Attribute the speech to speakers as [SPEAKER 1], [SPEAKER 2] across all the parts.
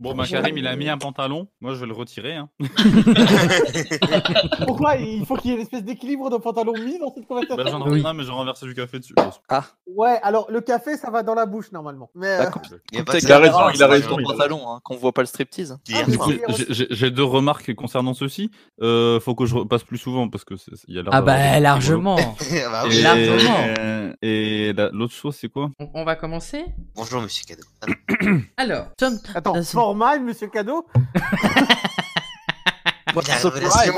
[SPEAKER 1] Bon, bah, Karim, il a mis un pantalon. Moi, je vais le retirer. Hein.
[SPEAKER 2] Pourquoi il faut qu'il y ait une espèce d'équilibre de pantalon mis dans cette conversation
[SPEAKER 1] Bah, j'en ai
[SPEAKER 3] Oui.
[SPEAKER 1] un, mais j'ai renversé du café dessus.
[SPEAKER 2] Ouais, alors le café, ça va dans la bouche normalement. Mais euh,
[SPEAKER 3] Bah, coupe-
[SPEAKER 4] Il y a
[SPEAKER 3] coupe
[SPEAKER 4] pas
[SPEAKER 3] ta
[SPEAKER 4] de
[SPEAKER 1] Il a raison,
[SPEAKER 3] caméra,
[SPEAKER 1] il a
[SPEAKER 3] c'est
[SPEAKER 1] raison,
[SPEAKER 3] ton
[SPEAKER 1] il a
[SPEAKER 3] pantalon, hein, qu'on voit pas le striptease.
[SPEAKER 4] Hier,
[SPEAKER 2] Ah,
[SPEAKER 1] Du
[SPEAKER 4] enfin,
[SPEAKER 1] coup, j'ai- j'ai- J'ai deux remarques concernant ceci. Euh, faut que je repasse plus souvent parce que c'est- il y a l'air
[SPEAKER 5] Ah
[SPEAKER 1] d'avoir-
[SPEAKER 5] bah largement.
[SPEAKER 4] bah oui.
[SPEAKER 1] Et,
[SPEAKER 5] largement.
[SPEAKER 1] et la- l'autre chose, c'est quoi
[SPEAKER 5] On, on va commencer.
[SPEAKER 4] Bonjour Monsieur Cadeau.
[SPEAKER 5] Alors, Tom,
[SPEAKER 2] attends,
[SPEAKER 5] Attention.
[SPEAKER 2] normal, monsieur Cadeau
[SPEAKER 4] La révélation.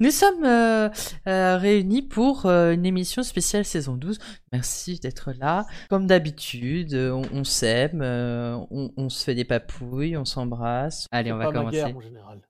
[SPEAKER 5] nous sommes euh, euh, réunis pour euh, une émission spéciale saison 12. Merci d'être là. Comme d'habitude, euh, on, on s'aime, euh, on, on se fait des papouilles, on s'embrasse. Allez, on va
[SPEAKER 2] Pas ma guerre,
[SPEAKER 5] commencer.
[SPEAKER 2] mon général.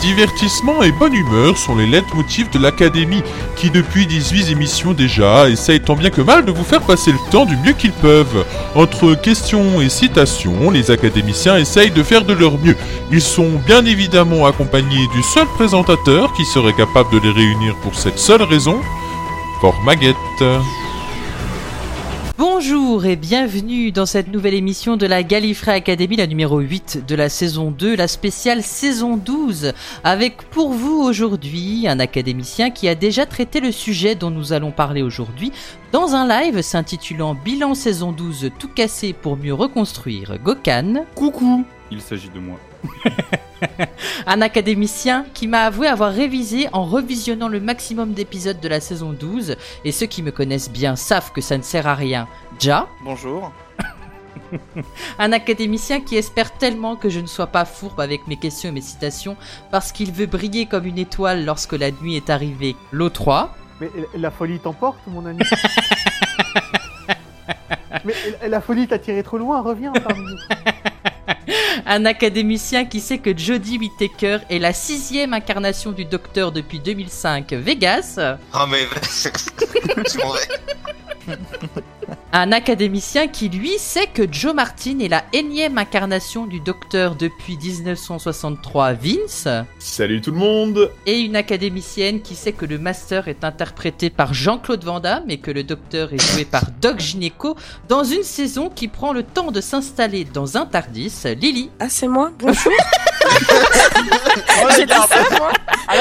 [SPEAKER 6] Divertissement et bonne humeur sont les leitmotifs de l'Académie, qui depuis 18 émissions déjà essaye tant bien que mal de vous faire passer le temps du mieux qu'ils peuvent. Entre questions et citations, les académiciens essayent de faire de leur mieux. Ils sont bien évidemment accompagnés du seul présentateur qui serait capable de les réunir pour cette seule raison, Fort Maguette.
[SPEAKER 5] Bonjour et bienvenue dans cette nouvelle émission de la Gallifrey Academy, la numéro 8 de la saison 2, la spéciale saison 12, avec pour vous aujourd'hui un académicien qui a déjà traité le sujet dont nous allons parler aujourd'hui dans un live s'intitulant Bilan saison 12, tout cassé pour mieux reconstruire Gokan,
[SPEAKER 1] Coucou Il s'agit de moi.
[SPEAKER 5] un académicien qui m'a avoué avoir révisé en revisionnant le maximum d'épisodes de la saison 12, et ceux qui me connaissent bien savent que ça ne sert à rien. Ja
[SPEAKER 3] Bonjour.
[SPEAKER 5] Un académicien qui espère tellement que je ne sois pas fourbe avec mes questions et mes citations parce qu'il veut briller comme une étoile lorsque la nuit est arrivée. L'O3.
[SPEAKER 2] Mais euh, la- la folie t'emporte, mon ami. Mais euh, la- la folie t'a tiré trop loin, reviens parmi nous.
[SPEAKER 5] Un académicien qui sait que Jodie Whittaker est la sixième incarnation du docteur depuis 2005 Vegas.
[SPEAKER 4] Ah mais je m'en vais.
[SPEAKER 5] Un académicien qui lui sait que Joe Martin est la énième incarnation du docteur depuis 1963 Vince.
[SPEAKER 7] Salut tout le monde
[SPEAKER 5] Et une académicienne qui sait que le master est interprété par Jean-Claude Van Damme et que le docteur est joué par Doc Gineco dans une saison qui prend le temps de s'installer dans un Tardis, Lily.
[SPEAKER 8] Ah, c'est moi Bonjour
[SPEAKER 3] J'ai dit ça
[SPEAKER 5] Ah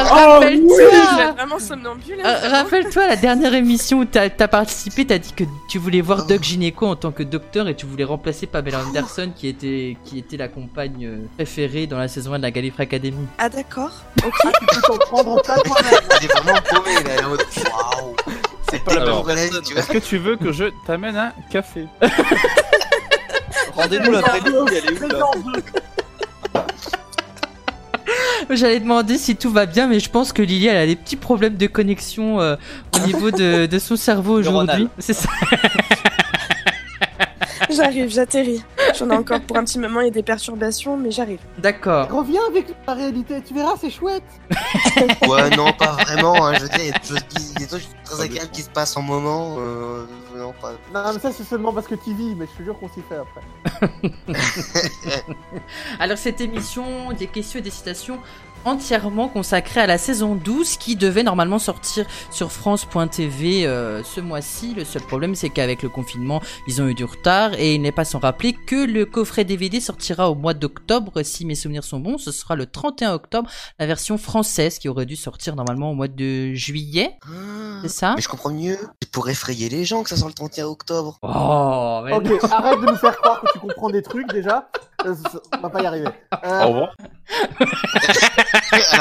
[SPEAKER 5] Rappelle-toi
[SPEAKER 8] Vraiment somnambule
[SPEAKER 5] Ah. Euh, Rappelle-toi la dernière émission où t'as as participé, t'as dit que tu voulais voir Doc Gineco en tant que docteur et tu voulais remplacer Pamela Anderson qui était, qui était la compagne euh, préférée dans la saison 1 de la Gallifrey Academy.
[SPEAKER 8] Ah, d'accord.
[SPEAKER 2] Ah, tu peux t'en prendre ça toi-même.
[SPEAKER 4] Il est vraiment paumé là. il est en mode, Waouh. C'est pas la
[SPEAKER 1] Alors,
[SPEAKER 4] même réalité, tu vois.
[SPEAKER 1] Est-ce que tu veux que je t'amène un café
[SPEAKER 3] Rendez-nous la vraie Lily, elle est où là
[SPEAKER 5] J'allais demander si tout va bien, mais je pense que Lily, elle a des petits problèmes de connexion euh, au niveau de, de son cerveau aujourd'hui.
[SPEAKER 3] Neuronal.
[SPEAKER 5] C'est ça.
[SPEAKER 8] J'arrive, j'atterris. J'en ai encore pour un petit moment, il y a des perturbations, mais j'arrive.
[SPEAKER 5] D'accord.
[SPEAKER 2] Reviens avec la réalité, tu verras, c'est chouette.
[SPEAKER 4] Ouais, non, pas vraiment. hein, Je veux dire, il y a des choses qui- des trucs très agréables qui se passent en moment. euh, Non, pas.
[SPEAKER 2] Non, mais ça, c'est seulement parce que tu vis, mais je te jure qu'on s'y fait après.
[SPEAKER 5] Alors, cette émission, des questions et des citations entièrement consacrée à la saison 12 qui devait normalement sortir sur France.tv euh, ce mois-ci. Le seul problème, c'est qu'avec le confinement, ils ont eu du retard et il n'est pas sans rappeler que le coffret DVD sortira au mois d'octobre. Si mes souvenirs sont bons, ce sera le 31 octobre, la version française qui aurait dû sortir normalement au mois de juillet. C'est ça
[SPEAKER 4] Mais je comprends mieux. C'est pour effrayer les gens que ça sort le 31 octobre.
[SPEAKER 5] Oh, mais
[SPEAKER 2] Ok, arrête de nous faire croire que tu comprends des trucs déjà. Euh, ça- On va pas y arriver.
[SPEAKER 3] Ah.
[SPEAKER 2] Euh,
[SPEAKER 4] Alors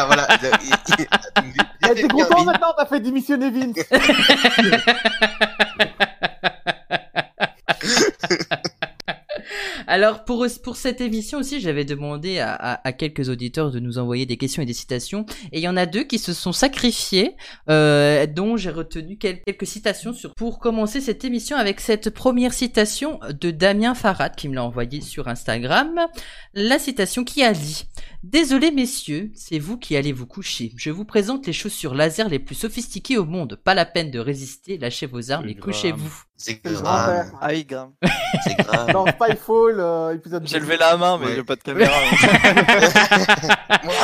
[SPEAKER 4] voilà. le- il-
[SPEAKER 2] Eh,
[SPEAKER 4] il-
[SPEAKER 2] T'es content maintenant, t'as fait démissionner Vince.
[SPEAKER 5] Alors pour, pour cette émission aussi, j'avais demandé à, à- à quelques auditeurs de nous envoyer des questions et des citations. Et il y en a deux qui se sont sacrifiés, euh, dont j'ai retenu quel- quelques citations sur, pour commencer cette émission avec cette première citation de Damien Farad qui me l'a envoyée sur Instagram. La citation qui a dit Désolé messieurs, c'est vous qui allez vous coucher. Je vous présente les chaussures laser les plus sophistiquées au monde. Pas la peine de résister, lâchez vos armes et
[SPEAKER 1] Grave.
[SPEAKER 5] couchez-vous.
[SPEAKER 4] C'est
[SPEAKER 2] C'est le grand-père.
[SPEAKER 4] grave.
[SPEAKER 3] Aïe, Ah grave.
[SPEAKER 4] C'est grave.
[SPEAKER 2] Dans Spyfall, euh, épisode
[SPEAKER 3] J'ai
[SPEAKER 2] 2.
[SPEAKER 3] levé la main, mais
[SPEAKER 4] Ouais.
[SPEAKER 3] j'ai pas de caméra.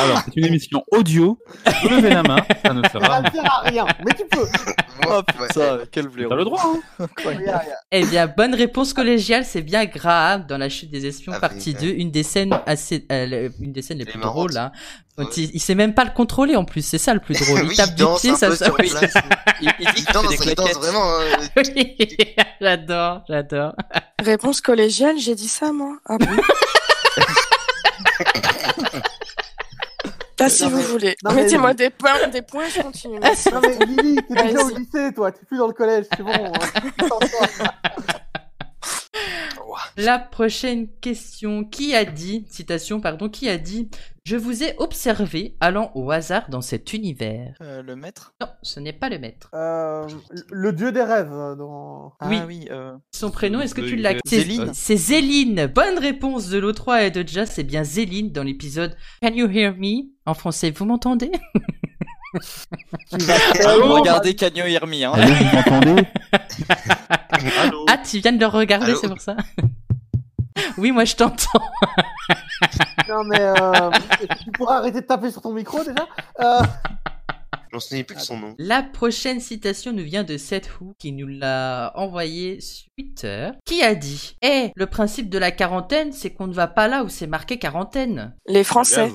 [SPEAKER 1] Alors, c'est une émission audio. Vous levez la main, ça ne
[SPEAKER 2] Ça
[SPEAKER 1] sera.
[SPEAKER 3] Ah,
[SPEAKER 2] ne sert à rien, mais tu peux.
[SPEAKER 3] oh
[SPEAKER 4] Ouais.
[SPEAKER 3] putain, quel blaireau.
[SPEAKER 1] T'as le droit, hein
[SPEAKER 2] Regarde,
[SPEAKER 5] Eh bien, bonne réponse collégiale, c'est bien Graham dans La chute des espions,
[SPEAKER 4] Ah,
[SPEAKER 5] partie
[SPEAKER 4] oui,
[SPEAKER 5] 2, une des scènes assez, euh, le- une des scènes les
[SPEAKER 4] Elle est
[SPEAKER 5] plus
[SPEAKER 4] marrante. Ah
[SPEAKER 5] drôles, là.
[SPEAKER 4] Ouais.
[SPEAKER 5] Il, il sait même pas le contrôler, en plus, c'est ça le plus drôle. Il
[SPEAKER 4] Oui,
[SPEAKER 5] tape
[SPEAKER 4] il
[SPEAKER 5] du
[SPEAKER 4] danse
[SPEAKER 5] pied,
[SPEAKER 4] un
[SPEAKER 5] ça
[SPEAKER 4] peu
[SPEAKER 5] sort.
[SPEAKER 4] sur place.
[SPEAKER 3] Il, il dit
[SPEAKER 4] Il
[SPEAKER 3] qu'il fait
[SPEAKER 4] danse,
[SPEAKER 3] des
[SPEAKER 4] il danse
[SPEAKER 3] claquettes.
[SPEAKER 4] vraiment. hein.
[SPEAKER 5] Oui, j'adore, j'adore.
[SPEAKER 8] Réponse collégiale, j'ai dit ça, moi. Ah bon Bah, si
[SPEAKER 2] Non,
[SPEAKER 8] vous
[SPEAKER 2] mais-
[SPEAKER 8] voulez.
[SPEAKER 2] non, mais-
[SPEAKER 8] Mettez-moi des points, des points, je continue. Merci.
[SPEAKER 2] Non mais Lily, t'es
[SPEAKER 8] Ouais,
[SPEAKER 2] déjà au
[SPEAKER 8] c'est-
[SPEAKER 2] lycée toi, t'es plus dans le collège, c'est bon. hein. T'en sors.
[SPEAKER 5] La prochaine question. Qui a dit, citation, pardon, qui a dit, je vous ai observé allant au hasard dans cet univers?
[SPEAKER 3] Euh, le maître
[SPEAKER 5] Non, ce n'est pas le maître.
[SPEAKER 2] Euh, le dieu des rêves euh, dans...
[SPEAKER 3] Ah
[SPEAKER 5] Oui.
[SPEAKER 3] oui euh,
[SPEAKER 5] Son prénom, est-ce que tu
[SPEAKER 1] Euh,
[SPEAKER 5] l'as c'est-
[SPEAKER 3] Zéline.
[SPEAKER 5] C'est Zéline. Bonne réponse de l'O3 et de Jazz, c'est bien Zéline dans l'épisode Can You Hear Me En français, vous m'entendez
[SPEAKER 2] Tu vas
[SPEAKER 3] Regardez
[SPEAKER 2] tellement-
[SPEAKER 3] Ah, Regardez Canyon Hermie. Hein.
[SPEAKER 1] Allô, vous m'entendez
[SPEAKER 4] Allô
[SPEAKER 5] Ah, tu viens de le regarder,
[SPEAKER 4] Oh. Allô
[SPEAKER 5] c'est pour ça Oui, moi je t'entends.
[SPEAKER 2] Non mais euh, tu pourras arrêter de taper sur ton micro déjà. Euh,
[SPEAKER 4] J'en sais plus de son nom.
[SPEAKER 5] La prochaine citation nous vient de Seth Who qui nous l'a envoyée sur Twitter. Qui a dit Eh, le principe de la quarantaine, c'est qu'on ne va pas là où c'est marqué quarantaine.
[SPEAKER 8] Les Français.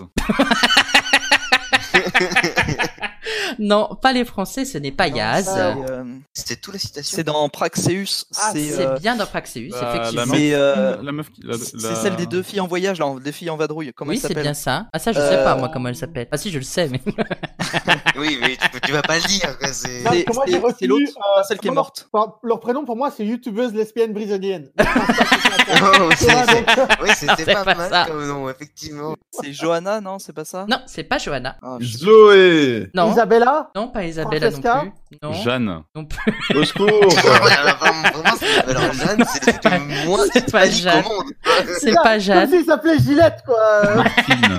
[SPEAKER 5] Non, pas les Français, ce n'est pas Yaz.
[SPEAKER 3] C'est, euh,
[SPEAKER 4] C'était tout la citation.
[SPEAKER 3] c'est dans Praxeus.
[SPEAKER 2] Ah,
[SPEAKER 3] c'est
[SPEAKER 5] C'est
[SPEAKER 3] euh,
[SPEAKER 5] bien dans Praxeus,
[SPEAKER 1] Bah,
[SPEAKER 5] effectivement.
[SPEAKER 1] la meuf-
[SPEAKER 3] c'est, euh,
[SPEAKER 1] La meuf qui. la-
[SPEAKER 3] c'est
[SPEAKER 1] la-
[SPEAKER 3] celle des deux filles en voyage, là, en- des filles en vadrouille. Comment
[SPEAKER 5] oui,
[SPEAKER 3] elle
[SPEAKER 5] c'est
[SPEAKER 3] s'appelle
[SPEAKER 5] bien ça. Ah, ça, je sais
[SPEAKER 3] Euh,
[SPEAKER 5] pas, moi, comment elle s'appelle. Ah, si, je le sais, mais.
[SPEAKER 4] Oui, mais tu, tu vas pas le dire. quoi, C'est
[SPEAKER 2] Non, parce que moi, j'ai
[SPEAKER 3] c'est-
[SPEAKER 2] retenu,
[SPEAKER 3] c'est l'autre,
[SPEAKER 2] euh,
[SPEAKER 3] celle qui est
[SPEAKER 2] comment-
[SPEAKER 3] morte.
[SPEAKER 2] par- leur prénom pour moi c'est youtubeuse lesbienne brisonienne.
[SPEAKER 4] Oh,
[SPEAKER 2] Tu vois,
[SPEAKER 4] c'est- c'est-
[SPEAKER 2] donc,
[SPEAKER 4] Oui, c'était
[SPEAKER 5] C'est
[SPEAKER 4] pas,
[SPEAKER 5] pas
[SPEAKER 4] mal
[SPEAKER 5] ça.
[SPEAKER 4] comme nom, effectivement.
[SPEAKER 3] C'est Johanna, non C'est pas ça
[SPEAKER 5] Non, c'est pas Johanna.
[SPEAKER 3] Ah, je-
[SPEAKER 7] Zoé
[SPEAKER 5] Non.
[SPEAKER 2] Isabella,
[SPEAKER 5] Non, pas Isabella non
[SPEAKER 2] Francesca
[SPEAKER 5] plus. Non.
[SPEAKER 1] Jeanne.
[SPEAKER 5] non plus.
[SPEAKER 7] Au secours
[SPEAKER 4] Alors, vraiment, vraiment, c'est- alors, Jeanne, c'est- c'était moins
[SPEAKER 5] C'est pas
[SPEAKER 4] dit
[SPEAKER 5] Jeanne.
[SPEAKER 4] comment
[SPEAKER 5] C'est pas
[SPEAKER 2] comme
[SPEAKER 5] Jeanne.
[SPEAKER 2] s'il s'appelait Gillette quoi. Euh,
[SPEAKER 1] Martine.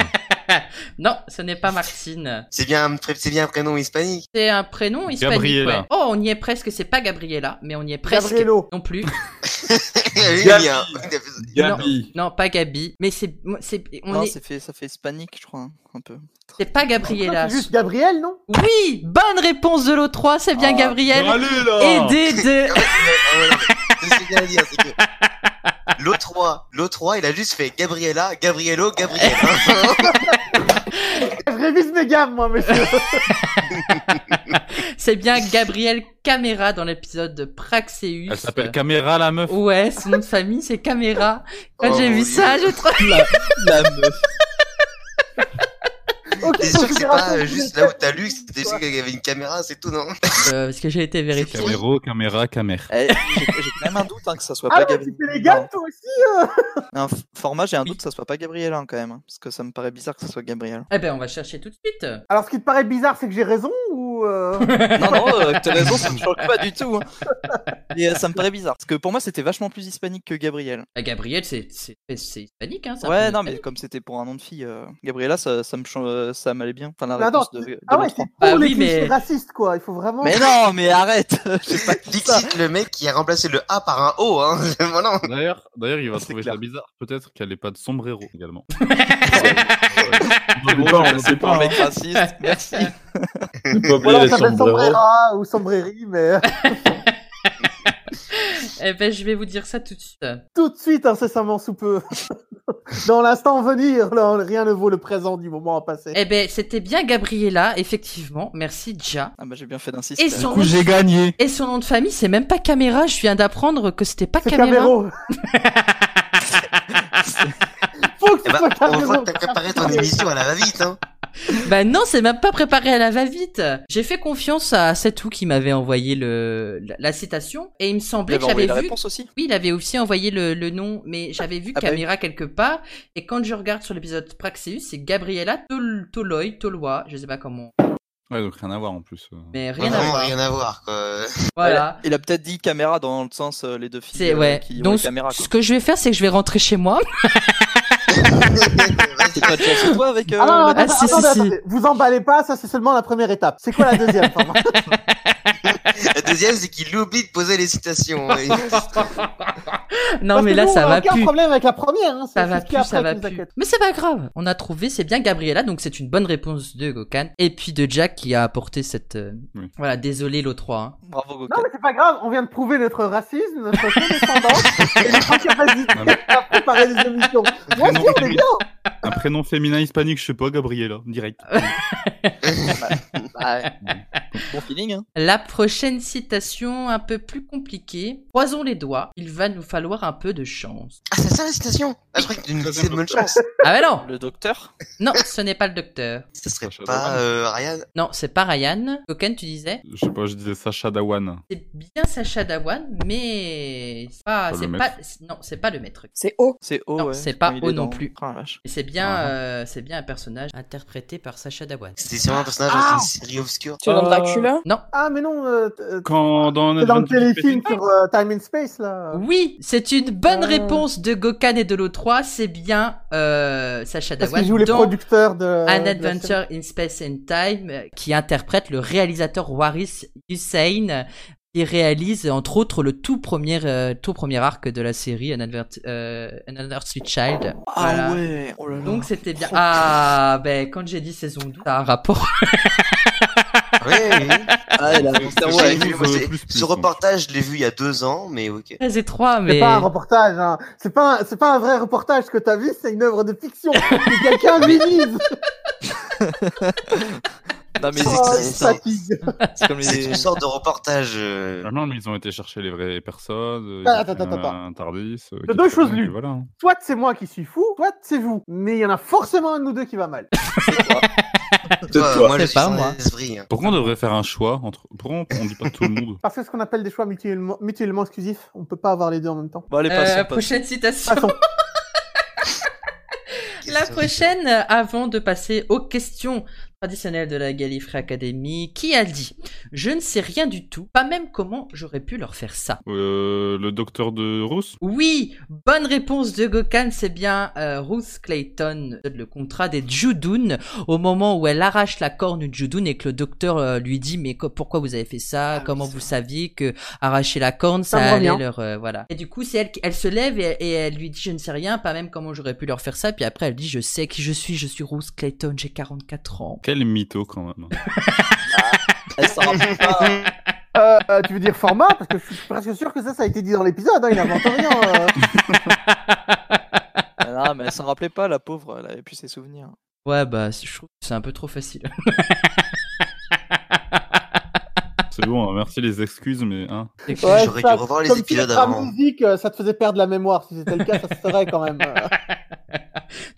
[SPEAKER 5] Non, ce n'est pas Martine.
[SPEAKER 4] C'est bien, un pré- c'est bien un prénom hispanique.
[SPEAKER 5] C'est un prénom hispanique.
[SPEAKER 1] Gabriella.
[SPEAKER 5] ouais. Oh, on y est presque. C'est pas Gabriella, mais on y est presque.
[SPEAKER 2] Gabriello.
[SPEAKER 5] Non plus.
[SPEAKER 4] Oui, il y a-
[SPEAKER 7] Gabi.
[SPEAKER 4] il y a- il y a-
[SPEAKER 7] Gabi
[SPEAKER 5] Non, pas Gabi. Mais c'est, c'est, on
[SPEAKER 3] Non,
[SPEAKER 5] est.
[SPEAKER 3] ça fait, ça fait hispanique, je crois, hein, un peu.
[SPEAKER 5] C'est pas
[SPEAKER 2] C'est
[SPEAKER 5] Gabriella.
[SPEAKER 2] juste Gabriel non
[SPEAKER 5] Oui, bonne réponse de l'O3. C'est bien
[SPEAKER 3] Ah,
[SPEAKER 5] Gabriel.
[SPEAKER 7] Allez là
[SPEAKER 5] Aidé de.
[SPEAKER 4] Ah ouais, ouais, ouais, c'est ce que j'allais dire, c'est que L'O3, l'O3, il a juste fait Gabriella, Gabriello, Gabriel.
[SPEAKER 2] Je révise mes gammes moi monsieur.
[SPEAKER 5] C'est bien Gabriel Caméra dans l'épisode de Praxeus.
[SPEAKER 1] Elle s'appelle Caméra la
[SPEAKER 3] Oh,
[SPEAKER 1] meuf.
[SPEAKER 5] Ouais, son nom de famille c'est Caméra. Quand
[SPEAKER 4] Oh,
[SPEAKER 5] j'ai
[SPEAKER 4] mon
[SPEAKER 5] vu
[SPEAKER 4] Dieu.
[SPEAKER 5] ça, j'ai trop.
[SPEAKER 2] Ok,
[SPEAKER 4] T'es sûr que c'est pas euh,
[SPEAKER 2] considération
[SPEAKER 4] juste
[SPEAKER 2] que
[SPEAKER 4] là où
[SPEAKER 2] vous
[SPEAKER 4] t'as lu, c'était juste qu'il y avait une caméra, c'est tout, non
[SPEAKER 5] Euh, parce que j'ai été vérifié.
[SPEAKER 1] Caméro, caméra, caméra.
[SPEAKER 3] Eh, J'ai j'ai quand même un doute hein, que ça soit
[SPEAKER 2] Ah
[SPEAKER 3] pas
[SPEAKER 2] ouais, tu
[SPEAKER 3] Gabriel.
[SPEAKER 2] fais les gammes toi aussi
[SPEAKER 3] Un f- format, j'ai un doute que ça soit pas Gabriel hein, quand même. hein, parce que ça me paraît bizarre que ça soit Gabriel.
[SPEAKER 5] Eh ben, on va chercher tout de suite.
[SPEAKER 2] Alors ce qui te paraît bizarre c'est que j'ai raison ou... euh,
[SPEAKER 3] Non, non, euh, t'as raison, ça me choque pas du tout. hein. Mais euh, ça me paraît bizarre. Parce que pour moi, c'était vachement plus hispanique que Gabriel.
[SPEAKER 5] Bah, Gabriel, c'est c'est- c'est hispanique, hein ça
[SPEAKER 3] ouais,
[SPEAKER 5] peut-
[SPEAKER 3] non, mais comme c'était pour un nom de fille, euh, Gabriella, ça, ça me cho- euh, ça m'allait bien. Enfin, la
[SPEAKER 2] Mais
[SPEAKER 3] réponse
[SPEAKER 2] attends,
[SPEAKER 3] de, de
[SPEAKER 2] Ah ouais,
[SPEAKER 3] l'autre.
[SPEAKER 2] c'est pour
[SPEAKER 5] Bah
[SPEAKER 2] les
[SPEAKER 5] oui, mais-
[SPEAKER 2] clichés racistes quoi, il faut vraiment...
[SPEAKER 3] Mais non, mais arrête J'ai pas dit ça.
[SPEAKER 4] Dixit, le mec qui a remplacé le A par un O, hein. Voilà.
[SPEAKER 1] D'ailleurs, d'ailleurs, il va
[SPEAKER 3] C'est
[SPEAKER 1] trouver
[SPEAKER 3] clair.
[SPEAKER 1] ça bizarre. Peut-être qu'elle n'est pas de sombrero également.
[SPEAKER 7] C'est pas, on sait
[SPEAKER 3] Un
[SPEAKER 7] pas, hein.
[SPEAKER 3] mec raciste, merci.
[SPEAKER 2] Voilà,
[SPEAKER 7] Faut pas oublier
[SPEAKER 2] on
[SPEAKER 7] les
[SPEAKER 2] s'appelle
[SPEAKER 7] sombreros.
[SPEAKER 2] Sombrera ou Sombreri, mais
[SPEAKER 5] Eh ben, je vais vous dire ça tout de suite.
[SPEAKER 2] tout de suite, incessamment sous peu. Dans l'instant à venir, là, rien ne vaut le présent du moment à passer.
[SPEAKER 5] Eh ben, c'était bien Gabriella, effectivement. Merci, Dja.
[SPEAKER 3] Ah bah j'ai bien fait d'insister.
[SPEAKER 5] Et son, nom...
[SPEAKER 1] gagné.
[SPEAKER 5] Et son nom de famille, c'est même pas Caméra. Je viens d'apprendre que c'était pas
[SPEAKER 2] C'est
[SPEAKER 5] Caméra.
[SPEAKER 2] Camero. Faut que
[SPEAKER 4] Eh
[SPEAKER 2] ce
[SPEAKER 4] ben,
[SPEAKER 2] soit
[SPEAKER 4] on voit
[SPEAKER 2] Camero.
[SPEAKER 4] que t'as préparé ton émission à la va-vite, hein.
[SPEAKER 5] Bah non, c'est même pas préparé à la va-vite. J'ai fait confiance à Setou qui m'avait envoyé le la, la citation et il me
[SPEAKER 3] Il
[SPEAKER 5] semblait
[SPEAKER 3] avait
[SPEAKER 5] que j'avais
[SPEAKER 3] envoyé la
[SPEAKER 5] vu.
[SPEAKER 3] réponse aussi.
[SPEAKER 5] Oui, il avait aussi envoyé le, le nom, mais j'avais vu
[SPEAKER 3] Ah bah oui.
[SPEAKER 5] Caméra quelque part. Et quand je regarde sur l'épisode Praxeus, c'est Gabriella Tol- Toloi, Toloi, je sais pas comment,
[SPEAKER 1] Ouais, donc rien à voir en plus. euh.
[SPEAKER 5] mais rien à
[SPEAKER 4] Vraiment
[SPEAKER 5] voir.
[SPEAKER 4] rien à voir, quoi.
[SPEAKER 5] Voilà.
[SPEAKER 3] Il a peut-être dit caméra dans le sens euh, les deux filles
[SPEAKER 5] C'est
[SPEAKER 3] euh,
[SPEAKER 5] ouais.
[SPEAKER 3] qui ont
[SPEAKER 5] Donc
[SPEAKER 3] les caméras. quoi.
[SPEAKER 5] ce que je vais faire, c'est que je vais rentrer chez moi.
[SPEAKER 3] T'es pas déjà chez toi avec euh,
[SPEAKER 2] Ah, non, non,
[SPEAKER 3] la-
[SPEAKER 2] attendez,
[SPEAKER 5] si, si,
[SPEAKER 2] attendez,
[SPEAKER 5] si.
[SPEAKER 2] attendez. Vous emballez pas, ça c'est seulement la première étape. C'est quoi la deuxième pardon
[SPEAKER 4] Et deuxième, c'est qu'il oublie de poser les citations. Et- Ah,
[SPEAKER 5] Non,
[SPEAKER 2] Parce
[SPEAKER 5] mais
[SPEAKER 2] que
[SPEAKER 5] là,
[SPEAKER 2] nous, on
[SPEAKER 5] ça
[SPEAKER 2] a
[SPEAKER 5] va
[SPEAKER 2] aucun
[SPEAKER 5] plus.
[SPEAKER 2] problème avec la première. Hein, c'est
[SPEAKER 5] Ça va
[SPEAKER 2] juste
[SPEAKER 5] plus,
[SPEAKER 2] qu'après
[SPEAKER 5] ça va
[SPEAKER 2] qui nous
[SPEAKER 5] plus.
[SPEAKER 2] inquiète.
[SPEAKER 5] Mais c'est pas grave. On a trouvé, c'est bien Gabriella, donc c'est une bonne réponse de Gokan. Et puis de Jack qui a apporté cette. euh,
[SPEAKER 1] Oui.
[SPEAKER 5] Voilà, désolé l'O3. hein.
[SPEAKER 3] Bravo, Goku.
[SPEAKER 2] Non, mais c'est pas grave, on vient de prouver notre racisme, notre condescendance et notre incapacité à préparer les émissions. Moi aussi, on est bien.
[SPEAKER 1] Un prénom féminin hispanique, je sais pas, Gabriela, direct.
[SPEAKER 3] bah, Bon feeling, hein.
[SPEAKER 5] La prochaine citation, un peu plus compliquée. Croisons les doigts, il va nous falloir un peu de chance.
[SPEAKER 4] Ah, c'est ça la citation Ah, je croyais que tu nous disais de bonne chance.
[SPEAKER 5] Ah, mais non
[SPEAKER 3] Le docteur
[SPEAKER 5] Non, ce n'est pas le docteur.
[SPEAKER 4] Ça serait
[SPEAKER 1] Sacha
[SPEAKER 4] pas
[SPEAKER 1] Baron.
[SPEAKER 4] euh, Ryan
[SPEAKER 5] Non, c'est pas Ryan. Gokan, tu disais
[SPEAKER 1] Je sais pas, je disais Sacha Dawan.
[SPEAKER 5] C'est bien Sacha Dawan, mais c'est pas,
[SPEAKER 1] Pas le
[SPEAKER 5] c'est
[SPEAKER 1] maître.
[SPEAKER 5] pas, c'est- non, c'est pas le maître.
[SPEAKER 8] C'est haut.
[SPEAKER 3] C'est O,
[SPEAKER 5] Non,
[SPEAKER 3] ouais.
[SPEAKER 5] c'est pas
[SPEAKER 3] Il est
[SPEAKER 5] O non
[SPEAKER 3] dans-
[SPEAKER 5] plus.
[SPEAKER 3] Ah, la vache.
[SPEAKER 5] Et c'est bien,
[SPEAKER 1] Ah.
[SPEAKER 5] euh, c'est bien un personnage interprété par Sacha Dawan.
[SPEAKER 4] C'était sûrement un personnage
[SPEAKER 2] Ah
[SPEAKER 4] d'une série obscure.
[SPEAKER 8] Tu veux dans
[SPEAKER 2] Euh,
[SPEAKER 8] Dracula
[SPEAKER 2] Ah, mais non, euh, t- euh,
[SPEAKER 1] Quand dans,
[SPEAKER 2] c'est dans le
[SPEAKER 1] Adventure
[SPEAKER 2] téléfilm
[SPEAKER 1] Space-
[SPEAKER 2] sur euh, Time and Space, là.
[SPEAKER 5] Oui, c'est une bonne
[SPEAKER 2] Ah.
[SPEAKER 5] réponse de Gokan et de l'O3. C'est bien euh, Sacha
[SPEAKER 2] Parce qu'ils
[SPEAKER 5] Dawan
[SPEAKER 2] jouent les euh,
[SPEAKER 5] dans
[SPEAKER 2] producteurs de.
[SPEAKER 5] An
[SPEAKER 2] de la série.
[SPEAKER 5] Adventure in Space and Time euh, qui interprète le réalisateur Waris Hussein euh, qui réalise entre autres le tout premier, euh, tout premier arc de la série An Advent- euh, Another Sweet Child. Voilà.
[SPEAKER 3] Ah ouais. Oh là là.
[SPEAKER 5] Donc c'était bien. Ah, ben quand j'ai dit saison 12, ça a un rapport.
[SPEAKER 4] Oui, oui.
[SPEAKER 3] Ah, il a
[SPEAKER 1] C'est-
[SPEAKER 3] mon cerveau
[SPEAKER 1] c'est-
[SPEAKER 3] a
[SPEAKER 4] J'ai
[SPEAKER 1] ouais,
[SPEAKER 4] vu, moi,
[SPEAKER 1] plus,
[SPEAKER 4] j'ai-
[SPEAKER 1] plus, plus,
[SPEAKER 4] ce
[SPEAKER 1] donc.
[SPEAKER 4] reportage, je l'ai vu il y a deux ans, mais ok.
[SPEAKER 5] Très étroit,
[SPEAKER 2] C'est
[SPEAKER 5] mais.
[SPEAKER 2] pas un reportage, hein. c'est pas un- c'est pas un vrai reportage ce que t'as vu, c'est une œuvre de fiction que quelqu'un minimise.
[SPEAKER 3] Non, mais
[SPEAKER 4] Oh,
[SPEAKER 3] c'est-
[SPEAKER 2] Oh, je
[SPEAKER 3] c'est-
[SPEAKER 2] fatigue.
[SPEAKER 3] c'est comme
[SPEAKER 4] C'est
[SPEAKER 3] les.
[SPEAKER 4] une sorte de reportage. euh,
[SPEAKER 1] Ah non, mais ils ont été chercher les vraies personnes. euh,
[SPEAKER 2] Ah, attends, attends, attends.
[SPEAKER 1] Un Tardis. euh,
[SPEAKER 2] De
[SPEAKER 1] qui
[SPEAKER 2] deux
[SPEAKER 1] traînait,
[SPEAKER 2] choses
[SPEAKER 1] et
[SPEAKER 2] l'une.
[SPEAKER 1] Voilà.
[SPEAKER 2] Soit c'est moi qui suis fou, soit c'est vous. Mais il y en a forcément un de nous deux qui va mal.
[SPEAKER 7] Peut-être
[SPEAKER 4] toi,
[SPEAKER 7] toi.
[SPEAKER 4] moi, je
[SPEAKER 5] C'est
[SPEAKER 4] suis
[SPEAKER 5] pas
[SPEAKER 4] sans
[SPEAKER 5] moi.
[SPEAKER 4] esprit. hein.
[SPEAKER 1] Pourquoi on devrait faire un choix entre. Pourquoi on, on dit pas tout le monde
[SPEAKER 2] Parce que ce qu'on appelle des choix mutuellement, mutuellement exclusifs, on peut pas avoir les deux en même temps.
[SPEAKER 3] Bon, allez,
[SPEAKER 5] Euh,
[SPEAKER 3] passons, passons.
[SPEAKER 5] prochaine citation.
[SPEAKER 2] Passons.
[SPEAKER 5] La
[SPEAKER 4] Qu'est-ce que-
[SPEAKER 5] prochaine, euh, avant de passer aux questions traditionnelles de la Gallifrey Academy, qui a dit Je ne sais rien du tout, pas même comment j'aurais pu leur faire ça.
[SPEAKER 1] euh, Le docteur de Rousse
[SPEAKER 5] Oui, bonne réponse de Gokan, c'est bien euh, Ruth Clayton, donne le contrat des Judoun, au moment où elle arrache la corne du Judoun et que le docteur euh, lui dit mais co- pourquoi vous avez fait ça,
[SPEAKER 2] Ah oui,
[SPEAKER 5] comment
[SPEAKER 2] ça.
[SPEAKER 5] vous saviez que arracher la corne ça,
[SPEAKER 2] Ça me
[SPEAKER 5] allait
[SPEAKER 2] revient.
[SPEAKER 5] leur euh, voilà. Et du coup c'est elle qui elle se lève et, et elle lui dit je ne sais rien, pas même comment j'aurais pu leur faire ça, puis après elle dit je sais qui je suis, je suis Ruth Clayton, j'ai 44 ans.
[SPEAKER 1] Quel mytho quand même.
[SPEAKER 3] Elle s'en rappelle pas.
[SPEAKER 2] Euh, euh, tu veux dire format Parce que je suis presque sûr que ça, ça a été dit dans l'épisode, hein, il n'invente rien. euh.
[SPEAKER 3] Ah Non, mais elle s'en rappelait pas, la pauvre. Elle avait plus ses souvenirs.
[SPEAKER 5] Ouais bah c'est- je trouve que c'est un peu trop facile.
[SPEAKER 1] C'est bon, hein, merci les excuses, mais. Hein.
[SPEAKER 2] Ouais,
[SPEAKER 4] J'aurais
[SPEAKER 2] ça-
[SPEAKER 4] dû revoir les
[SPEAKER 2] Comme
[SPEAKER 4] épisodes
[SPEAKER 2] si la trame
[SPEAKER 4] avant.
[SPEAKER 2] musique, euh, ça te faisait perdre la mémoire. Si c'était le cas, ça se serait quand même. euh.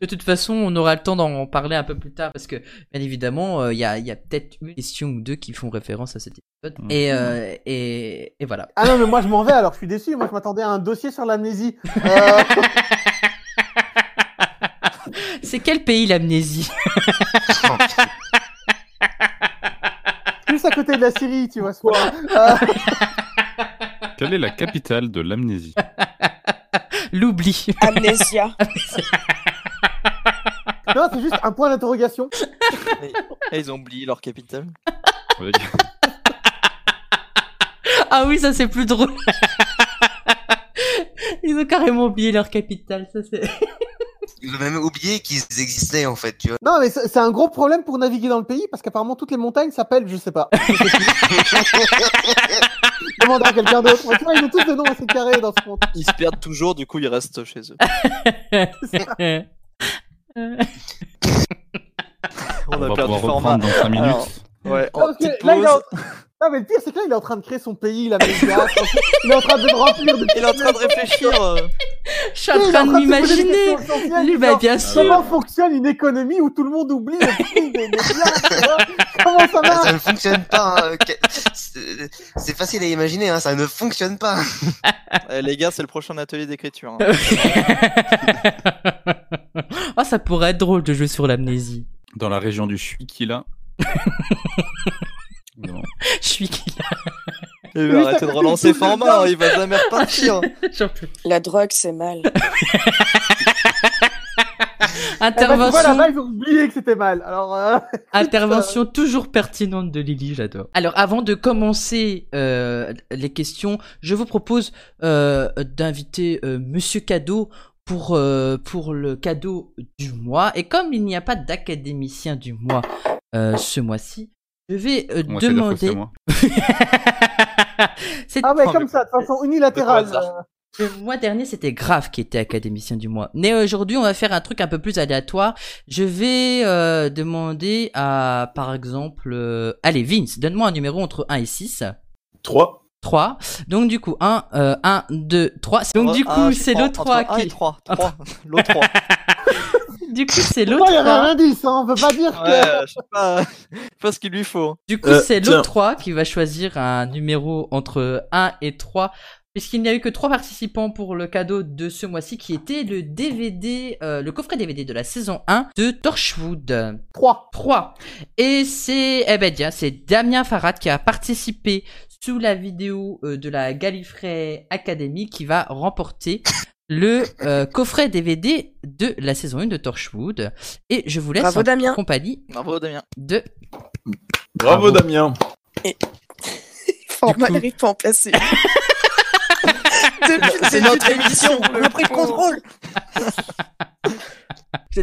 [SPEAKER 5] De toute façon, on aura le temps d'en parler un peu plus tard parce que, bien évidemment, euh, il y a, il y a peut-être une question ou deux qui font référence à cet épisode.
[SPEAKER 1] Mhm.
[SPEAKER 5] Et, euh, et, et voilà.
[SPEAKER 2] Ah non, mais moi je m'en vais alors, je suis déçu. Moi je m'attendais à un dossier sur l'amnésie. Euh,
[SPEAKER 5] C'est quel pays l'amnésie
[SPEAKER 2] juste à côté de la Syrie, tu vois. ce soir. Euh,
[SPEAKER 1] Quelle est la capitale de l'amnésie
[SPEAKER 5] L'oubli.
[SPEAKER 8] Amnésia.
[SPEAKER 2] non, c'est juste un point d'interrogation.
[SPEAKER 3] Et Eh, ils ont oublié leur capitale.
[SPEAKER 1] Ouais,
[SPEAKER 5] Ah oui, ça c'est plus drôle. Ils ont carrément oublié leur capitale. Ça c'est.
[SPEAKER 4] Ils ont même oublié qu'ils existaient en fait, tu vois.
[SPEAKER 2] Non, mais c'est c'est un gros problème pour naviguer dans le pays parce qu'apparemment toutes les montagnes s'appellent, je sais pas. Je sais plus. Demande à quelqu'un d'autre. Moi, tu vois, ils ont tous des noms assez carrés dans ce monde.
[SPEAKER 3] Ils se perdent toujours, du coup, ils restent chez eux. On
[SPEAKER 1] On va
[SPEAKER 3] a perdu
[SPEAKER 1] pouvoir
[SPEAKER 3] format.
[SPEAKER 1] reprendre dans 5 minutes.
[SPEAKER 3] Alors, Ouais,
[SPEAKER 2] Non,
[SPEAKER 3] en
[SPEAKER 2] parce que
[SPEAKER 3] Oh, petite
[SPEAKER 2] là, il est en-
[SPEAKER 3] pause.
[SPEAKER 2] Non, mais le pire, c'est que là, il est en train de créer son pays, l'amnésie. il est en train de le remplir de
[SPEAKER 3] Il est en train de réfléchir. euh.
[SPEAKER 5] Je suis en train de
[SPEAKER 2] se poser des
[SPEAKER 5] m'imaginer.
[SPEAKER 2] questions essentielles,
[SPEAKER 5] Lui, bah
[SPEAKER 2] genre,
[SPEAKER 5] bien sûr.
[SPEAKER 2] Comment
[SPEAKER 3] euh,
[SPEAKER 2] fonctionne une économie où tout le monde oublie le prix des, des biens, tu vois Comment ça
[SPEAKER 4] Ah,
[SPEAKER 2] marche
[SPEAKER 4] ça ne fonctionne pas. hein, que- c'est- C'est facile à imaginer, hein, ça ne fonctionne pas.
[SPEAKER 3] Eh, les gars, c'est le prochain atelier d'écriture. hein.
[SPEAKER 5] Ah, ça pourrait être drôle de jouer sur l'amnésie.
[SPEAKER 1] Dans la région du Chuikila. Non.
[SPEAKER 5] Je suis qui là
[SPEAKER 3] Il
[SPEAKER 2] Oui,
[SPEAKER 3] va
[SPEAKER 2] ça
[SPEAKER 3] arrêter de
[SPEAKER 2] fait
[SPEAKER 3] relancer
[SPEAKER 2] tout le temps.
[SPEAKER 3] format, hein, il va jamais repartir.
[SPEAKER 5] J'en peux plus.
[SPEAKER 8] La drogue, c'est mal.
[SPEAKER 2] Intervention.
[SPEAKER 5] Intervention,
[SPEAKER 2] ben, là-bas, ils ont oublié que c'était mal. Alors, euh,
[SPEAKER 5] intervention toujours pertinente de Lily, j'adore. euh, Alors, avant de commencer euh, les questions, je vous propose euh, d'inviter euh, Monsieur Cadeau pour, euh, pour le cadeau du mois. Et comme il n'y a pas d'académicien du mois euh, ce mois-ci, je vais euh,
[SPEAKER 1] On va essayer de faire
[SPEAKER 5] demander.
[SPEAKER 1] moi.
[SPEAKER 5] C'est-
[SPEAKER 2] ah, mais
[SPEAKER 3] Oh,
[SPEAKER 2] comme
[SPEAKER 3] mais-
[SPEAKER 2] ça, de façon unilatérale.
[SPEAKER 3] Au hasard.
[SPEAKER 2] euh,
[SPEAKER 5] Le mois dernier, c'était Grave qui était académicien du mois. Mais aujourd'hui, on va faire un truc un peu plus aléatoire. Je vais euh, demander à, par exemple, euh, allez, Vince, donne-moi un numéro entre 1 et 6.
[SPEAKER 7] 3.
[SPEAKER 5] 3. Donc du coup, euh, 1, 1, 2, 3. Donc du
[SPEAKER 3] Ah,
[SPEAKER 5] coup, c'est le 3 qui...
[SPEAKER 3] 3, 3. L'autre 3.
[SPEAKER 5] Du coup, c'est
[SPEAKER 2] Pour moi,
[SPEAKER 5] l'autre
[SPEAKER 2] il y avait un
[SPEAKER 5] 3.
[SPEAKER 2] indice, hein, on peut pas dire que.
[SPEAKER 3] Ouais, je sais pas, je sais pas ce qu'il lui faut.
[SPEAKER 5] Du coup,
[SPEAKER 7] Euh,
[SPEAKER 5] c'est
[SPEAKER 7] tiens.
[SPEAKER 5] l'autre 3 qui va choisir un numéro entre 1 et 3. Puisqu'il n'y a eu que 3 participants pour le cadeau de ce mois-ci qui était le DVD, euh, le coffret DVD de la saison 1 de Torchwood.
[SPEAKER 2] 3.
[SPEAKER 5] 3. Et c'est, eh ben, tiens, c'est Damien Farad qui a participé sous la vidéo euh, de la Gallifrey Academy qui va remporter le euh, coffret DVD de la saison 1 de Torchwood. Et je vous laisse
[SPEAKER 8] Bravo,
[SPEAKER 5] en
[SPEAKER 8] Damien.
[SPEAKER 5] compagnie
[SPEAKER 3] Bravo Damien.
[SPEAKER 5] de.
[SPEAKER 7] Bravo Damien.
[SPEAKER 8] Enfin, on n'arrive pas à en placer. Depuis le
[SPEAKER 3] C'est
[SPEAKER 8] début
[SPEAKER 3] notre
[SPEAKER 8] de l'émission,
[SPEAKER 3] émission,
[SPEAKER 8] on a pris le contrôle.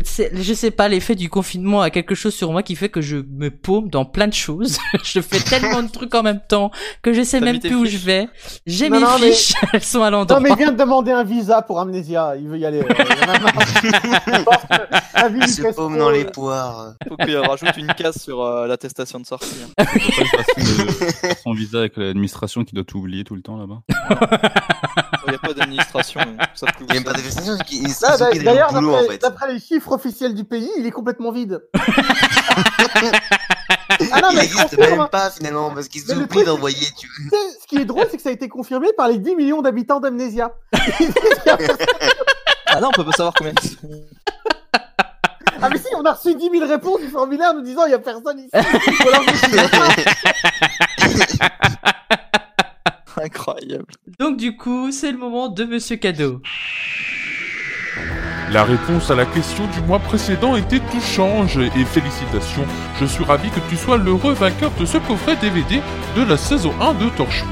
[SPEAKER 5] c'est- Je sais pas, l'effet du confinement a quelque chose sur moi qui fait que je me paume dans plein de choses. je fais tellement de trucs en même temps que je sais
[SPEAKER 3] T'as
[SPEAKER 5] même
[SPEAKER 3] mis tes
[SPEAKER 5] plus où je
[SPEAKER 3] fiches
[SPEAKER 5] vais. J'ai
[SPEAKER 2] Non,
[SPEAKER 5] mes
[SPEAKER 2] non, mais-
[SPEAKER 5] fiches, elles sont à l'endroit.
[SPEAKER 2] Non, mais il vient de demander un visa pour Amnésia. Il veut y aller. euh, il y en a marre. Je pense que la vie
[SPEAKER 4] Il
[SPEAKER 2] lui
[SPEAKER 4] se
[SPEAKER 2] pèse
[SPEAKER 4] paume
[SPEAKER 2] trop,
[SPEAKER 4] dans
[SPEAKER 2] euh,
[SPEAKER 4] les poires.
[SPEAKER 3] Faut qu'il rajoute une case sur euh, l'attestation de sortie. hein.
[SPEAKER 1] Il y a pas une façon de faire son visa avec l'administration qui doit tout oublier tout le temps là-bas.
[SPEAKER 3] Il n'y a pas d'administration. hein. Ils savent que vous
[SPEAKER 4] Il n'y a même pas
[SPEAKER 3] savez.
[SPEAKER 4] d'affectation, c'est qu'ils
[SPEAKER 2] Ah,
[SPEAKER 4] sont qu'ils
[SPEAKER 2] D'ailleurs,
[SPEAKER 4] le boulot en
[SPEAKER 2] d'après-
[SPEAKER 4] fait.
[SPEAKER 2] d'après les chiffres officiels du pays, il est complètement vide. ah non,
[SPEAKER 4] Il
[SPEAKER 2] mais
[SPEAKER 4] n'existe
[SPEAKER 2] confirme,
[SPEAKER 4] même pas finalement parce qu'ils
[SPEAKER 2] Mais le
[SPEAKER 4] oublient
[SPEAKER 2] truc,
[SPEAKER 4] d'envoyer,
[SPEAKER 2] Tu
[SPEAKER 4] tu
[SPEAKER 2] sais, ce qui est drôle, c'est que ça a été confirmé par les 10 millions d'habitants d'Amnésia.
[SPEAKER 3] Ah non, on peut pas savoir combien. ils sont.
[SPEAKER 2] Ah, mais si, on a reçu 10 000 réponses du formulaire nous disant il n'y a personne ici. Ou alors, vous-
[SPEAKER 3] Incroyable.
[SPEAKER 5] Donc du coup, c'est le moment de Monsieur Cadeau.
[SPEAKER 6] La réponse à la question du mois précédent était tout change et félicitations, je suis ravi que tu sois l'heureux vainqueur de ce coffret DVD de la saison 1 de Torchwood.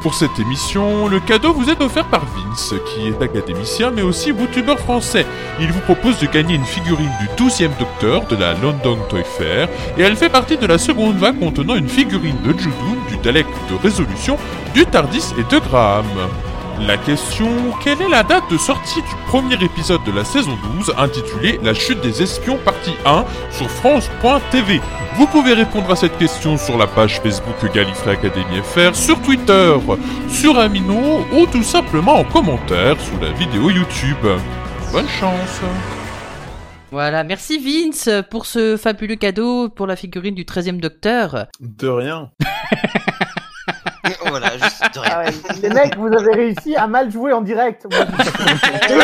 [SPEAKER 6] Pour cette émission, le cadeau vous est offert par Vince, qui est académicien mais aussi youtubeur français. Il vous propose de gagner une figurine du 12e Docteur de la London Toy Fair, et elle fait partie de la seconde vague contenant une figurine de Judoon, du Dalek de Résolution, du Tardis et de Graham. La question, quelle est la date de sortie du premier épisode de la saison 12 intitulé La chute des espions partie 1 sur France.tv Vous pouvez répondre à cette question sur la page Facebook Gallifrey Academy FR, sur Twitter, sur Amino ou tout simplement en commentaire sous la vidéo YouTube. Bonne chance
[SPEAKER 5] Voilà, merci Vince pour ce fabuleux cadeau pour la figurine du 13e Docteur.
[SPEAKER 7] De rien.
[SPEAKER 4] vois. Voilà, juste de
[SPEAKER 2] Ah
[SPEAKER 4] rien.
[SPEAKER 2] ouais, les mecs, vous avez réussi à mal jouer en direct. Moi, je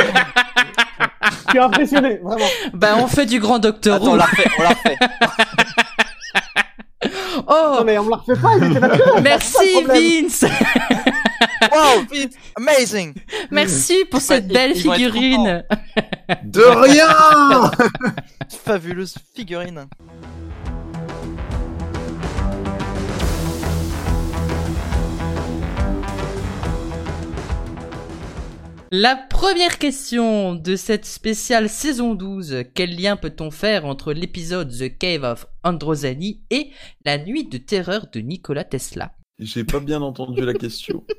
[SPEAKER 2] je suis impressionné, vraiment.
[SPEAKER 5] Bah on fait du grand Docteur
[SPEAKER 3] Attends, on
[SPEAKER 5] Who.
[SPEAKER 3] l'a refait, on l'a refait.
[SPEAKER 5] Oh,
[SPEAKER 2] Non, mais on me la refait pas, il était là. pas de
[SPEAKER 5] merci
[SPEAKER 2] problème.
[SPEAKER 5] Vince,
[SPEAKER 3] Wow, vite. amazing.
[SPEAKER 5] merci pour cette
[SPEAKER 3] Ils-
[SPEAKER 5] belle
[SPEAKER 3] ils vont être
[SPEAKER 5] figurine.
[SPEAKER 7] De rien
[SPEAKER 3] Fabuleuse figurine.
[SPEAKER 5] La première question de cette spéciale saison 12, quel lien peut-on faire entre l'épisode The Cave of Androzani et La Nuit de Terreur de Nikola Tesla
[SPEAKER 7] J'ai pas bien entendu la question.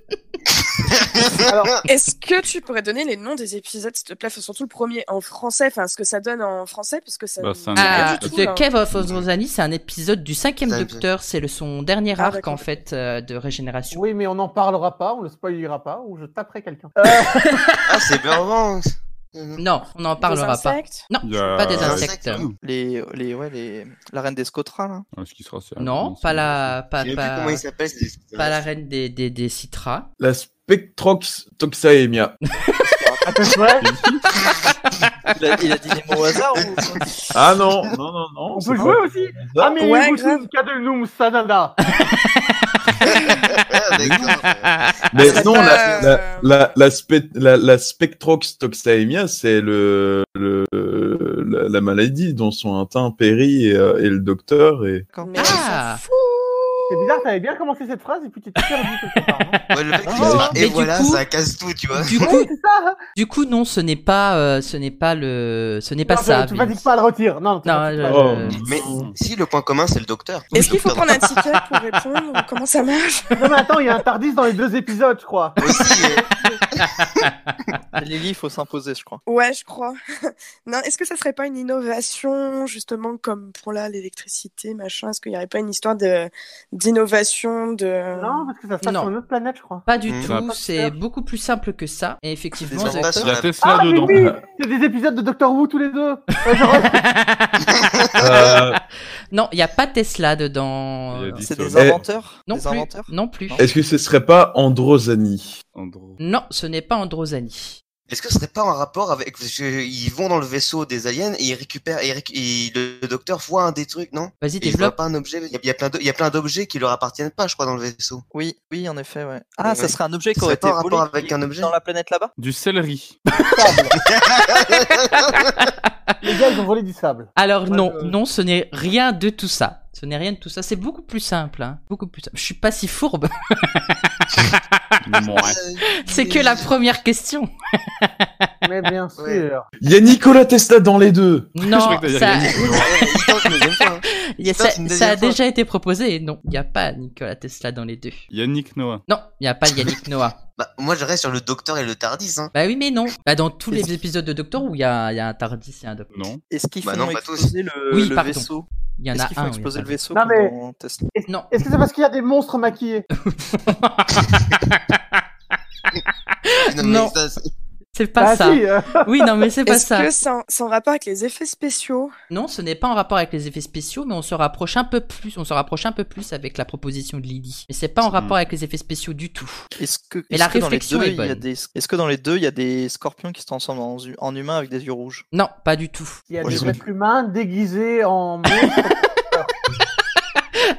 [SPEAKER 8] Est-ce que tu pourrais donner les noms des épisodes, s'il te plaît, Enfin, surtout le premier en français, enfin ce que ça donne en français, parce que ça.
[SPEAKER 1] Bah, c'est un
[SPEAKER 5] Ah,
[SPEAKER 8] pas du tout, là.
[SPEAKER 5] The Cave of Androzani, c'est un épisode du 5e
[SPEAKER 4] Cinquième.
[SPEAKER 5] Docteur, c'est le- son dernier
[SPEAKER 8] Ah,
[SPEAKER 5] arc
[SPEAKER 8] d'accord.
[SPEAKER 5] en fait euh, de régénération.
[SPEAKER 2] Oui, mais on n'en parlera pas, on le spoilera pas, ou je taperai quelqu'un.
[SPEAKER 4] Ah, c'est Burbank.
[SPEAKER 2] Mm-hmm.
[SPEAKER 5] Non, on n'en parlera
[SPEAKER 8] Des
[SPEAKER 5] pas.
[SPEAKER 8] insectes
[SPEAKER 5] Non,
[SPEAKER 1] Il y a-
[SPEAKER 5] pas des
[SPEAKER 4] Ah,
[SPEAKER 5] insectes.
[SPEAKER 4] d'accord.
[SPEAKER 3] Les, les, ouais, les, la reine des Scotra, là.
[SPEAKER 1] Ah, ce qui sera, c'est-
[SPEAKER 5] Non,
[SPEAKER 1] c'est-
[SPEAKER 5] pas la,
[SPEAKER 4] Je
[SPEAKER 5] pas,
[SPEAKER 4] sais plus
[SPEAKER 5] pas,
[SPEAKER 4] comment il s'appelle. c'est-
[SPEAKER 5] pas la reine des, des, des citras.
[SPEAKER 7] La Spectrox Toxaemia.
[SPEAKER 2] Ah,
[SPEAKER 3] Il a, il a dit des mots au hasard ou
[SPEAKER 7] Ah non, non, non, non.
[SPEAKER 2] On
[SPEAKER 7] c'est
[SPEAKER 2] peut
[SPEAKER 7] pas-
[SPEAKER 2] jouer aussi
[SPEAKER 7] Ah,
[SPEAKER 2] mais
[SPEAKER 8] Ouais,
[SPEAKER 2] vous tous,
[SPEAKER 8] grave.
[SPEAKER 2] Kadelnoum Sanada
[SPEAKER 4] Ah, d'accord.
[SPEAKER 5] Ah,
[SPEAKER 7] Mais
[SPEAKER 8] C'est
[SPEAKER 7] Bah non,
[SPEAKER 8] pas,
[SPEAKER 7] la, la,
[SPEAKER 8] euh,
[SPEAKER 7] la, la, spé- la, la spectrox toxaémia, c'est le, le, la, la maladie dont sont atteints Perry et, euh, et le docteur. Et...
[SPEAKER 8] mais on s'en
[SPEAKER 5] Ah,
[SPEAKER 2] C'est bizarre, t'avais bien commencé cette phrase et puis tu t'es perdu quelque part. hein.
[SPEAKER 4] Ouais, le mec, il
[SPEAKER 7] Mais
[SPEAKER 4] se dit,
[SPEAKER 5] Ah, du
[SPEAKER 4] et voilà,
[SPEAKER 5] coup-
[SPEAKER 4] ça casse tout, tu vois.
[SPEAKER 5] du
[SPEAKER 2] Oui,
[SPEAKER 5] coup,
[SPEAKER 2] c'est ça. hein.
[SPEAKER 5] du coup, non, ce n'est pas, euh, ce n'est pas le, ce n'est pas
[SPEAKER 2] Non,
[SPEAKER 5] ça.
[SPEAKER 2] Tu
[SPEAKER 5] Vince.
[SPEAKER 2] m'indiques pas à le retire. Non, tu
[SPEAKER 5] Non,
[SPEAKER 2] m'indiques pas.
[SPEAKER 5] je-
[SPEAKER 7] Oh.
[SPEAKER 4] Mais si, le point commun, c'est le docteur.
[SPEAKER 8] Est-ce qu'il faut
[SPEAKER 4] Docteur
[SPEAKER 8] prendre un ticket pour répondre ou Comment ça marche
[SPEAKER 2] Non, mais attends, il y a un Tardis dans les deux épisodes, je crois.
[SPEAKER 4] aussi, euh,
[SPEAKER 3] Lily, il faut s'imposer, je crois.
[SPEAKER 8] Ouais, je crois. non, est-ce que ça serait pas une innovation, justement, comme pour là, l'électricité, machin Est-ce qu'il n'y aurait pas une histoire de d'innovation de...
[SPEAKER 2] Non, parce que ça se passe
[SPEAKER 5] Non.
[SPEAKER 2] sur une autre planète, je crois.
[SPEAKER 5] Pas du
[SPEAKER 4] Mm.
[SPEAKER 1] Ça
[SPEAKER 5] tout. C'est beaucoup plus simple que ça. Et effectivement,
[SPEAKER 4] Des
[SPEAKER 5] The
[SPEAKER 4] enfants,
[SPEAKER 1] Il y a Tesla
[SPEAKER 2] Ah, mais
[SPEAKER 1] dedans.
[SPEAKER 2] oui C'est des épisodes de Doctor Who tous les deux Euh, genre,
[SPEAKER 7] Euh,
[SPEAKER 5] Non, il n'y a pas Tesla dedans. euh,
[SPEAKER 1] Il y a dit
[SPEAKER 3] C'est
[SPEAKER 1] ça.
[SPEAKER 3] des
[SPEAKER 1] Eh,
[SPEAKER 3] inventeurs
[SPEAKER 5] Non
[SPEAKER 3] Des
[SPEAKER 5] plus.
[SPEAKER 3] inventeurs
[SPEAKER 5] Non plus.
[SPEAKER 7] Est-ce que ce serait pas Androzani
[SPEAKER 1] Andro-
[SPEAKER 5] Non, ce n'est pas Androzani.
[SPEAKER 4] Est-ce que ce serait pas en rapport avec. parce que Ils vont dans le vaisseau des aliens et ils récupèrent. Et, ils récu- et le le docteur voit un des trucs, non Et
[SPEAKER 5] Vas-y,
[SPEAKER 4] Il voit
[SPEAKER 5] développe.
[SPEAKER 4] pas un objet. Il y a- il y a plein de- il y a plein d'objets qui leur appartiennent pas, je crois, dans le vaisseau.
[SPEAKER 3] Oui, oui, en effet, ouais. Ah,
[SPEAKER 4] Ouais.
[SPEAKER 3] ça serait un objet qui
[SPEAKER 4] Ça
[SPEAKER 3] aurait
[SPEAKER 4] serait
[SPEAKER 3] été
[SPEAKER 4] pas en
[SPEAKER 3] volé
[SPEAKER 4] rapport avec un objet
[SPEAKER 3] dans la planète là-bas
[SPEAKER 1] Du céleri.
[SPEAKER 2] les gars, ils ont volé du sable.
[SPEAKER 5] Alors
[SPEAKER 2] Moi,
[SPEAKER 5] non,
[SPEAKER 2] je-
[SPEAKER 5] non, ce n'est rien de tout ça. Ce n'est rien de tout ça. C'est beaucoup plus simple. hein. Beaucoup plus simple. Je suis pas si fourbe. C'est que la première question.
[SPEAKER 2] Mais bien sûr.
[SPEAKER 4] Ouais.
[SPEAKER 7] Il y a Nicolas Tesla dans les deux
[SPEAKER 5] Non,
[SPEAKER 1] que t'allais
[SPEAKER 5] ça,
[SPEAKER 1] dire
[SPEAKER 4] Ouais, il tente une deuxième fois, hein.
[SPEAKER 5] y a-
[SPEAKER 4] Putain,
[SPEAKER 5] ça,
[SPEAKER 4] c'est une
[SPEAKER 5] ça a
[SPEAKER 4] deuxième fois.
[SPEAKER 5] déjà été proposé. Et non, il n'y a pas Nikola Tesla dans les deux.
[SPEAKER 1] Yannick Noah.
[SPEAKER 5] Non, il n'y a pas Yannick Noah.
[SPEAKER 4] Bah, moi, je reste sur le docteur et le Tardis. Hein.
[SPEAKER 5] Bah oui, mais non. Bah, dans tous les épisodes de Doctor Who, il y a, il y a un Tardis et un Docteur.
[SPEAKER 1] Non.
[SPEAKER 3] Est-ce qu'ils
[SPEAKER 4] Bah
[SPEAKER 3] font
[SPEAKER 4] non, pas tous.
[SPEAKER 3] exploser le,
[SPEAKER 5] Oui,
[SPEAKER 3] le
[SPEAKER 5] pardon.
[SPEAKER 3] vaisseau
[SPEAKER 5] Il y en
[SPEAKER 3] Est-ce
[SPEAKER 5] a
[SPEAKER 3] qu'ils font
[SPEAKER 5] un.
[SPEAKER 3] exploser le vaisseau
[SPEAKER 2] Non,
[SPEAKER 3] comme
[SPEAKER 2] mais-
[SPEAKER 3] dans Tesla
[SPEAKER 5] Non.
[SPEAKER 2] Est-ce que c'est parce qu'il y a des monstres maquillés
[SPEAKER 4] Non,
[SPEAKER 5] Non.
[SPEAKER 4] mais ça, c'est-
[SPEAKER 5] C'est pas
[SPEAKER 2] Ah,
[SPEAKER 5] ça.
[SPEAKER 2] si, euh,
[SPEAKER 5] Oui, non, mais c'est pas
[SPEAKER 8] Est-ce
[SPEAKER 5] ça.
[SPEAKER 8] que c'est en, c'est en rapport avec les effets spéciaux
[SPEAKER 5] Non, ce n'est pas en rapport avec les effets spéciaux, mais on se rapproche un peu plus. On se rapproche un peu plus avec la proposition de Lily. Mais c'est pas en rapport avec les effets spéciaux du tout.
[SPEAKER 3] Est-ce que,
[SPEAKER 5] Mais
[SPEAKER 3] est-ce
[SPEAKER 5] la
[SPEAKER 3] que dans les
[SPEAKER 5] réflexion
[SPEAKER 3] deux,
[SPEAKER 5] est
[SPEAKER 3] il y a
[SPEAKER 5] bonne.
[SPEAKER 3] des... Est-ce que dans les deux, il y a des scorpions qui se transforment en, zu- en humains avec des yeux rouges
[SPEAKER 5] Non, pas du tout.
[SPEAKER 2] Il y a
[SPEAKER 3] Moi,
[SPEAKER 2] des
[SPEAKER 3] j'aurais
[SPEAKER 2] êtres humains déguisés en monstres.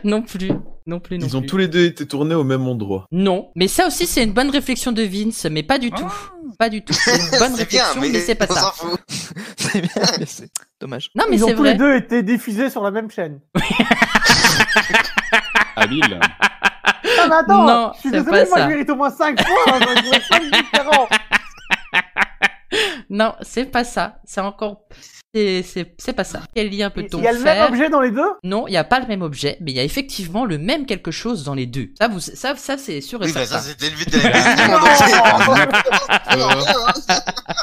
[SPEAKER 5] Non plus. Non plus, non
[SPEAKER 7] Ils ont
[SPEAKER 5] plus.
[SPEAKER 7] tous les deux été tournés au même endroit.
[SPEAKER 5] Non, mais ça aussi c'est une bonne réflexion de Vince, mais pas du tout. Pas du tout. C'est une bonne
[SPEAKER 4] c'est bien,
[SPEAKER 5] réflexion, mais, c'est pas
[SPEAKER 4] on
[SPEAKER 5] ça.
[SPEAKER 4] s'en fout.
[SPEAKER 3] C'est bien, mais c'est dommage.
[SPEAKER 5] Non, mais
[SPEAKER 2] Ils ont
[SPEAKER 5] c'est
[SPEAKER 2] tous
[SPEAKER 5] vrai.
[SPEAKER 2] les deux été diffusés sur la même chaîne.
[SPEAKER 1] Habile.
[SPEAKER 2] Non, Ah, mais attends,
[SPEAKER 5] Non,
[SPEAKER 2] je suis
[SPEAKER 5] c'est
[SPEAKER 2] désolé,
[SPEAKER 5] pas
[SPEAKER 2] moi,
[SPEAKER 5] ça.
[SPEAKER 2] je mérite au moins 5 points. hein, donc je vais cinq différents.
[SPEAKER 5] Non, c'est pas ça. C'est encore. C'est c'est- c'est pas ça. Quel lien peut-on
[SPEAKER 2] Il y a le
[SPEAKER 5] faire
[SPEAKER 2] même objet dans les deux
[SPEAKER 5] Non, il n'y a pas le même objet, mais il y a effectivement le même quelque chose dans les deux. Ça, vous, ça, ça c'est sûr et
[SPEAKER 4] Oui, bah,
[SPEAKER 5] certain.
[SPEAKER 4] ça, c'était le but de la question.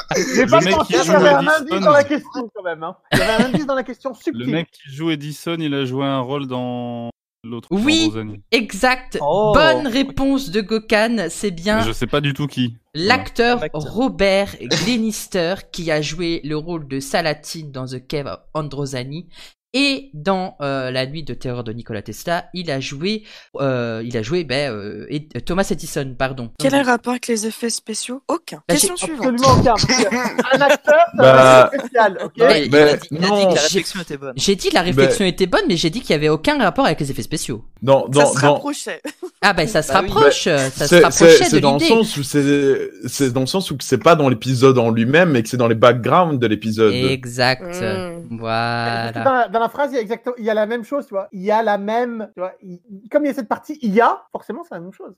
[SPEAKER 1] Euh,
[SPEAKER 2] J'ai
[SPEAKER 1] Le
[SPEAKER 2] pas
[SPEAKER 1] mec
[SPEAKER 2] senti
[SPEAKER 1] qui
[SPEAKER 2] qu'il y
[SPEAKER 1] joue
[SPEAKER 2] avait un
[SPEAKER 1] Madison.
[SPEAKER 2] indice dans la question quand même. hein. Il y avait un indice dans la question
[SPEAKER 1] le
[SPEAKER 2] subtile.
[SPEAKER 1] mec qui joue Edison, il a joué un rôle dans l'autre.
[SPEAKER 5] Oui.
[SPEAKER 1] dans Roseanne.
[SPEAKER 5] exact.
[SPEAKER 3] Oh.
[SPEAKER 5] Bonne réponse de Gokan. C'est bien
[SPEAKER 1] Mais Je sais pas du tout qui.
[SPEAKER 5] L'acteur
[SPEAKER 3] L'acteur.
[SPEAKER 5] Robert Glenister, qui a joué le rôle de Salatine dans The Cave of Androzani et dans euh, La Nuit de Terreur de Nikola Tesla, il a joué, euh, il a joué ben, euh, Ed- euh, Thomas Edison, pardon.
[SPEAKER 8] Quel est le rapport avec les effets spéciaux Aucun.
[SPEAKER 5] Bah,
[SPEAKER 8] Question
[SPEAKER 5] j'ai-
[SPEAKER 8] suivante.
[SPEAKER 2] Absolument aucun. parce que Un acteur, c'est
[SPEAKER 7] Bah.
[SPEAKER 2] un truc spécial, ok
[SPEAKER 5] Non, mais il a
[SPEAKER 4] Euh,
[SPEAKER 7] Mais
[SPEAKER 5] dit- il a dit
[SPEAKER 7] non.
[SPEAKER 5] que
[SPEAKER 3] La
[SPEAKER 5] la-
[SPEAKER 3] réflexion était bonne.
[SPEAKER 5] J'ai dit que la réflexion était bonne, mais j'ai dit qu'il y avait aucun rapport avec les effets spéciaux.
[SPEAKER 7] Dans,
[SPEAKER 8] Ça
[SPEAKER 7] dans,
[SPEAKER 8] se
[SPEAKER 7] dans,
[SPEAKER 8] rapprochait.
[SPEAKER 5] Ah ben ça se
[SPEAKER 3] Bah oui.
[SPEAKER 5] rapproche, euh, ça se
[SPEAKER 7] C'est- c'est-
[SPEAKER 5] rapprochait de
[SPEAKER 7] C'est dans le
[SPEAKER 5] l'idée.
[SPEAKER 7] sens où c'est c'est dans le sens où que c'est pas dans l'épisode en lui-même, mais que c'est dans les backgrounds euh, de l'épisode.
[SPEAKER 5] Exact.
[SPEAKER 8] Mm.
[SPEAKER 2] Parce que
[SPEAKER 5] Voilà.
[SPEAKER 2] Dans la, dans la phrase, il y a exactement, il y a la même chose, tu vois. Il y a la même, tu vois. il- il- comme il y a cette partie, il y a, forcément, c'est la même chose.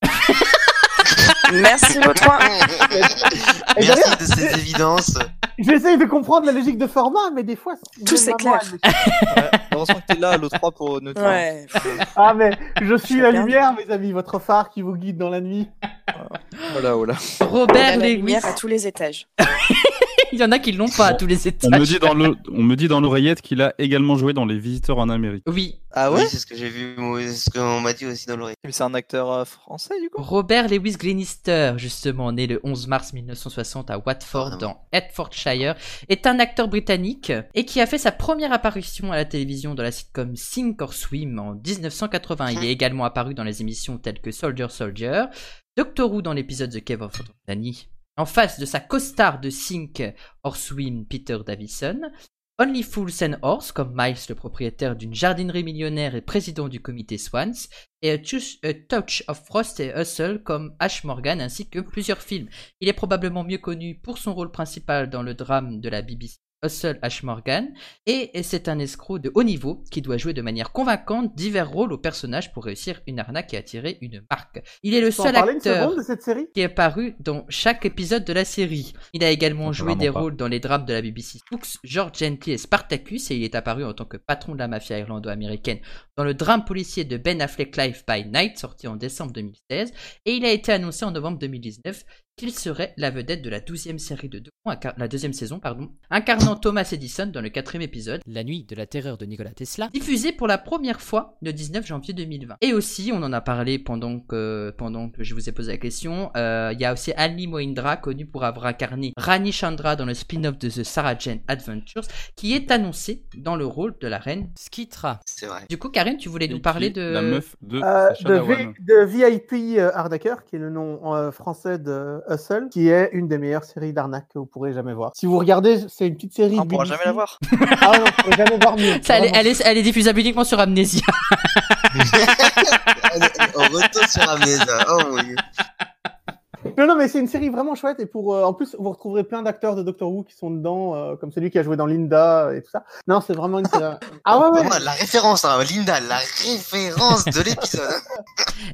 [SPEAKER 8] Merci, Vautrin.
[SPEAKER 2] Et
[SPEAKER 4] Merci
[SPEAKER 2] d'ailleurs,
[SPEAKER 4] de ces évidences.
[SPEAKER 2] j'essaye de comprendre la logique de format, mais des fois, c'est-
[SPEAKER 8] Tout s'éclaire.
[SPEAKER 3] Ouais, Heureusement que t'es là, l'autre 3 pour nous.
[SPEAKER 8] Ouais.
[SPEAKER 2] Ah, mais je suis
[SPEAKER 8] Je
[SPEAKER 2] la
[SPEAKER 8] suis
[SPEAKER 2] lumière, mes amis, votre phare qui vous guide dans la nuit.
[SPEAKER 3] Oh là, oh là.
[SPEAKER 5] Robert
[SPEAKER 8] la
[SPEAKER 5] Lewis.
[SPEAKER 8] lumière à tous les étages.
[SPEAKER 5] Il y en a qui l'ont pas à tous les
[SPEAKER 1] On
[SPEAKER 5] étages.
[SPEAKER 1] me dit dans le, on me dit dans l'oreillette qu'il a également joué dans Les Visiteurs en Amérique.
[SPEAKER 5] Oui,
[SPEAKER 3] Ah ouais
[SPEAKER 4] oui, c'est ce que j'ai vu, moi, c'est ce qu'on m'a dit aussi dans l'oreille.
[SPEAKER 3] Mais c'est un acteur euh, français du coup
[SPEAKER 5] Robert Lewis Glenister, justement, né le 11 mars 1960 à Watford,
[SPEAKER 4] Ah.
[SPEAKER 5] dans Hertfordshire, est un acteur britannique et qui a fait sa première apparition à la télévision dans la sitcom Sink or Swim en 1980.
[SPEAKER 3] Ah.
[SPEAKER 5] Il est également apparu dans les émissions telles que Soldier Soldier, Doctor Who dans l'épisode The Cave of Dany, en face de sa co-star de Sink or Swim, Peter Davison, Only Fools and Horse, comme Miles, le propriétaire d'une jardinerie millionnaire et président du comité Swans, et A, Tus- A Touch of Frost et Hustle, comme Ash Morgan, ainsi que plusieurs films. Il est probablement mieux connu pour son rôle principal dans le drame de la BBC Hustle Ash Morgan, et c'est un escroc de haut niveau qui doit jouer de manière convaincante divers rôles au personnage pour réussir une arnaque et attirer une marque. Il est le
[SPEAKER 2] Faut en
[SPEAKER 5] seul
[SPEAKER 2] parler une
[SPEAKER 5] acteur
[SPEAKER 2] seconde de cette série
[SPEAKER 5] qui est paru dans chaque épisode de la série. Il a également joué
[SPEAKER 1] Apparemment
[SPEAKER 5] des
[SPEAKER 1] pas.
[SPEAKER 5] rôles dans les drames de la BBC Books, George Gently et Spartacus, et il est apparu en tant que patron de la mafia irlando-américaine dans le drame policier de Ben Affleck Life by Night, sorti en décembre 2016, et il a été annoncé en novembre 2019 qu'il serait la vedette de la douzième série de deux, incar- la deuxième saison, pardon, incarnant Thomas Edison dans le quatrième épisode.
[SPEAKER 9] La nuit de la terreur de Nikola Tesla.
[SPEAKER 5] Diffusé pour la première fois le 19 janvier 2020. Et aussi, on en a parlé pendant que, pendant que je vous ai posé la question, euh, il y a aussi Ali Moindra, connue pour avoir incarné Rani Chandra dans le spin-off de The Sarah Jane Adventures, qui est annoncée dans le rôle de la reine.
[SPEAKER 9] Skitra.
[SPEAKER 4] C'est vrai.
[SPEAKER 5] Du coup, Karen, tu voulais
[SPEAKER 1] Et
[SPEAKER 5] nous
[SPEAKER 1] qui
[SPEAKER 5] parler
[SPEAKER 1] est
[SPEAKER 5] de...
[SPEAKER 1] La meuf de
[SPEAKER 2] Euh,
[SPEAKER 1] Sacha
[SPEAKER 2] de,
[SPEAKER 1] Bawan.
[SPEAKER 2] V- de VIP euh, Arnaqueur, qui est le nom euh, français de Hustle, qui est une des meilleures séries d'arnaque que vous pourrez jamais voir. Si vous regardez, c'est une petite série.
[SPEAKER 3] Ah, on pourra
[SPEAKER 2] BBC.
[SPEAKER 3] jamais la voir.
[SPEAKER 2] Ah non, vous pourrez jamais voir mieux.
[SPEAKER 5] Ça, elle, est-
[SPEAKER 2] Vraiment.
[SPEAKER 5] elle est, elle est diffusable uniquement sur Amnesia.
[SPEAKER 4] Allez, allez, Ah, on retourne sur Amnésia. Oh mon dieu.
[SPEAKER 2] Non, non, mais c'est une série vraiment chouette. Et pour, euh, en plus, vous retrouverez plein d'acteurs de Doctor Who qui sont dedans, euh, comme celui qui a joué dans Linda et tout ça. Non, c'est vraiment une série. ah ouais, ouais.
[SPEAKER 4] Vraiment, la référence, hein, Linda, la référence de l'épisode.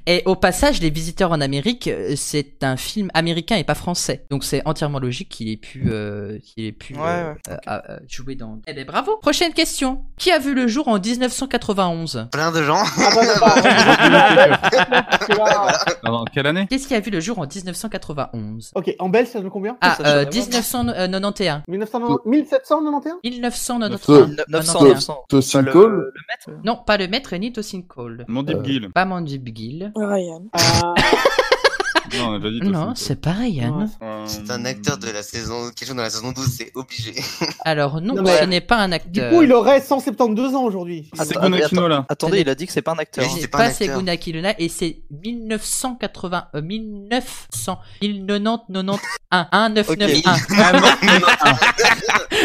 [SPEAKER 5] Et au passage, Les Visiteurs en Amérique, euh, c'est un film américain et pas français. Donc c'est entièrement logique qu'il ait pu, euh, qu'il ait pu
[SPEAKER 3] Ouais,
[SPEAKER 5] euh,
[SPEAKER 3] ouais,
[SPEAKER 5] euh, à- euh, jouer dans. Eh ben bravo. Prochaine question. Qui a vu le jour en 1991
[SPEAKER 4] Plein de gens.
[SPEAKER 2] Ah bah, bah, bah. Non, parce que là-
[SPEAKER 1] Alors, en quelle année
[SPEAKER 5] Qu'est-ce qui a vu le jour en 1991
[SPEAKER 2] Ok, en belge, ça joue combien
[SPEAKER 5] Ah,
[SPEAKER 2] Ça, je
[SPEAKER 5] euh,
[SPEAKER 2] vais
[SPEAKER 5] 1991.
[SPEAKER 2] voir. 1791
[SPEAKER 5] 1991.
[SPEAKER 3] 900, 900.
[SPEAKER 7] Tosin
[SPEAKER 3] Le-
[SPEAKER 7] Cole
[SPEAKER 3] le maître
[SPEAKER 5] Non, pas le maître ni Tosin Cole.
[SPEAKER 1] Mandip
[SPEAKER 7] Euh,
[SPEAKER 1] Gill.
[SPEAKER 5] Pas Mandib Gill.
[SPEAKER 8] Ryan.
[SPEAKER 2] Euh,
[SPEAKER 1] Non, on a déjà dit
[SPEAKER 5] Non, c'est pas Ryan.
[SPEAKER 2] ouais.
[SPEAKER 4] C'est
[SPEAKER 1] Euh,
[SPEAKER 4] un acteur de la saison, quelque chose dans la saison 12, c'est obligé.
[SPEAKER 5] Alors non,
[SPEAKER 2] Non,
[SPEAKER 5] ce
[SPEAKER 2] mais-
[SPEAKER 5] n'est pas un
[SPEAKER 2] Du
[SPEAKER 5] acteur.
[SPEAKER 2] coup, il aurait 172 ans aujourd'hui.
[SPEAKER 1] C'est
[SPEAKER 3] Attends,
[SPEAKER 1] Gunnar
[SPEAKER 3] attends.
[SPEAKER 1] Kinola.
[SPEAKER 5] Ça
[SPEAKER 3] Attendez, il a dit que c'est pas un acteur. hein.
[SPEAKER 4] c'est
[SPEAKER 5] C'est
[SPEAKER 4] pas un
[SPEAKER 5] pas
[SPEAKER 4] acteur.
[SPEAKER 5] Seguna Kiluna et c'est 1980 euh, 1900 1991 1991
[SPEAKER 4] Ah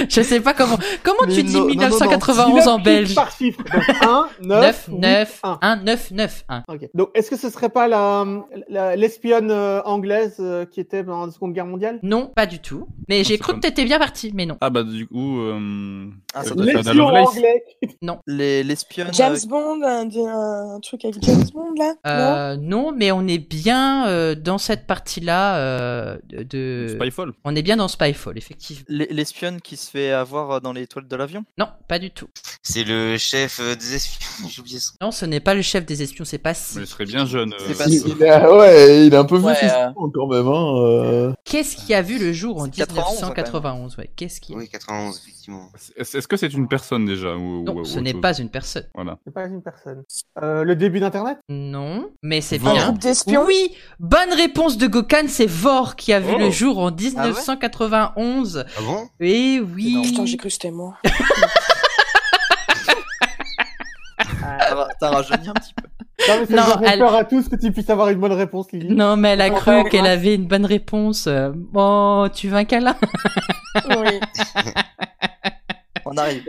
[SPEAKER 5] Je sais pas comment comment tu
[SPEAKER 3] Mille
[SPEAKER 5] dis
[SPEAKER 3] no- non, non, non.
[SPEAKER 5] 1991 en belge.
[SPEAKER 2] Par chiffre. Donc 1, 9, 9,
[SPEAKER 5] 9 9
[SPEAKER 2] 1.
[SPEAKER 5] 1 9 9 1.
[SPEAKER 2] Ok. Donc, est-ce que ce serait pas la la- l'espionne euh, anglaise euh, qui était dans la Seconde Guerre mondiale
[SPEAKER 5] Non, pas du tout. Mais j'ai
[SPEAKER 1] c'est
[SPEAKER 5] cru
[SPEAKER 1] pas-
[SPEAKER 5] que t'étais bien parti, mais non.
[SPEAKER 1] Ah bah du coup... euh,
[SPEAKER 3] Ah,
[SPEAKER 1] euh,
[SPEAKER 3] ça doit être
[SPEAKER 1] Diana
[SPEAKER 2] L'espion
[SPEAKER 1] Lovelace.
[SPEAKER 2] anglais.
[SPEAKER 3] Les, l'espionne,
[SPEAKER 8] James
[SPEAKER 3] euh,
[SPEAKER 8] Bond, un, un truc avec James Bond là Non
[SPEAKER 5] Euh, non, mais on est bien euh, dans cette partie-là euh, de- de.
[SPEAKER 1] Spyfall.
[SPEAKER 5] On est bien dans Spyfall, effectivement.
[SPEAKER 3] l'es- l'espionne qui se fait avoir euh, dans les toiles de l'avion.
[SPEAKER 5] Non, pas du tout.
[SPEAKER 4] C'est le chef euh, des espions. J'ai oublié son
[SPEAKER 5] Non, ce n'est pas le chef des espions, c'est pas si.
[SPEAKER 1] Mais il serait bien jeune. euh,
[SPEAKER 3] C'est pas
[SPEAKER 7] il,
[SPEAKER 3] si-
[SPEAKER 7] il a- ouais, il est un peu vieux
[SPEAKER 3] Ouais,
[SPEAKER 7] physiquement quand même. Hein, euh.
[SPEAKER 5] Qu'est-ce qui a vu le jour en
[SPEAKER 3] C'est 91, quand même.
[SPEAKER 5] 1991 ouais. Qu'est-ce qui.
[SPEAKER 4] nom. Oui, 91, effectivement.
[SPEAKER 1] Est-ce est-ce que c'est une personne déjà ou,
[SPEAKER 5] Non,
[SPEAKER 1] ou- ou
[SPEAKER 5] ce
[SPEAKER 1] autre
[SPEAKER 5] n'est
[SPEAKER 1] chose
[SPEAKER 5] pas une personne.
[SPEAKER 1] Voilà.
[SPEAKER 2] C'est pas une personne. Euh, le début d'Internet
[SPEAKER 5] Non, mais c'est
[SPEAKER 1] Vor.
[SPEAKER 5] bien.
[SPEAKER 8] Groupe d'espions
[SPEAKER 5] Oui, bonne réponse de Gokan, c'est Vor qui a vu
[SPEAKER 1] Oh.
[SPEAKER 5] le jour en 1991.
[SPEAKER 4] Ah bon
[SPEAKER 5] Et Eh oui.
[SPEAKER 8] Oh, Putain, j'ai cru que c'était moi.
[SPEAKER 5] Ah.
[SPEAKER 3] T'as ra- t'as rajeuni un petit peu.
[SPEAKER 2] Non, mais ça
[SPEAKER 5] Non,
[SPEAKER 2] nous fait
[SPEAKER 5] elle-
[SPEAKER 2] peur à tous que tu puisses avoir une bonne réponse, Lily.
[SPEAKER 5] Non, mais elle a
[SPEAKER 8] Non,
[SPEAKER 5] cru
[SPEAKER 8] pas
[SPEAKER 5] qu'elle
[SPEAKER 8] moi.
[SPEAKER 5] avait une bonne réponse. Euh, Oh, tu veux un câlin
[SPEAKER 8] oui.
[SPEAKER 3] On arrive.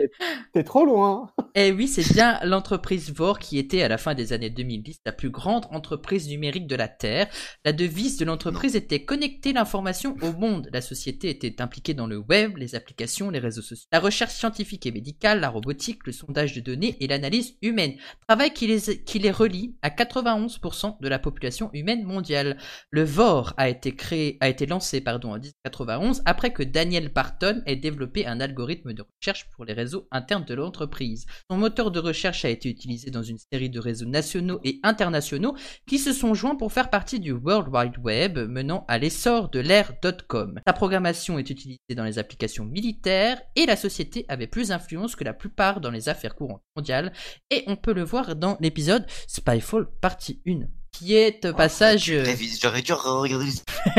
[SPEAKER 2] T'es trop loin.
[SPEAKER 5] Eh oui, c'est bien l'entreprise Vor qui était à la fin des années 2010 la plus grande entreprise numérique de la Terre. La devise de l'entreprise était connecter l'information au monde. La société était impliquée dans le web, les applications, les réseaux sociaux, la recherche scientifique et médicale, la robotique, le sondage de données et l'analyse humaine. Travail qui les, qui les relie à 91% de la population humaine mondiale. Le VOR a été créé, a été lancé, pardon, en 1991 après que Daniel Barton ait développé un algorithme de recherche pour les réseaux internes de l'entreprise. Son moteur de recherche a été utilisé dans une série de réseaux nationaux et internationaux qui se sont joints pour faire partie du World Wide Web, menant à l'essor de l'ère .com. Sa programmation est utilisée dans les applications militaires et la société avait plus d'influence que la plupart dans les affaires courantes mondiales et on peut le voir dans l'épisode Spyfall partie 1 qui est euh, passage euh,
[SPEAKER 4] J'aurais dû- J'aurais dû regarder les...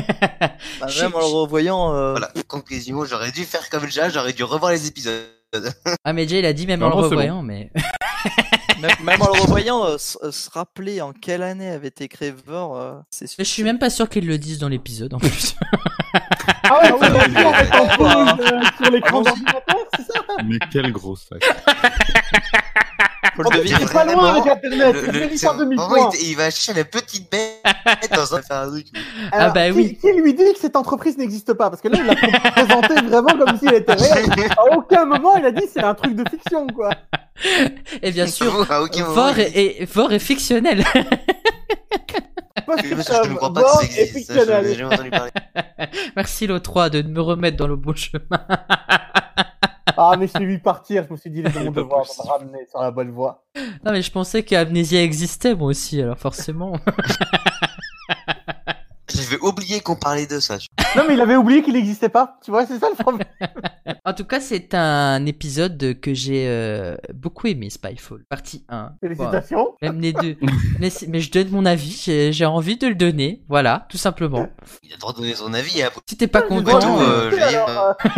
[SPEAKER 3] Bah,
[SPEAKER 5] Je-
[SPEAKER 3] même en le revoyant. euh,
[SPEAKER 4] Voilà, conclusion, j'aurais dû faire comme déjà, j'aurais dû revoir les épisodes.
[SPEAKER 5] Ah mais Jay il a dit même en le
[SPEAKER 1] Normalement, c'est
[SPEAKER 5] revoyant mais
[SPEAKER 3] même, même en le revoyant, euh, s- euh, se rappeler en quelle année avait été créé Vor, euh, c'est sûr.
[SPEAKER 5] je suis même pas sûr qu'ils le disent dans l'épisode en plus.
[SPEAKER 2] Ah ouais, on est
[SPEAKER 1] ouais,
[SPEAKER 2] en fait en
[SPEAKER 3] ouais.
[SPEAKER 2] pause euh, sur l'écran
[SPEAKER 3] Ah,
[SPEAKER 2] d'ordinateur, c'est ça
[SPEAKER 1] Mais Mais quel gros sac.
[SPEAKER 7] Ah,
[SPEAKER 3] Faut
[SPEAKER 2] En
[SPEAKER 3] le
[SPEAKER 2] plus,
[SPEAKER 3] deviner.
[SPEAKER 2] il est pas
[SPEAKER 4] vraiment,
[SPEAKER 2] loin avec Internet.
[SPEAKER 4] Le-
[SPEAKER 2] Il
[SPEAKER 4] le-
[SPEAKER 2] mérite
[SPEAKER 4] c'est-
[SPEAKER 2] par 2000
[SPEAKER 4] vraiment,
[SPEAKER 2] points.
[SPEAKER 4] il, il va chercher la petite bête dans un, faire un truc.
[SPEAKER 2] Alors,
[SPEAKER 5] bah
[SPEAKER 2] qui-
[SPEAKER 5] oui.
[SPEAKER 2] Qui lui dit que cette entreprise n'existe pas Parce que là, il l'a pr- présenté vraiment comme s'il était réel. À aucun moment, il a dit c'est un truc de fiction, quoi.
[SPEAKER 5] Et bien sûr,
[SPEAKER 4] Ah, ok, bon,
[SPEAKER 5] Vor
[SPEAKER 4] oui.
[SPEAKER 5] est, est- Vor est fictionnel.
[SPEAKER 2] Post
[SPEAKER 4] Oui, parce que je ne crois pas
[SPEAKER 2] Bon,
[SPEAKER 4] que ça
[SPEAKER 2] et
[SPEAKER 4] existe. ça, je
[SPEAKER 2] fictionnel.
[SPEAKER 4] n'ai jamais entendu parler.
[SPEAKER 5] Merci l'O3 de me remettre dans le bon chemin.
[SPEAKER 2] Ah, mais je l'ai vu partir. Je me suis dit, il est de mon
[SPEAKER 1] pas
[SPEAKER 2] devoir de
[SPEAKER 1] possible.
[SPEAKER 2] me ramener sur la bonne voie.
[SPEAKER 5] Non mais je pensais qu'Amnésia existait moi aussi, alors forcément.
[SPEAKER 4] J'avais oublié qu'on parlait de ça.
[SPEAKER 2] Non, mais il avait oublié qu'il n'existait pas. Tu vois, c'est ça le problème.
[SPEAKER 5] En tout cas, c'est un épisode que j'ai euh, beaucoup aimé, Spyfall. Partie 1. Voilà.
[SPEAKER 2] Félicitations.
[SPEAKER 5] Même les deux. mais, c'est- mais je donne mon avis, j'ai j'ai envie de le donner. Voilà, tout simplement.
[SPEAKER 4] Il a le droit de donner son avis. hein, Et après,
[SPEAKER 5] Si t'es pas
[SPEAKER 2] Je
[SPEAKER 5] content,
[SPEAKER 2] dois tout,
[SPEAKER 5] euh,
[SPEAKER 4] euh, je veux dire,
[SPEAKER 2] alors, euh,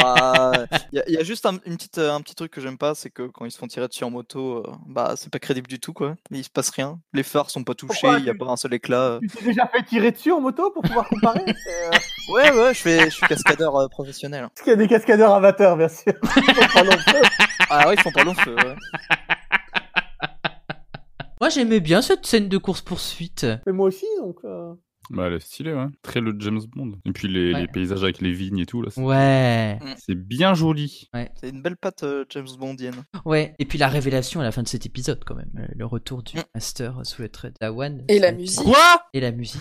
[SPEAKER 3] Bah, il y, a- y a juste un, une petite, euh, un petit truc que j'aime pas, c'est que quand ils se font tirer dessus en moto, euh, bah c'est pas crédible du tout quoi. Il se passe rien, les phares sont pas touchés,
[SPEAKER 2] Pourquoi
[SPEAKER 3] il y a
[SPEAKER 2] tu-
[SPEAKER 3] pas un seul éclat. euh.
[SPEAKER 2] Tu t'es déjà fait tirer dessus en moto pour pouvoir comparer C'est, euh,
[SPEAKER 3] Ouais ouais, je fais, je suis cascadeur euh, professionnel.
[SPEAKER 2] Parce qu'il y a des cascadeurs amateurs, bien sûr. Ils sont pas nombreux.
[SPEAKER 3] Ah ouais, ils font pas long feu. ouais.
[SPEAKER 5] moi j'aimais bien cette scène de course poursuite.
[SPEAKER 2] mais moi aussi, donc. euh,
[SPEAKER 1] Bah, elle est stylée, ouais. Très le James Bond. Et puis les,
[SPEAKER 5] Ouais.
[SPEAKER 1] les paysages avec les vignes et tout, là. c'est-
[SPEAKER 5] Ouais,
[SPEAKER 1] C'est bien joli.
[SPEAKER 3] C'est une belle patte euh, James Bondienne.
[SPEAKER 5] ouais. Et puis la révélation à la fin de cet épisode quand même, Euh, le retour du
[SPEAKER 3] Mm.
[SPEAKER 5] master sous le trait d'Awan.
[SPEAKER 8] Et la musique.
[SPEAKER 3] Quoi
[SPEAKER 5] Euh, Et la musique.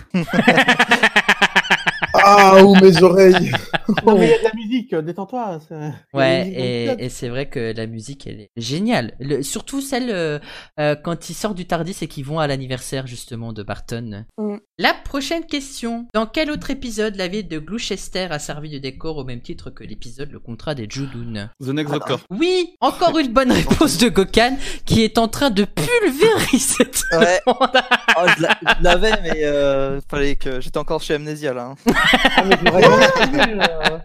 [SPEAKER 7] Ah, ou mes oreilles
[SPEAKER 2] Non, mais il y a de la musique. euh, Détends-toi. c'est- il y a de la
[SPEAKER 5] Ouais,
[SPEAKER 2] musique dans
[SPEAKER 5] et,
[SPEAKER 2] l'épisode.
[SPEAKER 5] et c'est vrai que la musique elle est géniale. Le- surtout celle euh, euh, quand ils sortent du Tardis et qu'ils vont à l'anniversaire justement de Barton.
[SPEAKER 8] Mm.
[SPEAKER 5] La prochaine question. Dans quel autre épisode la ville de Gloucester a servi de décor au même titre que l'épisode Le contrat des Judoun
[SPEAKER 1] The Next Doctor.
[SPEAKER 5] Oui, encore une bonne réponse de Gokan qui est en train de pulvériser tout le
[SPEAKER 3] Ouais.
[SPEAKER 5] monde.
[SPEAKER 3] Oh, je l'a- je l'avais, mais euh, fallait que j'étais encore chez Amnesia là. hein.
[SPEAKER 2] Ah, mais j'aurais jamais cru, euh.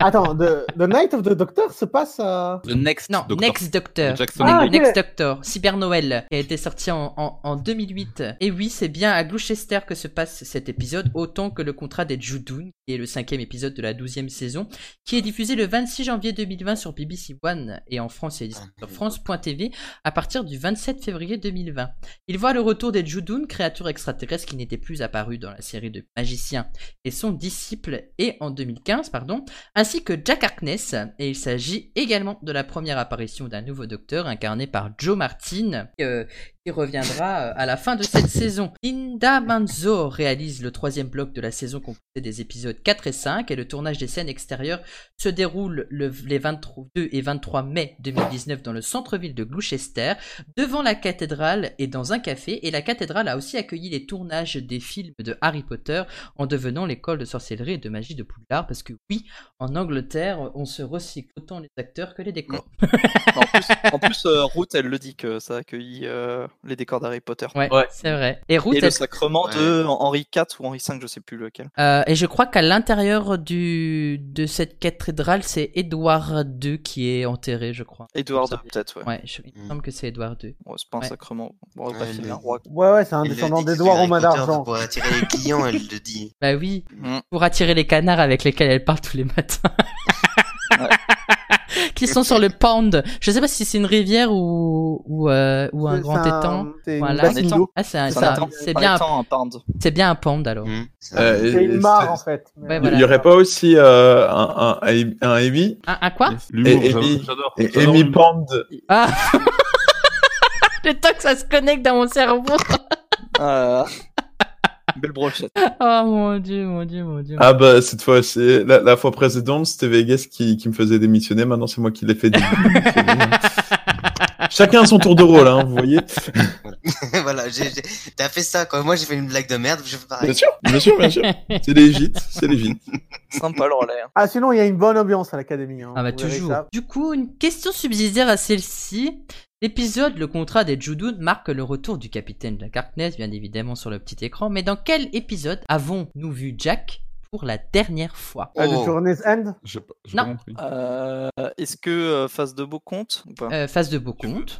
[SPEAKER 2] Attends, the, the Night of the Doctor se passe à.
[SPEAKER 1] The Next
[SPEAKER 5] Non,
[SPEAKER 1] Doctor.
[SPEAKER 5] Next Doctor.
[SPEAKER 1] Jackson
[SPEAKER 2] Ah,
[SPEAKER 5] Le
[SPEAKER 2] ok.
[SPEAKER 5] Next Doctor, Cyber Noël, qui a été sorti en, en, en 2008. Et oui, c'est bien à Gloucester que se passe cet épisode, autant que le contrat des Judoun, qui est le cinquième épisode de la douzième saison, qui est diffusé le 26 janvier 2020 sur BBC One et en France et distribué sur France.tv à partir du 27 février 2020. Il voit le retour des Judoun, créatures extraterrestres qui n'étaient plus apparues dans la série de Magiciens et son disciple, et en 2015, pardon, ainsi que Jack Harkness, et il s'agit également de la première apparition d'un nouveau docteur incarné par Joe Martin, euh, qui reviendra euh, à la fin de cette saison. Linda Manzo réalise le troisième bloc de la saison composé des épisodes 4 et 5, et le tournage des scènes extérieures se déroule le- les 22 et 23 mai 2019 dans le centre-ville de Gloucester, devant la cathédrale et dans un café, et la cathédrale a aussi accueilli les tournages des films de Harry Potter en devenant l'école de sorcellerie et de magie de Poudlard, parce que oui, en Angleterre, on se recycle autant les acteurs que les décors.
[SPEAKER 3] En plus, en plus, euh, Ruth, elle le dit que ça accueille euh, les décors d'Harry Potter.
[SPEAKER 5] Ouais, c'est vrai. Et Ruth,
[SPEAKER 3] Et le
[SPEAKER 5] elle-
[SPEAKER 3] sacrement de Henri IV ou Henri V, je sais plus lequel.
[SPEAKER 5] euh, et je crois qu'à l'intérieur du de cette cathédrale, c'est Édouard II qui est enterré, je crois.
[SPEAKER 3] Édouard II, peut-être, ouais. Mm.
[SPEAKER 5] Ouais, je... il me semble que c'est Édouard II.
[SPEAKER 3] Ouais, c'est pas un
[SPEAKER 5] Ouais.
[SPEAKER 3] sacrement. Bon, on va pas
[SPEAKER 4] Ouais,
[SPEAKER 3] filmer
[SPEAKER 4] il-
[SPEAKER 3] un roi.
[SPEAKER 2] Ouais, ouais, c'est un
[SPEAKER 4] il a
[SPEAKER 2] descendant
[SPEAKER 4] dit que
[SPEAKER 2] d'Edouard
[SPEAKER 4] c'était
[SPEAKER 2] aux mains
[SPEAKER 4] Harry Potter
[SPEAKER 2] d'argent.
[SPEAKER 4] Pour attirer les clients, elle le dit.
[SPEAKER 5] Bah oui,
[SPEAKER 3] Mm.
[SPEAKER 5] pour attirer les canards avec lesquels elle parle tous les matins. qui sont sur le pond. Je sais pas si c'est une rivière ou ou, euh, ou un
[SPEAKER 2] C'est-
[SPEAKER 5] grand
[SPEAKER 2] c'est
[SPEAKER 5] étang.
[SPEAKER 2] C'est une
[SPEAKER 5] Voilà.
[SPEAKER 2] bassine
[SPEAKER 3] Un étang.
[SPEAKER 2] d'eau.
[SPEAKER 5] Ah, c'est un-
[SPEAKER 3] C'est
[SPEAKER 5] c'est un-
[SPEAKER 3] un temps-
[SPEAKER 5] c'est
[SPEAKER 3] un Mm.
[SPEAKER 5] bien, un-
[SPEAKER 3] temps, un pinde.
[SPEAKER 5] c'est bien un pond alors.
[SPEAKER 4] Mmh. Ça-
[SPEAKER 7] Euh,
[SPEAKER 2] C'est
[SPEAKER 7] et-
[SPEAKER 2] une mare, en fait. Mais-
[SPEAKER 5] Ouais,
[SPEAKER 7] Il
[SPEAKER 5] voilà.
[SPEAKER 7] n'y aurait pas aussi euh, un, un, un, un Amy
[SPEAKER 5] Un, un
[SPEAKER 3] Mm.
[SPEAKER 5] quoi
[SPEAKER 1] L'humour,
[SPEAKER 7] Et- et-
[SPEAKER 1] j'adore, j'adore.
[SPEAKER 7] Et
[SPEAKER 1] J'adore
[SPEAKER 7] Amy
[SPEAKER 1] l'humour.
[SPEAKER 7] Pond
[SPEAKER 5] Le temps que ça se connecte dans mon cerveau.
[SPEAKER 3] Euh, Belle brochette.
[SPEAKER 5] Oh mon dieu, mon dieu, mon dieu.
[SPEAKER 7] Ah bah cette fois, c'est la, la fois précédente, c'était Vegas qui, qui me faisait démissionner, maintenant c'est moi qui l'ai fait démissionner. Chacun a son tour de rôle, hein, vous voyez
[SPEAKER 4] voilà, j'ai- j'ai- t'as fait ça quoi. Moi j'ai fait une blague de merde, je fais
[SPEAKER 7] Bien
[SPEAKER 4] pareil.
[SPEAKER 7] sûr, bien sûr, bien sûr. C'est légit, c'est légit.
[SPEAKER 3] Sympa le relais. hein.
[SPEAKER 2] Ah, sinon, il y a une bonne ambiance à l'académie. hein.
[SPEAKER 5] Ah bah
[SPEAKER 2] Vous verrez
[SPEAKER 5] toujours.
[SPEAKER 2] ça.
[SPEAKER 5] Du coup, une question subsidiaire à celle-ci. L'épisode Le contrat des Judoun marque le retour du capitaine Jack Harkness, bien évidemment sur le petit écran. Mais dans quel épisode avons-nous vu Jack pour la dernière fois
[SPEAKER 2] Ah, The
[SPEAKER 4] Oh.
[SPEAKER 2] Journey's End
[SPEAKER 1] J'ai pas- j'ai pas
[SPEAKER 5] Non.
[SPEAKER 1] compris.
[SPEAKER 3] Euh, Est-ce que euh, Face de Beau compte ou pas
[SPEAKER 5] euh, Face de beau compte.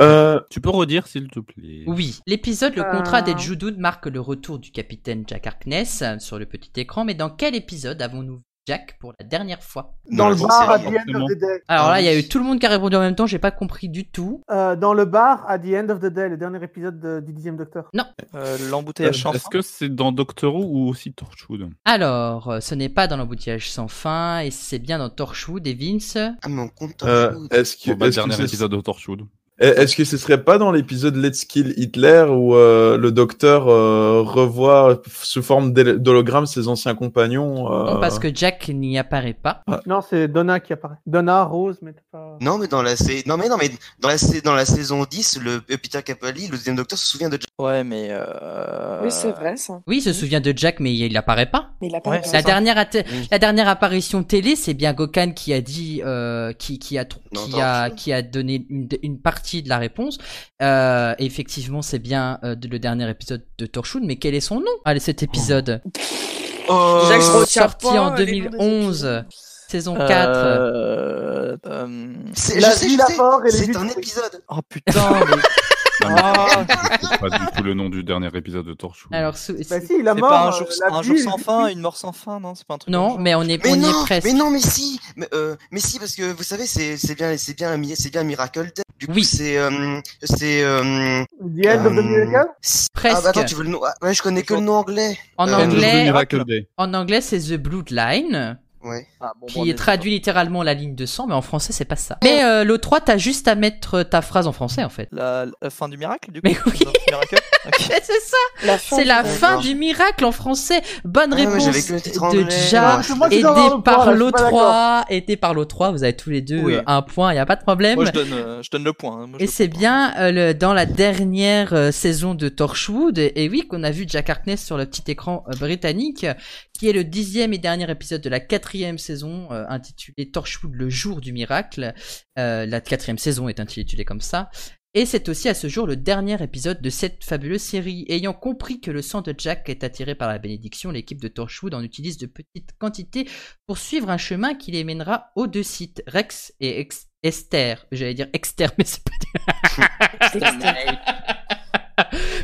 [SPEAKER 7] Euh,
[SPEAKER 1] Tu peux redire, s'il te plaît.
[SPEAKER 5] Oui, l'épisode Le contrat des
[SPEAKER 8] Ah.
[SPEAKER 5] euh, Judoun marque le retour du capitaine Jack Harkness euh, sur le petit écran. Mais dans quel épisode avons-nous vu Jack pour la dernière fois.
[SPEAKER 2] Dans
[SPEAKER 4] Non,
[SPEAKER 2] le
[SPEAKER 4] Ah, bon,
[SPEAKER 2] bar
[SPEAKER 4] c'est
[SPEAKER 2] à
[SPEAKER 4] bon,
[SPEAKER 2] the end
[SPEAKER 1] forcément.
[SPEAKER 2] of the day.
[SPEAKER 5] Alors là, il y a
[SPEAKER 4] oui.
[SPEAKER 5] eu tout le monde qui a répondu en même temps, j'ai pas compris du tout.
[SPEAKER 2] Euh, dans le bar à the end of the day, le dernier épisode de- du dixième Docteur.
[SPEAKER 3] Euh,
[SPEAKER 1] Euh,
[SPEAKER 3] L'embouteillage sans
[SPEAKER 1] Est-ce
[SPEAKER 3] fin.
[SPEAKER 1] que c'est dans Doctor Who ou aussi Torchwood
[SPEAKER 5] Alors, euh, ce n'est pas dans l'embouteillage sans fin, et c'est bien dans Torchwood et Vince.
[SPEAKER 4] Ah, mais on compte en
[SPEAKER 7] Euh,
[SPEAKER 4] foot.
[SPEAKER 7] Est-ce que,
[SPEAKER 1] Bon, bah,
[SPEAKER 7] est-ce que
[SPEAKER 1] Dernier
[SPEAKER 7] c'est-
[SPEAKER 1] épisode de Torchwood.
[SPEAKER 7] Eh, Est-ce que ce serait pas dans l'épisode Let's Kill Hitler où euh, le docteur euh, revoit sous forme d'hé- d'hologramme ses anciens compagnons euh,
[SPEAKER 5] Non, parce que Jack n'y apparaît pas.
[SPEAKER 2] Non, c'est Donna qui apparaît. Donna, Rose, mais t'es pas.
[SPEAKER 4] Non, mais dans la, sa- non, mais non, mais dans la, sa- dans la saison 10, le euh, Peter Capaldi, le deuxième docteur, se souvient de Jack.
[SPEAKER 3] Ouais, mais. euh,
[SPEAKER 8] Oui, c'est vrai, ça.
[SPEAKER 5] Oui, il se souvient de Jack, mais il n'apparaît pas.
[SPEAKER 8] Mais il a pas
[SPEAKER 3] Ouais,
[SPEAKER 8] raison.
[SPEAKER 5] La
[SPEAKER 3] C'est ça.
[SPEAKER 5] dernière, atte-
[SPEAKER 4] Oui.
[SPEAKER 5] la dernière apparition télé, c'est bien Gokan qui a dit, euh, qui, qui, a, tr-
[SPEAKER 4] Non,
[SPEAKER 5] qui,
[SPEAKER 4] dans
[SPEAKER 5] a,
[SPEAKER 4] le film.
[SPEAKER 5] qui a donné une, une partie de la réponse. Euh, effectivement, c'est bien euh, de- le dernier épisode de Torchwood, mais quel est son nom à cet épisode
[SPEAKER 4] Euh,
[SPEAKER 8] Jacques, je retiens
[SPEAKER 5] sorti en
[SPEAKER 8] pas les noms des
[SPEAKER 5] 2011.
[SPEAKER 8] épisodes.
[SPEAKER 5] Saison 4.
[SPEAKER 3] Euh, euh,
[SPEAKER 4] c'est-
[SPEAKER 2] La
[SPEAKER 4] je sais,
[SPEAKER 2] vie,
[SPEAKER 4] je
[SPEAKER 2] la
[SPEAKER 4] sais,
[SPEAKER 2] mort et les
[SPEAKER 4] c'est
[SPEAKER 2] huîtres.
[SPEAKER 4] un épisode.
[SPEAKER 3] Oh putain, mais.
[SPEAKER 1] Non, mais
[SPEAKER 3] Ah,
[SPEAKER 1] c'est pas du tout le nom du dernier épisode de Torchwood.
[SPEAKER 5] Alors, sou-
[SPEAKER 2] Bah si, la
[SPEAKER 3] c'est
[SPEAKER 2] mort.
[SPEAKER 3] pas un jour,
[SPEAKER 2] euh, la
[SPEAKER 3] un
[SPEAKER 2] vie,
[SPEAKER 3] jour
[SPEAKER 2] les
[SPEAKER 3] sans
[SPEAKER 2] huîtres.
[SPEAKER 3] fin, une mort sans fin, non C'est pas un truc.
[SPEAKER 5] non,
[SPEAKER 3] comme ça
[SPEAKER 5] mais on est,
[SPEAKER 4] Mais
[SPEAKER 5] on
[SPEAKER 4] non,
[SPEAKER 5] y est presque.
[SPEAKER 4] mais non, mais si, mais, euh, mais si, parce que vous savez, c'est, c'est bien, c'est bien, un mi- c'est bien un Miracle Day. Du coup,
[SPEAKER 5] Oui.
[SPEAKER 4] c'est, euh, c'est, euh,
[SPEAKER 2] The end of the
[SPEAKER 4] euh,
[SPEAKER 2] miracle.
[SPEAKER 4] c'est-
[SPEAKER 5] Presque.
[SPEAKER 4] Ah, bah attends, tu veux le nom ah, Ouais, je connais que le nom anglais.
[SPEAKER 5] En
[SPEAKER 4] Euh,
[SPEAKER 1] The
[SPEAKER 5] anglais,
[SPEAKER 1] Miracle Day.
[SPEAKER 5] en anglais, c'est The Bloodline,
[SPEAKER 4] Ouais.
[SPEAKER 3] Ah, bon, bon,
[SPEAKER 5] qui
[SPEAKER 3] on
[SPEAKER 5] est traduit littéralement la ligne de sang, mais en français, c'est pas ça. Mais euh, le 3, t'as juste à mettre euh, ta phrase en français, en fait.
[SPEAKER 3] La, la fin du miracle, du coup
[SPEAKER 5] Mais oui.
[SPEAKER 3] Dans le miracle Ok.
[SPEAKER 5] c'est ça,
[SPEAKER 8] La fin
[SPEAKER 5] c'est
[SPEAKER 8] du
[SPEAKER 5] la
[SPEAKER 8] rêve.
[SPEAKER 5] fin du miracle en français. Bonne
[SPEAKER 4] Ah, Ouais, ouais,
[SPEAKER 5] réponse
[SPEAKER 4] j'avais que le titre
[SPEAKER 5] de
[SPEAKER 4] anglais.
[SPEAKER 5] Ja,
[SPEAKER 4] Ouais,
[SPEAKER 2] Oh, C'est moi qui
[SPEAKER 5] aidé
[SPEAKER 2] dois avoir le point,
[SPEAKER 5] par
[SPEAKER 2] là, je suis
[SPEAKER 5] l'autre
[SPEAKER 2] pas
[SPEAKER 5] 3, aidé par l'autre 3, vous avez tous les deux
[SPEAKER 3] Oui.
[SPEAKER 5] euh, un point, il y a pas de problème.
[SPEAKER 3] Moi, je donne, euh, je donne le point. hein. Moi, je
[SPEAKER 5] Et
[SPEAKER 3] le
[SPEAKER 5] c'est
[SPEAKER 3] prends.
[SPEAKER 5] bien euh, le, dans la dernière euh, saison de Torchwood, et, et oui, qu'on a vu Jack Harkness sur le petit écran euh, britannique, euh, qui est le dixième et dernier épisode de la quatrième saison, euh, intitulé Torchwood le jour du miracle. Euh, la quatrième saison est intitulée comme ça. Et c'est aussi à ce jour le dernier épisode de cette fabuleuse série. Ayant compris que le sang de Jack est attiré par la bénédiction, l'équipe de Torchwood en utilise de petites quantités pour suivre un chemin qui les mènera aux deux sites, Rex et Ex- Esther. J'allais dire Exter, mais c'est pas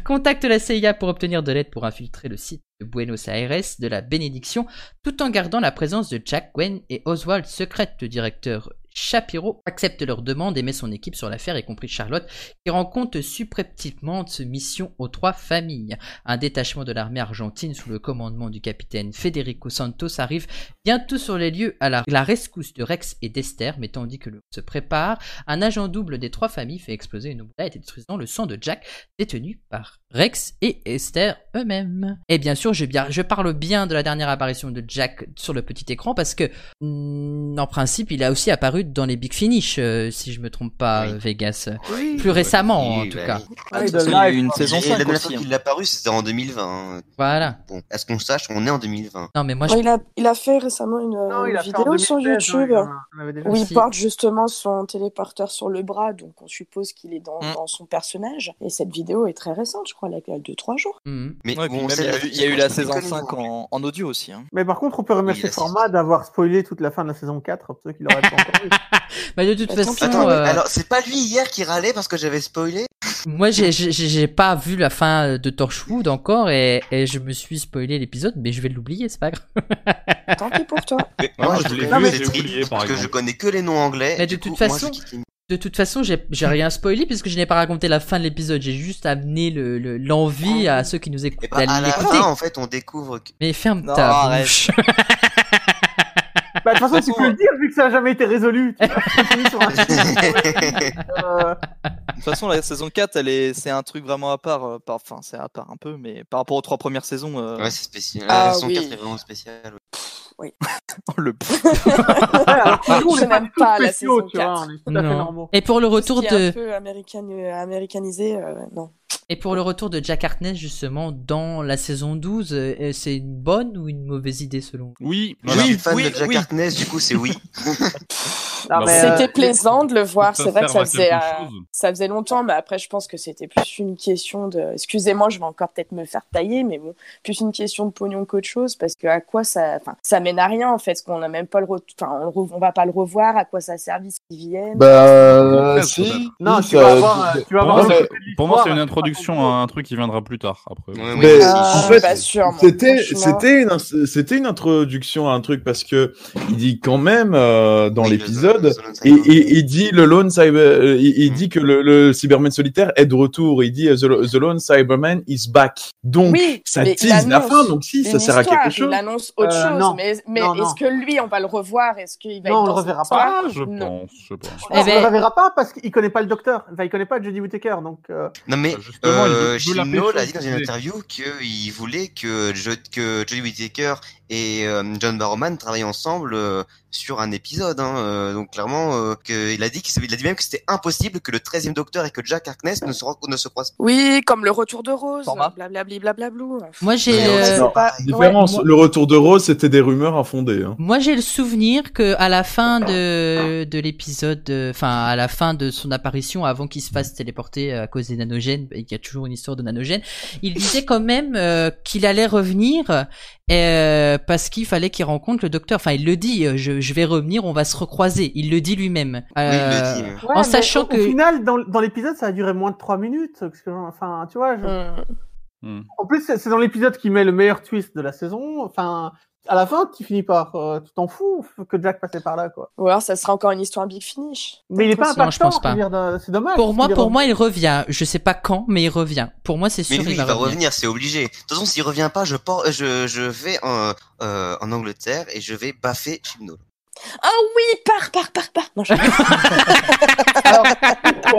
[SPEAKER 5] Contacte la CIA pour obtenir de l'aide pour infiltrer le site de Buenos Aires de la bénédiction, tout en gardant la présence de Jack, Gwen et Oswald secrète. Le directeur Shapiro accepte leur demande et met son équipe sur l'affaire, y compris Charlotte, qui rend compte subrepticement de ce mission aux trois familles. Un détachement de l'armée argentine sous le commandement du capitaine Federico Santos arrive bientôt sur les lieux à la, la rescousse de Rex et d'Esther, mais tandis que le se prépare, un agent double des trois familles fait exploser une omelette et détruisant le sang de Jack détenus par Rex et Esther eux-mêmes. Et bien sûr, je, bien- je parle bien de la dernière apparition de Jack sur le petit écran parce que, mm, en principe, il a aussi apparu dans les Big Finish, euh, si je me trompe pas,
[SPEAKER 4] Oui.
[SPEAKER 5] euh, Vegas.
[SPEAKER 2] Oui.
[SPEAKER 5] Plus récemment, en
[SPEAKER 4] Oui,
[SPEAKER 5] tout
[SPEAKER 4] bah
[SPEAKER 5] cas.
[SPEAKER 4] oui.
[SPEAKER 2] Ouais,
[SPEAKER 3] Parce
[SPEAKER 2] de
[SPEAKER 3] qu'il y a
[SPEAKER 2] live,
[SPEAKER 3] eu une
[SPEAKER 2] quoi.
[SPEAKER 3] saison
[SPEAKER 4] Et la
[SPEAKER 3] 5
[SPEAKER 4] dernière
[SPEAKER 3] aussi.
[SPEAKER 4] fois
[SPEAKER 3] hein.
[SPEAKER 4] qu'il est apparu, c'était en 2020. hein.
[SPEAKER 5] Voilà.
[SPEAKER 4] Bon, à ce qu'on sache, on est en 2020.
[SPEAKER 5] Non, mais moi,
[SPEAKER 8] Ouais,
[SPEAKER 5] je...
[SPEAKER 8] il, a, il a fait récemment une,
[SPEAKER 2] Non,
[SPEAKER 8] une
[SPEAKER 2] il a fait en
[SPEAKER 8] vidéo sur
[SPEAKER 2] 2016,
[SPEAKER 8] YouTube
[SPEAKER 2] ouais, on en avait déjà
[SPEAKER 8] où il
[SPEAKER 5] Aussi.
[SPEAKER 8] porte justement son téléporteur sur le bras, donc on suppose qu'il est dans,
[SPEAKER 3] Mm.
[SPEAKER 8] dans son personnage. Et cette vidéo est très récente, je crois, elle a elle a 2-3 jours.
[SPEAKER 5] Mhm.
[SPEAKER 4] Mais
[SPEAKER 3] Ouais, puis
[SPEAKER 4] bon,
[SPEAKER 3] même, il y a eu- il y a eu la saison 5 en, en audio aussi. hein.
[SPEAKER 2] Mais par contre, on peut remercier
[SPEAKER 4] Oui, la
[SPEAKER 2] Format d'avoir spoilé toute la fin de la saison 4, pour ceux qui l'auraient pas encore vu.
[SPEAKER 5] Bah, de toute
[SPEAKER 8] Attends,
[SPEAKER 5] façon,
[SPEAKER 4] Attends,
[SPEAKER 5] euh,
[SPEAKER 4] alors c'est pas lui hier qui râlait parce que j'avais spoilé
[SPEAKER 5] moi, j'ai- j'ai j'ai pas vu la fin de Torchwood encore et, et je me suis spoilé l'épisode, mais je vais l'oublier, c'est pas grave.
[SPEAKER 8] Tant pis pour toi.
[SPEAKER 1] Moi, je
[SPEAKER 4] trouve
[SPEAKER 1] l'ai
[SPEAKER 4] que
[SPEAKER 1] vu,
[SPEAKER 4] c'est
[SPEAKER 1] j'ai
[SPEAKER 4] triste,
[SPEAKER 1] oublié, par
[SPEAKER 4] Parce que je
[SPEAKER 1] exemple.
[SPEAKER 4] connais que les noms anglais.
[SPEAKER 5] Mais de
[SPEAKER 4] du
[SPEAKER 5] toute
[SPEAKER 4] coup, moi,
[SPEAKER 5] façon-
[SPEAKER 4] je kiffe une-
[SPEAKER 5] De toute façon, j'ai j'ai rien spoilé puisque je n'ai pas raconté la fin de l'épisode. J'ai juste amené l'envie le, l'envie à ceux qui nous
[SPEAKER 4] Et
[SPEAKER 5] écoutent
[SPEAKER 4] bah, à
[SPEAKER 5] d'aller
[SPEAKER 4] la
[SPEAKER 5] l'écouter.
[SPEAKER 4] fin, en fait, on découvre que.
[SPEAKER 5] Mais ferme
[SPEAKER 3] Non,
[SPEAKER 5] ta
[SPEAKER 3] arrête.
[SPEAKER 5] bouche.
[SPEAKER 2] Bah, de toute façon, tu
[SPEAKER 3] façon,
[SPEAKER 2] peux le dire vu que ça n'a jamais été résolu. Tu vois, c'est fini sur un- euh,
[SPEAKER 3] De toute façon, la saison 4, elle est, c'est un truc vraiment à part. euh, par- Enfin, c'est à part un peu, mais par rapport aux trois premières saisons, euh,
[SPEAKER 4] ouais, c'est spécial.
[SPEAKER 8] Ah,
[SPEAKER 4] La saison
[SPEAKER 8] oui.
[SPEAKER 4] 4 est vraiment spéciale.
[SPEAKER 3] le
[SPEAKER 2] ouais, alors que nous, on
[SPEAKER 8] Je
[SPEAKER 2] est pas
[SPEAKER 8] n'aime
[SPEAKER 2] du tout
[SPEAKER 8] pas la
[SPEAKER 2] spéciaux,
[SPEAKER 8] saison
[SPEAKER 2] tu vois,
[SPEAKER 8] 4.
[SPEAKER 2] on est tout à fait
[SPEAKER 5] Non.
[SPEAKER 2] normaux.
[SPEAKER 5] Et pour le retour
[SPEAKER 8] Tout ce qui est
[SPEAKER 5] de
[SPEAKER 8] un peu américain- euh, américanisé, euh, non.
[SPEAKER 5] et pour le retour de Jack Hartness justement dans la saison 12, euh, c'est une bonne ou une mauvaise idée selon vous
[SPEAKER 1] Oui,
[SPEAKER 4] Je
[SPEAKER 1] voilà.
[SPEAKER 4] suis fan
[SPEAKER 3] oui,
[SPEAKER 4] de Jack
[SPEAKER 3] oui.
[SPEAKER 4] Harkness, du coup, c'est oui.
[SPEAKER 2] Non,
[SPEAKER 1] Bah,
[SPEAKER 2] mais,
[SPEAKER 1] c'est-
[SPEAKER 2] euh,
[SPEAKER 8] C'était plaisant de le voir.
[SPEAKER 1] Ça
[SPEAKER 8] C'est vrai que
[SPEAKER 1] sert
[SPEAKER 8] ça
[SPEAKER 1] à
[SPEAKER 8] faisait,
[SPEAKER 1] quelque
[SPEAKER 8] euh,
[SPEAKER 1] chose.
[SPEAKER 8] ça faisait longtemps, mais après, je pense que c'était plus une question de. Excusez-moi, je vais encore peut-être me faire tailler, mais bon, plus une question de pognon qu'autre chose, parce que à quoi ça. Enfin, ça mène à rien, en fait, parce qu'on n'a même pas le. re- Enfin, on, le re- on va pas le revoir, à quoi ça sert s'ils viennent.
[SPEAKER 10] Bah, euh, si.
[SPEAKER 2] Non,
[SPEAKER 10] si,
[SPEAKER 2] tu
[SPEAKER 10] ça-
[SPEAKER 2] vas avoir, euh, tu vas
[SPEAKER 10] Non,
[SPEAKER 2] avoir
[SPEAKER 10] mais-
[SPEAKER 2] le-
[SPEAKER 1] Pour moi, c'est une
[SPEAKER 2] Voir,
[SPEAKER 1] introduction à un truc qui viendra plus tard. Après.
[SPEAKER 4] Ouais,
[SPEAKER 10] Mais-
[SPEAKER 4] oui,
[SPEAKER 8] Euh,
[SPEAKER 4] aussi.
[SPEAKER 10] en fait,
[SPEAKER 8] pas sûr, moi,
[SPEAKER 7] C'était,
[SPEAKER 8] franchement.
[SPEAKER 7] c'était une, ins- c'était une introduction à un truc parce que il dit quand même euh, dans
[SPEAKER 4] Oui,
[SPEAKER 7] l'épisode,
[SPEAKER 4] le- le-
[SPEAKER 7] il, il- il dit le lone cyber, euh, il, il
[SPEAKER 4] Mm.
[SPEAKER 7] dit que le, le Cyberman solitaire est de retour. Il dit euh, the, lo- the lone Cyberman is back. Donc
[SPEAKER 8] Oui,
[SPEAKER 7] ça
[SPEAKER 8] mais il
[SPEAKER 7] tease la
[SPEAKER 8] annonce
[SPEAKER 7] fin. Donc si,
[SPEAKER 8] une
[SPEAKER 7] ça sert à
[SPEAKER 8] histoire,
[SPEAKER 7] quelque chose.
[SPEAKER 8] Il annonce autre
[SPEAKER 2] Euh,
[SPEAKER 8] chose,
[SPEAKER 2] non.
[SPEAKER 8] mais, mais
[SPEAKER 2] Non, non.
[SPEAKER 8] est-ce que lui, on va le revoir Est-ce qu'il va
[SPEAKER 2] Non,
[SPEAKER 8] être
[SPEAKER 2] on le
[SPEAKER 8] dans cette
[SPEAKER 2] reverra pas.
[SPEAKER 8] histoire
[SPEAKER 1] Ah, je
[SPEAKER 8] Non.
[SPEAKER 1] pense, je pense.
[SPEAKER 2] On
[SPEAKER 5] Eh ben-
[SPEAKER 2] ne le reverra pas parce qu'il connaît pas le docteur. Enfin, il connaît pas Jodie Whittaker, donc. euh,
[SPEAKER 4] Non mais
[SPEAKER 1] Justement, il veut-
[SPEAKER 4] euh,
[SPEAKER 1] il veut la
[SPEAKER 4] Chibnall
[SPEAKER 1] pécho,
[SPEAKER 4] a dit dans une
[SPEAKER 1] il veut-
[SPEAKER 4] interview qu'il voulait que, Jo- que Jodie Whittaker et euh, John Barrowman travaillent ensemble euh, sur un épisode. hein, euh, donc clairement, euh, que- il a dit que c'est- il a dit même que c'était impossible que le 13e Docteur et que Jack Harkness ne se, ren- ne se croisent.
[SPEAKER 8] Oui, comme le retour de Rose,
[SPEAKER 3] Format.
[SPEAKER 8] blablabli, blablablou.
[SPEAKER 5] Moi, j'ai.
[SPEAKER 4] Mais
[SPEAKER 5] euh,
[SPEAKER 7] non.
[SPEAKER 8] pas...
[SPEAKER 7] Différence.
[SPEAKER 5] Ouais, moi-
[SPEAKER 7] Le retour de Rose, c'était des rumeurs infondées. hein.
[SPEAKER 5] Moi, j'ai le souvenir que à la fin de, de l'épisode, de- enfin à la fin de son apparition, avant qu'il se fasse téléporter à cause des nanogènes, et qu'il y a toujours une histoire de nanogènes, il disait quand même euh, qu'il allait revenir euh, parce qu'il fallait qu'il rencontre le docteur. Enfin, il le dit, euh, je, je vais revenir, on va se recroiser. Il le dit lui-même.
[SPEAKER 4] Oui, il le
[SPEAKER 5] Euh,
[SPEAKER 4] dit. mais-
[SPEAKER 2] Ouais,
[SPEAKER 5] en
[SPEAKER 2] mais
[SPEAKER 5] sachant
[SPEAKER 2] au,
[SPEAKER 5] que-
[SPEAKER 2] Au final, dans, dans l'épisode, ça a duré moins de 3 minutes. Parce que, enfin, tu vois, je-
[SPEAKER 5] Mm.
[SPEAKER 8] Hmm.
[SPEAKER 2] en plus, c'est c'est dans l'épisode qui met le meilleur twist de la saison. Enfin, à la fin, tu finis par. euh, tu t'en fous que Jack passait par là, quoi.
[SPEAKER 8] Ou alors, ça sera encore une histoire Big Finish.
[SPEAKER 2] Mais il est pas
[SPEAKER 5] Non, je
[SPEAKER 2] impactant,
[SPEAKER 5] pense pas.
[SPEAKER 2] je veux dire, de- Ah, c'est dommage.
[SPEAKER 5] pour moi,
[SPEAKER 2] Il est
[SPEAKER 5] pour
[SPEAKER 2] revenu.
[SPEAKER 5] moi, il revient. Je sais pas quand, mais il revient. Pour moi, c'est
[SPEAKER 4] Mais
[SPEAKER 5] sûr.
[SPEAKER 4] lui,
[SPEAKER 5] il
[SPEAKER 4] il
[SPEAKER 5] va
[SPEAKER 4] va
[SPEAKER 5] revenir.
[SPEAKER 4] revenir, c'est obligé. De toute façon, s'il revient pas, je, por- je, je vais en, euh, en Angleterre et je vais baffer Chibnall.
[SPEAKER 8] Ah oui, par, par, par, par. Non, je...
[SPEAKER 2] euh,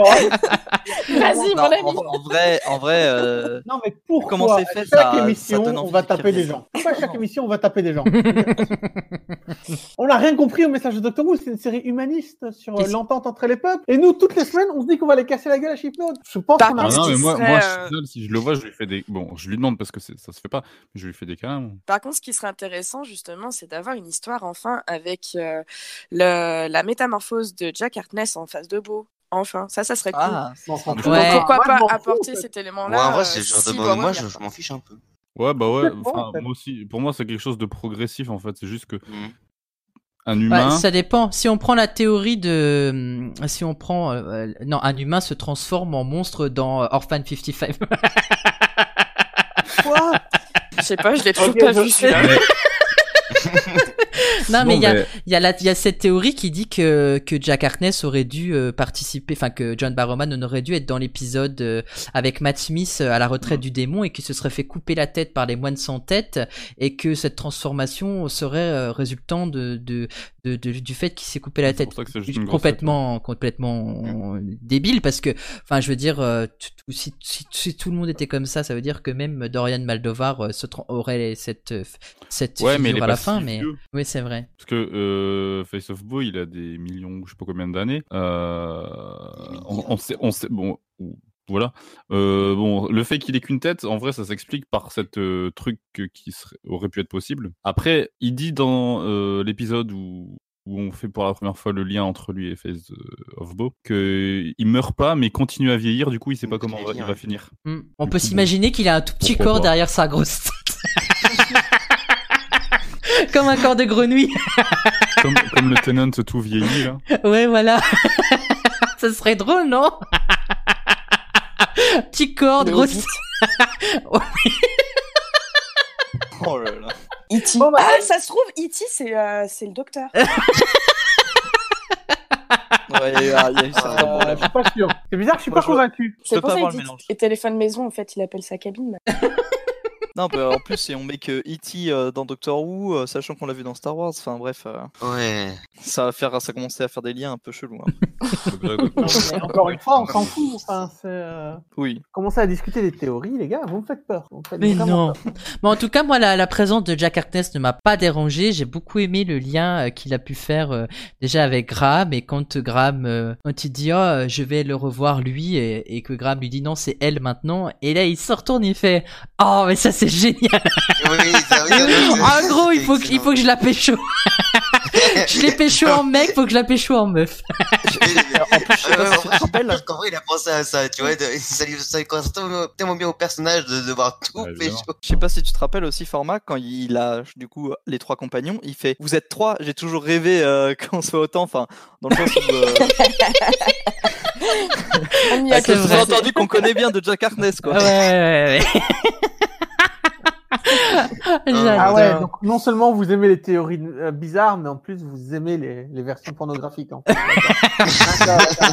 [SPEAKER 8] Vas-y,
[SPEAKER 3] Non,
[SPEAKER 8] mon ami.
[SPEAKER 3] en, en vrai, en vrai euh,
[SPEAKER 2] Non, mais pourquoi
[SPEAKER 3] Comment c'est fait,
[SPEAKER 2] à chaque
[SPEAKER 3] ça- ça
[SPEAKER 2] émission,
[SPEAKER 3] donne
[SPEAKER 2] on
[SPEAKER 3] envie
[SPEAKER 2] va
[SPEAKER 3] qu'il
[SPEAKER 2] taper des
[SPEAKER 3] revienne.
[SPEAKER 2] gens. Pourquoi à chaque émission, on va taper des gens On n'a rien compris au message de Doctor Who. C'est une série humaniste sur euh,
[SPEAKER 5] Et-
[SPEAKER 2] l'entente entre les peuples. Et nous, toutes les semaines, on se dit qu'on va les casser la gueule à Chipnode. Je pense
[SPEAKER 8] Par
[SPEAKER 2] qu'on
[SPEAKER 1] Ah
[SPEAKER 2] a.
[SPEAKER 8] contre,
[SPEAKER 1] non, mais
[SPEAKER 8] qui
[SPEAKER 1] moi,
[SPEAKER 8] serait,
[SPEAKER 1] moi
[SPEAKER 8] euh,
[SPEAKER 1] Chibnall, si je le vois, je lui fais des. Bon, je lui demande parce que c'est- ça se fait pas. mais Je lui fais des câlins.
[SPEAKER 8] Par contre, ce qui serait intéressant, justement, c'est d'avoir une histoire, enfin, avec euh, le- la métamorphose de Jack Harkness en face de Beau. Enfin, ça, ça serait cool.
[SPEAKER 3] ah,
[SPEAKER 2] Non, franchement,
[SPEAKER 5] Ouais.
[SPEAKER 8] Donc, pourquoi
[SPEAKER 2] moi, je
[SPEAKER 8] pas
[SPEAKER 2] m'en fous,
[SPEAKER 8] apporter
[SPEAKER 2] en fait.
[SPEAKER 8] cet
[SPEAKER 4] Moi,
[SPEAKER 8] élément-là
[SPEAKER 4] en vrai,
[SPEAKER 8] euh,
[SPEAKER 4] c'est le genre de-
[SPEAKER 8] si
[SPEAKER 4] moi,
[SPEAKER 8] Bowen
[SPEAKER 4] moi,
[SPEAKER 8] vient
[SPEAKER 4] je, je
[SPEAKER 8] pas.
[SPEAKER 4] m'en fiche un peu.
[SPEAKER 1] Ouais, bah ouais.
[SPEAKER 2] Complètement,
[SPEAKER 1] enfin,
[SPEAKER 2] en fait.
[SPEAKER 1] Moi aussi, pour moi, c'est quelque chose de progressif en fait. C'est juste que
[SPEAKER 4] Mhm.
[SPEAKER 1] un
[SPEAKER 5] Ouais,
[SPEAKER 1] humain.
[SPEAKER 5] Bah, ça dépend. Si on prend la théorie de, si on prend, euh, euh, non, un humain se transforme en monstre dans euh, Orphan 55.
[SPEAKER 2] Quoi
[SPEAKER 8] Je sais pas, je l'ai toujours
[SPEAKER 2] Ok,
[SPEAKER 8] pas
[SPEAKER 2] je-
[SPEAKER 8] vu. celui-là.
[SPEAKER 5] non,
[SPEAKER 7] Non,
[SPEAKER 5] mais il y a,
[SPEAKER 1] ben,
[SPEAKER 7] mais-
[SPEAKER 5] il y a la, il y a cette théorie qui dit que que Jack Harkness aurait dû euh, participer, enfin que John Barrowman on aurait dû être dans l'épisode euh, avec Matt Smith euh, à la retraite du démon et qu'il se serait fait couper la tête par les moines sans tête et que cette transformation serait euh, résultant de, de, de- de- du fait qu'il s'est coupé la
[SPEAKER 1] C'est
[SPEAKER 5] tête
[SPEAKER 1] pour ça que c'est juste une grosse
[SPEAKER 5] complètement complètement débile parce que enfin je veux dire euh, tout- tout- si, si- si tout le monde était comme ça ça veut dire que même Dorian Maldovar euh, se tra- aurait cette euh, cette
[SPEAKER 1] Ouais,
[SPEAKER 5] figure
[SPEAKER 1] mais il est
[SPEAKER 5] à
[SPEAKER 1] pas
[SPEAKER 5] la fin
[SPEAKER 1] si
[SPEAKER 5] mais
[SPEAKER 1] vieux.
[SPEAKER 5] oui c'est vrai
[SPEAKER 1] Parce que euh, Face of Boy, il a des millions, je sais pas combien d'années. Euh, on, on sait, on sait, bon, ou- voilà. Euh, bon, le fait qu'il ait qu'une tête, en vrai, ça s'explique par cette euh, truc que- qui serait- aurait pu être possible. Après, il dit dans euh, l'épisode où où on fait pour la première fois le lien entre lui et Face euh, of Bo, qu'il meurt pas, mais continue à vieillir, du coup il sait
[SPEAKER 4] Il
[SPEAKER 1] pas
[SPEAKER 4] continue
[SPEAKER 1] comment
[SPEAKER 4] à
[SPEAKER 1] on va- il
[SPEAKER 4] vieillir,
[SPEAKER 1] va
[SPEAKER 4] ouais.
[SPEAKER 1] finir.
[SPEAKER 5] Hmm. On
[SPEAKER 1] Du
[SPEAKER 5] peut
[SPEAKER 1] coup,
[SPEAKER 5] s'imaginer qu'il a un tout petit
[SPEAKER 1] pourquoi
[SPEAKER 5] corps
[SPEAKER 1] pas.
[SPEAKER 5] derrière sa grosse tête. Comme un corps de grenouille.
[SPEAKER 1] comme, comme le Tenant tout vieilli, là.
[SPEAKER 5] Ouais, voilà. Ce serait drôle, non Petit corps, de
[SPEAKER 8] Mais
[SPEAKER 5] grosse tête.
[SPEAKER 3] oh là là.
[SPEAKER 8] E.T.
[SPEAKER 2] Bon, bah,
[SPEAKER 8] Ah, ça se trouve, E.T., c'est euh, c'est le docteur.
[SPEAKER 3] Ouais, il y a il y a eu certains
[SPEAKER 2] Euh,
[SPEAKER 3] problèmes.
[SPEAKER 2] Je suis pas sûr. C'est bizarre, je suis
[SPEAKER 3] Moi,
[SPEAKER 2] pas
[SPEAKER 3] je vois-
[SPEAKER 2] convaincu.
[SPEAKER 3] Je peux
[SPEAKER 8] C'est pour
[SPEAKER 3] pas
[SPEAKER 8] ça
[SPEAKER 3] voir le
[SPEAKER 8] qu'il dit.
[SPEAKER 3] mélange.
[SPEAKER 8] Et téléphone maison, en fait, il appelle sa cabine.
[SPEAKER 3] Non, bah, en plus, si on met que E.T. euh, dans Doctor Who, euh, sachant qu'on l'a vu dans Star Wars, enfin bref, euh,
[SPEAKER 4] Ouais.
[SPEAKER 3] ça va faire, ça commencer à faire des liens un peu chelous. hein.
[SPEAKER 2] Non, mais encore une fois, on s'en fout. Enfin, c'est, euh,
[SPEAKER 3] Oui.
[SPEAKER 2] Commencer à discuter des théories, les gars, vous me faites peur. Vous me faites
[SPEAKER 5] Mais
[SPEAKER 2] vraiment
[SPEAKER 5] non.
[SPEAKER 2] peur.
[SPEAKER 5] Mais en tout cas, moi, la, la présence de Jack Harkness ne m'a pas dérangé. J'ai beaucoup aimé le lien euh, qu'il a pu faire euh, déjà avec Graham. Et quand euh, Graham, euh, quand il dit, oh, euh, je vais le revoir lui, et, et que Graham lui dit non, c'est elle maintenant. Et là, il se retourne, il fait, oh, mais ça, c'est génial.
[SPEAKER 4] Oui, oui, ça- oui, ça-
[SPEAKER 5] en Ah, gros, il faut, que,
[SPEAKER 4] Excellent.
[SPEAKER 5] il faut que je la pécho. Je l'ai pécho en mec, faut que je la pécho en meuf.
[SPEAKER 3] En plus, je sais pas si tu te rappelles.
[SPEAKER 4] Qu'en Euh, vrai, il a pensé à ça, tu vois. de- Ça lui ça lui correspond tellement- tellement bien au personnage de devoir tout
[SPEAKER 1] Ouais,
[SPEAKER 4] pécho.
[SPEAKER 1] j'adore.
[SPEAKER 3] Je sais pas si tu te rappelles aussi, Format, quand il a du coup les trois compagnons, il fait Vous êtes trois, j'ai toujours rêvé euh, qu'on soit autant. Enfin, dans le sens où. euh,
[SPEAKER 8] On y a
[SPEAKER 3] avec
[SPEAKER 5] c'est
[SPEAKER 3] le
[SPEAKER 8] que-
[SPEAKER 5] vrai.
[SPEAKER 3] sous-entendu qu'on connaît bien de Jack Harness,
[SPEAKER 5] Ouais,
[SPEAKER 3] quoi.
[SPEAKER 5] ouais, ouais. ouais. J'adore.
[SPEAKER 2] Ah ouais, donc non seulement vous aimez les théories euh, bizarres, mais en plus vous aimez les, les versions pornographiques. En fait. D'accord.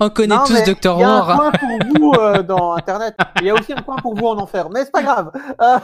[SPEAKER 5] On connaît
[SPEAKER 2] Non,
[SPEAKER 5] tous
[SPEAKER 2] mais
[SPEAKER 5] Dr.
[SPEAKER 2] Il y a un
[SPEAKER 5] Horror.
[SPEAKER 2] point
[SPEAKER 5] hein.
[SPEAKER 2] pour vous euh, dans Internet. Il y a aussi un point pour vous en enfer, mais c'est pas grave. Euh,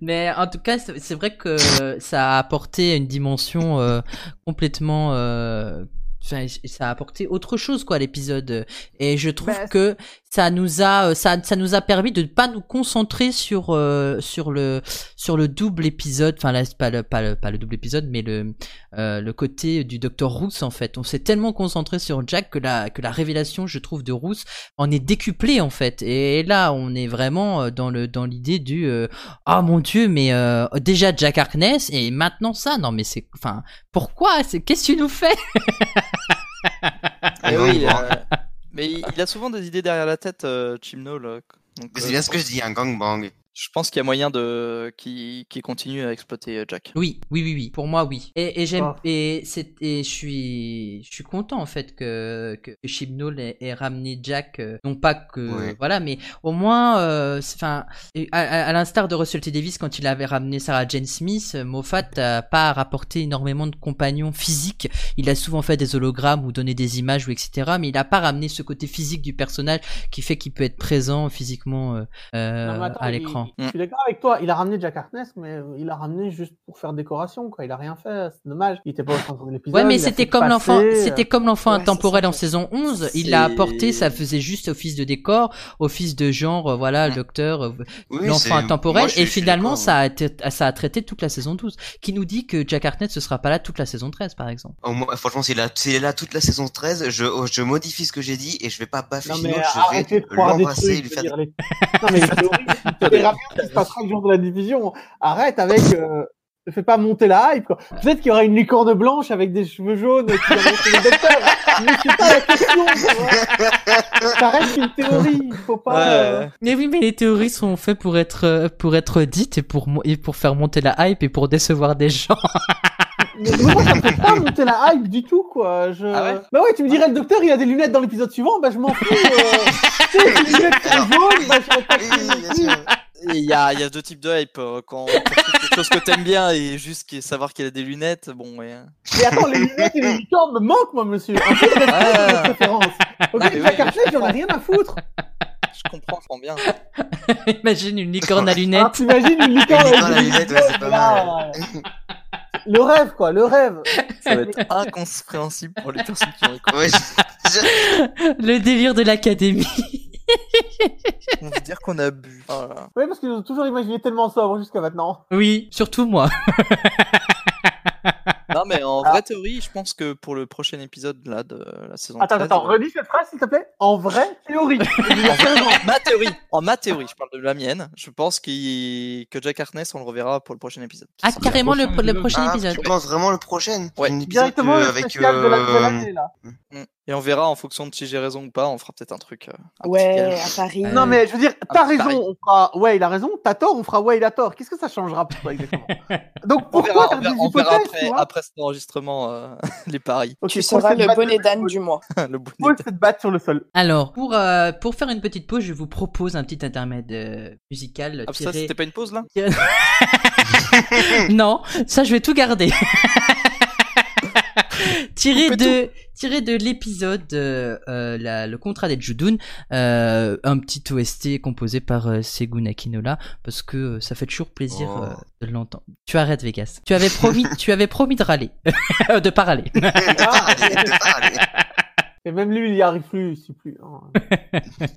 [SPEAKER 5] Mais en tout cas, c'est c'est vrai que ça a apporté une dimension euh, complètement. euh, enfin, ça a apporté autre chose quoi à l'épisode et je trouve
[SPEAKER 2] Bah,
[SPEAKER 5] que ça nous a euh, ça, ça nous a permis de ne pas nous concentrer sur euh, sur le sur le double épisode enfin là c'est pas le pas le pas le double épisode mais le euh, le côté du docteur Roos en fait on s'est tellement concentré sur Jack que la que la révélation je trouve de Roos en est décuplée en fait et là on est vraiment euh, dans le dans l'idée du euh, ah mon dieu, mais euh, déjà Jack Harkness et maintenant ça. Non mais c'est, enfin, pourquoi C'est qu'est-ce que tu nous fais
[SPEAKER 3] Eh
[SPEAKER 5] Eh
[SPEAKER 4] Ah
[SPEAKER 3] oui,
[SPEAKER 4] bon.
[SPEAKER 3] euh, mais il il a souvent des idées derrière la tête, euh, Chim Nol, euh, donc,
[SPEAKER 4] Mais
[SPEAKER 3] euh,
[SPEAKER 4] C'est bien ce que je dis, un gangbang.
[SPEAKER 3] Je pense qu'il y a moyen de qu'il qu'il continue à exploiter euh, Jack.
[SPEAKER 5] Oui, oui, oui, oui. Pour moi, oui. Et, et j'aime,
[SPEAKER 2] Ah.
[SPEAKER 5] et c'est, et je suis, je suis content en fait que que Chibnall ait, ait ramené Jack. euh, non pas que,
[SPEAKER 4] Ouais.
[SPEAKER 5] voilà, mais au moins, euh, c'est- enfin, et à, à- à l'instar de Russell T Davis quand il avait ramené Sarah Jane Smith, euh, Moffat n'a pas rapporté énormément de compagnons physiques Il a souvent fait des hologrammes ou donné des images ou etc. Mais il a pas ramené ce côté physique du personnage qui fait qu'il peut être présent physiquement euh, euh,
[SPEAKER 2] non, mais attends,
[SPEAKER 5] à
[SPEAKER 2] il-
[SPEAKER 5] l'écran.
[SPEAKER 2] Je suis d'accord avec toi. Il a ramené Jack Harkness, mais euh, il l'a ramené juste pour faire décoration. Quoi. Il a rien fait. C'est dommage. Il était pas au centre de l'épisode.
[SPEAKER 5] Ouais, mais
[SPEAKER 2] il a
[SPEAKER 5] c'était
[SPEAKER 2] fait
[SPEAKER 5] comme
[SPEAKER 2] passer,
[SPEAKER 5] l'enfant,
[SPEAKER 2] euh,
[SPEAKER 5] c'était comme l'enfant
[SPEAKER 8] ouais,
[SPEAKER 5] intemporel
[SPEAKER 8] c'est
[SPEAKER 5] en
[SPEAKER 8] ça.
[SPEAKER 5] saison 11. Il l'a
[SPEAKER 3] C'est-
[SPEAKER 5] apporté, ça faisait juste office de décor, office de genre, euh, voilà, docteur, euh,
[SPEAKER 4] Oui, c'est-
[SPEAKER 5] l'enfant
[SPEAKER 4] moi,
[SPEAKER 5] intemporel.
[SPEAKER 4] je suis-
[SPEAKER 5] Et
[SPEAKER 4] je suis
[SPEAKER 5] finalement,
[SPEAKER 4] d'accord.
[SPEAKER 5] ça a, été- ça a traité toute la saison 12. Qui nous dit que Jack Hartnett ne sera pas là toute la saison 13, par exemple.
[SPEAKER 4] Au moins, franchement, s'il est, s'il est là toute la saison 13, je, oh, je modifie ce que j'ai dit et je vais pas baffer
[SPEAKER 2] Non,
[SPEAKER 4] Chibnall,
[SPEAKER 2] mais
[SPEAKER 4] je
[SPEAKER 2] arrêtez
[SPEAKER 4] vais
[SPEAKER 2] de croire des
[SPEAKER 4] l'embrasser et
[SPEAKER 2] trucs.
[SPEAKER 4] lui
[SPEAKER 2] de
[SPEAKER 4] faire
[SPEAKER 2] dire les- Non, mais c'est horrible. C'est rare qu'il se passe chaque jour de la division. Arrête avec. euh, Ne fais pas monter la hype. quoi. Peut-être qu'il y aura une licorne blanche avec des cheveux jaunes qui va montrer le docteur. Mais c'est pas la question. tu vois. Ça reste une théorie. Il faut pas. euh,
[SPEAKER 3] Ouais.
[SPEAKER 5] Mais oui, mais les théories sont faites pour être, euh, pour être dites et pour, mo- et pour faire monter la hype et pour décevoir des gens.
[SPEAKER 2] Mais mais moi, ça me fait pas monter la hype du tout, quoi. Je...
[SPEAKER 3] Ah ouais
[SPEAKER 2] bah ouais, tu me dirais, le docteur, il a des lunettes dans l'épisode suivant, bah je m'en fous. Euh... tu sais, des lunettes très jaunes, bah je serais pas
[SPEAKER 4] Oui,
[SPEAKER 2] cool non
[SPEAKER 4] bien
[SPEAKER 2] plus.
[SPEAKER 4] sûr.
[SPEAKER 3] Et Il y a, il y a deux types de hype. euh, Quand quand tu fais quelque chose que t'aimes bien et juste qu'il- savoir qu'il a des lunettes, bon. ouais. hein.
[SPEAKER 2] Mais attends, les lunettes et les licornes me manquent, moi, monsieur. Un peu de respect de
[SPEAKER 3] Ah.
[SPEAKER 2] votre préférence. Ok,
[SPEAKER 3] mais oui,
[SPEAKER 2] Jack Hartnett, j'en ai rien à foutre. Ah,
[SPEAKER 3] Je comprends, je comprends bien.
[SPEAKER 5] Imagine une licorne à
[SPEAKER 2] Ah,
[SPEAKER 5] lunettes.
[SPEAKER 2] T'imagines une licorne
[SPEAKER 4] Une licorne à
[SPEAKER 2] avec des
[SPEAKER 4] lunettes, ouais, c'est pas mal.
[SPEAKER 2] Voilà. Le rêve, quoi, le rêve.
[SPEAKER 3] Ça va être incompréhensible pour les personnes qui ont écouté.
[SPEAKER 4] Ouais, je- je-
[SPEAKER 5] Le délire de l'académie.
[SPEAKER 3] On veut dire qu'on a bu. Oh là là.
[SPEAKER 2] Oui, parce qu'ils ont toujours imaginé tellement sobre jusqu'à maintenant.
[SPEAKER 5] Oui, surtout moi.
[SPEAKER 3] Non, mais en vraie théorie, je pense que pour le prochain épisode là, de la saison
[SPEAKER 2] Attends,
[SPEAKER 3] 13,
[SPEAKER 2] attends,
[SPEAKER 3] euh,
[SPEAKER 2] redis cette phrase, s'il te plaît. En vraie théorie.
[SPEAKER 3] en, vrai- en ma théorie, en ma théorie, je parle de la mienne, je pense qu'il- que Jack Harkness, on le reverra pour le prochain épisode.
[SPEAKER 5] Ah, carrément le,
[SPEAKER 1] prochain
[SPEAKER 5] le
[SPEAKER 1] épisode.
[SPEAKER 5] prochain
[SPEAKER 4] Ah,
[SPEAKER 5] épisode.
[SPEAKER 4] tu penses vraiment le prochain
[SPEAKER 3] Ouais.
[SPEAKER 4] Un épisode,
[SPEAKER 2] Directement
[SPEAKER 4] euh,
[SPEAKER 2] le
[SPEAKER 4] avec
[SPEAKER 2] spécial de la
[SPEAKER 4] euh,
[SPEAKER 2] nouvelle année, là.
[SPEAKER 3] Mm. Et on verra en fonction de si j'ai raison ou pas, on fera peut-être un truc. euh, un petit
[SPEAKER 8] Ouais,
[SPEAKER 3] gage.
[SPEAKER 8] à Paris.
[SPEAKER 5] Euh,
[SPEAKER 2] Non, mais je veux dire,
[SPEAKER 3] Ah,
[SPEAKER 2] t'as
[SPEAKER 3] pareil.
[SPEAKER 2] raison, on fera ouais, il a raison, t'as tort, on fera ouais, il a tort. Qu'est-ce que ça changera pour toi exactement Donc
[SPEAKER 3] On
[SPEAKER 2] pourquoi
[SPEAKER 3] verra,
[SPEAKER 2] faire
[SPEAKER 3] on
[SPEAKER 2] des
[SPEAKER 3] verra- on verra
[SPEAKER 2] hypothèses tu
[SPEAKER 3] après,
[SPEAKER 2] vois
[SPEAKER 3] après cet enregistrement euh, les paris.
[SPEAKER 2] Ok,
[SPEAKER 8] Tu seras
[SPEAKER 2] pose cette
[SPEAKER 8] le
[SPEAKER 2] batte-
[SPEAKER 8] bonnet d'âne du mois.
[SPEAKER 3] le bonnet
[SPEAKER 2] Pose cette batte sur le sol.
[SPEAKER 5] Alors, pour, euh, pour faire une petite pause, je vous propose un petit intermède euh, musical.
[SPEAKER 3] Ah, ça,
[SPEAKER 5] tiré-
[SPEAKER 3] c'était pas une pause là
[SPEAKER 5] tiré- non, ça je vais tout garder. tiré
[SPEAKER 3] Coupez
[SPEAKER 5] de tiré de l'épisode euh, euh, la- le contrat d'Ed Judoun, euh, un petit OST composé par euh, Segun Akinola parce que euh, ça fait toujours plaisir
[SPEAKER 4] Oh.
[SPEAKER 5] euh, de l'entendre. Tu arrêtes Vegas. Tu avais promis tu avais promis de râler de pas râler.
[SPEAKER 4] Ah, allez, allez.
[SPEAKER 2] Et même lui, il y arrive plus, c'est plus. hein.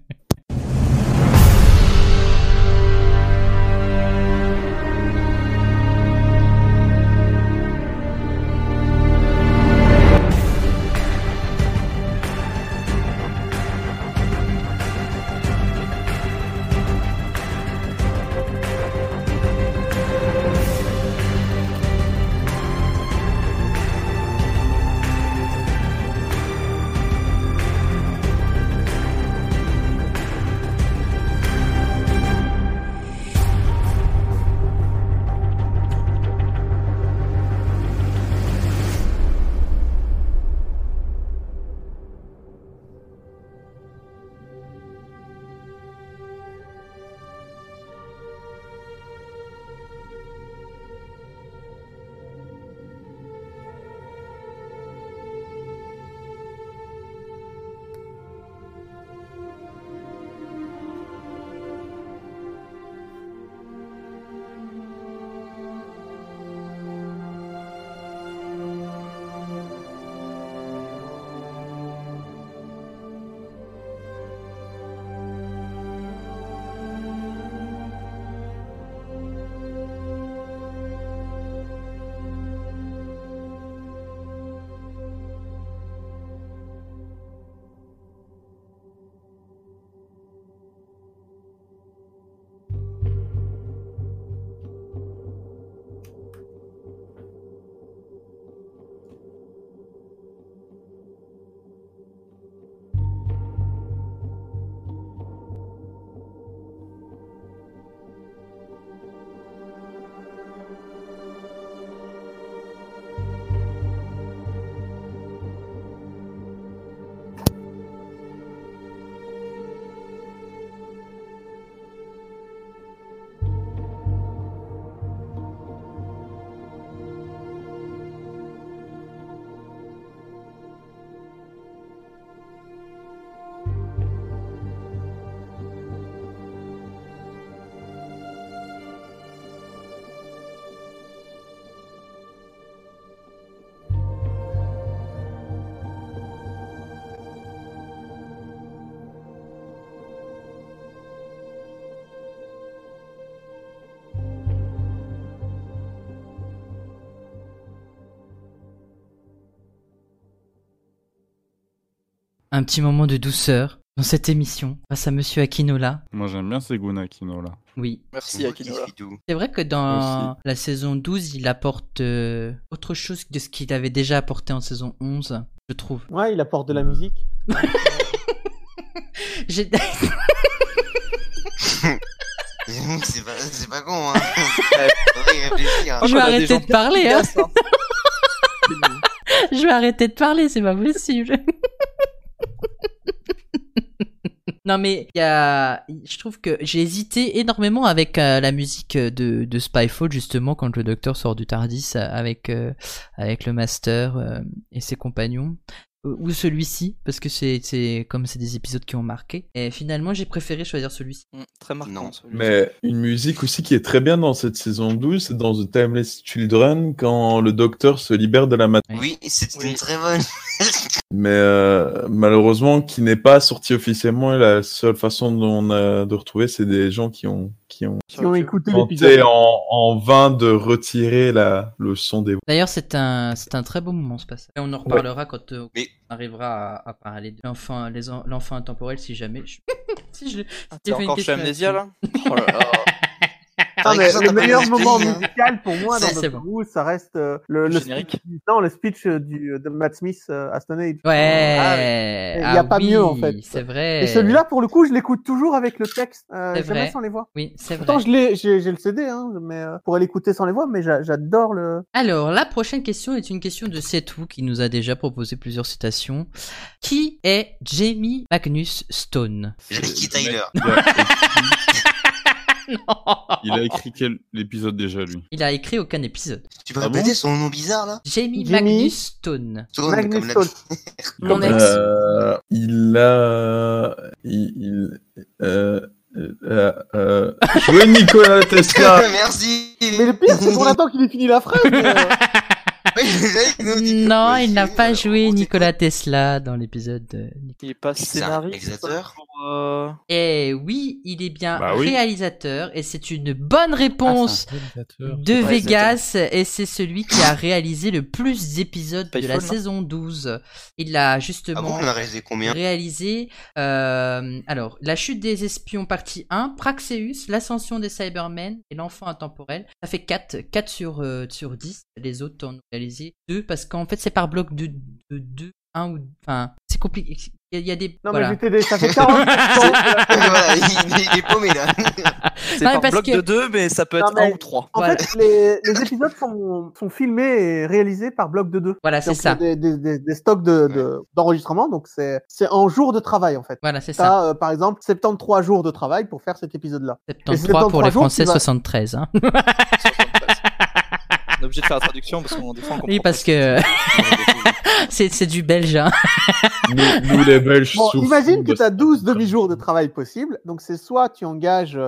[SPEAKER 5] un petit moment de douceur dans cette émission grâce à Monsieur Akinola.
[SPEAKER 1] Moi j'aime bien Seguna Kino là.
[SPEAKER 5] Oui.
[SPEAKER 3] Merci Akinola.
[SPEAKER 5] C'est vrai que dans la saison 12, il apporte euh, autre chose de ce qu'il avait déjà apporté en saison 11, je trouve.
[SPEAKER 2] Ouais, il apporte de la musique.
[SPEAKER 5] J'ai-
[SPEAKER 4] c'est pas, c'est pas con, hein. Faudrait y réfléchir.
[SPEAKER 5] je vais arrêter de parler. hein. je vais arrêter de parler, c'est pas possible. Non mais il y a, je trouve que j'ai hésité énormément avec euh, la musique de, de Spyfall justement quand le docteur sort du Tardis euh, avec euh, avec le master euh, et ses compagnons ou ou celui-ci parce que c'est c'est comme c'est des épisodes qui ont marqué et finalement j'ai préféré choisir celui-ci.
[SPEAKER 3] Mm, Très marquant.
[SPEAKER 4] Non.
[SPEAKER 3] celui-là.
[SPEAKER 7] Mais une musique aussi qui est très bien dans cette saison 12, c'est dans The Timeless Children, quand le docteur se libère de la matrice.
[SPEAKER 4] Oui, c'est
[SPEAKER 3] Oui.
[SPEAKER 4] une très bonne.
[SPEAKER 7] Mais euh, malheureusement, qui n'est pas sorti officiellement, et la seule façon dont on a de retrouver, c'est des gens qui ont, qui ont
[SPEAKER 2] Qui ont écouté l'épisode.
[SPEAKER 7] tenté en, en vain de retirer la, le son des voix.
[SPEAKER 5] D'ailleurs c'est un c'est un très beau moment ce passage. Et on en reparlera quand euh,
[SPEAKER 4] Mais-
[SPEAKER 5] on arrivera à, à parler de l'enfant les en- l'enfant intemporel si jamais je... si je
[SPEAKER 3] Ah,
[SPEAKER 5] J'ai
[SPEAKER 3] T'as
[SPEAKER 5] fait une
[SPEAKER 3] encore chez
[SPEAKER 5] question
[SPEAKER 3] Amnésia là Oh là là.
[SPEAKER 5] Ah,
[SPEAKER 2] Non, mais
[SPEAKER 4] Ça,
[SPEAKER 2] le
[SPEAKER 4] t'as
[SPEAKER 2] meilleur
[SPEAKER 4] pas
[SPEAKER 2] moment
[SPEAKER 4] d'esprit, hein.
[SPEAKER 2] musical pour moi dans
[SPEAKER 5] Ça, c'est
[SPEAKER 2] Doctor Who, ça reste euh, le,
[SPEAKER 3] Le
[SPEAKER 2] le
[SPEAKER 3] générique.
[SPEAKER 2] speech- non, le speech euh, du, de Matt Smith euh, à Stone Age.
[SPEAKER 5] Ouais.
[SPEAKER 2] Ah, oui. Il y a
[SPEAKER 5] Ah
[SPEAKER 2] pas
[SPEAKER 5] oui,
[SPEAKER 2] mieux, en fait.
[SPEAKER 5] C'est vrai.
[SPEAKER 2] Et celui-là, pour le coup, je l'écoute toujours avec le texte, euh,
[SPEAKER 5] C'est
[SPEAKER 2] jamais
[SPEAKER 5] vrai.
[SPEAKER 2] sans les voix.
[SPEAKER 5] Oui, c'est vrai.
[SPEAKER 2] Pourtant, je l'ai, j'ai, j'ai le CD, hein, mais euh, pour l'écouter sans les voix, mais j'a- j'adore le.
[SPEAKER 5] Alors, la prochaine question est une question de Setou qui nous a déjà proposé plusieurs citations. Qui est Jamie Magnus Stone
[SPEAKER 1] C'est-
[SPEAKER 4] Jackie Tyler.
[SPEAKER 1] Il a-
[SPEAKER 5] Non.
[SPEAKER 1] Il a écrit quel épisode déjà, lui
[SPEAKER 5] Il a écrit aucun épisode.
[SPEAKER 4] Tu peux
[SPEAKER 1] Ah bon
[SPEAKER 4] répéter son nom bizarre là
[SPEAKER 5] Jamie,
[SPEAKER 2] Jamie-
[SPEAKER 5] Magnus Stone.
[SPEAKER 4] Stone, comme
[SPEAKER 2] Magnus
[SPEAKER 4] la-
[SPEAKER 2] Stone.
[SPEAKER 5] Mon ex.
[SPEAKER 7] Euh, il a. Il. il- euh, euh, euh, joué Nicolas Tesla
[SPEAKER 4] Merci.
[SPEAKER 2] Mais le pire, c'est qu'on attend qu'il ait fini la phrase. mais, euh,
[SPEAKER 5] Non, il n'a pas joué
[SPEAKER 4] On dit-
[SPEAKER 5] Nikola Tesla dans l'épisode. de-
[SPEAKER 3] Il est pas
[SPEAKER 4] C'est un
[SPEAKER 3] scénariste
[SPEAKER 4] réalisateur
[SPEAKER 3] pour, euh,
[SPEAKER 5] Eh oui, il est bien
[SPEAKER 1] Bah oui.
[SPEAKER 5] réalisateur et c'est une bonne réponse.
[SPEAKER 2] Ah,
[SPEAKER 5] de
[SPEAKER 4] Ouais,
[SPEAKER 5] Vegas et c'est celui qui a réalisé le plus d'épisodes de la
[SPEAKER 3] Payphone, non
[SPEAKER 5] saison 12. Il l'a justement
[SPEAKER 4] Ah bon, on a réalisé combien
[SPEAKER 5] réalisé euh, alors La chute des espions partie 1, Praxeus, l'ascension des Cybermen et l'enfant intemporel. Ça fait 4, 4 sur, euh, sur 10. Les autres en ont réalisé 2 parce qu'en fait c'est par bloc de 2, 1 ou... Enfin, c'est compliqué. Il y, a- il y a des...
[SPEAKER 2] Non,
[SPEAKER 5] voilà.
[SPEAKER 2] mais j'étais des... ça fait 40
[SPEAKER 4] Voilà, euh, il, il est paumé là.
[SPEAKER 3] C'est
[SPEAKER 5] Non, mais
[SPEAKER 3] par
[SPEAKER 5] parce
[SPEAKER 3] bloc
[SPEAKER 5] que-
[SPEAKER 3] de deux, mais ça peut
[SPEAKER 2] Non,
[SPEAKER 3] être
[SPEAKER 2] mais-
[SPEAKER 3] un ou trois.
[SPEAKER 2] En
[SPEAKER 5] Voilà.
[SPEAKER 2] fait, les, les épisodes sont, sont filmés et réalisés par bloc de deux.
[SPEAKER 5] Voilà, c'est
[SPEAKER 2] Donc,
[SPEAKER 5] ça.
[SPEAKER 2] Des, des, des, des stocks de, de- d'enregistrement, donc c'est, c'est en jours de travail en fait.
[SPEAKER 5] Voilà, c'est ça.
[SPEAKER 2] T'as, euh, par exemple, 73 jours de travail pour faire cet épisode-là.
[SPEAKER 5] 73 pour les
[SPEAKER 2] 73 jours,
[SPEAKER 5] Français,
[SPEAKER 2] tu vas-
[SPEAKER 5] 73. hein.
[SPEAKER 3] On est obligé de faire la traduction parce qu'on des fois on comprend
[SPEAKER 5] Oui, parce que c'est c'est du belge. hein.
[SPEAKER 7] Nous, nous, les Belges
[SPEAKER 2] Bon,
[SPEAKER 7] souffrons
[SPEAKER 2] imagine que
[SPEAKER 7] de
[SPEAKER 2] tu as
[SPEAKER 7] cette
[SPEAKER 2] 12
[SPEAKER 7] contrainte.
[SPEAKER 2] demi-jours de travail possible. Donc, c'est soit tu engages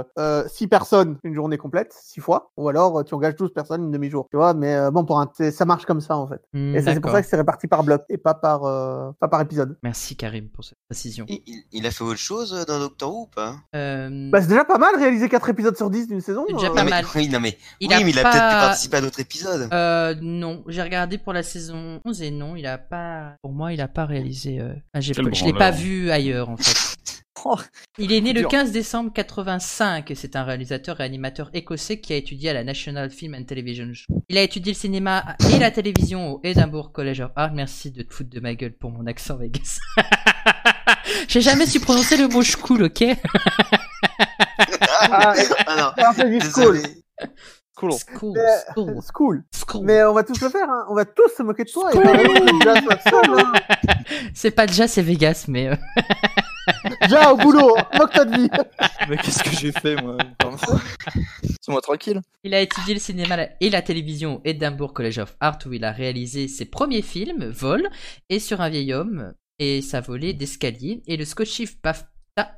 [SPEAKER 2] 6 personnes une journée complète, 6 fois, ou alors euh, tu engages 12 personnes une demi-jour. Tu vois, mais euh, bon, pour un, c'est- ça marche comme ça en fait.
[SPEAKER 5] Hmm,
[SPEAKER 2] Et ça, c'est pour
[SPEAKER 5] D'accord.
[SPEAKER 2] ça que c'est réparti par bloc et pas par, euh, pas par épisode.
[SPEAKER 5] Merci Karim pour cette précision.
[SPEAKER 4] Il, il- il a fait autre chose euh, dans Doctor Who ou pas
[SPEAKER 5] Euh,
[SPEAKER 2] Bah, c'est déjà pas mal réaliser 4 épisodes sur 10 d'une saison.
[SPEAKER 5] C'est déjà
[SPEAKER 2] euh,
[SPEAKER 5] pas
[SPEAKER 4] Non, mais-
[SPEAKER 5] mal.
[SPEAKER 4] Oui, non, mais
[SPEAKER 5] il
[SPEAKER 4] oui,
[SPEAKER 5] a
[SPEAKER 4] mais il a
[SPEAKER 5] pas-
[SPEAKER 4] peut-être participé à d'autres épisodes.
[SPEAKER 5] Euh, non, j'ai regardé pour la saison 11 et non, il a pas. Pour moi, il a pas réalisé. euh, ah, j'ai
[SPEAKER 1] Quel
[SPEAKER 5] pas- Je l'ai pas
[SPEAKER 1] branleur.
[SPEAKER 5] vu ailleurs en fait.
[SPEAKER 3] Oh,
[SPEAKER 5] Il est né le
[SPEAKER 3] Dur.
[SPEAKER 5] 15 décembre 85 et c'est un réalisateur et animateur écossais qui a étudié à la National Film and Television Show. Il a étudié le cinéma et la télévision au Edinburgh College of Art. Merci de te foutre de ma gueule pour mon accent Vegas. j'ai jamais su prononcer le mot cool, ok
[SPEAKER 2] Ah, et-
[SPEAKER 4] Ah non,
[SPEAKER 2] et après, du school.
[SPEAKER 4] désolé.
[SPEAKER 3] cool.
[SPEAKER 5] School,
[SPEAKER 2] Mais-
[SPEAKER 5] school,
[SPEAKER 2] School.
[SPEAKER 5] school.
[SPEAKER 2] Mais on va tous le faire, hein. on va tous se moquer de toi. Et
[SPEAKER 5] School.
[SPEAKER 2] t'as raison, t'es déjà toi seul, hein.
[SPEAKER 5] C'est pas déjà, c'est Vegas, mais. euh,
[SPEAKER 2] Déjà au boulot, moque-toi de vie.
[SPEAKER 3] Mais qu'est-ce que j'ai fait moi Laisse-moi tranquille.
[SPEAKER 5] Il a étudié le cinéma et la télévision au Edinburgh College of Art où il a réalisé ses premiers films, Vol et Sur un vieil homme et sa volée d'escalier. Et le Scotchiff BAFTA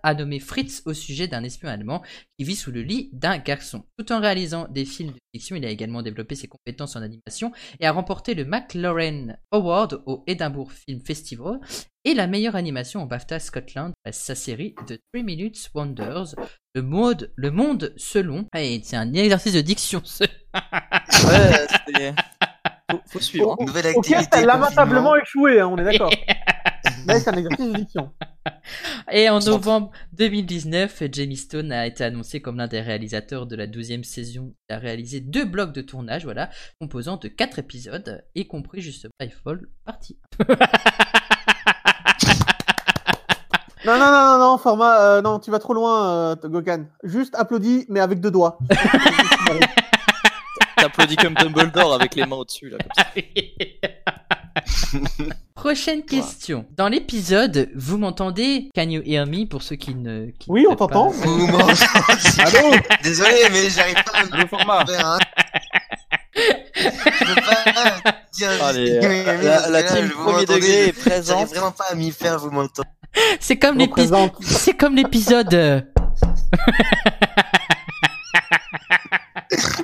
[SPEAKER 5] a nommé Fritz au sujet d'un espion allemand qui vit sous le lit d'un garçon. Tout en réalisant des films de fiction, il a également développé ses compétences en animation et a remporté le McLaren Award au Edinburgh Film Festival et la meilleure animation au BAFTA Scotland à sa série The 3 Minutes Wonders le mode, le monde selon. Et c'est un exercice de diction. ce-
[SPEAKER 3] Ouais, c'est. Faut, faut suivre. hein.
[SPEAKER 4] Nouvelle
[SPEAKER 2] Ok,
[SPEAKER 4] activité.
[SPEAKER 2] t'as lamentablement hein,
[SPEAKER 4] confinement.
[SPEAKER 2] échoué, hein, on est d'accord. Là, c'est un exercice de diction.
[SPEAKER 5] Et en novembre 2019, Jamie Stone a été annoncé comme l'un des réalisateurs de la 12e saison. Il a réalisé deux blocs de tournage, voilà, composant de quatre épisodes, y compris justement Fall partie
[SPEAKER 2] Non, non, non, non, non, format, euh, non, tu vas trop loin, euh, Gokan. Juste applaudis, mais avec deux doigts.
[SPEAKER 3] T'applaudis comme Dumbledore avec les mains au-dessus, là. comme ça.
[SPEAKER 5] 1. Prochaine question. Dans l'épisode, vous m'entendez Can you hear me pour ceux qui ne. qui
[SPEAKER 2] Oui,
[SPEAKER 5] ne
[SPEAKER 2] on
[SPEAKER 5] savent
[SPEAKER 2] t'entend.
[SPEAKER 5] pas.
[SPEAKER 4] Vous m'entendez
[SPEAKER 1] Allô
[SPEAKER 4] Désolé, mais j'arrive pas à me
[SPEAKER 1] format.
[SPEAKER 4] faire, hein. Je peux pas euh, dire.
[SPEAKER 3] Allez,
[SPEAKER 4] Oui,
[SPEAKER 3] euh,
[SPEAKER 4] oui,
[SPEAKER 3] la,
[SPEAKER 4] parce
[SPEAKER 3] la
[SPEAKER 4] que là,
[SPEAKER 3] team
[SPEAKER 4] je vous
[SPEAKER 3] premier
[SPEAKER 4] entendez,
[SPEAKER 3] degré est
[SPEAKER 4] je-
[SPEAKER 3] présente.
[SPEAKER 4] J'arrive vraiment pas à m'y faire, vous m'entendez.
[SPEAKER 5] C'est comme
[SPEAKER 2] On
[SPEAKER 5] l'épisode.
[SPEAKER 2] présente.
[SPEAKER 5] C'est comme l'épisode. euh,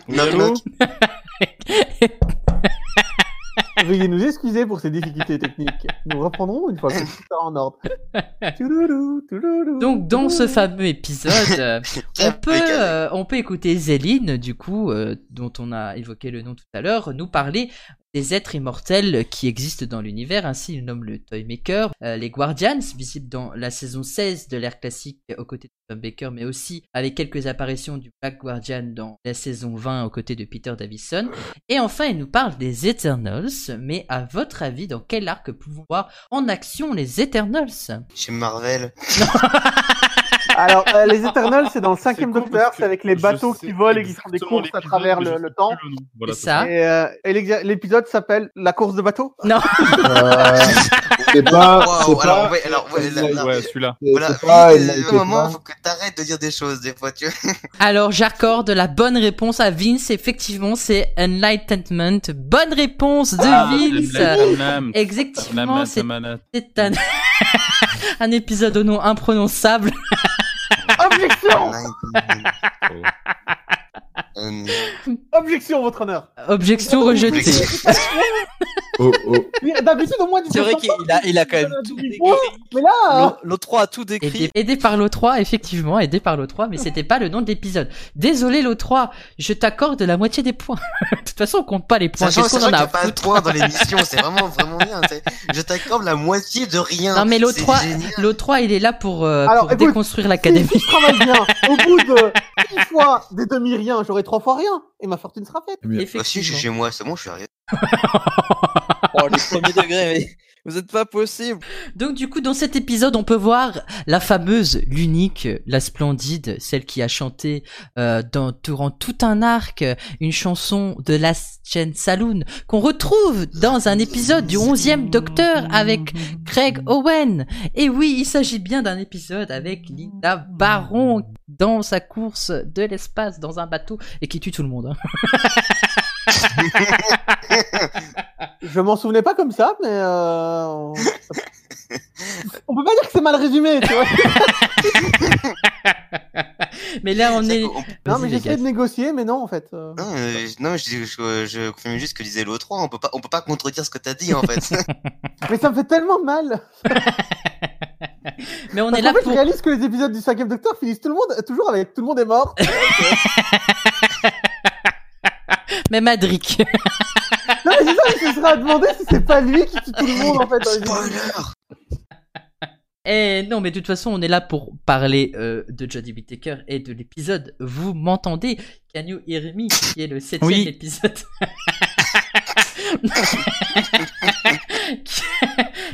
[SPEAKER 4] Knock, knock.
[SPEAKER 2] Veuillez nous excuser pour ces difficultés techniques. Nous reprendrons une fois que tout sera en ordre. Touloulou, touloulou,
[SPEAKER 5] Donc dans ce
[SPEAKER 2] touloulou.
[SPEAKER 5] fameux épisode, euh, on peut
[SPEAKER 4] Impeccable.
[SPEAKER 5] euh, on peut écouter Zéline du coup euh, dont on a évoqué le nom tout à l'heure nous parler des êtres immortels qui existent dans l'univers, ainsi il nomme le Toymaker, euh, les Guardians, visibles dans la saison 16 de l'ère classique euh, aux côtés de Tom Baker, mais aussi avec quelques apparitions du Black Guardian dans la saison 20 aux côtés de Peter Davison. Et enfin, il nous parle des Eternals, mais à votre avis, dans quel arc pouvons voir en action les Eternals
[SPEAKER 4] Chez Marvel.
[SPEAKER 2] Alors, euh, les Eternals, c'est dans le cinquième
[SPEAKER 1] con,
[SPEAKER 2] Docteur,
[SPEAKER 1] parce que
[SPEAKER 2] c'est avec les
[SPEAKER 1] je
[SPEAKER 2] bateaux
[SPEAKER 1] sais
[SPEAKER 2] qui volent et qui font des
[SPEAKER 1] exactement
[SPEAKER 2] courses à
[SPEAKER 1] l'épisode,
[SPEAKER 2] travers
[SPEAKER 1] mais je
[SPEAKER 2] le,
[SPEAKER 1] sais
[SPEAKER 2] le
[SPEAKER 1] plus hein.
[SPEAKER 2] temps.
[SPEAKER 1] nom. Voilà,
[SPEAKER 5] C'est ça.
[SPEAKER 2] Et, euh, et l'exer- l'épisode s'appelle La course de bateau.
[SPEAKER 10] Euh, c'est pas.
[SPEAKER 4] Waouh,
[SPEAKER 10] c'est
[SPEAKER 4] alors,
[SPEAKER 10] pas.
[SPEAKER 4] ouais, alors, ouais, là, là,
[SPEAKER 1] Ouais, celui-là.
[SPEAKER 10] c'est-
[SPEAKER 4] Voilà,
[SPEAKER 10] c'est pas-
[SPEAKER 4] vite,
[SPEAKER 10] il a
[SPEAKER 4] euh,
[SPEAKER 10] été
[SPEAKER 4] un moment,
[SPEAKER 10] pas-
[SPEAKER 4] faut que t'arrêtes de dire des choses, des fois, tu vois.
[SPEAKER 5] Alors j'accorde la bonne réponse à Vince, effectivement c'est Enlightenment. Bonne réponse de
[SPEAKER 4] Ah,
[SPEAKER 2] Ah,
[SPEAKER 5] Vince Exactement, c'est
[SPEAKER 1] Ah,
[SPEAKER 5] c'est un... un épisode au nom imprononçable.
[SPEAKER 4] Ah,
[SPEAKER 2] Objection
[SPEAKER 4] Euh,
[SPEAKER 2] Objection, votre honneur
[SPEAKER 5] Objection rejetée.
[SPEAKER 7] Oh, oh.
[SPEAKER 2] D'habitude, au moins, tu
[SPEAKER 3] C'est vrai
[SPEAKER 2] peux
[SPEAKER 3] qu'il il a, il a quand même
[SPEAKER 2] pas
[SPEAKER 3] tout
[SPEAKER 2] dire
[SPEAKER 3] décrit.
[SPEAKER 2] bon, Mais là, hein.
[SPEAKER 3] L'autre trois a tout décrit.
[SPEAKER 5] Aidé, aidé par l'O3, effectivement, aidé par l'O3, mais c'était pas le nom de l'épisode. Désolé l'O3, je t'accorde la moitié des points. de toute façon, on compte pas les points,
[SPEAKER 4] Sachant,
[SPEAKER 5] qu'est-ce
[SPEAKER 4] sachant
[SPEAKER 5] qu'on
[SPEAKER 4] qu'il n'y
[SPEAKER 5] en
[SPEAKER 4] a
[SPEAKER 5] a à
[SPEAKER 4] pas de
[SPEAKER 5] foutre
[SPEAKER 4] points dans l'émission, c'est vraiment, vraiment bien. tu sais. Je t'accorde la moitié de rien.
[SPEAKER 5] Non, mais l'autre
[SPEAKER 4] C'est
[SPEAKER 5] trois-
[SPEAKER 4] génial. Bah,
[SPEAKER 5] L'O3, il est là pour, euh,
[SPEAKER 2] Alors,
[SPEAKER 5] pour
[SPEAKER 2] écoute,
[SPEAKER 5] déconstruire
[SPEAKER 2] si,
[SPEAKER 5] l'académie.
[SPEAKER 2] si je travaille bien, au bout de six fois des demi-riens, j'aurai trois fois rien, et ma fortune sera faite.
[SPEAKER 4] Bah, si, je suis chez moi, c'est bon, je suis arrivé.
[SPEAKER 3] Oh, les premiers degrés, mais vous êtes pas possible.
[SPEAKER 5] Donc du coup, dans cet épisode, on peut voir la fameuse, l'unique, la splendide, celle qui a chanté euh, dans, durant tout un arc une chanson de Last Chain Saloon qu'on retrouve dans un épisode du 11e Docteur avec Craig Owen. Et oui, il s'agit bien d'un épisode avec Linda Baron dans sa course de l'espace dans un bateau et qui tue tout le monde. hein.
[SPEAKER 2] Je m'en souvenais pas comme ça, mais euh... on... on peut pas dire que c'est mal résumé, tu vois.
[SPEAKER 5] Mais là, on est...
[SPEAKER 4] On-
[SPEAKER 2] Non, mais
[SPEAKER 5] Vas-y, les
[SPEAKER 2] j'essayais
[SPEAKER 5] gars.
[SPEAKER 2] de négocier, mais non, en fait. euh.
[SPEAKER 4] Non, euh, non, mais je, je, je confirme juste ce que disait l'autre 3 on peut pas, on peut pas contredire ce que t'as dit en fait.
[SPEAKER 2] Mais ça me fait tellement mal.
[SPEAKER 5] Mais on
[SPEAKER 2] Parce
[SPEAKER 5] est
[SPEAKER 2] qu'en
[SPEAKER 5] là
[SPEAKER 2] fait, je
[SPEAKER 5] pour...
[SPEAKER 2] réalise que les épisodes du 5 Docteur finissent tout le monde, toujours avec tout le monde est mort.
[SPEAKER 5] Même Adric.
[SPEAKER 2] non, mais c'est ça, je me serais à demander si c'est pas lui qui tue tout le monde, en fait. dans les épisodes.
[SPEAKER 4] Spoiler
[SPEAKER 5] Eh non, mais de toute façon, on est là pour parler euh, de Jodie Whittaker et de l'épisode. Vous m'entendez Can you hear me Qui est le septième
[SPEAKER 3] Oui.
[SPEAKER 5] épisode. Qui-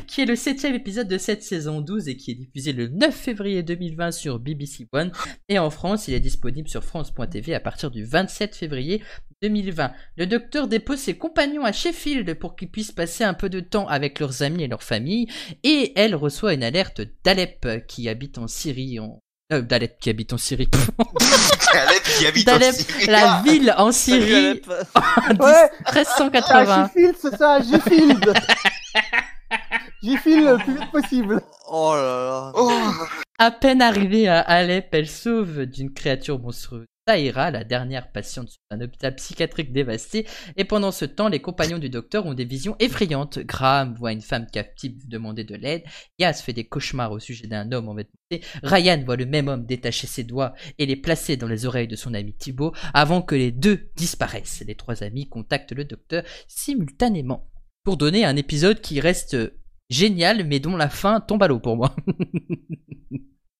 [SPEAKER 5] qui est le septième épisode de cette saison 12 et qui est diffusé le 9 février 2020 sur BBC One. Et en France, il est disponible sur France.tv à partir du 27 février 2020. Le docteur dépose ses compagnons à Sheffield pour qu'ils puissent passer un peu de temps avec leurs amis et leur famille. Et elle reçoit une alerte d'Alep qui habite en Syrie. En... euh, d'Alep qui habite en Syrie.
[SPEAKER 4] Caleb qui habite en
[SPEAKER 5] D'Alep,
[SPEAKER 4] Syrie.
[SPEAKER 5] la ville en Syrie
[SPEAKER 3] Salut, Alep.
[SPEAKER 5] en 10
[SPEAKER 2] Ouais, c'est à
[SPEAKER 5] 1380.
[SPEAKER 2] Sheffield, c'est ça, à Sheffield. Sheffield le plus vite possible.
[SPEAKER 3] Oh là là.
[SPEAKER 4] Oh,
[SPEAKER 5] À peine arrivée à Alep, elle sauve d'une créature monstrueuse. Taïra, la dernière patiente d'un hôpital psychiatrique dévasté, et pendant ce temps, les compagnons du docteur ont des visions effrayantes. Graham voit une femme captive demander de l'aide, Yas fait des cauchemars au sujet d'un homme en vêtements, Ryan voit le même homme détacher ses doigts et les placer dans les oreilles de son ami Thibaut avant que les deux disparaissent. Les trois amis contactent le docteur simultanément pour donner un épisode qui reste génial, mais dont la fin tombe à l'eau pour moi.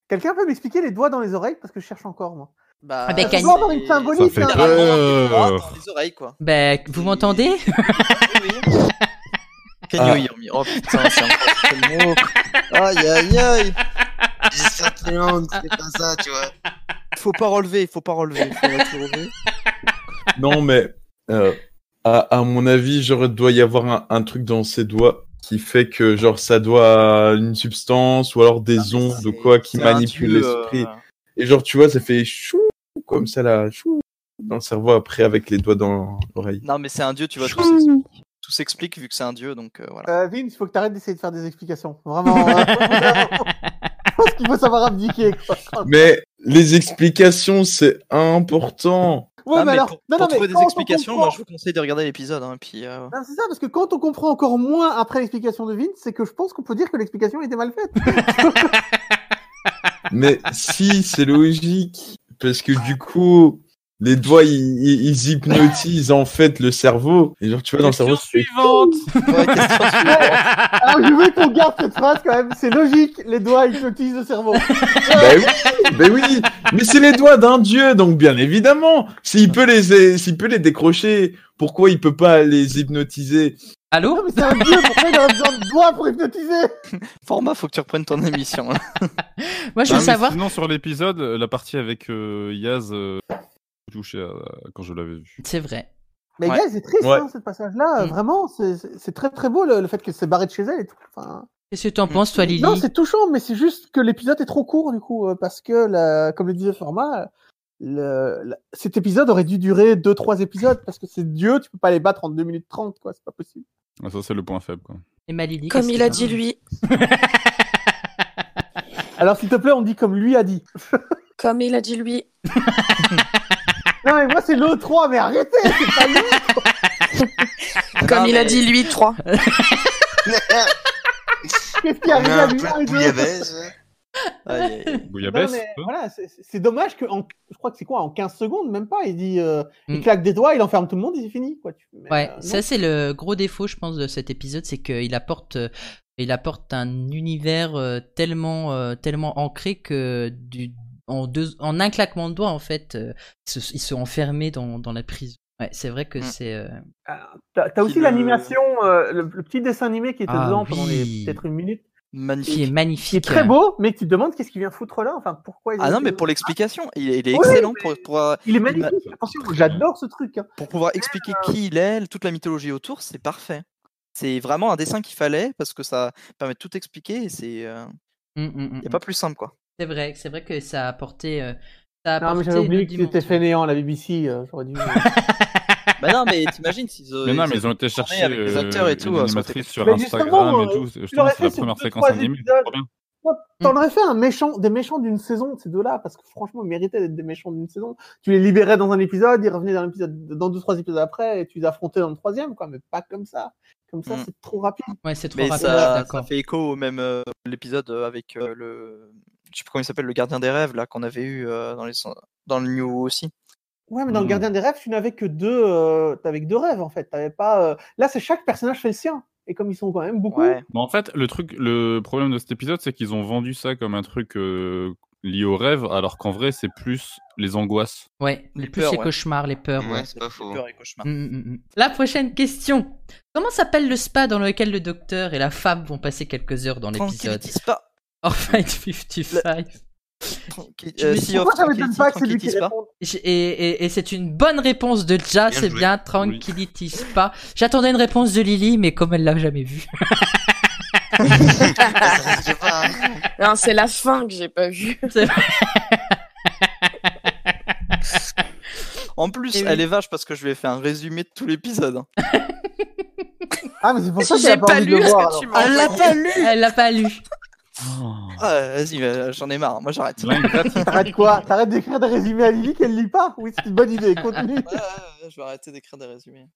[SPEAKER 2] Quelqu'un peut m'expliquer les doigts dans les oreilles parce que je cherche encore moi.
[SPEAKER 3] Bah,
[SPEAKER 5] Avec
[SPEAKER 2] Ça
[SPEAKER 5] un-
[SPEAKER 2] doit avoir une symbolique.
[SPEAKER 1] Ça fait
[SPEAKER 2] hein.
[SPEAKER 3] Euh.
[SPEAKER 1] peur.
[SPEAKER 3] dans les hein, oreilles, quoi.
[SPEAKER 5] Ben, vous m'entendez
[SPEAKER 3] Oui, oui. Can you hear me Oh putain, c'est un le mot. Aïe aïe aïe.
[SPEAKER 4] J'espère tellement que c'est pas ça, tu vois.
[SPEAKER 3] Faut pas relever, faut pas relever. Faut pas relever.
[SPEAKER 7] Non, mais euh, à, à mon avis, genre, il doit y avoir un, un truc dans ses doigts qui fait que genre ça doit à une substance ou alors des ondes ou quoi qui
[SPEAKER 3] Ah, C'est un
[SPEAKER 7] manipulent
[SPEAKER 3] dieu,
[SPEAKER 7] l'esprit.
[SPEAKER 3] euh,
[SPEAKER 7] Et genre, tu vois, ça fait chou comme ça là, chou dans le cerveau après avec les doigts dans l'oreille.
[SPEAKER 3] Non, mais c'est un dieu, tu vois. Tout s'explique. Tout s'explique vu que c'est un dieu, donc euh, voilà.
[SPEAKER 2] Euh, Vince, faut que t'arrêtes d'essayer de faire des explications. Vraiment. euh, Je pense qu'il faut savoir abdiquer. quoi.
[SPEAKER 7] Mais les explications, c'est important.
[SPEAKER 2] Ouais,
[SPEAKER 3] Ah,
[SPEAKER 2] mais
[SPEAKER 3] mais
[SPEAKER 2] alors,
[SPEAKER 3] pour,
[SPEAKER 2] non,
[SPEAKER 3] pour
[SPEAKER 2] non, mais
[SPEAKER 3] trouver des
[SPEAKER 2] quand on
[SPEAKER 3] explications, moi
[SPEAKER 2] comprend-
[SPEAKER 3] je vous conseille de regarder l'épisode. Hein, puis, euh,
[SPEAKER 2] Non, Ben, c'est ça, parce que quand on comprend encore moins après l'explication de Vince, c'est que je pense qu'on peut dire que l'explication était mal faite.
[SPEAKER 7] Mais si, c'est logique. Parce que du coup, les doigts, ils, ils- ils hypnotisent en fait le cerveau. Et genre, tu vois, dans le cerveau, ça fait
[SPEAKER 3] ouais, question suivante.
[SPEAKER 2] Alors, je veux qu'on garde cette phrase quand même. C'est logique, les doigts hypnotisent le cerveau.
[SPEAKER 7] Ben oui, ben oui, mais c'est les doigts d'un dieu, donc bien évidemment, s'il peut les, s'il peut les décrocher, pourquoi il peut pas les hypnotiser
[SPEAKER 2] Non,
[SPEAKER 5] Allô
[SPEAKER 2] mais c'est un dieu, pourquoi il a besoin de doigts pour hypnotiser
[SPEAKER 3] Format, faut que tu reprennes ton émission. hein.
[SPEAKER 5] Moi, je veux
[SPEAKER 1] Non, mais
[SPEAKER 5] savoir.
[SPEAKER 1] Sinon, sur l'épisode, la partie avec euh, Yaz, euh, touché à- quand je l'avais vu.
[SPEAKER 5] C'est vrai.
[SPEAKER 2] Mais
[SPEAKER 3] Ouais.
[SPEAKER 2] gars, c'est triste,
[SPEAKER 7] Ouais.
[SPEAKER 2] hein, ce passage-là. euh,
[SPEAKER 5] Mm.
[SPEAKER 2] Vraiment, c'est- c'est c'est très très beau le, le fait qu'elle s'est barrée de chez elle et tout. Enfin,
[SPEAKER 5] Qu'est-ce que t'en penses, toi, Lily
[SPEAKER 2] non, c'est touchant, mais c'est juste que l'épisode est trop court du coup, euh, parce que, la- comme le disait Format, le, la- cet épisode aurait dû durer 2-3 épisodes, parce que c'est Dieu, tu peux pas les battre en 2 minutes 30, quoi, c'est pas possible.
[SPEAKER 1] Ah, ça, c'est le point faible. Quoi.
[SPEAKER 5] Emma Lily,
[SPEAKER 8] Comme
[SPEAKER 5] qu'est-ce
[SPEAKER 8] il
[SPEAKER 5] que-
[SPEAKER 8] a dit lui,
[SPEAKER 2] Alors s'il te plaît, on dit comme lui a dit.
[SPEAKER 8] comme il a dit lui.
[SPEAKER 2] Non, mais moi c'est le 3, mais arrêtez, c'est pas lui.
[SPEAKER 8] Comme
[SPEAKER 3] Non,
[SPEAKER 8] il a
[SPEAKER 3] mais-
[SPEAKER 8] dit lui, 3.
[SPEAKER 2] Qu'est-ce qui
[SPEAKER 4] On
[SPEAKER 2] arrive
[SPEAKER 4] a
[SPEAKER 2] à
[SPEAKER 4] un
[SPEAKER 2] lui
[SPEAKER 4] plat
[SPEAKER 2] un
[SPEAKER 4] de
[SPEAKER 2] et deux
[SPEAKER 4] bouillabaisse.
[SPEAKER 3] Aïe, aïe, aïe.
[SPEAKER 2] Non,
[SPEAKER 1] Bouillabaisse
[SPEAKER 2] mais
[SPEAKER 1] hein
[SPEAKER 2] voilà, c'est- c'est c'est dommage que, en- je crois que c'est quoi, en 15 secondes, même pas, il dit, euh,
[SPEAKER 5] Mm.
[SPEAKER 2] il claque des doigts, il enferme tout le monde et c'est fini, quoi. Tu- mais,
[SPEAKER 5] Ouais,
[SPEAKER 2] euh, non.
[SPEAKER 5] ça c'est le gros défaut, je pense, de cet épisode, c'est qu'il apporte, euh, il apporte un univers euh, tellement, euh, tellement ancré que du, en deux, en un claquement de doigts, en fait, euh, ils se- ils sont enfermés dans, dans la prison. Ouais, c'est vrai que
[SPEAKER 3] Mm.
[SPEAKER 5] c'est. euh,
[SPEAKER 2] T'as t'as aussi
[SPEAKER 3] Puis le-
[SPEAKER 2] l'animation, euh, le, le petit dessin animé qui était
[SPEAKER 5] Ah
[SPEAKER 2] dedans pendant les-
[SPEAKER 5] oui.
[SPEAKER 2] peut-être une minute,
[SPEAKER 5] qui est
[SPEAKER 3] Magnifique.
[SPEAKER 5] magnifique. euh,
[SPEAKER 2] qui est très beau, mais tu te demandes qu'est-ce qu'il vient foutre là, enfin pourquoi il
[SPEAKER 3] Ah non, mais pour l'explication, il, est- il est excellent pour, pour, euh,
[SPEAKER 2] Il est magnifique, attention, j'adore ce truc. hein.
[SPEAKER 3] pour pouvoir expliquer qui il est, toute la mythologie autour, c'est parfait. C'est vraiment un dessin qu'il fallait parce que ça permet de tout expliquer et c'est euh,
[SPEAKER 5] Mm, mm, mm,
[SPEAKER 3] y a pas plus simple quoi.
[SPEAKER 5] C'est vrai, c'est vrai que ça a apporté. euh, ça a
[SPEAKER 2] Non, mais
[SPEAKER 5] apporté
[SPEAKER 2] j'avais oublié
[SPEAKER 5] une
[SPEAKER 2] que c'était
[SPEAKER 5] dimension.
[SPEAKER 2] fainéant, la BBC, euh, j'aurais dû...
[SPEAKER 3] Bah non, mais t'imagines s'ils
[SPEAKER 1] Mais non,
[SPEAKER 3] auraient-
[SPEAKER 1] mais ils ont été chercher
[SPEAKER 3] avec les
[SPEAKER 1] euh,
[SPEAKER 3] acteurs et tout,
[SPEAKER 1] une
[SPEAKER 3] euh, ça
[SPEAKER 1] animatrice sur
[SPEAKER 3] aurait
[SPEAKER 2] Mais
[SPEAKER 1] Instagram
[SPEAKER 2] justement,
[SPEAKER 1] et
[SPEAKER 2] euh,
[SPEAKER 1] tout.
[SPEAKER 2] tu
[SPEAKER 1] Justement,
[SPEAKER 2] l'aurais
[SPEAKER 1] c'est la
[SPEAKER 2] fait sur
[SPEAKER 1] première
[SPEAKER 2] deux,
[SPEAKER 1] séquence
[SPEAKER 2] trois
[SPEAKER 1] animée.
[SPEAKER 2] épisodes.
[SPEAKER 1] c'est trop bien.
[SPEAKER 8] Mm.
[SPEAKER 2] T'en aurais fait un méchant, des méchants d'une saison, de ces deux-là, parce que franchement, ils méritaient d'être des méchants d'une saison. Tu les libérais dans un épisode, ils revenaient dans l'épisode, dans deux, trois épisodes après, et tu les affrontais dans le troisième, quoi, mais pas comme ça. Comme ça,
[SPEAKER 3] Mm.
[SPEAKER 2] c'est trop rapide.
[SPEAKER 5] Ouais, c'est trop
[SPEAKER 3] Mais
[SPEAKER 5] rapide, je suis
[SPEAKER 3] ça, ça
[SPEAKER 5] d'accord.
[SPEAKER 3] fait écho au même euh, l'épisode euh, avec euh, le je sais plus comment il s'appelle le gardien des rêves là qu'on avait eu euh, dans les dans le New aussi.
[SPEAKER 2] Ouais, mais dans
[SPEAKER 1] Mm.
[SPEAKER 2] le Gardien des rêves, tu n'avais que deux, euh, t'avais que deux rêves, en fait. T'avais pas, euh, là, c'est chaque personnage fait le sien. Et comme ils sont quand même beaucoup,
[SPEAKER 3] Ouais.
[SPEAKER 1] Mais en fait, le truc, le problème de cet épisode, c'est qu'ils ont vendu ça comme un truc euh, lié au rêve, alors qu'en vrai, c'est plus les angoisses.
[SPEAKER 5] Ouais,
[SPEAKER 3] Les
[SPEAKER 5] le plus
[SPEAKER 3] peurs,
[SPEAKER 5] les
[SPEAKER 3] ouais.
[SPEAKER 5] cauchemars, les peurs. ouais.
[SPEAKER 4] Ouais, c'est pas faux. hein.
[SPEAKER 3] Peur et cauchemar.
[SPEAKER 5] Mm, mm, mm. La prochaine question. Comment s'appelle le spa dans lequel le docteur et la femme vont passer quelques heures dans l'épisode
[SPEAKER 3] Tranquillity Spa.
[SPEAKER 5] Orphaned 55.
[SPEAKER 3] Tranqui-
[SPEAKER 5] Je
[SPEAKER 3] euh,
[SPEAKER 5] me
[SPEAKER 3] Sea
[SPEAKER 5] dis,
[SPEAKER 3] of
[SPEAKER 2] pourquoi ça m'étonne
[SPEAKER 3] Tranquility,
[SPEAKER 2] pas que c'est lui
[SPEAKER 3] Tranquility
[SPEAKER 2] qui
[SPEAKER 3] Spa.
[SPEAKER 2] répond
[SPEAKER 5] J- Et, et- et c'est une bonne réponse de Ja,
[SPEAKER 4] Bien
[SPEAKER 5] c'est
[SPEAKER 4] joué.
[SPEAKER 5] bien Tranquility Spa. J'attendais une réponse de Lily, mais comme elle l'a jamais vue.
[SPEAKER 4] Je sais Ah, pas. hein.
[SPEAKER 8] Non, c'est la fin que j'ai pas vue.
[SPEAKER 3] En plus,
[SPEAKER 8] Et oui.
[SPEAKER 3] elle est vache parce que je lui ai fait un résumé de tout l'épisode. hein.
[SPEAKER 2] Ah, mais c'est pour ça que
[SPEAKER 8] J'ai
[SPEAKER 2] j'ai pas,
[SPEAKER 8] pas
[SPEAKER 2] envie de
[SPEAKER 8] lu
[SPEAKER 2] le
[SPEAKER 8] ce
[SPEAKER 2] voir,
[SPEAKER 8] que
[SPEAKER 2] alors.
[SPEAKER 8] tu m'as
[SPEAKER 3] Elle l'a
[SPEAKER 8] envoyé.
[SPEAKER 3] pas lu.
[SPEAKER 5] Elle l'a pas lu.
[SPEAKER 3] Ah, Vas-y, euh, j'en ai marre. Moi, j'arrête.
[SPEAKER 1] Là, il gratte,
[SPEAKER 2] T'arrêtes quoi T'arrêtes d'écrire des résumés à Lily qu'elle lit pas Oui, c'est une bonne idée, continue.
[SPEAKER 3] Ouais, ouais, ouais, je vais arrêter d'écrire des résumés.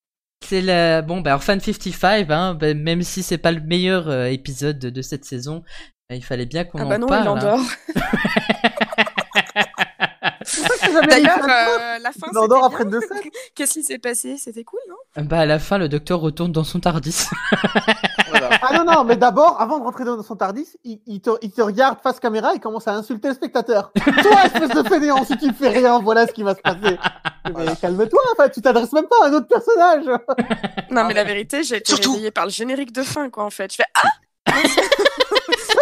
[SPEAKER 5] C'est le bon, bah, Orphan 55, hein, bah, même si c'est pas le meilleur euh, épisode de, de cette saison, bah, il fallait bien qu'on
[SPEAKER 8] Ah
[SPEAKER 5] en
[SPEAKER 8] bah non, il
[SPEAKER 5] parle. hein.
[SPEAKER 8] endort.
[SPEAKER 2] C'est jamais
[SPEAKER 8] D'ailleurs,
[SPEAKER 2] arrivé à
[SPEAKER 8] euh, la fin,
[SPEAKER 2] Il endort
[SPEAKER 8] c'était
[SPEAKER 2] après
[SPEAKER 8] bien.
[SPEAKER 2] deux scènes.
[SPEAKER 8] Qu'est-ce qui s'est passé C'était cool, non
[SPEAKER 5] Bah à la fin, le docteur retourne dans son Tardis.
[SPEAKER 2] Ah non, non, mais d'abord, avant de rentrer dans son Tardis, il, il te, il te regarde face caméra et commence à insulter le spectateur. Toi, espèce de fainéant, si tu fais rien, voilà ce qui va se passer. Mais calme-toi, enfin, tu t'adresses même pas à un autre personnage.
[SPEAKER 8] Non, mais la vérité, j'ai été réveillée par le générique de fin, quoi, en fait. Je fais Ah
[SPEAKER 2] Ouais,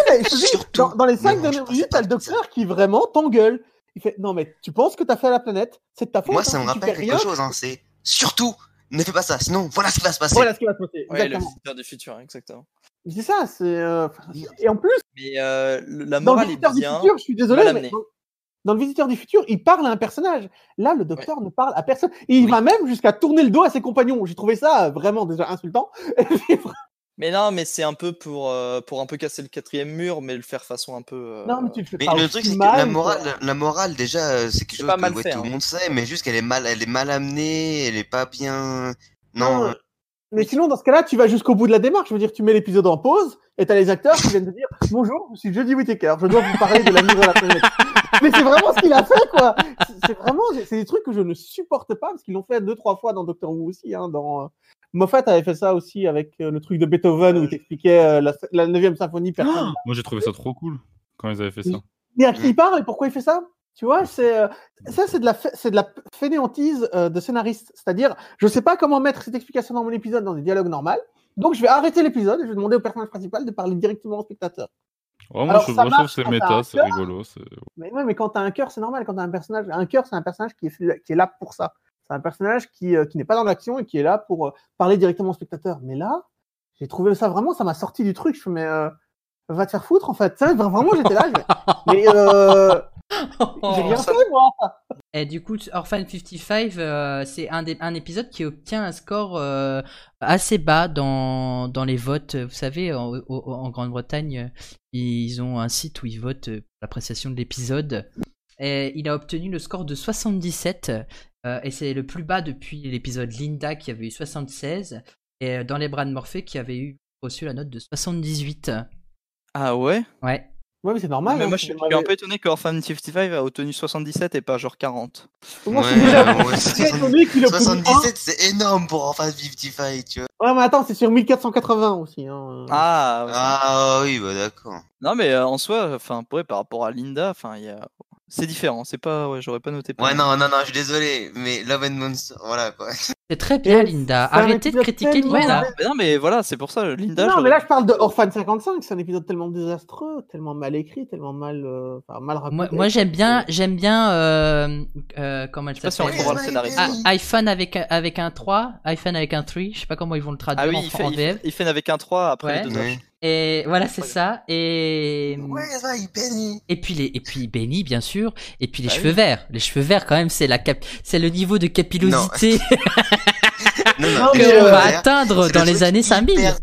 [SPEAKER 2] mais je te dis, dans, dans les cinq dernières minutes, t'as le docteur qui vraiment t'engueule. Il fait Non, mais tu penses que t'as fait à la planète C'est de ta faute.
[SPEAKER 4] Moi,
[SPEAKER 2] hein,
[SPEAKER 4] ça me
[SPEAKER 2] si tu
[SPEAKER 4] rappelle
[SPEAKER 2] fais
[SPEAKER 4] quelque
[SPEAKER 2] rien.
[SPEAKER 4] chose, hein, c'est surtout ne fais pas ça, sinon voilà ce qui va se passer.
[SPEAKER 2] Voilà ce qui va se passer.
[SPEAKER 3] Ouais, le
[SPEAKER 2] exactement.
[SPEAKER 3] visiteur du futur, hein, exactement.
[SPEAKER 2] C'est ça, c'est. euh, Et en plus,
[SPEAKER 3] Mais euh, le- la
[SPEAKER 2] dans le
[SPEAKER 3] morale est
[SPEAKER 2] visiteur du
[SPEAKER 3] bien.
[SPEAKER 2] futur, je suis désolé,
[SPEAKER 3] mal
[SPEAKER 2] mais
[SPEAKER 3] amené.
[SPEAKER 2] dans, dans le visiteur du futur, il parle à un personnage. Là, le docteur ne parle à personne. Et il va même jusqu'à tourner le dos à ses compagnons. J'ai trouvé ça euh, vraiment déjà insultant.
[SPEAKER 4] Euh,
[SPEAKER 3] Mais non, mais c'est un peu pour, euh, pour un peu casser le quatrième mur, mais le faire façon un peu. euh,
[SPEAKER 2] Non, mais tu le fais
[SPEAKER 4] Mais
[SPEAKER 2] pas
[SPEAKER 4] le
[SPEAKER 2] aussi
[SPEAKER 4] truc, c'est que
[SPEAKER 2] mal,
[SPEAKER 4] la
[SPEAKER 2] quoi.
[SPEAKER 4] morale, la morale déjà, euh, c'est quelque
[SPEAKER 3] C'est
[SPEAKER 4] chose
[SPEAKER 3] pas
[SPEAKER 4] que
[SPEAKER 3] mal
[SPEAKER 4] ouais,
[SPEAKER 3] fait,
[SPEAKER 4] tout le
[SPEAKER 3] hein.
[SPEAKER 4] monde sait, mais juste qu'elle est mal, elle est mal amenée, elle est pas bien. Non, euh,
[SPEAKER 2] Non, Hein. Mais sinon, dans ce cas-là, tu vas jusqu'au bout de la démarche. Je veux dire, tu mets l'épisode en pause et t'as les acteurs qui viennent te dire Bonjour, je suis Jodie Whittaker, je dois vous parler de l'amour de la planète. Mais c'est vraiment ce qu'il a fait, quoi. C'est- C'est vraiment, c'est des trucs que je ne supporte pas parce qu'ils l'ont fait deux, trois fois dans Doctor Who aussi. Hein, dans, euh, Moffat avait fait ça aussi avec euh, le truc de Beethoven où il t'expliquait euh, la, la 9 symphonie. Personne.
[SPEAKER 1] Moi, j'ai trouvé ça trop cool quand ils avaient fait ça.
[SPEAKER 2] Mais à qui il parle et pourquoi il fait ça Tu vois, c'est euh, ça, c'est de la fa- c'est de la fainéantise euh, de scénariste. C'est-à-dire, je sais pas comment mettre cette explication dans mon épisode dans des dialogues normaux. Donc je vais arrêter l'épisode et je vais demander au personnage principal de parler directement au spectateur.
[SPEAKER 1] Ouais, Oh, moi,
[SPEAKER 2] Alors,
[SPEAKER 1] je,
[SPEAKER 2] ça
[SPEAKER 1] moi,
[SPEAKER 2] hein.
[SPEAKER 1] je trouve
[SPEAKER 2] marche
[SPEAKER 1] que c'est
[SPEAKER 2] quand t'as
[SPEAKER 1] méta,
[SPEAKER 2] un
[SPEAKER 1] c'est rigolo. c'est-
[SPEAKER 2] Mais ouais, mais quand t'as un cœur, c'est normal. Quand t'as un personnage, un cœur, c'est un personnage qui est, celui- qui est là pour ça. C'est un personnage qui, euh, qui n'est pas dans l'action et qui est là pour euh, parler directement au spectateur. Mais là, j'ai trouvé ça vraiment, ça m'a sorti du truc. Je fais mais euh, va te faire foutre en fait. Tu sais, vraiment, j'étais là. je fais, mais euh,
[SPEAKER 5] Oh,
[SPEAKER 2] j'ai rien fait moi.
[SPEAKER 5] Et du coup, Orphan 55, euh, c'est un, des- un épisode qui obtient un score euh, assez bas dans, dans les votes. Vous savez, en, au- au- en Grande-Bretagne, ils ont un site où ils votent euh, pour l'appréciation de l'épisode. Et il a obtenu le score de 77, euh, et c'est le plus bas depuis l'épisode Linda qui avait eu 76, et euh, dans les bras de Morphée qui avait eu reçu la note de 78.
[SPEAKER 3] Ah ouais
[SPEAKER 5] Ouais.
[SPEAKER 2] Ouais, mais c'est normal.
[SPEAKER 3] Mais
[SPEAKER 2] hein,
[SPEAKER 3] moi, je
[SPEAKER 2] c'est
[SPEAKER 3] suis je
[SPEAKER 2] normal.
[SPEAKER 3] suis un peu étonné que Orphan 55 a obtenu 77 et pas genre 40.
[SPEAKER 2] Moi, je suis
[SPEAKER 4] Ouais,
[SPEAKER 2] déjà
[SPEAKER 4] ouais,
[SPEAKER 2] très étonné qu'il obtienne un.
[SPEAKER 4] 77, c'est énorme pour enfin 55, tu vois.
[SPEAKER 2] Ouais, mais attends, c'est sur 1480 aussi. Hein.
[SPEAKER 3] Ah, ouais.
[SPEAKER 4] Ah oui, bah d'accord.
[SPEAKER 3] Non, mais euh, en soi, enfin, ouais, par rapport à Linda, enfin, il y a... c'est différent. C'est pas, ouais, j'aurais pas noté.
[SPEAKER 4] Ouais,
[SPEAKER 3] pareil.
[SPEAKER 4] non, non, non, je suis désolé, mais Love and Monster, voilà quoi.
[SPEAKER 5] C'est très bien,
[SPEAKER 2] Et
[SPEAKER 5] Linda.
[SPEAKER 2] c'est un
[SPEAKER 5] Arrêtez de
[SPEAKER 2] épisode
[SPEAKER 5] critiquer
[SPEAKER 2] tellement-
[SPEAKER 5] Linda.
[SPEAKER 2] Voilà.
[SPEAKER 3] Ouais, non, mais non, mais voilà, c'est pour ça, Linda.
[SPEAKER 2] non,
[SPEAKER 3] j'aurais-
[SPEAKER 2] mais là, je parle de Orphan 55. C'est un épisode tellement désastreux, tellement mal écrit, tellement mal, euh, enfin, mal raconté.
[SPEAKER 5] Moi, moi, j'aime bien, j'aime bien, euh, euh, comment elle
[SPEAKER 3] Je sais pas si on
[SPEAKER 5] s'appelle
[SPEAKER 3] retrouvera le scénariste.
[SPEAKER 5] Ah, iPhone avec, un- avec un 3, iPhone avec un 3, je sais pas comment ils vont le traduire
[SPEAKER 3] Ah oui,
[SPEAKER 5] en,
[SPEAKER 3] il
[SPEAKER 5] fr-
[SPEAKER 3] fait,
[SPEAKER 5] en
[SPEAKER 3] il
[SPEAKER 5] VF.
[SPEAKER 3] fait- il fait avec un 3 après
[SPEAKER 5] Ouais.
[SPEAKER 3] les deux
[SPEAKER 4] Ouais.
[SPEAKER 3] H.
[SPEAKER 5] Et voilà, c'est ça. Et,
[SPEAKER 4] Where's my penny?
[SPEAKER 5] et puis les, et puis Benny, bien sûr. Et puis les
[SPEAKER 3] Bah
[SPEAKER 5] cheveux verts. Les cheveux verts, quand même, c'est la cap, c'est le niveau de capillosité
[SPEAKER 4] Non,
[SPEAKER 2] Non,
[SPEAKER 4] les
[SPEAKER 2] mais,
[SPEAKER 4] cheveux
[SPEAKER 5] qu'on va
[SPEAKER 4] verts,
[SPEAKER 5] atteindre
[SPEAKER 4] c'est
[SPEAKER 5] dans
[SPEAKER 4] le
[SPEAKER 5] les
[SPEAKER 4] truc
[SPEAKER 5] années 5000.
[SPEAKER 4] hyper-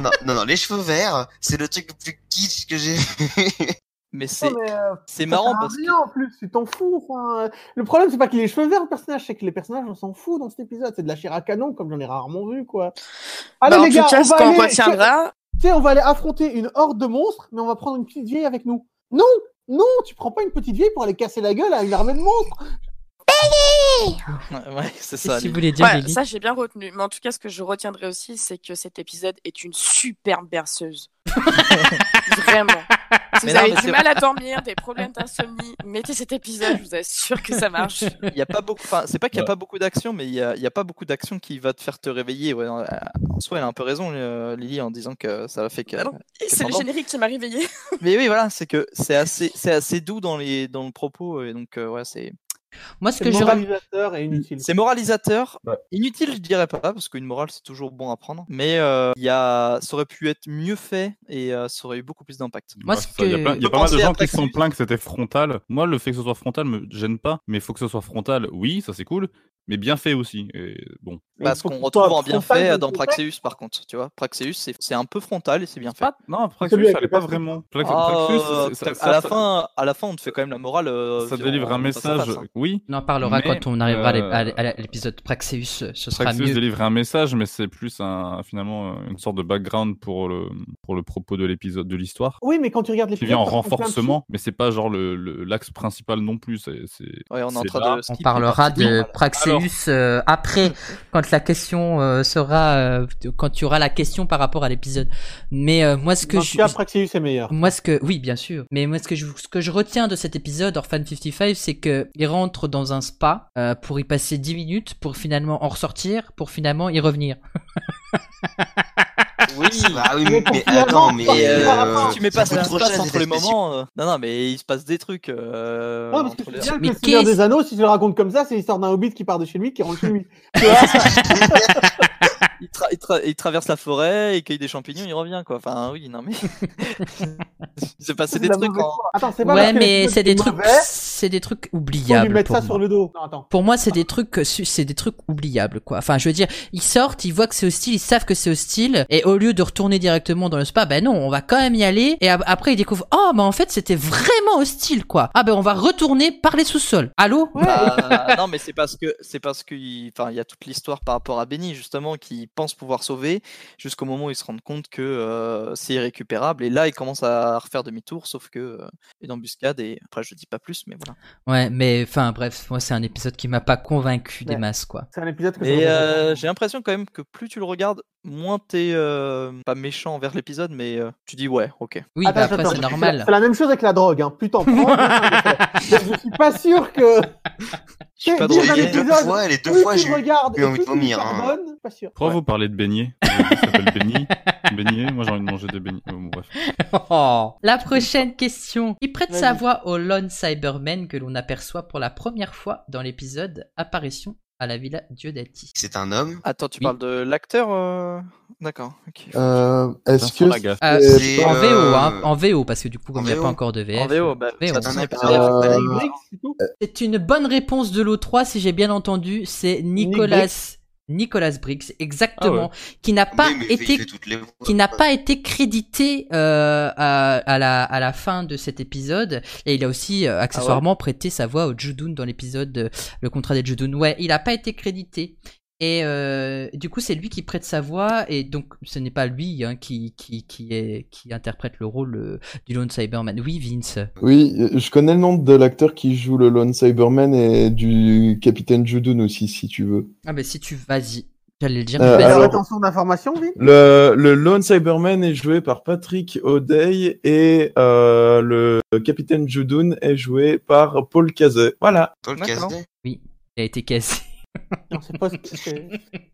[SPEAKER 4] Non, non, non, les cheveux verts, c'est le truc le plus kitsch que j'ai vu.
[SPEAKER 3] Mais
[SPEAKER 2] Non,
[SPEAKER 3] c'est,
[SPEAKER 2] mais, euh,
[SPEAKER 3] c'est
[SPEAKER 2] ça
[SPEAKER 3] marrant
[SPEAKER 2] sert à
[SPEAKER 3] parce que.
[SPEAKER 2] rien, en plus, tu t'en fous. enfin, euh, Le problème, c'est pas qu'il ait les cheveux verts, le personnage, c'est que les personnages, on s'en fout dans cet épisode. C'est de la chair à canon, comme j'en ai rarement vu, quoi. Allez,
[SPEAKER 8] Bah,
[SPEAKER 2] les
[SPEAKER 8] en
[SPEAKER 2] gars,
[SPEAKER 8] tout cas,
[SPEAKER 2] on
[SPEAKER 8] ce
[SPEAKER 2] va
[SPEAKER 8] qu'on
[SPEAKER 2] aller-
[SPEAKER 8] retiendra,
[SPEAKER 2] tu sais, on va aller affronter une horde de monstres, mais on va prendre une petite vieille avec nous. Non, non, tu prends pas une petite vieille pour aller casser la gueule à une armée de monstres.
[SPEAKER 3] Ouais, ouais, c'est ça.
[SPEAKER 5] Qu'est-ce que
[SPEAKER 3] les-
[SPEAKER 5] vous voulez dire,
[SPEAKER 8] ouais,
[SPEAKER 5] Lily
[SPEAKER 8] ça j'ai bien retenu. Mais en tout cas, ce que je retiendrai aussi, c'est que cet épisode est une superbe berceuse. Vraiment. Si
[SPEAKER 3] Mais
[SPEAKER 8] vous
[SPEAKER 3] non,
[SPEAKER 8] avez
[SPEAKER 3] mais
[SPEAKER 8] du
[SPEAKER 3] c'est-
[SPEAKER 8] mal à dormir, des problèmes d'insomnie, mettez cet épisode, je vous assure que ça marche.
[SPEAKER 3] Il y a pas beaucoup. Enfin, c'est pas qu'il y a
[SPEAKER 1] Ouais.
[SPEAKER 3] pas beaucoup d'action, mais il y a, il y a pas beaucoup d'action qui va te faire te réveiller. Ouais, en en soi, elle a un peu raison, euh, Lily, en disant que ça fait
[SPEAKER 2] Bah
[SPEAKER 3] que.
[SPEAKER 8] Ah non. Et
[SPEAKER 3] C'est
[SPEAKER 8] C'est le
[SPEAKER 3] pendant.
[SPEAKER 8] générique qui m'a réveillée.
[SPEAKER 3] Mais oui, voilà, c'est que c'est assez, c'est assez doux dans les, dans le propos, et donc euh, ouais, c'est,
[SPEAKER 5] Moi, ce
[SPEAKER 2] C'est
[SPEAKER 5] que je
[SPEAKER 2] moralisateur et inutile.
[SPEAKER 3] c'est moralisateur.
[SPEAKER 7] Ouais.
[SPEAKER 3] Inutile, je dirais pas, parce qu'une morale c'est toujours bon à prendre. Mais euh, il y a, ça aurait pu être mieux fait et euh, ça aurait eu beaucoup plus d'impact.
[SPEAKER 5] Moi,
[SPEAKER 1] Ouais,
[SPEAKER 5] ce
[SPEAKER 1] c'est ça, Il y a,
[SPEAKER 5] que-
[SPEAKER 1] plein- il y a
[SPEAKER 3] Faut
[SPEAKER 1] pas mal de
[SPEAKER 3] penser à
[SPEAKER 1] gens qui
[SPEAKER 3] ta
[SPEAKER 1] se sont
[SPEAKER 3] crise.
[SPEAKER 1] plaints que c'était frontal. Moi, le fait que ce soit frontal me gêne pas, mais il faut que ce soit frontal, oui, ça c'est cool, mais bien fait aussi. Et bon,
[SPEAKER 2] Mais
[SPEAKER 3] Parce
[SPEAKER 2] faut
[SPEAKER 3] qu'on
[SPEAKER 2] que tu sois
[SPEAKER 3] retrouve en bien
[SPEAKER 2] frontal
[SPEAKER 3] fait
[SPEAKER 2] le
[SPEAKER 3] dans
[SPEAKER 2] contact.
[SPEAKER 3] Praxeus, par contre. Tu vois, Praxeus, c'est c'est un peu frontal et c'est bien fait.
[SPEAKER 1] non,
[SPEAKER 2] Celui
[SPEAKER 1] Praxus, ça
[SPEAKER 2] avec le
[SPEAKER 1] l'est pas
[SPEAKER 2] casque.
[SPEAKER 1] vraiment. Praxus,
[SPEAKER 3] Ah,
[SPEAKER 1] Praxus,
[SPEAKER 3] euh,
[SPEAKER 1] ça-
[SPEAKER 3] t'as-
[SPEAKER 1] ça-
[SPEAKER 3] à, la
[SPEAKER 1] ça-
[SPEAKER 3] fin, à la fin, on te fait quand même la morale. euh,
[SPEAKER 1] ça
[SPEAKER 3] sur-
[SPEAKER 1] délivre
[SPEAKER 3] en
[SPEAKER 1] un
[SPEAKER 3] face à
[SPEAKER 1] message,
[SPEAKER 3] face, hein.
[SPEAKER 1] oui.
[SPEAKER 5] on en parlera
[SPEAKER 1] Mais,
[SPEAKER 5] quand on arrivera à l'ép- à
[SPEAKER 1] euh,
[SPEAKER 5] l'é- à l'épisode Praxeus. euh, Ce sera
[SPEAKER 1] Praxus
[SPEAKER 5] mieux.
[SPEAKER 1] délivre un message, mais c'est plus un, finalement une sorte de background pour le, pour le propos de l'épisode, de l'histoire,
[SPEAKER 2] Oui, mais quand tu regardes les
[SPEAKER 1] qui vient en renforcement, mais c'est pas genre l'axe le, le- l'axe principal non plus. c'est- c'est-
[SPEAKER 3] Ouais, on est en
[SPEAKER 1] C'est
[SPEAKER 3] train
[SPEAKER 1] là,
[SPEAKER 3] de.
[SPEAKER 5] On
[SPEAKER 3] skip les
[SPEAKER 5] parlera
[SPEAKER 3] parties
[SPEAKER 5] de
[SPEAKER 3] morales.
[SPEAKER 5] Praxeus bonus euh, après, quand la question euh, sera, euh, quand tu auras la question par rapport à l'épisode. Mais euh, moi, ce que
[SPEAKER 2] Dans
[SPEAKER 5] je,
[SPEAKER 2] le cas, Praxeus est meilleur.
[SPEAKER 3] Euh,
[SPEAKER 5] moi, ce que, oui, bien sûr. Mais moi, ce que je, ce que je retiens de cet épisode, Orphan 55, c'est que il rentre dans un spa euh, pour y passer 10 minutes, pour finalement en ressortir, pour finalement y revenir.
[SPEAKER 3] Oui.
[SPEAKER 4] Bah oui,
[SPEAKER 2] Mais
[SPEAKER 4] mais,
[SPEAKER 2] pour finalement,
[SPEAKER 4] attends, mais.
[SPEAKER 2] par- par
[SPEAKER 4] Euh,
[SPEAKER 2] rapport-
[SPEAKER 3] tu mets pas
[SPEAKER 4] ça
[SPEAKER 3] ça
[SPEAKER 4] coûte trop cher,
[SPEAKER 3] passe
[SPEAKER 4] les
[SPEAKER 3] entre les
[SPEAKER 4] effets
[SPEAKER 3] moments. euh, Non, non, mais il se passe des trucs. euh,
[SPEAKER 2] Non, parce que
[SPEAKER 3] entre
[SPEAKER 2] c'est
[SPEAKER 3] les-
[SPEAKER 2] bien que
[SPEAKER 5] Mais
[SPEAKER 2] le Seigneur
[SPEAKER 5] qu'est-ce-
[SPEAKER 2] des Anneaux, si tu le racontes comme ça, c'est l'histoire d'un hobbit qui part de chez lui, qui rentre chez lui.
[SPEAKER 3] il, tra- il tra- il traverse la forêt, il cueille des champignons, il revient quoi. Enfin, oui, non mais. il s'est passé des
[SPEAKER 2] La
[SPEAKER 3] trucs. hein.
[SPEAKER 2] mauvaise
[SPEAKER 3] en-
[SPEAKER 2] foi. Attends, c'est pas
[SPEAKER 5] Ouais,
[SPEAKER 2] parce que
[SPEAKER 5] mais
[SPEAKER 2] l'épisode
[SPEAKER 5] c'est des
[SPEAKER 2] est
[SPEAKER 5] trucs,
[SPEAKER 2] mauvais
[SPEAKER 5] c'est des trucs
[SPEAKER 2] qu'il faut lui
[SPEAKER 5] oubliables.
[SPEAKER 2] mettre
[SPEAKER 5] Pour
[SPEAKER 2] ça
[SPEAKER 5] moi.
[SPEAKER 2] sur le dos. Non, attends.
[SPEAKER 5] Pour moi, c'est des trucs, c'est des trucs oubliables, quoi. Enfin, je veux dire, ils sortent, ils voient que c'est hostile, ils savent que c'est hostile, et au lieu de retourner directement dans le spa, ben non, on va quand même y aller. Et ap- après, ils découvrent, oh, ben en fait, c'était vraiment hostile, quoi. Ah ben, on va retourner par les sous-sols. Allô
[SPEAKER 2] Ouais,
[SPEAKER 3] Bah, non, mais c'est parce que c'est parce qu'il enfin, il y a toute l'histoire par rapport à Benny justement qui pense pouvoir sauver jusqu'au moment où ils se rendent compte que euh, c'est irrécupérable et là ils commencent à refaire demi-tour sauf que euh, une embuscade et après je dis pas plus mais voilà.
[SPEAKER 5] Ouais, mais enfin, bref, moi, c'est un épisode qui m'a pas convaincu des
[SPEAKER 2] Ouais.
[SPEAKER 5] masses, quoi.
[SPEAKER 2] c'est un épisode que je
[SPEAKER 3] Et
[SPEAKER 2] regarde.
[SPEAKER 3] euh, j'ai l'impression quand même que plus tu le regardes moins t'es euh, pas méchant envers l'épisode mais euh, tu dis ouais ok.
[SPEAKER 5] Oui,
[SPEAKER 2] Attends,
[SPEAKER 5] bah, après,
[SPEAKER 2] attends,
[SPEAKER 5] c'est
[SPEAKER 2] attends.
[SPEAKER 5] normal.
[SPEAKER 2] Ah, C'est la même chose avec la drogue, hein. Putain, je suis pas sûr que. Je
[SPEAKER 3] pas
[SPEAKER 4] spéciaux.
[SPEAKER 3] drogué.
[SPEAKER 4] Et les deux fois, et les deux fois, j'ai eu.
[SPEAKER 2] regarde,
[SPEAKER 4] eu envie de vomir, hein.
[SPEAKER 2] pas sûr.
[SPEAKER 1] Pourquoi vous parlez de beignet Il s'appelle beignet. Beignet, moi j'ai envie de manger des beignets. Bon, bref.
[SPEAKER 5] Oh. La prochaine question. Il prête
[SPEAKER 2] Vas-y.
[SPEAKER 5] sa voix au Lone Cyberman que l'on aperçoit pour la première fois dans l'épisode Apparition à la Villa Diodati.
[SPEAKER 4] C'est un homme.
[SPEAKER 3] Attends tu
[SPEAKER 5] Oui.
[SPEAKER 3] parles de l'acteur euh, d'accord ok.
[SPEAKER 10] Euh, Est-ce
[SPEAKER 1] Vincent
[SPEAKER 10] que
[SPEAKER 1] Lagaffe.
[SPEAKER 5] Euh,
[SPEAKER 10] c'est-
[SPEAKER 4] c'est-
[SPEAKER 5] en VO, hein,
[SPEAKER 4] euh,
[SPEAKER 5] en VO, parce que du coup,
[SPEAKER 4] en
[SPEAKER 5] comme il n'y a
[SPEAKER 4] VO.
[SPEAKER 5] pas encore de VF.
[SPEAKER 3] en VO bah,
[SPEAKER 5] VO.
[SPEAKER 3] c'est un
[SPEAKER 4] Euh,
[SPEAKER 3] épisode.
[SPEAKER 10] Euh,
[SPEAKER 2] c'est tout.
[SPEAKER 5] C'est une bonne réponse de l'O3, si j'ai bien entendu. C'est Nicolas, Nicolas
[SPEAKER 4] Ah
[SPEAKER 5] Briggs, exactement, qui n'a pas
[SPEAKER 4] Oui, Ah mais il fait- il
[SPEAKER 5] été
[SPEAKER 4] fait toutes les voix.
[SPEAKER 5] qui n'a pas été crédité euh, à, à la, à la fin de cet épisode. Et il a aussi euh, accessoirement prêté sa voix au Judun dans l'épisode euh, Le contrat des Judun. Ouais, il n'a pas été crédité. Et euh, du coup, c'est lui qui prête sa voix, et donc ce n'est pas lui hein, qui, qui, qui, est, qui interprète le rôle euh, du Lone Cyberman. Oui, Vince.
[SPEAKER 10] Oui, euh, je connais le nom de l'acteur qui joue le Lone Cyberman et du Capitaine Judun aussi, si tu veux.
[SPEAKER 5] Ah, mais si tu vas-y, j'allais le dire.
[SPEAKER 10] Euh,
[SPEAKER 5] mais vas-y.
[SPEAKER 2] Alors,
[SPEAKER 10] alors-
[SPEAKER 2] attention d'information, Vin.
[SPEAKER 7] Le, le Lone Cyberman est joué par Patrick O'Day et euh, le Capitaine Judun est joué par Paul Cazet. Voilà.
[SPEAKER 4] Dans le
[SPEAKER 3] D'accord.
[SPEAKER 4] casse-nez.
[SPEAKER 5] Il a été cassé.
[SPEAKER 2] Non, c'est pas. C'est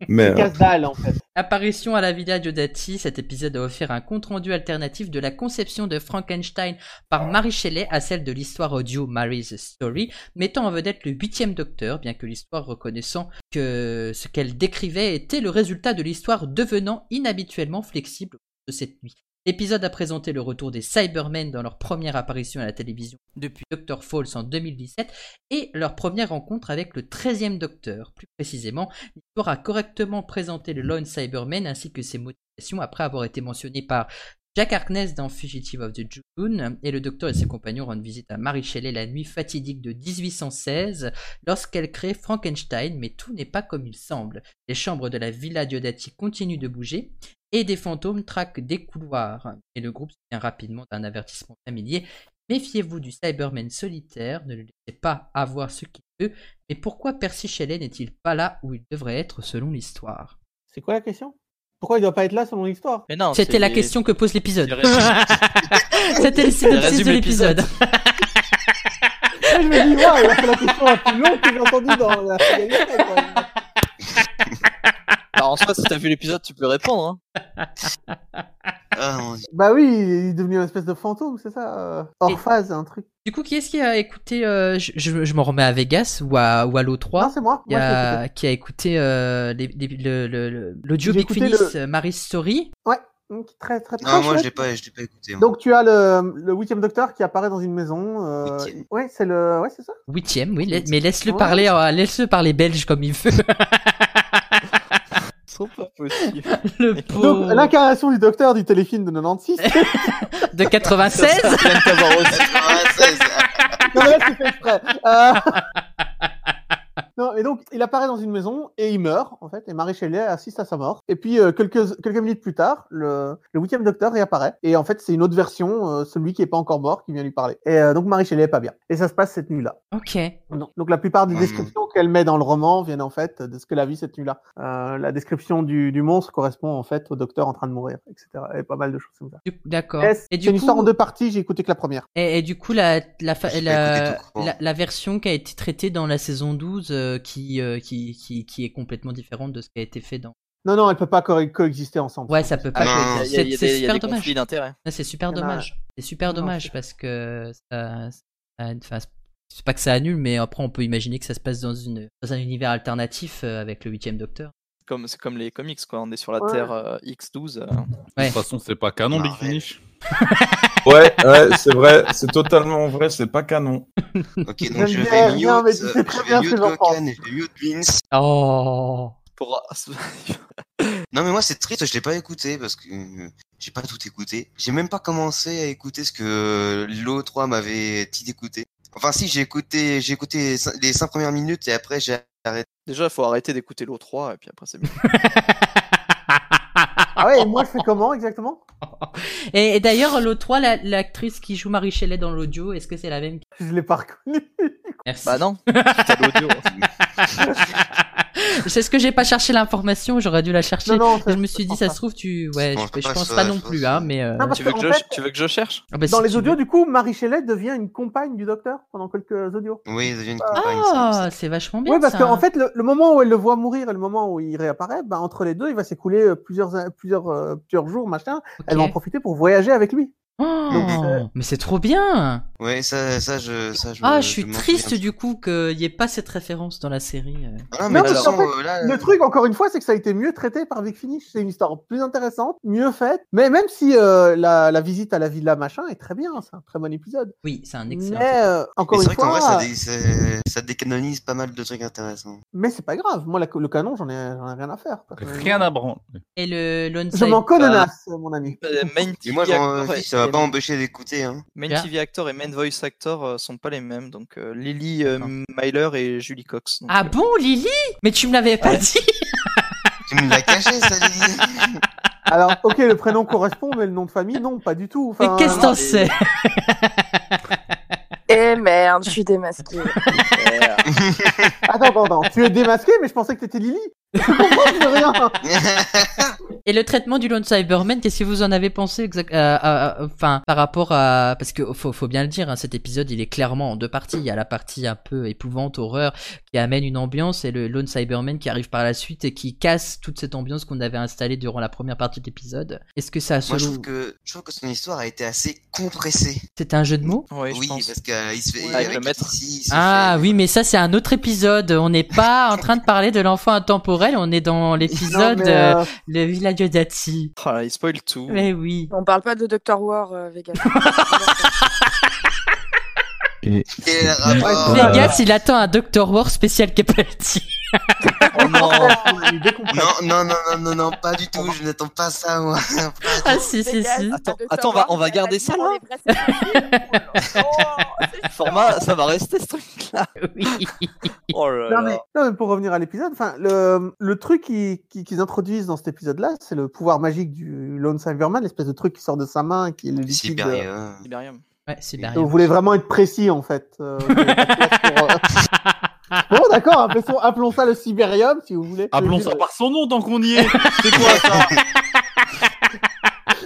[SPEAKER 7] Mais euh,
[SPEAKER 2] Casdal, en fait.
[SPEAKER 5] Apparition à la Villa Diodati, cet épisode a offert un compte-rendu alternatif de la conception de Frankenstein par Mary Shelley à celle de l'histoire audio Mary's Story, mettant en vedette le huitième docteur, bien que l'histoire reconnaissant que ce qu'elle décrivait était le résultat de l'histoire devenant inhabituellement flexible de cette nuit. L'épisode a présenté le retour des Cybermen dans leur première apparition à la télévision depuis Doctor Falls en 2017 et leur première rencontre avec le 13e Docteur, plus précisément L'histoire a correctement présenté le Lone Cyberman ainsi que ses motivations après avoir été mentionné par Jack Harkness dans Fugitive of the June et le docteur et ses compagnons rendent visite à Mary Shelley la nuit fatidique de 1816 lorsqu'elle crée Frankenstein mais tout n'est pas comme il semble. Les chambres de la Villa Diodati continuent de bouger et des fantômes traquent des couloirs et le groupe se tient rapidement d'un avertissement familier. Méfiez-vous du Cyberman solitaire, ne le laissez pas avoir ce qu'il veut mais pourquoi Percy Shelley n'est-il pas là où il devrait être selon l'histoire
[SPEAKER 2] C'est quoi la question Pourquoi il doit pas être là selon l'histoire
[SPEAKER 3] Mais non,
[SPEAKER 5] C'était
[SPEAKER 3] c'est-
[SPEAKER 5] la question que pose l'épisode.
[SPEAKER 3] c'est résumé.
[SPEAKER 5] C'était le synopsis
[SPEAKER 3] résume
[SPEAKER 5] de l'épisode.
[SPEAKER 2] Là, je me dis, ouais, il a fait la question la plus longue que j'ai entendue dans la série. quoi.
[SPEAKER 3] Alors, en soi, si t'as vu l'épisode, tu peux répondre. Hein.
[SPEAKER 4] Ah, mon Dieu.
[SPEAKER 2] Bah oui, il est devenu une espèce de fantôme, c'est ça euh,
[SPEAKER 5] Et-
[SPEAKER 2] Hors phase, un truc.
[SPEAKER 5] Du coup, qui est-ce qui a écouté euh, Je, je- je m'en remets à Vegas ou à, ou à
[SPEAKER 2] Non,
[SPEAKER 5] l'O3
[SPEAKER 2] c'est moi.
[SPEAKER 5] qui
[SPEAKER 2] Moi, je l'ai
[SPEAKER 5] a,
[SPEAKER 2] écouté.
[SPEAKER 5] qui a écouté euh, les- les- le- le- le- l'audio
[SPEAKER 2] J'ai
[SPEAKER 5] Big
[SPEAKER 2] écouté
[SPEAKER 5] Finish,
[SPEAKER 2] le-
[SPEAKER 5] euh, Mary's Story.
[SPEAKER 2] Donc, très, très, très
[SPEAKER 4] Non, moi, je
[SPEAKER 2] chouette.
[SPEAKER 4] l'ai pas, je l'ai pas écouté. moi.
[SPEAKER 2] Donc tu as le, le huitième docteur qui apparaît dans une maison. Euh...
[SPEAKER 4] Huitième.
[SPEAKER 2] Ouais, c'est le, ouais, c'est ça.
[SPEAKER 5] Huitième, oui, la- mais laisse-le
[SPEAKER 2] Ouais.
[SPEAKER 5] parler, euh, laisse-le parler belge comme il veut.
[SPEAKER 7] euh,
[SPEAKER 3] C'est pas possible.
[SPEAKER 5] le
[SPEAKER 2] Donc
[SPEAKER 5] pauvre
[SPEAKER 2] l'incarnation du docteur du téléfilm de 96.
[SPEAKER 5] de 96.
[SPEAKER 3] Je viens de t'avoir aussi.
[SPEAKER 4] 96,
[SPEAKER 2] non, mais là, c'est fait exprès. Euh, Non, non, mais donc il apparaît dans une maison et il meurt en fait. Et Marie Shelley assiste à sa mort. Et puis euh, quelques quelques minutes plus tard, le le huitième Docteur réapparaît. Et en fait, c'est une autre version, euh, celui qui est pas encore mort, qui vient lui parler. Et euh, donc Marie Shelley est pas bien. Et ça se passe cette nuit-là.
[SPEAKER 5] Ok.
[SPEAKER 2] Non. Donc la plupart des
[SPEAKER 4] Mhm.
[SPEAKER 2] descriptions qu'elle met dans le roman viennent en fait de ce que la vie cette nuit-là. Euh, la description du, du monstre correspond en fait au docteur en train de mourir, etc. Et pas mal de choses comme ça.
[SPEAKER 5] Du- D'accord.
[SPEAKER 2] Et C'est
[SPEAKER 5] Et
[SPEAKER 2] c'est
[SPEAKER 5] du
[SPEAKER 2] une histoire en
[SPEAKER 5] coup,
[SPEAKER 2] deux parties, j'ai écouté que la première.
[SPEAKER 5] et, et du coup la, la, fa-
[SPEAKER 4] Je vais
[SPEAKER 5] la,
[SPEAKER 4] écouter tout court.
[SPEAKER 5] la, la version qui a été traitée dans la saison 12 euh, qui, euh, qui, qui, qui est complètement différente de ce qui a été fait dans.
[SPEAKER 2] Non, non, elle peut pas co- coexister ensemble.
[SPEAKER 5] Ouais, ça peut pas.
[SPEAKER 4] Ah, non.
[SPEAKER 5] coexister.
[SPEAKER 3] hein. Il y a- il y a
[SPEAKER 5] C'est
[SPEAKER 3] des- il y a
[SPEAKER 5] super
[SPEAKER 3] des
[SPEAKER 5] dommage.
[SPEAKER 3] conflits d'intérêts.
[SPEAKER 5] Ouais, C'est super
[SPEAKER 2] Il y en a-
[SPEAKER 5] dommage. C'est super
[SPEAKER 2] Non,
[SPEAKER 5] dommage
[SPEAKER 2] c'est-
[SPEAKER 5] parce que ça, ça- enfin, c'est pas que ça annule, mais après on peut imaginer que ça se passe dans une dans un univers alternatif euh, avec le huitième Docteur.
[SPEAKER 3] Comme, c'est comme les comics, quoi. On est sur la
[SPEAKER 2] Ouais.
[SPEAKER 3] Terre euh, X12. euh.
[SPEAKER 5] Ouais.
[SPEAKER 1] De toute façon, c'est pas canon, Big
[SPEAKER 4] Marvel.
[SPEAKER 1] Finish.
[SPEAKER 7] Ouais, ouais, c'est vrai, c'est totalement vrai, c'est pas canon.
[SPEAKER 4] Ok, donc je
[SPEAKER 2] J'aime bien,
[SPEAKER 4] vais mute, euh,
[SPEAKER 2] non, mais tu sais très
[SPEAKER 4] je
[SPEAKER 2] bien
[SPEAKER 4] vais
[SPEAKER 2] ce
[SPEAKER 4] mute
[SPEAKER 2] que j'en
[SPEAKER 4] Locan et je vais mute Vince.
[SPEAKER 5] Oh.
[SPEAKER 3] Pour...
[SPEAKER 4] Non, mais moi, c'est triste, je l'ai pas écouté parce que euh, j'ai pas tout écouté. J'ai même pas commencé à écouter ce que l'O3 m'avait dit d'écouter. Enfin, si, j'ai écouté, j'ai écouté les cin- les cinq premières minutes et après, j'ai arrêté.
[SPEAKER 3] Déjà, il faut arrêter d'écouter l'O3 et puis après, c'est bien.
[SPEAKER 2] Ah ouais, et moi je fais comment exactement
[SPEAKER 5] Et, et d'ailleurs, l'autre, la- l'actrice qui joue Marie Shelley dans l'audio, est-ce que c'est la même qui-
[SPEAKER 2] Je l'ai pas reconnu.
[SPEAKER 5] Merci.
[SPEAKER 3] bah non, c'était l'audio.
[SPEAKER 5] c'est ce que j'ai pas cherché l'information, j'aurais dû la chercher.
[SPEAKER 2] Non, non,
[SPEAKER 5] je me suis dit, ça se
[SPEAKER 2] trouve.
[SPEAKER 5] trouve, tu. Ouais,
[SPEAKER 4] Je pense
[SPEAKER 5] je, je
[SPEAKER 4] pas,
[SPEAKER 5] pense
[SPEAKER 4] ça,
[SPEAKER 5] pas
[SPEAKER 4] je
[SPEAKER 5] non
[SPEAKER 4] pense
[SPEAKER 5] plus,
[SPEAKER 4] pas.
[SPEAKER 5] hein, mais. euh,
[SPEAKER 2] Non, Ah, parce
[SPEAKER 3] tu, veux
[SPEAKER 2] que,
[SPEAKER 3] que
[SPEAKER 2] en
[SPEAKER 3] je...
[SPEAKER 2] fait,
[SPEAKER 3] tu veux que je cherche
[SPEAKER 5] ah bah,
[SPEAKER 2] Dans
[SPEAKER 5] si
[SPEAKER 2] les
[SPEAKER 5] tu
[SPEAKER 2] audios,
[SPEAKER 5] veux.
[SPEAKER 2] du coup, Marie Shelley devient une compagne du docteur pendant quelques audios.
[SPEAKER 4] Oui, ça devient une campagne.
[SPEAKER 5] Ah, c'est vachement bien.
[SPEAKER 2] Oui, parce
[SPEAKER 5] ça.
[SPEAKER 2] qu'en fait, le, le moment où elle le voit mourir et le moment où il réapparaît, bah, entre les deux, il va s'écouler euh, plusieurs, euh, plusieurs, euh, plusieurs jours, machin.
[SPEAKER 5] Ok.
[SPEAKER 2] Elle va en profiter pour voyager avec lui.
[SPEAKER 5] Oh,
[SPEAKER 4] Donc,
[SPEAKER 2] euh,
[SPEAKER 5] mais c'est trop bien.
[SPEAKER 4] Ouais, ça, ça, je, ça, je
[SPEAKER 5] Ah,
[SPEAKER 4] me-
[SPEAKER 5] je suis
[SPEAKER 4] m'en
[SPEAKER 5] triste
[SPEAKER 4] souviens.
[SPEAKER 5] du coup qu'il n'y ait pas cette référence dans la série. euh.
[SPEAKER 4] Ah, mais
[SPEAKER 2] Non,
[SPEAKER 4] de toute
[SPEAKER 2] parce qu'en
[SPEAKER 4] façon,
[SPEAKER 2] fait,
[SPEAKER 4] euh, là,
[SPEAKER 2] Le truc, encore une fois, c'est que ça a été mieux traité par Vic Finish. C'est une histoire plus intéressante, mieux faite. Mais même si euh, la, la visite à la villa, machin, est très bien, c'est un très bon épisode.
[SPEAKER 5] Oui, c'est un excellent.
[SPEAKER 2] Mais euh,
[SPEAKER 4] mais
[SPEAKER 2] encore
[SPEAKER 4] c'est
[SPEAKER 2] une
[SPEAKER 4] vrai qu'en
[SPEAKER 2] fois,
[SPEAKER 4] vrai, ça, dé- ça- ça décanonise pas mal de trucs intéressants.
[SPEAKER 2] mais c'est pas grave. Moi, la- le canon, j'en ai, j'en ai rien à faire.
[SPEAKER 1] Rien à branler.
[SPEAKER 5] Et le Lone
[SPEAKER 2] Je
[SPEAKER 5] Side-
[SPEAKER 2] m'en connasse, mon ami.
[SPEAKER 3] Euh, Main
[SPEAKER 4] Et moi,
[SPEAKER 3] TV
[SPEAKER 4] j'en-
[SPEAKER 3] actor
[SPEAKER 4] si,
[SPEAKER 3] et-
[SPEAKER 4] ça va
[SPEAKER 3] et
[SPEAKER 4] pas
[SPEAKER 3] main-
[SPEAKER 4] m'empêcher d'écouter, hein.
[SPEAKER 3] Main
[SPEAKER 5] Bien.
[SPEAKER 3] TV actor et main voice actor euh, sont pas les mêmes. Donc euh, Lily euh, Myler et Julie Cox. donc,
[SPEAKER 5] Ah
[SPEAKER 3] euh,
[SPEAKER 5] bon, Lily Mais tu me l'avais pas dit
[SPEAKER 4] Tu me l'as caché, ça, Lily.
[SPEAKER 2] Alors, ok, le prénom correspond, mais le nom de famille, non, pas du tout.
[SPEAKER 5] Mais
[SPEAKER 2] Enfin,
[SPEAKER 5] qu'est-ce que t'en
[SPEAKER 3] et-
[SPEAKER 5] sais
[SPEAKER 8] Eh merde, je suis démasquée.
[SPEAKER 3] euh,
[SPEAKER 2] Attends, attends, attends. Tu es démasqué, mais je pensais que t'étais Lily. Je comprends plus rien.
[SPEAKER 5] Et le traitement du Lone Cyberman, qu'est-ce que vous en avez pensé exact- euh, euh, euh, Enfin, par rapport à, parce que faut, faut bien le dire, hein, cet épisode il est clairement en deux parties. Il y a la partie un peu épouvante, horreur, qui amène une ambiance, et le Lone Cyberman qui arrive par la suite et qui casse toute cette ambiance qu'on avait installée durant la première partie de l'épisode. Est-ce que ça,
[SPEAKER 4] Moi, je
[SPEAKER 5] selon-
[SPEAKER 4] trouve que, je trouve que son histoire a été assez compressée.
[SPEAKER 5] c'est un jeu de mots
[SPEAKER 3] ouais, je
[SPEAKER 4] Oui,
[SPEAKER 3] pense.
[SPEAKER 4] parce qu'il se fait.
[SPEAKER 3] Ouais, avec le maître.
[SPEAKER 4] Titi, il se
[SPEAKER 5] Ah
[SPEAKER 4] fait-
[SPEAKER 5] oui, mais ça c'est un autre épisode. On n'est pas en train de parler de l'enfant intemporel. On est dans l'épisode
[SPEAKER 2] Non, mais, euh,
[SPEAKER 5] euh, le Villa Diodati.
[SPEAKER 3] Oh là, il spoil
[SPEAKER 4] euh,
[SPEAKER 3] tout.
[SPEAKER 5] Mais oui.
[SPEAKER 8] On parle pas de Dr. War, euh, Vegas.
[SPEAKER 1] Et
[SPEAKER 4] Quel rapport euh,
[SPEAKER 2] Ouais,
[SPEAKER 5] Vegas, il attend un Doctor War spécial Capaldi.
[SPEAKER 3] Oh non.
[SPEAKER 4] Non, non, non, non, non, non, pas du tout, je n'attends pas ça, moi.
[SPEAKER 5] Ah si si
[SPEAKER 8] Vegas,
[SPEAKER 5] si.
[SPEAKER 8] un
[SPEAKER 3] Attends,
[SPEAKER 8] Dr.
[SPEAKER 3] attends, on va-
[SPEAKER 8] War, euh,
[SPEAKER 3] on va
[SPEAKER 8] elle a
[SPEAKER 3] garder
[SPEAKER 8] dit,
[SPEAKER 3] ça,
[SPEAKER 8] on
[SPEAKER 3] là
[SPEAKER 8] est presque parti. Oh, c'est
[SPEAKER 3] Format, ça va rester ce truc-là.
[SPEAKER 5] Oui.
[SPEAKER 3] Oh là
[SPEAKER 2] Non
[SPEAKER 3] là.
[SPEAKER 2] mais, non, mais pour revenir à l'épisode, enfin le, le truc qui- qui- qu'ils introduisent dans cet épisode-là, c'est le pouvoir magique du Lone Silverman, l'espèce de truc qui sort de sa main, qui est le liquide. euh,
[SPEAKER 4] Sibérieux.
[SPEAKER 3] Siberium.
[SPEAKER 5] Ouais, c'est
[SPEAKER 2] Donc,
[SPEAKER 4] Donc,
[SPEAKER 5] derrière.
[SPEAKER 2] vous voulez vraiment être précis en fait. euh, vous avez pas de place pour, euh, Bon d'accord, appelons, appelons ça le Siberium si vous voulez.
[SPEAKER 1] Appelons
[SPEAKER 2] Je-
[SPEAKER 1] ça par son nom tant qu'on y est. C'est quoi ça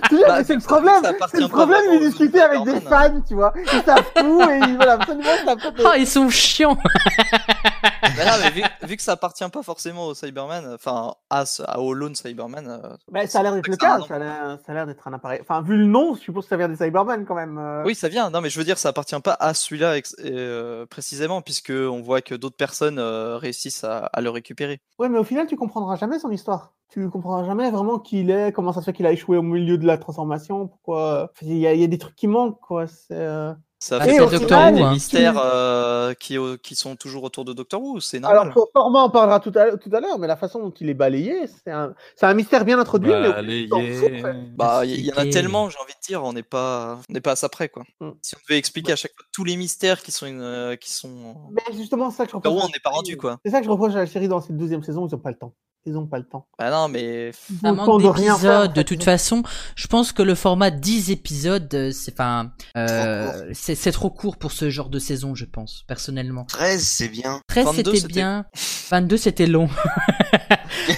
[SPEAKER 2] Tu sais,
[SPEAKER 3] Bah,
[SPEAKER 2] mais c'est le
[SPEAKER 3] ça- ça
[SPEAKER 2] problème,
[SPEAKER 3] appartient
[SPEAKER 2] c'est le
[SPEAKER 3] pas
[SPEAKER 2] problème
[SPEAKER 3] vraiment
[SPEAKER 2] de
[SPEAKER 3] aux
[SPEAKER 2] discuter avec des
[SPEAKER 3] Spider-Man,
[SPEAKER 2] fans, tu vois. Ils savent tout et ils veulent absolument que ça fasse-
[SPEAKER 5] Oh, ils sont chiants.
[SPEAKER 3] Mais non, mais vu, vu que ça appartient pas forcément au Cyberman, enfin à, ce- à- au Lone Cyberman, euh,
[SPEAKER 2] Mais ça a l'air d'être le
[SPEAKER 3] C'est un
[SPEAKER 2] cas,
[SPEAKER 3] nom.
[SPEAKER 2] ça a l'air- ça a l'air d'être un appareil. Enfin, vu le nom, je suppose que ça vient des Cybermen quand même. euh.
[SPEAKER 3] oui, ça vient. Non, mais je veux dire, ça appartient pas à celui-là ex- et, euh, précisément, puisque on voit que d'autres personnes euh, réussissent à, à le récupérer.
[SPEAKER 2] Ouais, mais au final, tu comprendras jamais son histoire. Tu comprendras jamais vraiment qui il est, comment ça se fait qu'il a échoué au milieu de la transformation, pourquoi. Enfin, Il y, a- il y a des trucs qui manquent, quoi. C'est, euh,
[SPEAKER 3] Ça
[SPEAKER 5] Ah,
[SPEAKER 3] fait
[SPEAKER 5] c'est
[SPEAKER 3] partie
[SPEAKER 5] Doctor Who,
[SPEAKER 3] des
[SPEAKER 5] hein.
[SPEAKER 3] mystères euh, qui, au- qui sont toujours autour de Doctor Who, c'est normal.
[SPEAKER 2] Alors, Format en parlera tout à, l'heure- tout à l'heure, mais la façon dont il est balayé, c'est un, c'est un mystère bien introduit. mais au-
[SPEAKER 1] Balayé.
[SPEAKER 3] Bah, il y, y en a
[SPEAKER 5] expliquer.
[SPEAKER 3] tellement, j'ai envie de dire, on n'est pas, on n'est pas à ça près, quoi.
[SPEAKER 2] Hmm.
[SPEAKER 3] Si on devait expliquer à chaque fois tous les mystères qui sont, une, euh, qui sont.
[SPEAKER 2] Mais justement, c'est ça que je
[SPEAKER 3] Doctor Who,
[SPEAKER 2] reproche.
[SPEAKER 3] on n'est pas rendu, quoi.
[SPEAKER 2] Bah, C'est ça que je reproche à la série dans cette deuxième saison, ils n'ont pas le temps. Ils n'ont pas le temps.
[SPEAKER 3] Bah non, mais
[SPEAKER 2] Ils
[SPEAKER 5] Ça
[SPEAKER 2] ont le
[SPEAKER 5] manque
[SPEAKER 2] temps de rien faire, en
[SPEAKER 5] d'épisodes, de
[SPEAKER 2] fait.
[SPEAKER 5] toute façon. Je pense que le format 10 épisodes, euh, c'est enfin, euh,
[SPEAKER 4] Trop
[SPEAKER 5] c'est c'est trop court pour ce genre de saison, je pense, personnellement.
[SPEAKER 4] 13, c'est bien.
[SPEAKER 5] 13
[SPEAKER 3] 22,
[SPEAKER 5] c'était
[SPEAKER 3] c'était-
[SPEAKER 5] bien, 22 c'était long.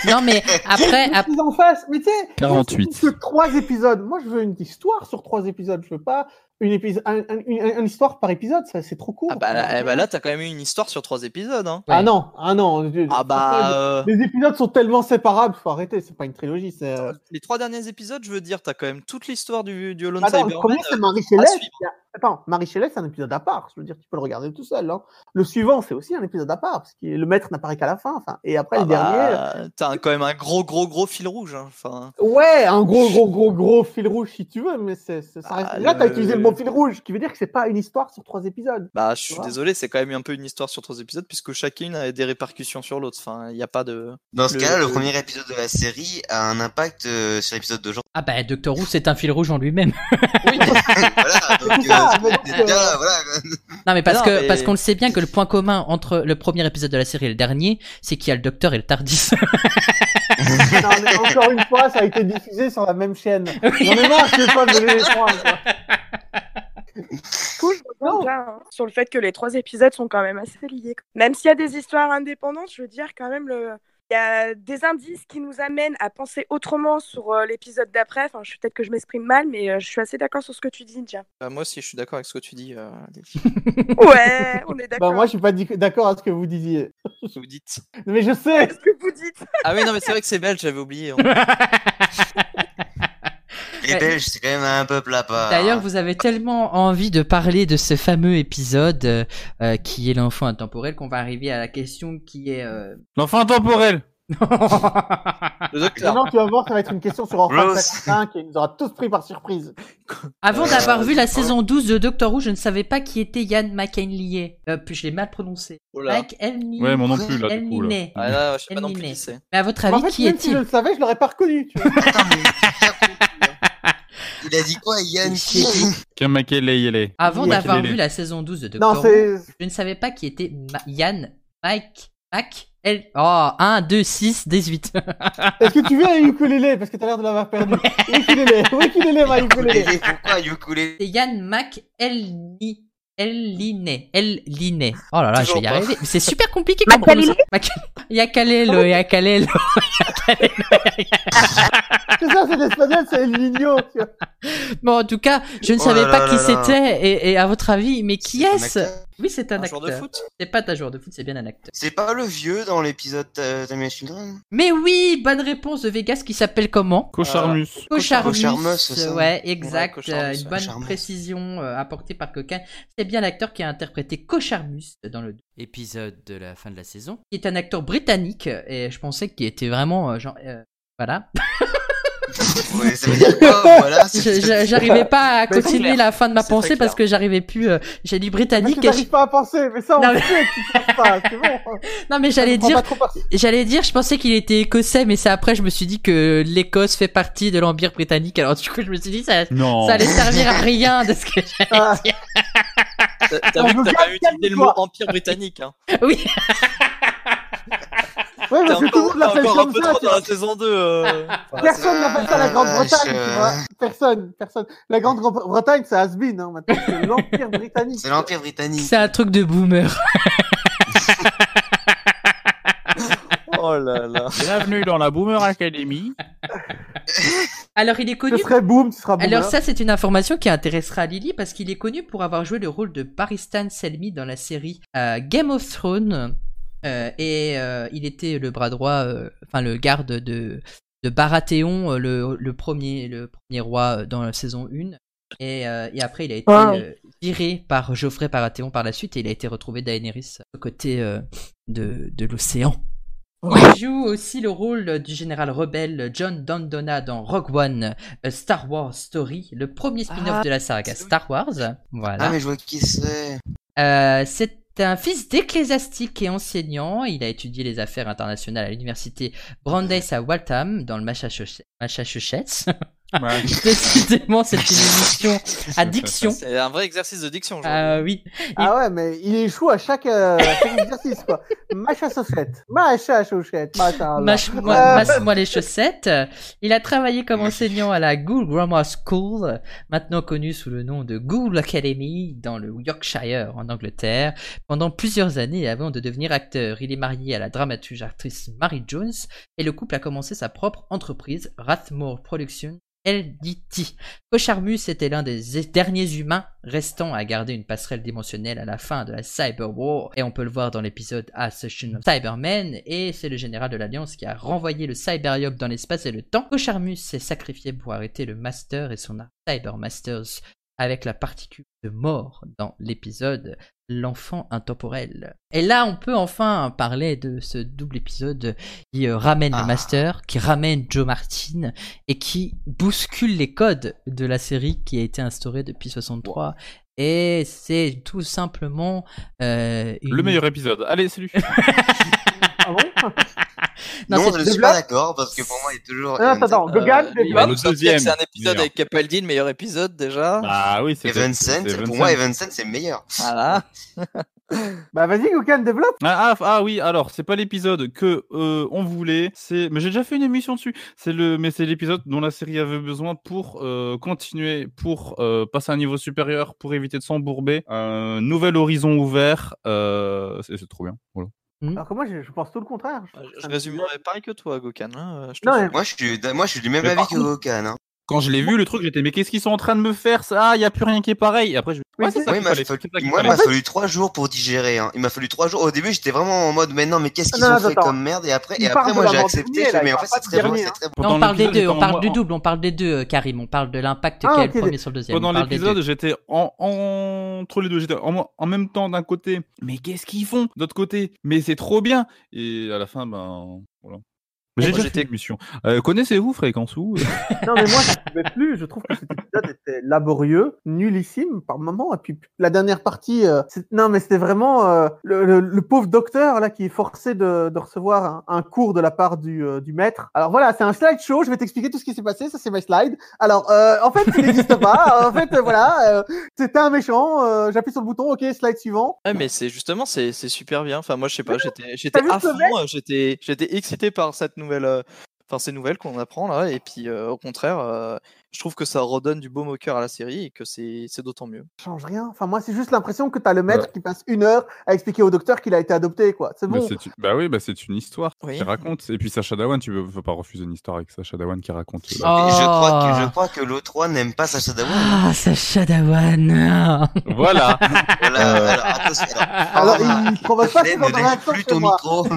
[SPEAKER 5] non mais après,
[SPEAKER 2] Mais
[SPEAKER 5] ap-
[SPEAKER 2] qu'ils en fassent, mais tu sais,
[SPEAKER 1] 48.
[SPEAKER 2] c'est que trois épisodes. Moi, je veux une histoire sur trois épisodes. Je veux pas une, épisode, un- un- une, un- une histoire par épisode, ça, c'est trop court.
[SPEAKER 3] ah bah, là- eh bah là, t'as quand même eu une histoire sur trois épisodes. Hein.
[SPEAKER 2] Ah non, ah non. je-
[SPEAKER 3] Ah bah, euh,
[SPEAKER 2] Les épisodes sont tellement séparables, faut arrêter, c'est pas une trilogie. C'est... euh,
[SPEAKER 3] les trois derniers épisodes, je veux dire, t'as quand même toute l'histoire du, du Lone
[SPEAKER 2] Attends, le
[SPEAKER 3] Cyberman.
[SPEAKER 2] premier,
[SPEAKER 3] euh,
[SPEAKER 2] c'est Marie
[SPEAKER 3] à
[SPEAKER 2] Céleste.
[SPEAKER 3] suivre.
[SPEAKER 2] Il y a- Attends, Marie Céleste, c'est un épisode à part. Je veux dire, tu peux le regarder tout seul. hein. Le suivant, c'est aussi un épisode à part, parce que le maître n'apparaît qu'à la fin. enfin. Et après,
[SPEAKER 3] Ah
[SPEAKER 2] le dernier.
[SPEAKER 3] bah, T'as un- quand même un gros, gros, gros fil rouge. hein. Enfin,
[SPEAKER 2] Ouais, un gros, gros, gros, gros fil rouge si tu veux, mais c'est, c'est- ça reste-
[SPEAKER 3] Ah,
[SPEAKER 2] là, t'as
[SPEAKER 3] le-
[SPEAKER 2] utilisé le mot fil rouge, ce qui veut dire que c'est pas une histoire sur trois épisodes.
[SPEAKER 3] bah, je suis
[SPEAKER 2] Wow.
[SPEAKER 3] désolé, c'est quand même un peu une histoire sur trois épisodes, puisque chacune a des répercussions sur l'autre. Enfin, il n'y a pas de.
[SPEAKER 4] Dans ce
[SPEAKER 3] Le-
[SPEAKER 4] cas-là, le premier épisode de la série a un impact euh, sur l'épisode d'aujourd'hui.
[SPEAKER 5] ah bah Doctor Who c'est un fil rouge en lui-même.
[SPEAKER 4] voilà, donc,
[SPEAKER 2] Ah,
[SPEAKER 4] euh,
[SPEAKER 2] mais donc,
[SPEAKER 4] déjà, voilà.
[SPEAKER 5] Non mais parce
[SPEAKER 3] Non,
[SPEAKER 5] que
[SPEAKER 3] mais-
[SPEAKER 5] parce qu'on le sait bien que le point commun entre le premier épisode de la série et le dernier, c'est qu'il y a le Docteur et le Tardis.
[SPEAKER 2] Non, mais encore une fois, ça a été diffusé sur la même chaîne. J'en ai marre, je veux pas me lever les trois. quoi.
[SPEAKER 8] Cool, je reviens
[SPEAKER 2] Non.
[SPEAKER 8] là, hein, sur le fait que les trois épisodes sont quand même assez liés. quoi. Même s'il y a des histoires indépendantes, je veux dire quand même le. Il y a des indices qui nous amènent à penser autrement sur euh, l'épisode d'après. Enfin, je peut-être que je m'exprime mal, mais euh, je suis assez d'accord sur ce que tu dis, déjà.
[SPEAKER 3] Bah, moi aussi, je suis d'accord avec ce que tu dis. euh, Lily.
[SPEAKER 8] Ouais, on est d'accord.
[SPEAKER 2] Bah,
[SPEAKER 8] hein.
[SPEAKER 2] moi, je suis pas dic- d'accord à ce que vous disiez.
[SPEAKER 3] vous dites.
[SPEAKER 2] Mais je sais,
[SPEAKER 8] ce que vous dites.
[SPEAKER 3] Ah oui, non, mais c'est vrai que c'est belge, j'avais oublié. hein.
[SPEAKER 4] Les
[SPEAKER 5] Ouais.
[SPEAKER 4] Belges, c'est quand même un peuple à part.
[SPEAKER 5] D'ailleurs, vous avez tellement envie de parler de ce fameux épisode euh, euh, qui est l'enfant intemporel qu'on va arriver à la question qui est. euh,
[SPEAKER 1] L'enfant intemporel
[SPEAKER 3] Le docteur.
[SPEAKER 2] maintenant, tu vas voir, ça va être une question sur Orphan
[SPEAKER 4] Gross.
[SPEAKER 2] 5 et il nous aura tous pris par surprise.
[SPEAKER 5] Avant
[SPEAKER 4] Euh,
[SPEAKER 5] d'avoir vu la
[SPEAKER 4] ouais.
[SPEAKER 5] saison 12 de Doctor Who, je ne savais pas qui était Yann McEnlier. Euh, puis je l'ai mal prononcé.
[SPEAKER 3] Oh là.
[SPEAKER 5] Mike Enlier.
[SPEAKER 1] Ouais, moi non plus, là, du coup. là.
[SPEAKER 5] Enlier.
[SPEAKER 3] Ah, là, je sais pas non plus
[SPEAKER 5] Elminé.
[SPEAKER 3] qui c'est.
[SPEAKER 5] Mais à votre
[SPEAKER 2] Mais
[SPEAKER 5] avis,
[SPEAKER 2] Bah, en fait,
[SPEAKER 5] qui
[SPEAKER 2] même si je
[SPEAKER 5] est-il
[SPEAKER 2] le savais, je l'aurais pas reconnu. Tu vois.
[SPEAKER 4] Attends, mais- Il a dit quoi, Yann
[SPEAKER 5] Qui-
[SPEAKER 1] Kamakele
[SPEAKER 5] Avant
[SPEAKER 1] Ouais,
[SPEAKER 5] d'avoir
[SPEAKER 1] quel est
[SPEAKER 5] vu
[SPEAKER 1] le-
[SPEAKER 5] la saison 12 de Doctor
[SPEAKER 2] Non,
[SPEAKER 5] Who,
[SPEAKER 2] c'est.
[SPEAKER 5] je ne savais pas qui était Ma- Yann Mike Mac El. Oh, 1, 2, 6, 18.
[SPEAKER 2] Est-ce que tu veux un ukulélé Parce que t'as l'air de l'avoir perdu. Ukulélé, ukulélé, ma ukulélé.
[SPEAKER 4] Ukulélé, pourquoi ukulélé
[SPEAKER 5] C'est Yann Mac Elni. Eliné, Eliné. Oh là là, je vais y
[SPEAKER 3] Toujours pas.
[SPEAKER 5] arriver. Mais C'est super compliqué comme
[SPEAKER 8] Macalello
[SPEAKER 5] prononciation. Mac- Yakalelo, Yakalelo.
[SPEAKER 2] C'est ça, c'est l'espagnol, c'est El Niño. tu vois.
[SPEAKER 5] Bon, en tout cas, je ne
[SPEAKER 4] Oh
[SPEAKER 5] savais
[SPEAKER 4] là
[SPEAKER 5] pas
[SPEAKER 4] là
[SPEAKER 5] qui
[SPEAKER 4] là là.
[SPEAKER 5] c'était, et, et à votre avis, mais qui
[SPEAKER 4] C'est un
[SPEAKER 5] est-ce
[SPEAKER 4] acteur.
[SPEAKER 5] Oui, c'est un,
[SPEAKER 3] Un
[SPEAKER 5] acteur.
[SPEAKER 3] joueur de foot
[SPEAKER 5] C'est pas un joueur de foot, c'est bien un acteur.
[SPEAKER 4] C'est pas le vieux dans l'épisode euh, d'American Children
[SPEAKER 5] Mais oui, bonne réponse de Vegas qui s'appelle comment
[SPEAKER 1] Cocharmus.
[SPEAKER 5] Cocharmus.
[SPEAKER 4] Cocharmus, c'est ça
[SPEAKER 5] ouais, exact.
[SPEAKER 3] Ouais, Cocharmus,
[SPEAKER 5] Euh,
[SPEAKER 3] ouais,
[SPEAKER 5] Une bonne
[SPEAKER 4] Cocharmus.
[SPEAKER 5] précision euh, apportée par Coquin. C'est bien l'acteur qui a interprété Cocharmus dans le épisode de la fin de la saison. Qui est un acteur britannique, et je pensais qu'il était vraiment euh, genre. euh, voilà.
[SPEAKER 4] Ouais, ça veut dire quoi, voilà
[SPEAKER 5] Je-
[SPEAKER 4] Ah, c'est-
[SPEAKER 5] je- J'arrivais pas à
[SPEAKER 3] Mais c'est
[SPEAKER 5] continuer
[SPEAKER 3] clair.
[SPEAKER 5] la fin de ma
[SPEAKER 3] C'est très
[SPEAKER 5] pensée parce
[SPEAKER 3] clair.
[SPEAKER 5] que j'arrivais plus. euh, J'ai dit
[SPEAKER 2] Parce
[SPEAKER 5] britannique.
[SPEAKER 2] que
[SPEAKER 5] et
[SPEAKER 2] t'arrives pas à penser, mais ça, on
[SPEAKER 5] Non, mais-
[SPEAKER 2] sait que tu penses pas, c'est bon.
[SPEAKER 5] je- Non mais j'allais
[SPEAKER 2] Prends
[SPEAKER 5] dire
[SPEAKER 2] pas trop par-
[SPEAKER 5] J'allais dire, je pensais qu'il était écossais, mais c'est après, je me suis dit que l'Écosse fait partie de l'Empire britannique. Alors du coup, je me suis dit, ça, ça
[SPEAKER 1] Non.
[SPEAKER 5] allait servir à rien de ce que j'allais
[SPEAKER 2] Ah.
[SPEAKER 5] dire.
[SPEAKER 3] T'as
[SPEAKER 2] Non, je
[SPEAKER 3] t'as vu que t'as
[SPEAKER 2] veux
[SPEAKER 3] pas
[SPEAKER 2] bien,
[SPEAKER 3] utilisé le
[SPEAKER 2] calme-toi.
[SPEAKER 3] mot empire britannique. Hein.
[SPEAKER 5] Oui,
[SPEAKER 2] Ouais,
[SPEAKER 3] T'es
[SPEAKER 2] parce que tout le
[SPEAKER 3] encore,
[SPEAKER 2] monde
[SPEAKER 3] t'es
[SPEAKER 2] l'appelle
[SPEAKER 3] encore un
[SPEAKER 2] comme
[SPEAKER 3] peu
[SPEAKER 2] ça.
[SPEAKER 3] trop
[SPEAKER 2] tu
[SPEAKER 3] dans
[SPEAKER 2] vois.
[SPEAKER 3] la saison 2. euh. Enfin,
[SPEAKER 2] Personne n'appelle ça la
[SPEAKER 4] Ah,
[SPEAKER 2] Grande-Bretagne,
[SPEAKER 4] vache,
[SPEAKER 2] tu vois.
[SPEAKER 4] euh.
[SPEAKER 2] Personne, personne. La Grande-Bretagne, c'est Asbin, hein, maintenant. C'est l'Empire britannique.
[SPEAKER 4] C'est l'Empire britannique.
[SPEAKER 5] c'est un truc de boomer.
[SPEAKER 3] oh là là.
[SPEAKER 1] Bienvenue dans la Boomer Academy.
[SPEAKER 5] Alors il est
[SPEAKER 2] Ce
[SPEAKER 5] connu.
[SPEAKER 2] serait boom, ce sera boom.
[SPEAKER 5] Alors ça, c'est une information qui intéressera Lily parce qu'il est connu pour avoir joué le rôle de Baristan Selmy dans la série euh, Game of Thrones Euh, et euh, il était le bras droit, euh, enfin le garde de de Baratheon, euh, le, le premier le premier roi euh, dans la saison 1. Et, euh, et après, il a été
[SPEAKER 8] Ah.
[SPEAKER 5] euh, viré par Geoffrey euh, Baratheon par la suite et il a été retrouvé Daenerys au côté euh, de, de l'océan. Il joue aussi le rôle du général rebelle John Dandona dans Rogue One, A Star Wars Story, le premier spin-off
[SPEAKER 4] Ah,
[SPEAKER 5] de la saga Star Wars. Voilà.
[SPEAKER 4] Ah, mais je vois qui c'est.
[SPEAKER 5] Euh, c'est un fils d'ecclésiastique et enseignant. Il a étudié les affaires internationales à l'université Brandeis à Waltham, dans le Massachusetts. Massachusetts. Décidément, c'est une émission à diction.
[SPEAKER 3] C'est un vrai exercice de diction.
[SPEAKER 2] Euh,
[SPEAKER 3] aujourd'hui.
[SPEAKER 5] Ah oui.
[SPEAKER 2] Ah ouais, mais il échoue à chaque, euh, à chaque exercice, quoi. Macha chaussette, macha chaussette, macha.
[SPEAKER 5] Mâche-moi
[SPEAKER 2] Euh,
[SPEAKER 5] mâche-moi les chaussettes. Il a travaillé comme enseignant à la Gould Grammar School, maintenant connue sous le nom de Gould Academy, dans le Yorkshire, en Angleterre, pendant plusieurs années avant de devenir acteur. Il est marié à la dramaturge actrice Mary Jones et le couple a commencé sa propre entreprise, Rathmore Productions. LDT. Cocharmus était l'un des derniers humains restant à garder une passerelle dimensionnelle à la fin de la Cyber War, et on peut le voir dans l'épisode Ascension of Cybermen, et c'est le général de l'Alliance qui a renvoyé le Cyberiob dans l'espace et le temps. Cocharmus s'est sacrifié pour arrêter le Master et son Cybermasters avec la particule de mort dans l'épisode L'enfant intemporel. Et là, on peut enfin parler de ce double épisode qui euh, ramène
[SPEAKER 4] Ah.
[SPEAKER 5] le Master, qui ramène Joe Martin et qui bouscule les codes de la série qui a été instaurée depuis 63. Et c'est tout simplement euh,
[SPEAKER 1] Le
[SPEAKER 5] une-
[SPEAKER 1] meilleur épisode. Allez, salut.
[SPEAKER 2] Ah bon
[SPEAKER 5] Non,
[SPEAKER 4] Non,
[SPEAKER 5] c'est-
[SPEAKER 4] je ne suis
[SPEAKER 2] Black-
[SPEAKER 4] pas d'accord parce que pour moi, il est toujours.
[SPEAKER 2] Non, attends, attends, Gogan,
[SPEAKER 3] Euh,
[SPEAKER 2] Gogan,
[SPEAKER 3] il va
[SPEAKER 1] le
[SPEAKER 3] nous sortir
[SPEAKER 1] deuxième
[SPEAKER 3] que C'est un épisode
[SPEAKER 1] meilleur.
[SPEAKER 3] avec Capaldi, le meilleur épisode déjà.
[SPEAKER 1] Ah oui, c'est
[SPEAKER 4] Evan
[SPEAKER 1] c'est-
[SPEAKER 4] Sent,
[SPEAKER 1] c'est
[SPEAKER 4] pour
[SPEAKER 1] Evan
[SPEAKER 4] moi,
[SPEAKER 1] Sent.
[SPEAKER 4] Evan Sent, c'est le meilleur.
[SPEAKER 3] Voilà.
[SPEAKER 2] Bah vas-y, Gokan, développe.
[SPEAKER 1] Ah, ah, ah oui, alors c'est pas l'épisode que euh, on voulait, c'est mais j'ai déjà fait une émission dessus. C'est le mais c'est l'épisode dont la série avait besoin pour euh, continuer, pour euh, passer à un niveau supérieur, pour éviter de s'embourber. Un nouvel horizon ouvert, euh, c'est c'est trop bien. Voilà.
[SPEAKER 2] Alors que moi, je, je pense tout le contraire. Je-
[SPEAKER 3] Ah, Je résumerai pareil que toi, Gokan. hein, je te
[SPEAKER 2] Non,
[SPEAKER 3] jure.
[SPEAKER 2] mais-
[SPEAKER 4] Moi, je suis, moi, je suis du même
[SPEAKER 1] Mais
[SPEAKER 4] avis
[SPEAKER 1] par
[SPEAKER 4] que
[SPEAKER 1] contre-
[SPEAKER 4] Gokan. Hein.
[SPEAKER 1] Quand je l'ai vu le truc, j'étais mais qu'est-ce qu'ils sont en train de me faire ça Ah, Il y a plus rien qui est pareil. Et après je ouais,
[SPEAKER 2] Oui,
[SPEAKER 1] c'est
[SPEAKER 2] c'est-
[SPEAKER 1] ça
[SPEAKER 4] Oui,
[SPEAKER 1] qu'il
[SPEAKER 4] moi,
[SPEAKER 1] fallait,
[SPEAKER 4] il
[SPEAKER 1] c'est ça qu'il
[SPEAKER 4] moi,
[SPEAKER 1] fallait.
[SPEAKER 4] il m'a fallu trois jours pour digérer. Hein. Il m'a fallu trois jours. Au début, j'étais vraiment en mode, mais non, mais qu'est-ce qu'ils
[SPEAKER 2] Non,
[SPEAKER 4] ont
[SPEAKER 2] non,
[SPEAKER 4] fait
[SPEAKER 2] attends.
[SPEAKER 4] comme merde Et après,
[SPEAKER 2] Il
[SPEAKER 4] et
[SPEAKER 2] parle
[SPEAKER 4] après
[SPEAKER 2] de
[SPEAKER 4] moi, j'ai
[SPEAKER 2] l'avant-dernier,
[SPEAKER 4] accepté.
[SPEAKER 2] là,
[SPEAKER 4] Je fais, mais
[SPEAKER 2] il
[SPEAKER 4] en
[SPEAKER 2] parle
[SPEAKER 4] fait,
[SPEAKER 2] pas
[SPEAKER 4] c'est
[SPEAKER 2] de
[SPEAKER 4] très bon,
[SPEAKER 2] dernier,
[SPEAKER 4] c'est
[SPEAKER 2] hein.
[SPEAKER 4] très bon.
[SPEAKER 5] Non,
[SPEAKER 1] Pendant
[SPEAKER 5] on parle des
[SPEAKER 1] l'épisode,
[SPEAKER 5] deux, on
[SPEAKER 1] j'étais en- oh,
[SPEAKER 5] parle du
[SPEAKER 1] en-
[SPEAKER 5] double, on parle des deux, euh, Karim, on parle de l'impact
[SPEAKER 2] Ah,
[SPEAKER 5] qu'a
[SPEAKER 2] ok,
[SPEAKER 5] le premier
[SPEAKER 2] des-
[SPEAKER 5] sur le deuxième.
[SPEAKER 1] Pendant
[SPEAKER 5] on parle des
[SPEAKER 1] l'épisode,
[SPEAKER 5] deux.
[SPEAKER 1] j'étais en, en- entre les deux. J'étais en, en même temps d'un côté, mais qu'est-ce qu'ils font D'autre côté, mais c'est trop bien. Et à la fin, ben voilà. Mais J'ai
[SPEAKER 3] Moi,
[SPEAKER 1] déjà
[SPEAKER 3] j'étais-
[SPEAKER 1] fait une mission. Euh, Connaissez-vous Fréquence Ou
[SPEAKER 2] Non, mais moi, je pouvais plus. Je trouve que cet épisode était laborieux, nullissime par moment. Et puis, la dernière partie, euh, c'est- non, mais c'était vraiment euh, le, le- le pauvre docteur là qui est forcé de, de recevoir un, un cours de la part du, euh, du maître. Alors voilà, c'est un slideshow. Je vais t'expliquer tout ce qui s'est passé. Ça, c'est ma slide. Alors, euh, en fait, ça n'existe pas. En fait, euh, voilà, euh, c'était un méchant. euh, J'appuie sur le bouton. Ok, slide suivant.
[SPEAKER 3] Ouais, mais c'est justement c'est c'est super bien. Enfin moi je sais pas, j'étais
[SPEAKER 2] t'as
[SPEAKER 3] j'étais
[SPEAKER 2] vu
[SPEAKER 3] à
[SPEAKER 2] ce
[SPEAKER 3] fond, euh, j'étais j'étais excité par cette nouvelle euh, enfin ces nouvelles qu'on apprend là et puis euh, au contraire euh, je trouve que ça redonne du baume au cœur à la série et que c'est c'est d'autant mieux.
[SPEAKER 2] Ça Change rien. Enfin, moi, c'est juste l'impression que t'as le maître qui passe une heure à expliquer au docteur qu'il a été adopté, quoi. C'est
[SPEAKER 1] Bah,
[SPEAKER 2] bon.
[SPEAKER 1] c'est une- bah oui, bah c'est une histoire
[SPEAKER 3] Oui.
[SPEAKER 1] qui raconte. Et puis Sacha Dawan, tu ne peux pas refuser une histoire avec Sacha Dawan qui raconte. euh,
[SPEAKER 5] Ah.
[SPEAKER 4] Et je crois que,
[SPEAKER 5] Oh.
[SPEAKER 4] je crois que l'autre roi n'aime pas Sacha Dawan.
[SPEAKER 5] Ah, Sacha Dawan Ah.
[SPEAKER 1] Voilà.
[SPEAKER 4] Voilà, alors, attention.
[SPEAKER 2] Alors,
[SPEAKER 4] pardon, hein.
[SPEAKER 2] il provoque pas ce
[SPEAKER 4] Hélène,
[SPEAKER 2] genre de
[SPEAKER 4] ne lève
[SPEAKER 2] réaction
[SPEAKER 4] plus
[SPEAKER 2] chez
[SPEAKER 4] ton
[SPEAKER 2] moi.
[SPEAKER 4] micro.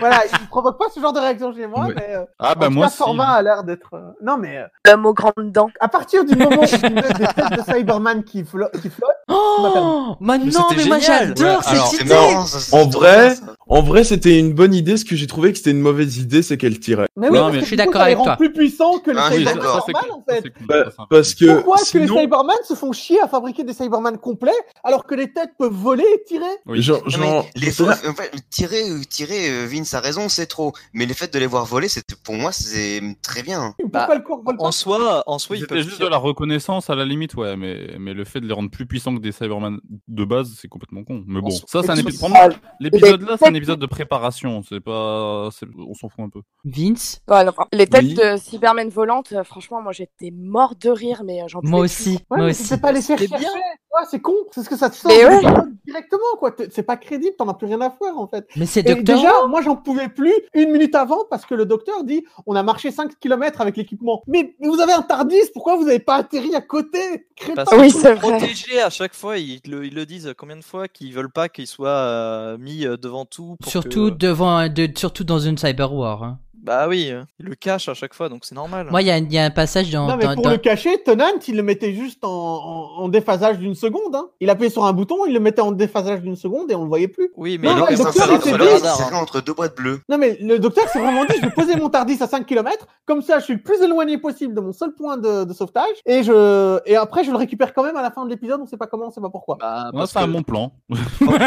[SPEAKER 2] voilà, il provoque pas ce genre de réaction chez moi,
[SPEAKER 1] Ouais.
[SPEAKER 2] mais euh,
[SPEAKER 1] Ah
[SPEAKER 2] en
[SPEAKER 1] bah
[SPEAKER 2] tout
[SPEAKER 1] moi
[SPEAKER 2] cas,
[SPEAKER 1] si.
[SPEAKER 2] Format a l'air d'être. euh, Non, mais euh,
[SPEAKER 8] L'homme aux grandes dents.
[SPEAKER 2] à partir du moment où tu mets des têtes de Cyberman qui, flo- qui flottent,
[SPEAKER 5] Oh mais
[SPEAKER 3] Mais
[SPEAKER 5] non,
[SPEAKER 3] c'était
[SPEAKER 5] mais moi
[SPEAKER 3] génial.
[SPEAKER 5] j'adore
[SPEAKER 7] Ouais, alors,
[SPEAKER 5] cette
[SPEAKER 4] C'est
[SPEAKER 5] idée
[SPEAKER 4] marrant, ça, c'est
[SPEAKER 7] En
[SPEAKER 4] trop
[SPEAKER 7] vrai,
[SPEAKER 4] bien, ça.
[SPEAKER 7] En vrai, c'était une bonne idée. Ce que j'ai trouvé que c'était une mauvaise idée, c'est qu'elle tirait.
[SPEAKER 2] mais
[SPEAKER 1] Non, mais
[SPEAKER 2] parce que
[SPEAKER 5] je suis
[SPEAKER 2] du coup,
[SPEAKER 5] d'accord
[SPEAKER 2] ça les
[SPEAKER 5] avec
[SPEAKER 2] rend
[SPEAKER 5] toi.
[SPEAKER 2] plus puissants que les
[SPEAKER 4] Ah,
[SPEAKER 1] Ah oui,
[SPEAKER 4] c'est
[SPEAKER 1] ça,
[SPEAKER 2] Cyberman
[SPEAKER 1] ça,
[SPEAKER 4] d'accord.
[SPEAKER 1] c'est cool,
[SPEAKER 2] normal, en
[SPEAKER 1] ça,
[SPEAKER 2] fait.
[SPEAKER 1] c'est cool,
[SPEAKER 7] Bah,
[SPEAKER 1] ça, c'est un-
[SPEAKER 7] parce que
[SPEAKER 2] Pourquoi est-ce que les
[SPEAKER 7] sinon,
[SPEAKER 2] Cyberman se font chier à fabriquer des Cyberman complets alors que les têtes peuvent voler et tirer
[SPEAKER 1] Oui.
[SPEAKER 7] genre,
[SPEAKER 4] Non, mais
[SPEAKER 7] genre,
[SPEAKER 4] les fausses- en fait, tirer, euh, tirer, euh, Vince a raison, c'est trop. Mais le fait de les voir voler, c'est pour moi, c'est hum, très bien.
[SPEAKER 2] Pourquoi le corps vole pas
[SPEAKER 3] En soi en soi il peut
[SPEAKER 1] C'était juste de la reconnaissance à la limite, ouais, mais, mais le fait de les rendre plus puissants que des Cybermen de base, c'est complètement con. Mais bon,
[SPEAKER 3] se-
[SPEAKER 1] ça, c'est un
[SPEAKER 3] se-
[SPEAKER 1] épisode.
[SPEAKER 5] Eh
[SPEAKER 8] Ah,
[SPEAKER 5] ben,
[SPEAKER 1] L'épisode là, c'est un épisode de préparation. C'est pas, c'est- on s'en fout un peu.
[SPEAKER 5] Vince
[SPEAKER 8] Ouais, Bah, alors, les têtes
[SPEAKER 7] Oui.
[SPEAKER 8] de Cybermen volantes, euh, franchement, moi j'étais mort de rire, mais euh, j'en
[SPEAKER 5] Moi
[SPEAKER 8] pouvais plus.
[SPEAKER 5] aussi,
[SPEAKER 2] Ouais,
[SPEAKER 5] moi
[SPEAKER 2] mais
[SPEAKER 5] aussi.
[SPEAKER 2] tu sais pas les faire
[SPEAKER 3] C'était
[SPEAKER 2] chercher.
[SPEAKER 3] bien.
[SPEAKER 2] Ouais, c'est con. C'est ce que ça te sort
[SPEAKER 8] Mais
[SPEAKER 2] de
[SPEAKER 8] ouais.
[SPEAKER 2] l'épisode directement, quoi. T'es- C'est pas crédible. T'en as plus rien à faire, en fait.
[SPEAKER 5] Mais c'est
[SPEAKER 2] Et
[SPEAKER 5] Docteur
[SPEAKER 2] déjà, moi, j'en pouvais plus une minute avant parce que le docteur dit on a marché 5 km avec l'équipement. Mais, mais vous avez un Tardis, pourquoi vous n'avez pas atterri à côté Crétin.
[SPEAKER 3] Parce
[SPEAKER 8] Oui,
[SPEAKER 3] qu'ils
[SPEAKER 8] c'est
[SPEAKER 3] sont
[SPEAKER 8] vrai.
[SPEAKER 3] protégés à chaque fois, ils le, ils le disent combien de fois qu'ils veulent pas qu'ils soient euh, mis euh, devant tout. Pour
[SPEAKER 5] Surtout
[SPEAKER 3] que-
[SPEAKER 5] devant, un- de- surtout dans une cyber war. hein.
[SPEAKER 3] Bah oui, euh, il le cache à chaque fois, donc c'est normal.
[SPEAKER 5] Moi, il y, a un- il y a un passage dans.
[SPEAKER 2] Non, mais
[SPEAKER 5] dans-
[SPEAKER 2] pour
[SPEAKER 5] dans-
[SPEAKER 2] le cacher, Tenant, il le mettait juste en, en- en déphasage d'une seconde. hein. Il appuyait sur un bouton, il le mettait en déphasage d'une seconde et on le voyait plus.
[SPEAKER 3] Oui, mais
[SPEAKER 2] Non,
[SPEAKER 3] il
[SPEAKER 2] non,
[SPEAKER 3] aurait
[SPEAKER 2] le
[SPEAKER 3] pu
[SPEAKER 4] ça
[SPEAKER 2] docteur,
[SPEAKER 3] faire
[SPEAKER 2] il
[SPEAKER 3] sur
[SPEAKER 2] s'est
[SPEAKER 3] le
[SPEAKER 2] dit-
[SPEAKER 3] radar. hein.
[SPEAKER 4] serré entre deux boîtes bleues.
[SPEAKER 2] Non, mais le docteur s'est vraiment dit je vais poser mon TARDIS à 5 km, comme ça je suis le plus éloigné possible de mon seul point de, de sauvetage, et, je... et après je le récupère quand même à la fin de l'épisode, on sait pas comment, on sait pas pourquoi.
[SPEAKER 3] Bah,
[SPEAKER 1] Ouais,
[SPEAKER 3] parce
[SPEAKER 1] c'est un
[SPEAKER 3] que-
[SPEAKER 1] bon plan.
[SPEAKER 3] Comme- comme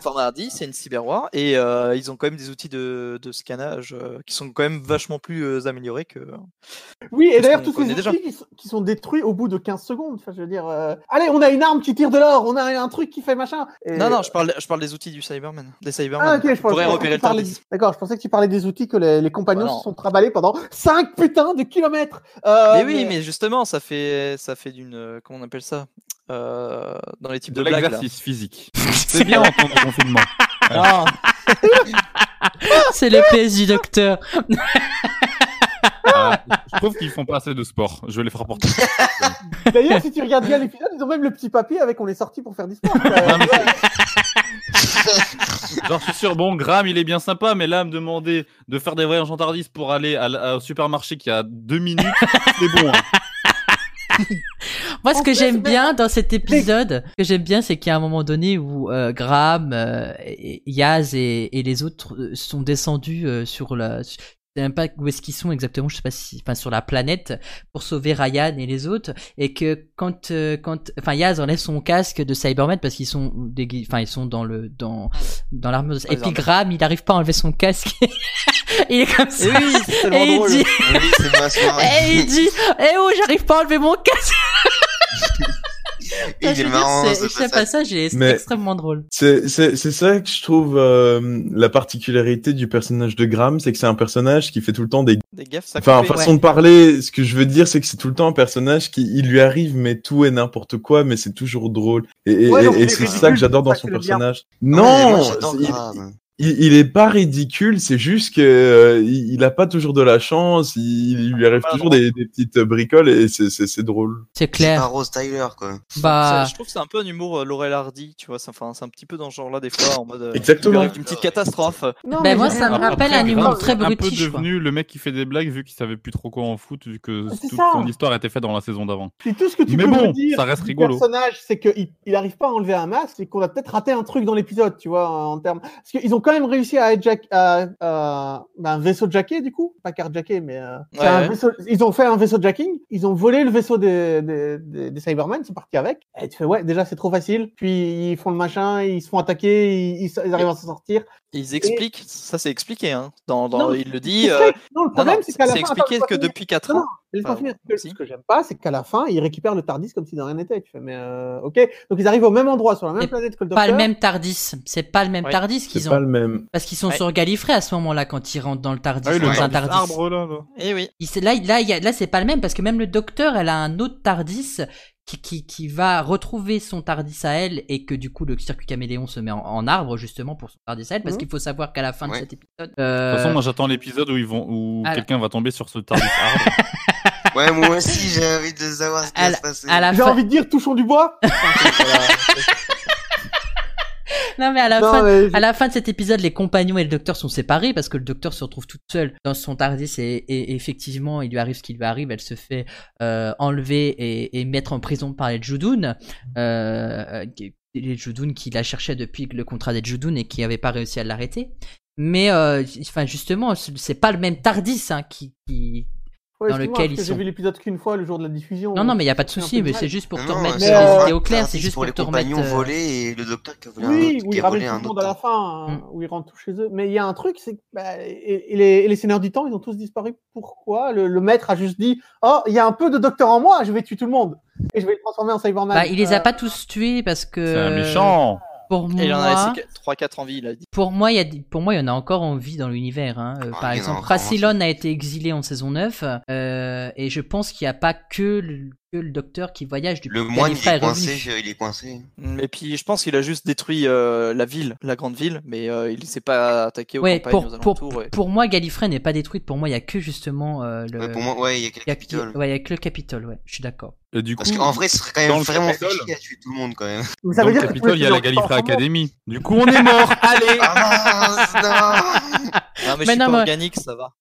[SPEAKER 3] Format Hardy, c'est une cyberware et euh, ils ont quand même des outils de, de scannage euh, qui sont quand même vachement plus euh, améliorés que.
[SPEAKER 2] Oui, et
[SPEAKER 3] Parce
[SPEAKER 2] d'ailleurs,
[SPEAKER 3] qu'on
[SPEAKER 2] tous ces
[SPEAKER 3] connaît
[SPEAKER 2] outils
[SPEAKER 3] déjà.
[SPEAKER 2] qui, sont- qui sont détruits au bout de 15 secondes. Enfin, je veux dire, euh, allez, on a une arme qui tire de l'or, on a un truc qui fait machin. Et-
[SPEAKER 3] Non, non, je parle, je parle des outils du Cyberman. Des Cybermen.
[SPEAKER 2] Ah, ok, je
[SPEAKER 3] pourrait
[SPEAKER 2] pensais, je pensais
[SPEAKER 3] repérer
[SPEAKER 2] que
[SPEAKER 3] le
[SPEAKER 2] tu parlais-
[SPEAKER 3] Tardis.
[SPEAKER 2] D'accord, je pensais que tu parlais des outils que les, les compagnons
[SPEAKER 3] Voilà.
[SPEAKER 2] se sont travaillés pendant 5 putains de kilomètres. Euh,
[SPEAKER 3] mais oui, mais justement, ça fait, ça fait d'une. euh, Comment on appelle ça Euh, Dans les types de,
[SPEAKER 1] De
[SPEAKER 3] blagues. là.
[SPEAKER 1] l'exercice physique. C'est bien en temps de confinement.
[SPEAKER 3] Non,
[SPEAKER 5] C'est le PS du docteur.
[SPEAKER 1] Ah, je trouve qu'ils font pas assez de sport. Je vais les faire porter.
[SPEAKER 2] D'ailleurs, si tu regardes bien l'épisode, ils ont même le petit papier avec on est sorti pour faire du sport. Euh, quoi.
[SPEAKER 1] Non, mais Genre, je suis sûr, bon, Graham, il est bien sympa, mais là, me demander de faire des voyages en tardis pour aller à l- au supermarché qui a deux minutes, c'est bon. hein.
[SPEAKER 5] Moi, ce
[SPEAKER 2] En
[SPEAKER 5] que
[SPEAKER 2] plus,
[SPEAKER 5] j'aime
[SPEAKER 2] mais-
[SPEAKER 5] bien dans cet épisode, ce que j'aime bien, c'est qu'il y a un moment donné où euh, Graham, euh, et- et Yaz et, et les autres euh, sont descendus euh, sur la. Je sais même pas où est-ce qu'ils sont exactement, je sais pas si, enfin sur la planète pour sauver Ryan et les autres, et que quand, euh, quand, enfin Yaz enlève son casque de Cyberman parce qu'ils sont dégui- enfin ils sont dans le dans dans l'armure, de...
[SPEAKER 3] Dans
[SPEAKER 5] et
[SPEAKER 3] les
[SPEAKER 5] puis
[SPEAKER 3] armes.
[SPEAKER 5] Graham il arrive pas à enlever son casque, il est comme ça,
[SPEAKER 3] Et oui, c'est
[SPEAKER 5] et
[SPEAKER 3] tellement
[SPEAKER 5] il
[SPEAKER 3] drôle.
[SPEAKER 5] dit,
[SPEAKER 4] Oui, c'est ma soirée.
[SPEAKER 5] et il dit, eh oh j'arrive pas à enlever mon casque.
[SPEAKER 4] Il est
[SPEAKER 5] Je veux dire,
[SPEAKER 4] marrant,
[SPEAKER 5] c'est-
[SPEAKER 4] ce
[SPEAKER 5] je sais
[SPEAKER 4] passage.
[SPEAKER 5] pas ça, j'ai- c'est
[SPEAKER 7] Mais-
[SPEAKER 5] extrêmement drôle.
[SPEAKER 7] C'est c'est- c'est ça que je trouve euh, la particularité du personnage de Graham, c'est que c'est un personnage qui fait tout le temps des...
[SPEAKER 3] Des gaffes, ça
[SPEAKER 7] Enfin,
[SPEAKER 3] coupait.
[SPEAKER 7] façon de parler, ce que je veux dire, c'est que c'est tout le temps un personnage qui il lui arrive mais tout et n'importe quoi, mais c'est toujours drôle. Et, et-
[SPEAKER 2] Ouais, donc,
[SPEAKER 7] et-
[SPEAKER 2] il
[SPEAKER 7] et
[SPEAKER 2] est
[SPEAKER 7] c'est
[SPEAKER 2] ridicule,
[SPEAKER 7] ça que j'adore dans
[SPEAKER 2] c'est
[SPEAKER 7] son
[SPEAKER 2] ça que j'aime bien. Ah
[SPEAKER 7] personnage.
[SPEAKER 4] Ouais,
[SPEAKER 7] Non,
[SPEAKER 4] moi, j'adore
[SPEAKER 7] il-
[SPEAKER 4] grave.
[SPEAKER 7] il, il est pas ridicule, c'est juste que euh, il, il a pas toujours de la chance, il, il lui arrive
[SPEAKER 3] Pas
[SPEAKER 7] toujours
[SPEAKER 3] drôle.
[SPEAKER 7] des, des petites bricoles et c'est- c'est c'est drôle.
[SPEAKER 5] C'est
[SPEAKER 4] C'est pas
[SPEAKER 5] clair.
[SPEAKER 4] Rose Tyler, quoi.
[SPEAKER 3] Ça,
[SPEAKER 2] Ah.
[SPEAKER 5] Bah,
[SPEAKER 3] je trouve que c'est un peu un humour euh, Laurel Hardy, tu vois. C'est enfin, c'est un petit peu dans ce genre-là, des fois, en mode. euh,
[SPEAKER 7] Exactement.
[SPEAKER 3] avec une petite catastrophe.
[SPEAKER 2] Non,
[SPEAKER 5] bah
[SPEAKER 2] mais
[SPEAKER 5] moi
[SPEAKER 2] j'ai-
[SPEAKER 5] ça me rappelle un
[SPEAKER 1] Graham,
[SPEAKER 5] humour très
[SPEAKER 1] c'est Un peu
[SPEAKER 5] brutish. quoi. Ah,
[SPEAKER 1] devenu le mec qui fait des blagues vu qu'il savait plus trop quoi en foot, vu que
[SPEAKER 2] C'est
[SPEAKER 1] toute
[SPEAKER 2] ça.
[SPEAKER 1] son histoire était faite dans la saison d'avant.
[SPEAKER 2] Puis tout ce que tu
[SPEAKER 1] Mais
[SPEAKER 2] peux
[SPEAKER 1] bon,
[SPEAKER 2] me dire
[SPEAKER 1] ça reste
[SPEAKER 2] du
[SPEAKER 1] rigolo.
[SPEAKER 2] personnage, c'est qu'il il arrive pas à enlever un masque et qu'on a peut-être raté un truc dans l'épisode, tu vois, en termes. Parce qu'ils ont quand même réussi à hijack, à, à- bah, un vaisseau jacké du coup, pas carjacké, mais euh, c'est
[SPEAKER 3] Ouais,
[SPEAKER 2] un
[SPEAKER 3] ouais.
[SPEAKER 2] vaisseau- ils ont fait un vaisseau jacking, ils ont volé le vaisseau des, des, des, des Cybermen, ils sont partis avec. Et tu fais ouais, déjà c'est trop facile. Puis ils font le machin, ils se font attaquer, ils, ils- ils arrivent à s'en sortir.
[SPEAKER 3] Ils expliquent, ça c'est expliqué, hein. Dans, dans,
[SPEAKER 2] Non,
[SPEAKER 3] il le
[SPEAKER 2] Tu
[SPEAKER 3] dit.
[SPEAKER 2] sais,
[SPEAKER 3] euh,
[SPEAKER 2] non, le
[SPEAKER 3] non, non,
[SPEAKER 2] problème c'est
[SPEAKER 3] c'est
[SPEAKER 2] qu'à la fin, attends,
[SPEAKER 3] expliqué
[SPEAKER 2] laisse-moi
[SPEAKER 3] que
[SPEAKER 2] finir.
[SPEAKER 3] depuis 4
[SPEAKER 2] Non, non,
[SPEAKER 3] ans.
[SPEAKER 2] laisse-moi
[SPEAKER 3] Enfin,
[SPEAKER 2] finir.
[SPEAKER 3] bon,
[SPEAKER 2] Ce
[SPEAKER 3] si.
[SPEAKER 2] que j'aime pas, c'est qu'à la fin, ils récupèrent le Tardis comme si de rien n'était. Tu fais, mais euh, ok. Donc ils arrivent au même endroit, sur la
[SPEAKER 5] C'est
[SPEAKER 2] même planète que le
[SPEAKER 5] Pas
[SPEAKER 2] Docteur.
[SPEAKER 5] le même Tardis, c'est pas le même
[SPEAKER 3] Ouais.
[SPEAKER 5] Tardis qu'ils
[SPEAKER 7] C'est
[SPEAKER 5] ont.
[SPEAKER 7] pas le même.
[SPEAKER 5] Parce qu'ils sont
[SPEAKER 3] Ouais.
[SPEAKER 5] sur Gallifrey à ce moment-là quand ils rentrent dans le Tardis,
[SPEAKER 1] Ah oui, le
[SPEAKER 5] dans un
[SPEAKER 1] Tardis
[SPEAKER 5] Tardis.
[SPEAKER 1] arbre là. là.
[SPEAKER 3] Et Eh oui.
[SPEAKER 5] Il- c'est- là, il- là, il y a- là, c'est pas le même parce que même le docteur, elle a un autre Tardis qui, qui, qui va retrouver son Tardis à elle et que du coup le circuit caméléon se met en, en arbre justement pour son Tardis à elle parce
[SPEAKER 2] Mhm.
[SPEAKER 5] qu'il faut savoir qu'à la fin
[SPEAKER 4] Ouais.
[SPEAKER 5] de cet épisode.
[SPEAKER 1] De toute façon,
[SPEAKER 5] euh,
[SPEAKER 1] moi j'attends l'épisode où, ils vont- où
[SPEAKER 5] à la-
[SPEAKER 1] quelqu'un va tomber sur ce tardis arbre.
[SPEAKER 4] Ouais, moi aussi, j'ai envie de savoir ce qui
[SPEAKER 5] À
[SPEAKER 4] va se passer.
[SPEAKER 5] à la
[SPEAKER 2] J'ai
[SPEAKER 5] fin,
[SPEAKER 2] envie de dire touchons du bois.
[SPEAKER 5] non mais à la
[SPEAKER 2] Non,
[SPEAKER 5] fin,
[SPEAKER 2] mais-
[SPEAKER 5] À la fin de cet épisode, les compagnons et le docteur sont séparés parce que le docteur se retrouve toute seule dans son Tardis et, et effectivement, il lui arrive ce qui lui arrive. Elle se fait euh, enlever et, et mettre en prison par les Judoun. Euh, qui- les Judoun qui la cherchaient depuis le contrat des Judoun et qui n'avaient pas réussi à l'arrêter. Mais euh, enfin, justement, c'est c'est pas le même Tardis hein, qui, qui-
[SPEAKER 2] Ouais,
[SPEAKER 5] dans
[SPEAKER 2] excuse-moi,
[SPEAKER 5] lequel
[SPEAKER 2] parce
[SPEAKER 5] ils
[SPEAKER 2] que J'ai
[SPEAKER 5] sont.
[SPEAKER 2] vu l'épisode qu'une fois le jour de la diffusion.
[SPEAKER 5] Non, non, mais il n'y a pas de
[SPEAKER 2] C'est un peu
[SPEAKER 5] souci, mais
[SPEAKER 2] dommage.
[SPEAKER 5] c'est juste pour
[SPEAKER 4] Non,
[SPEAKER 5] te
[SPEAKER 4] non,
[SPEAKER 5] remettre
[SPEAKER 4] c'est
[SPEAKER 5] sur
[SPEAKER 2] euh,
[SPEAKER 5] les
[SPEAKER 4] pour-
[SPEAKER 5] idées au clair, c'est
[SPEAKER 4] pour
[SPEAKER 5] juste pour,
[SPEAKER 4] les
[SPEAKER 5] te remettre.
[SPEAKER 4] compagnons
[SPEAKER 5] euh,
[SPEAKER 4] volés et le docteur qui a volé un
[SPEAKER 2] Oui,
[SPEAKER 4] autre,
[SPEAKER 2] où
[SPEAKER 4] qui
[SPEAKER 2] ils
[SPEAKER 4] a volé
[SPEAKER 2] ramènent tout le
[SPEAKER 4] un
[SPEAKER 2] monde à la
[SPEAKER 4] autre.
[SPEAKER 2] fin, hein,
[SPEAKER 5] Mm.
[SPEAKER 2] où ils rentrent tous chez eux. Mais il y a un truc, c'est que bah, et, et les, et les seigneurs du temps, ils ont tous disparu. Pourquoi le, le maître a juste dit Oh, il y a un peu de docteur en moi, je vais tuer tout le monde et je vais le transformer en Cyberman.
[SPEAKER 5] Bah, il les
[SPEAKER 2] Euh,
[SPEAKER 5] a pas tous tués parce que.
[SPEAKER 1] C'est un méchant.
[SPEAKER 5] Pour moi.
[SPEAKER 3] Et il en a 3-4 envies, il a dit.
[SPEAKER 5] Pour moi, il y a, des- pour moi, il y en a encore en vie dans l'univers. Hein. Euh,
[SPEAKER 4] Ah,
[SPEAKER 5] Par
[SPEAKER 4] il y en a
[SPEAKER 5] exemple,
[SPEAKER 4] encore en
[SPEAKER 5] Rassilon a été exilé en saison 9, euh, et je pense qu'il n'y a pas que le, que le docteur qui voyage depuis
[SPEAKER 4] Le
[SPEAKER 5] que
[SPEAKER 4] moine, il
[SPEAKER 5] Gallifrey
[SPEAKER 4] est
[SPEAKER 5] est revenu.
[SPEAKER 4] coincé. euh, Il est coincé.
[SPEAKER 3] Mm, Mais puis je pense qu'il a juste détruit euh, la ville, la grande ville, mais euh, il s'est pas attaqué aux
[SPEAKER 5] Ouais,
[SPEAKER 3] campagnes,
[SPEAKER 5] pour,
[SPEAKER 3] aux
[SPEAKER 5] pour,
[SPEAKER 3] alentours. ouais.
[SPEAKER 5] pour moi, Gallifrey n'est pas détruite. Pour moi, il y a que justement euh, le.
[SPEAKER 4] Ouais, Pour moi, ouais, il y a
[SPEAKER 5] il y a-
[SPEAKER 4] quelques capitole.
[SPEAKER 5] ouais, il y a que le Capitole, ouais, je suis d'accord.
[SPEAKER 1] Et du coup,
[SPEAKER 4] Parce qu'en vrai, ce serait quand
[SPEAKER 1] dans
[SPEAKER 4] même
[SPEAKER 1] le
[SPEAKER 4] vraiment fait
[SPEAKER 1] Capitole-
[SPEAKER 4] chier à tuer tout le monde quand même.
[SPEAKER 2] Donc,
[SPEAKER 1] dans
[SPEAKER 2] Euh, ça veut
[SPEAKER 1] le
[SPEAKER 2] dire que tous les
[SPEAKER 1] Capitole, il y a la
[SPEAKER 2] étudiants sont
[SPEAKER 1] Gallifrey
[SPEAKER 2] morts.
[SPEAKER 1] Academy. Du coup, on est mort. Allez.
[SPEAKER 4] Ah mince, non
[SPEAKER 3] Non, Ah,
[SPEAKER 5] Mais
[SPEAKER 3] mais je suis
[SPEAKER 5] non,
[SPEAKER 3] pas
[SPEAKER 5] mais-
[SPEAKER 3] organique, ça va.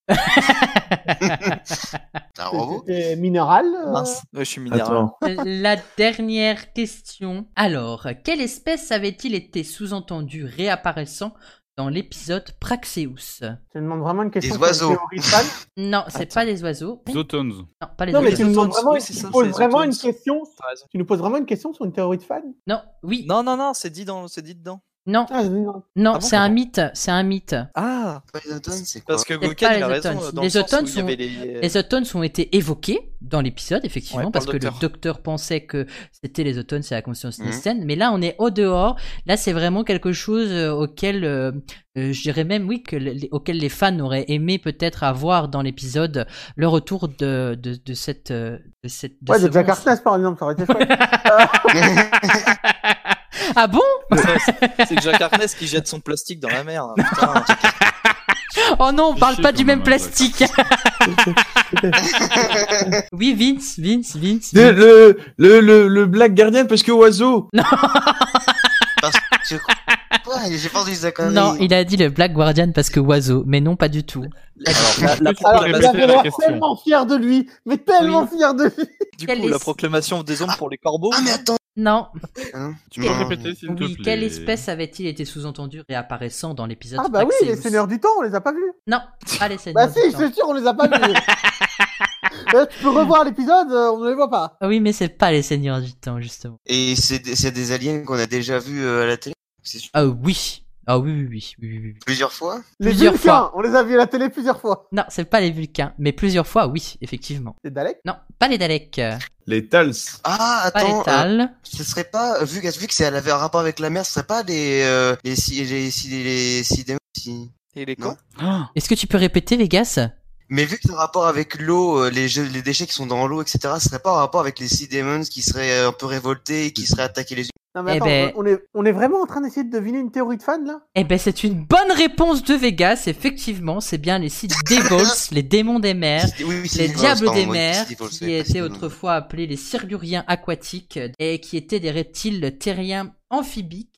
[SPEAKER 4] T'as un robot
[SPEAKER 2] C'était minéral. euh,
[SPEAKER 3] Mince, Ouais, je suis minéral.
[SPEAKER 7] Attends.
[SPEAKER 5] Euh, La dernière question. Alors, quelle espèce avait-il été sous-entendu réapparaissant dans l'épisode Praxeus
[SPEAKER 2] Tu me demandes vraiment une question.
[SPEAKER 4] Des
[SPEAKER 2] sur une
[SPEAKER 4] oiseaux.
[SPEAKER 2] théorie de fan.
[SPEAKER 5] Non, c'est pas des oiseaux.
[SPEAKER 1] Zotons.
[SPEAKER 5] Non, pas les
[SPEAKER 2] Non, mais
[SPEAKER 5] oiseaux.
[SPEAKER 2] tu me demandes
[SPEAKER 3] Zotons,
[SPEAKER 2] vraiment,
[SPEAKER 3] oui, c'est
[SPEAKER 2] tu
[SPEAKER 3] ça,
[SPEAKER 2] poses
[SPEAKER 3] c'est
[SPEAKER 2] vraiment
[SPEAKER 3] Zotons.
[SPEAKER 2] une question.
[SPEAKER 3] T'as raison.
[SPEAKER 2] Tu nous poses vraiment une question sur une théorie de fan
[SPEAKER 5] Non, oui.
[SPEAKER 3] Non, non, non, c'est dit, dans... c'est dit dedans.
[SPEAKER 5] Non,
[SPEAKER 2] Ah, je dis non.
[SPEAKER 5] non,
[SPEAKER 3] Ah bon,
[SPEAKER 5] c'est un
[SPEAKER 3] comment
[SPEAKER 5] mythe. C'est un mythe.
[SPEAKER 3] Ah,
[SPEAKER 4] Pas les autones, c'est quoi
[SPEAKER 3] parce que
[SPEAKER 5] C'est
[SPEAKER 3] Gokan,
[SPEAKER 5] pas
[SPEAKER 3] il a
[SPEAKER 5] les
[SPEAKER 3] raison.
[SPEAKER 5] Autons.
[SPEAKER 3] euh, Dans
[SPEAKER 5] Les
[SPEAKER 3] le sens
[SPEAKER 5] Autons
[SPEAKER 3] où il y
[SPEAKER 5] sont-
[SPEAKER 3] avait les...
[SPEAKER 5] Les autones ont été évoqués dans l'épisode, effectivement,
[SPEAKER 3] Ouais, par
[SPEAKER 5] parce
[SPEAKER 3] le
[SPEAKER 5] que le
[SPEAKER 3] docteur.
[SPEAKER 5] docteur pensait que c'était les autones, c'est la conscience
[SPEAKER 4] Mhm.
[SPEAKER 5] Nissen, mais là on est au dehors. Là, c'est vraiment quelque chose euh, auquel, euh, euh, je dirais même, oui, que les, auquel les fans auraient aimé peut-être avoir dans l'épisode le retour de, de, de cette. euh, De cette de
[SPEAKER 2] Ouais,
[SPEAKER 5] ce
[SPEAKER 2] de Jack
[SPEAKER 5] monstre.
[SPEAKER 2] Harkness, par exemple, ça aurait été chouette.
[SPEAKER 5] Ah bon
[SPEAKER 3] C'est Jack Harkness qui jette son plastique dans la mer. Putain,
[SPEAKER 5] Oh non, on
[SPEAKER 1] Je
[SPEAKER 5] parle
[SPEAKER 1] sais
[SPEAKER 5] pas du
[SPEAKER 1] quand
[SPEAKER 5] même
[SPEAKER 1] même,
[SPEAKER 5] plastique Oui, Vince, Vince, Vince.
[SPEAKER 7] Le,
[SPEAKER 5] Vince.
[SPEAKER 7] le, le, le, le Black Guardian, parce que oiseau
[SPEAKER 4] Parce que. Quoi J'ai pas entendu ça quand même.
[SPEAKER 5] Non, il a dit le Black Guardian parce que oiseau, mais non, pas du tout.
[SPEAKER 3] Alors, la, la-
[SPEAKER 1] Peux-tu
[SPEAKER 2] Alors,
[SPEAKER 1] répéter
[SPEAKER 2] il avait
[SPEAKER 1] la
[SPEAKER 2] l'air
[SPEAKER 1] question
[SPEAKER 2] tellement fier de lui, mais tellement fier de lui.
[SPEAKER 3] du
[SPEAKER 5] Quelle
[SPEAKER 3] coup,
[SPEAKER 5] est-
[SPEAKER 3] la proclamation des hommes pour les corbeaux.
[SPEAKER 4] Ah mais attends
[SPEAKER 5] Non.
[SPEAKER 4] hein,
[SPEAKER 1] Tu peux
[SPEAKER 4] non.
[SPEAKER 1] répéter, s'il te
[SPEAKER 5] Oui,
[SPEAKER 1] plaît
[SPEAKER 5] quelle espèce avait-il été sous-entendu réapparaissant dans l'épisode
[SPEAKER 2] Ah bah oui, les
[SPEAKER 5] Praxeus
[SPEAKER 2] seigneurs du temps, on les a pas vus.
[SPEAKER 5] Non, pas les seigneurs.
[SPEAKER 2] Bah si, je
[SPEAKER 5] du temps.
[SPEAKER 2] suis sûr, on les a pas vus. Euh, tu peux revoir l'épisode, euh, on ne les voit pas.
[SPEAKER 5] Ah Oui, mais c'est pas les seigneurs du temps, justement.
[SPEAKER 4] Et c'est des, c'est des aliens qu'on a déjà vus euh, à la télé C'est sûr.
[SPEAKER 5] Ah oui. Ah oui, oui, oui, oui, oui, oui.
[SPEAKER 4] Plusieurs fois
[SPEAKER 2] Les
[SPEAKER 5] Plusieurs
[SPEAKER 2] Vulcains,
[SPEAKER 5] fois.
[SPEAKER 2] on les a vus à la télé plusieurs fois.
[SPEAKER 5] Non, c'est pas les Vulcains, mais plusieurs fois, oui, effectivement.
[SPEAKER 2] C'est Dalek
[SPEAKER 5] Non, pas les Daleks, euh,
[SPEAKER 7] Les Tals.
[SPEAKER 4] Ah
[SPEAKER 5] pas
[SPEAKER 4] attends
[SPEAKER 2] euh,
[SPEAKER 5] les Tal.
[SPEAKER 4] Ce serait pas, vu, que- vu que c'est elle avait un rapport avec la mer, ce serait pas les, euh, les, si- les, si- les, les si- des- si-
[SPEAKER 3] Et les
[SPEAKER 4] Non.
[SPEAKER 3] quoi
[SPEAKER 1] Ah,
[SPEAKER 5] Est-ce que tu peux répéter, Vegas
[SPEAKER 4] Mais vu que c'est un rapport avec l'eau, euh, les, jeux- les déchets qui sont dans l'eau, etc., ce serait pas un rapport avec les Sea Demons qui seraient euh, un peu révoltés
[SPEAKER 5] Mm.
[SPEAKER 4] et qui seraient attaqués les humains.
[SPEAKER 2] Non mais
[SPEAKER 5] Eh
[SPEAKER 2] attends,
[SPEAKER 5] ben-
[SPEAKER 2] euh, on, est, on est vraiment en train d'essayer de deviner une théorie de fan là
[SPEAKER 5] Eh ben, c'est une bonne réponse de Vegas, effectivement. C'est bien les six Devils, les démons des mers.
[SPEAKER 4] Oui, oui, c'est
[SPEAKER 5] Les
[SPEAKER 4] des-
[SPEAKER 5] diables
[SPEAKER 4] pardon,
[SPEAKER 5] des
[SPEAKER 4] oui,
[SPEAKER 5] mers,
[SPEAKER 4] c'est des- c'est
[SPEAKER 5] qui
[SPEAKER 4] des- c'est
[SPEAKER 5] étaient
[SPEAKER 4] des-
[SPEAKER 5] autrefois appelés les sirguriens aquatiques et qui étaient des reptiles terriens amphibiques.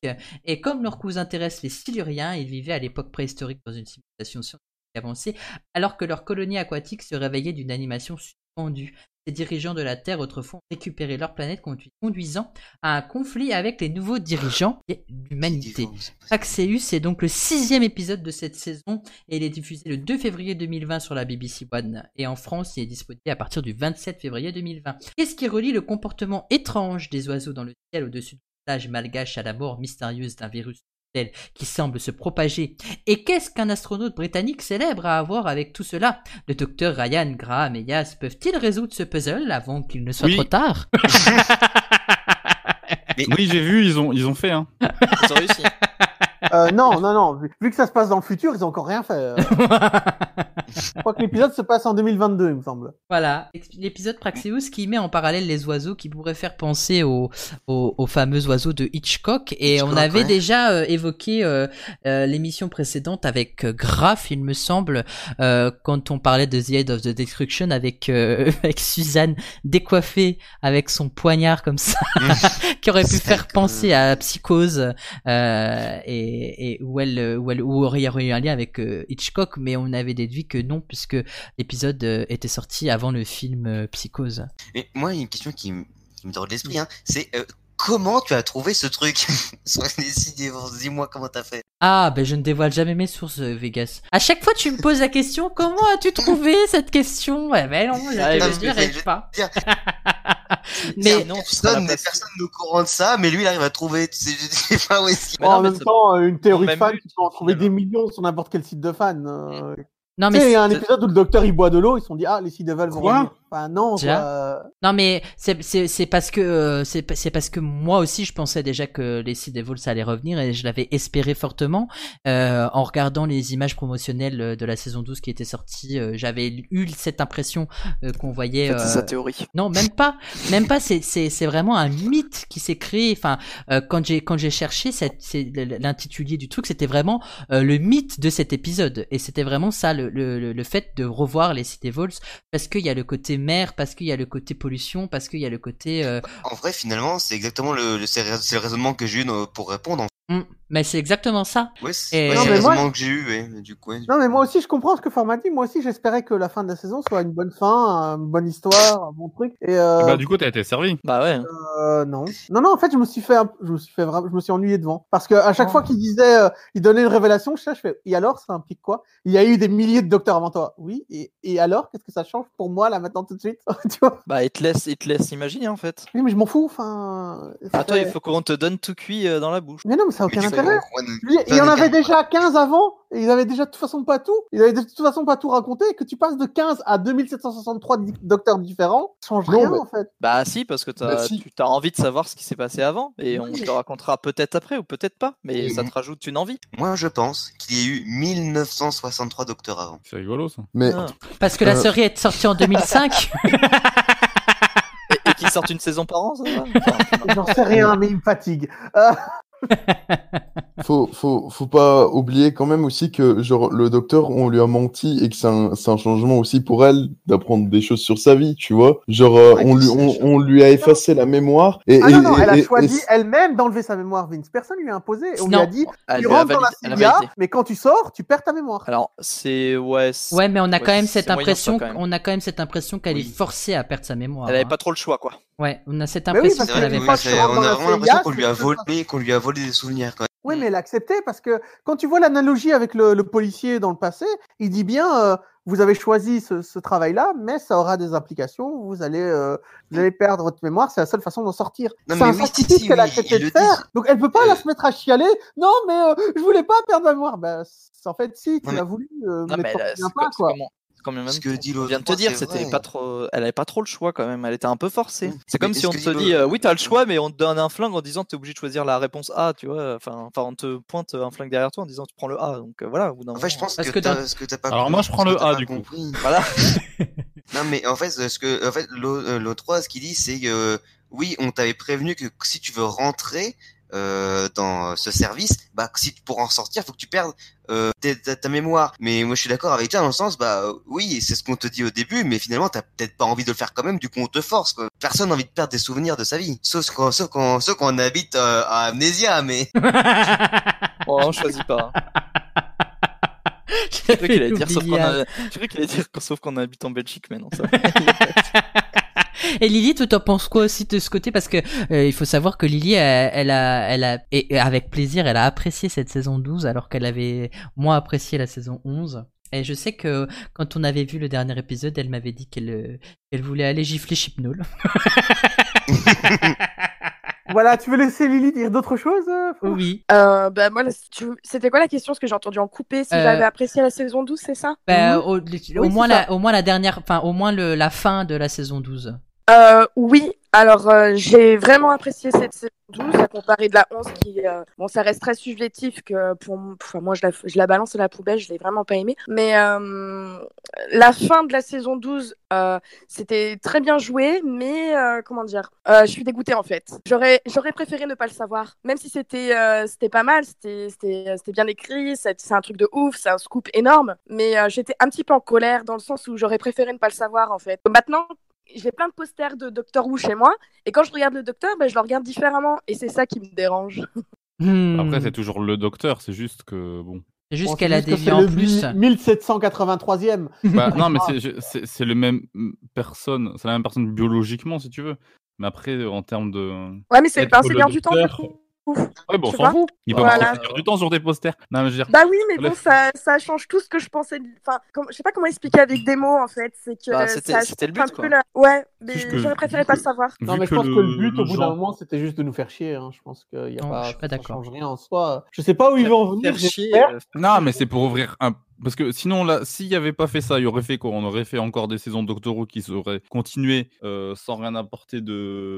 [SPEAKER 5] Et comme leurs cousins terrestres, les siluriens, ils vivaient à l'époque préhistorique dans une civilisation scientifique avancée, alors que leur colonie aquatique se réveillait d'une animation suspendue. Ces dirigeants de la Terre autrefois ont récupéré leur planète condu- conduisant à un conflit avec les nouveaux dirigeants et l'humanité. Axeus est donc le sixième épisode de cette saison et il est diffusé le 2 février 2020 sur la BBC One et en France il est disponible à partir du 27 février 2020. Qu'est-ce qui relie le comportement étrange des oiseaux dans le ciel au-dessus du plage malgache à la mort mystérieuse d'un virus mortel qui semble se propager Et qu'est-ce qu'un astronaute britannique célèbre à avoir avec tout cela Le docteur Ryan, Graham et Yas peuvent-ils résoudre ce puzzle avant qu'il ne soit
[SPEAKER 1] Oui.
[SPEAKER 5] trop tard
[SPEAKER 1] Oui, j'ai vu, ils ont, ils ont fait. Hein.
[SPEAKER 3] Ils ont réussi.
[SPEAKER 2] euh, Non, non, non, vu, vu que ça se passe dans le futur, ils ont encore rien fait. euh. Je crois que l'épisode se passe en 2022, il me semble.
[SPEAKER 5] Voilà, l'épisode Praxeus qui met en parallèle les oiseaux qui pourraient faire penser aux, aux, aux fameux oiseaux de Hitchcock. Et on
[SPEAKER 4] Hitchcock,
[SPEAKER 5] avait
[SPEAKER 4] ouais.
[SPEAKER 5] déjà euh, évoqué euh, euh, l'émission précédente avec euh, Graf, il me semble, euh, quand on parlait de The Head of the Destruction avec, euh, avec Suzanne décoiffée avec son poignard comme ça, qui aurait pu
[SPEAKER 4] C'est
[SPEAKER 5] faire
[SPEAKER 4] que-
[SPEAKER 5] penser à Psychose euh, et, et où, elle, euh, où, elle, où aurait y aurait eu un lien avec euh, Hitchcock, mais on avait déduit que non, puisque l'épisode euh, était sorti avant le film euh, Psychose.
[SPEAKER 4] Mais moi, il y a une question qui, me- qui me tord
[SPEAKER 5] Mm.
[SPEAKER 4] l'esprit, hein, c'est euh, comment tu as trouvé ce truc sur les Sea Demons Dis-moi comment t'as fait.
[SPEAKER 5] Ah, ben je ne dévoile jamais mes sources, euh, Vegas. À chaque fois, tu me poses la question, comment as-tu trouvé cette question Eh ben non, je
[SPEAKER 3] Ah,
[SPEAKER 5] ne
[SPEAKER 3] mais
[SPEAKER 5] te
[SPEAKER 4] je
[SPEAKER 5] dirai
[SPEAKER 4] vais- je vais
[SPEAKER 5] pas.
[SPEAKER 4] dire.
[SPEAKER 5] mais
[SPEAKER 3] non, tu seras à
[SPEAKER 4] Personne
[SPEAKER 3] la
[SPEAKER 4] n'est
[SPEAKER 3] place.
[SPEAKER 4] personne n'est au courant de ça, mais lui, il arrive à trouver. tu sais, Je sais pas où est-ce qu'il
[SPEAKER 3] Mais
[SPEAKER 2] Bon,
[SPEAKER 5] Bah
[SPEAKER 3] non,
[SPEAKER 2] en
[SPEAKER 3] mais
[SPEAKER 2] même
[SPEAKER 3] ça-
[SPEAKER 2] temps, euh, une théorie de
[SPEAKER 3] même
[SPEAKER 2] fan,
[SPEAKER 3] but,
[SPEAKER 2] tu peux en trouver
[SPEAKER 3] finalement.
[SPEAKER 2] des millions sur n'importe quel site de fan. euh.
[SPEAKER 5] non,
[SPEAKER 2] Tu sais, il y
[SPEAKER 5] mais
[SPEAKER 2] a un
[SPEAKER 3] c'est-
[SPEAKER 2] épisode où le docteur il boit de l'eau, ils se sont dit ah les Sea Devils vont
[SPEAKER 1] Quoi
[SPEAKER 2] revenir. Enfin non,
[SPEAKER 5] Tiens.
[SPEAKER 2] quoi, euh,
[SPEAKER 5] non mais c'est c'est c'est parce que euh, c'est pa- c'est parce que moi aussi je pensais déjà que les Sea Devils allaient revenir et je l'avais espéré fortement Euh, en regardant les images promotionnelles euh, de la saison 12 qui était sortie euh, j'avais eu cette impression euh, qu'on voyait
[SPEAKER 3] En fait, C'est sa
[SPEAKER 5] euh,
[SPEAKER 3] théorie.
[SPEAKER 5] Non, même pas, même pas. C'est c'est c'est vraiment un mythe qui s'est créé. Enfin, euh, quand j'ai quand j'ai cherché cette- c'est l'intitulé du truc, c'était vraiment euh, le mythe de cet épisode. Et c'était vraiment ça le le le- le fait de revoir les City Vols parce qu'il y a le côté mer, parce qu'il y a le côté pollution, parce qu'il y a le côté. euh,
[SPEAKER 4] En vrai, finalement, c'est exactement le, le- c'est c'est le raisonnement que j'ai eu dans- pour répondre. en fait.
[SPEAKER 5] hmm. Mais c'est exactement ça.
[SPEAKER 4] Ouais, c'est
[SPEAKER 5] Et-
[SPEAKER 4] ouais,
[SPEAKER 5] Non,
[SPEAKER 4] c'est le
[SPEAKER 2] mais moi-
[SPEAKER 4] raisonnement que j'ai eu, ouais, mais du coup. ouais.
[SPEAKER 2] Non, mais moi aussi, je comprends ce que Format dit. Moi aussi, j'espérais que la fin de la saison soit une bonne fin, une bonne histoire, un bon truc. Et euh,
[SPEAKER 1] Bah, du coup, t'as été servi.
[SPEAKER 3] Bah ouais.
[SPEAKER 2] euh, non, non, non. En fait, je me suis fait, un- je me suis fait vraiment, je me suis ennuyé devant. Parce que à chaque
[SPEAKER 3] Oh.
[SPEAKER 2] fois qu'il disait, euh, il donnait une révélation, je sais, je fais. Et alors, ça implique quoi Il y a eu des milliers de docteurs avant toi. Oui. Et, et alors, qu'est-ce que ça change pour moi là maintenant tout de suite Tu vois
[SPEAKER 3] Bah, il te laisse, il te laisse imaginer en fait.
[SPEAKER 2] Oui, mais je m'en fous. Enfin.
[SPEAKER 3] À Ah, toi,
[SPEAKER 2] c'est-
[SPEAKER 3] il faut qu'on te donne tout cuit euh, dans la bouche.
[SPEAKER 2] Mais non, mais ça n'a
[SPEAKER 4] Mais
[SPEAKER 2] aucun
[SPEAKER 4] du coup,
[SPEAKER 2] intérêt.
[SPEAKER 4] ouais, non,
[SPEAKER 2] Je veux dire, Il
[SPEAKER 4] ça
[SPEAKER 2] y en
[SPEAKER 4] n'a
[SPEAKER 2] avait
[SPEAKER 4] aucun-
[SPEAKER 2] déjà 15 avant, et ils avaient déjà de toute façon pas tout, ils avaient de toute façon pas tout raconté, et que tu passes de 15 à 2763 di- docteurs différents, ça change
[SPEAKER 10] Non,
[SPEAKER 2] rien
[SPEAKER 10] mais-
[SPEAKER 2] en fait.
[SPEAKER 3] Bah si, parce que t'as,
[SPEAKER 10] Bah, si.
[SPEAKER 3] tu as envie de savoir ce qui s'est passé avant, et on te le racontera peut-être après ou peut-être pas, mais
[SPEAKER 4] Mhm.
[SPEAKER 3] ça te rajoute une envie.
[SPEAKER 4] Moi, je pense qu'il y a eu 1963 docteurs avant.
[SPEAKER 1] C'est rigolo, ça.
[SPEAKER 10] Mais
[SPEAKER 3] Ah.
[SPEAKER 5] Parce que la
[SPEAKER 10] Euh.
[SPEAKER 5] série est sortie en 2005.
[SPEAKER 3] Et qu'ils sortent une saison par an, ça va Enfin,
[SPEAKER 2] J'en sais rien, mais ils me fatiguent.
[SPEAKER 10] faut, faut, faut pas oublier quand même aussi que genre le docteur, on lui a menti et que c'est un, c'est un changement aussi pour elle d'apprendre des choses sur sa vie, tu vois. Genre euh,
[SPEAKER 4] Ouais,
[SPEAKER 10] on,
[SPEAKER 4] que
[SPEAKER 10] lui,
[SPEAKER 4] c'est
[SPEAKER 10] on,
[SPEAKER 4] chaud.
[SPEAKER 10] on lui a effacé la mémoire et,
[SPEAKER 2] Ah
[SPEAKER 10] et-
[SPEAKER 2] non, non, elle
[SPEAKER 10] et-
[SPEAKER 2] a
[SPEAKER 10] et-
[SPEAKER 2] choisi
[SPEAKER 10] et-
[SPEAKER 2] elle-même d'enlever sa mémoire, Vince. Personne lui a imposé. On lui
[SPEAKER 5] Non.
[SPEAKER 2] a dit,
[SPEAKER 3] elle
[SPEAKER 2] tu
[SPEAKER 3] a
[SPEAKER 2] rentres dans
[SPEAKER 3] validé-
[SPEAKER 2] la
[SPEAKER 3] elle a
[SPEAKER 2] CIA,
[SPEAKER 3] validé.
[SPEAKER 2] mais quand tu sors, tu perds ta mémoire.
[SPEAKER 3] Alors, c'est... Ouais, c'est-
[SPEAKER 5] ouais, mais on a quand
[SPEAKER 3] Ouais,
[SPEAKER 5] même
[SPEAKER 3] c'est
[SPEAKER 5] cette
[SPEAKER 3] moyen, ça,
[SPEAKER 5] impression,
[SPEAKER 3] quand même.
[SPEAKER 5] on a quand même cette impression qu'elle
[SPEAKER 4] Oui.
[SPEAKER 5] est forcée à perdre sa mémoire.
[SPEAKER 3] elle avait
[SPEAKER 5] hein.
[SPEAKER 3] pas trop le choix, quoi.
[SPEAKER 5] Ouais, on a cette
[SPEAKER 2] Bah oui,
[SPEAKER 5] impression
[SPEAKER 2] parce
[SPEAKER 4] C'est
[SPEAKER 5] qu'elle
[SPEAKER 4] vrai,
[SPEAKER 5] avait
[SPEAKER 4] oui,
[SPEAKER 5] pas.
[SPEAKER 2] pas
[SPEAKER 4] c'est-
[SPEAKER 2] de
[SPEAKER 4] on
[SPEAKER 2] dans
[SPEAKER 4] a
[SPEAKER 2] la
[SPEAKER 4] vraiment l'impression
[SPEAKER 2] CIA,
[SPEAKER 4] qu'on lui a
[SPEAKER 2] c'est-
[SPEAKER 4] volé, qu'on lui a volé des souvenirs. Quoi.
[SPEAKER 2] Oui,
[SPEAKER 3] Mm.
[SPEAKER 2] mais l'accepter parce que quand tu vois l'analogie avec le, le policier dans le passé, il dit bien euh, vous avez choisi ce, ce travail-là, mais ça aura des implications. Vous allez, euh, vous allez perdre votre mémoire. C'est la seule façon d'en sortir.
[SPEAKER 4] Non,
[SPEAKER 2] C'est
[SPEAKER 4] mais
[SPEAKER 2] un
[SPEAKER 4] oui,
[SPEAKER 2] sacrifice
[SPEAKER 4] si,
[SPEAKER 2] qu'elle a
[SPEAKER 4] oui,
[SPEAKER 2] accepté
[SPEAKER 4] il
[SPEAKER 2] de
[SPEAKER 4] le
[SPEAKER 2] faire.
[SPEAKER 4] dit.
[SPEAKER 2] Donc elle peut pas
[SPEAKER 4] Euh.
[SPEAKER 2] la se mettre à chialer. Non, mais euh, je voulais pas perdre ma mémoire. Ben, c'est- en fait, si
[SPEAKER 4] Non,
[SPEAKER 2] tu
[SPEAKER 4] mais-
[SPEAKER 2] l'as voulu, euh, mais
[SPEAKER 3] Non, mais
[SPEAKER 2] t'en
[SPEAKER 3] elle a-
[SPEAKER 2] souviens
[SPEAKER 3] c'est
[SPEAKER 2] pas
[SPEAKER 3] co- c'est
[SPEAKER 2] quoi.
[SPEAKER 3] comment- c'est comme le même
[SPEAKER 4] Ce que
[SPEAKER 3] temps
[SPEAKER 4] dit
[SPEAKER 3] qu'on
[SPEAKER 4] l'autre
[SPEAKER 3] vient de te
[SPEAKER 4] fois,
[SPEAKER 3] dire,
[SPEAKER 4] c'est
[SPEAKER 3] c'était
[SPEAKER 4] vrai.
[SPEAKER 3] pas trop, elle avait pas trop le choix quand même, elle était un peu forcée.
[SPEAKER 4] Mm.
[SPEAKER 3] C'est comme
[SPEAKER 4] Mais
[SPEAKER 3] si
[SPEAKER 4] est-ce
[SPEAKER 3] on
[SPEAKER 4] que
[SPEAKER 3] te
[SPEAKER 4] dit
[SPEAKER 3] dit,
[SPEAKER 4] l'autre
[SPEAKER 3] euh, oui, t'as le choix, mais on te donne un flingue en disant t'es obligé de choisir la réponse A, tu vois. Enfin, enfin, on te pointe un flingue derrière toi en disant tu prends le A. Donc euh, voilà, au bout d'un
[SPEAKER 4] En fait, je
[SPEAKER 3] moment,
[SPEAKER 4] pense
[SPEAKER 5] Parce
[SPEAKER 4] que,
[SPEAKER 5] que
[SPEAKER 4] t'as-
[SPEAKER 5] dans-
[SPEAKER 4] ce que t'as pas
[SPEAKER 1] Alors, moi, je prends
[SPEAKER 4] ce que
[SPEAKER 1] le
[SPEAKER 4] t'as
[SPEAKER 1] A,
[SPEAKER 4] pas
[SPEAKER 1] du coup.
[SPEAKER 4] compris.
[SPEAKER 3] Voilà.
[SPEAKER 4] Non, mais en fait, ce que, en fait, l'au- euh, l'autre phrase qu'il dit, c'est que euh, oui, on t'avait prévenu que si tu veux rentrer euh, dans ce service, bah, que si pour en sortir, faut que tu perdes euh, ta, ta- ta mémoire. Mais moi, je suis d'accord avec toi dans le sens, bah, euh, oui, c'est ce qu'on te dit au début, mais finalement, t'as peut-être pas envie de le faire quand même, du coup, on te force. Quoi. Personne n'a envie de perdre des souvenirs de sa vie, sauf quand, sauf quand, sauf quand on habite euh, à Amnésia, mais
[SPEAKER 3] Bon, on choisit pas. hein. Je croyais qu'il allait dire sauf qu'on a- je croyais qu'il allait dire sauf qu'on habite en Belgique, mais non. Ça...
[SPEAKER 5] Et Lily, toi, t'en penses quoi aussi de ce côté Parce que euh, il faut savoir que Lily, euh, elle, elle a, elle a, et et avec plaisir, elle a apprécié cette saison 12 alors qu'elle avait moins apprécié la saison 11. Et je sais que quand on avait vu le dernier épisode, elle m'avait dit qu'elle, euh, qu'elle voulait aller gifler Chipnol.
[SPEAKER 2] Voilà, tu veux laisser Lily dire d'autres choses euh, Fran
[SPEAKER 5] Oui.
[SPEAKER 8] Euh, bah, moi, la- tu- c'était quoi la question Ce que j'ai entendu en coupé, si
[SPEAKER 5] Euh,
[SPEAKER 8] j'avais apprécié la saison 12, c'est ça
[SPEAKER 5] Bah, au, le- au
[SPEAKER 2] c'est
[SPEAKER 5] moins
[SPEAKER 2] ça.
[SPEAKER 5] la, au moins la dernière, enfin au moins le, la fin de la saison 12.
[SPEAKER 8] Euh, oui, alors euh, j'ai vraiment apprécié cette saison 12 à comparer de la 11 qui, euh, bon, ça reste très subjectif que pour m- pff, moi je la, je la balance à la poubelle, je l'ai vraiment pas aimé. Mais euh, la fin de la saison 12, euh, c'était très bien joué, mais euh, comment dire, euh, je suis dégoûtée en fait. J'aurais, j'aurais préféré ne pas le savoir, même si c'était, euh, c'était pas mal, c'était, c'était, c'était bien écrit, c'est, c'est un truc de ouf, c'est un scoop énorme. Mais euh, j'étais un petit peu en colère dans le sens où j'aurais préféré ne pas le savoir en fait. Maintenant j'ai plein de posters de Doctor Who chez moi, et quand je regarde le Docteur, ben, je le regarde différemment, et c'est ça qui me dérange.
[SPEAKER 5] Hmm.
[SPEAKER 1] Après, c'est toujours le docteur, c'est juste que, bon.
[SPEAKER 5] C'est juste
[SPEAKER 2] Bon,
[SPEAKER 5] qu'elle
[SPEAKER 2] c'est juste que
[SPEAKER 5] a dévié
[SPEAKER 2] c'est
[SPEAKER 5] en
[SPEAKER 2] le
[SPEAKER 5] plus.
[SPEAKER 2] 1783e.
[SPEAKER 1] Bah, non, mais c'est- je- c'est c'est le même personne, c'est la même personne biologiquement, si tu veux. Mais après, en termes de.
[SPEAKER 8] Ouais, mais c'est le
[SPEAKER 1] Être
[SPEAKER 8] pincé
[SPEAKER 1] le
[SPEAKER 8] bien du temps, du
[SPEAKER 1] docteur.
[SPEAKER 8] coup.
[SPEAKER 1] Ouais, bon, on
[SPEAKER 8] Tu
[SPEAKER 1] s'en
[SPEAKER 8] vois
[SPEAKER 1] fout. Ils peuvent
[SPEAKER 8] Voilà.
[SPEAKER 1] encore faire du temps sur des posters. Non, mais je veux dire.
[SPEAKER 8] Bah oui, mais
[SPEAKER 1] Le-
[SPEAKER 8] bon, ça, ça change tout ce que je pensais. de- Enfin, comme- je sais pas comment expliquer avec des mots, en fait. C'est que
[SPEAKER 3] Bah,
[SPEAKER 8] euh,
[SPEAKER 3] c'était-
[SPEAKER 8] ça
[SPEAKER 3] c'était le but,
[SPEAKER 8] change un
[SPEAKER 3] quoi.
[SPEAKER 8] peu la- Ouais, mais
[SPEAKER 1] Juste que-
[SPEAKER 8] j'aurais préféré pas le savoir.
[SPEAKER 2] Non,
[SPEAKER 1] vu
[SPEAKER 2] mais je pense que le but, au bout d'un
[SPEAKER 1] genre-
[SPEAKER 2] moment, c'était juste de nous faire chier. hein. Je pense qu'il y a
[SPEAKER 5] Non,
[SPEAKER 2] pas,
[SPEAKER 5] je suis pas
[SPEAKER 2] ça
[SPEAKER 5] d'accord.
[SPEAKER 2] change rien en soi. Je sais pas où ils vont en venir.
[SPEAKER 3] Faire chier,
[SPEAKER 2] j'espère.
[SPEAKER 3] euh,
[SPEAKER 1] Non, mais c'est pour ouvrir un. Parce que sinon, là, s'il n'y avait pas fait ça, il y aurait fait quoi On aurait fait encore des saisons de Doctor Who qui seraient continuées euh, sans rien apporter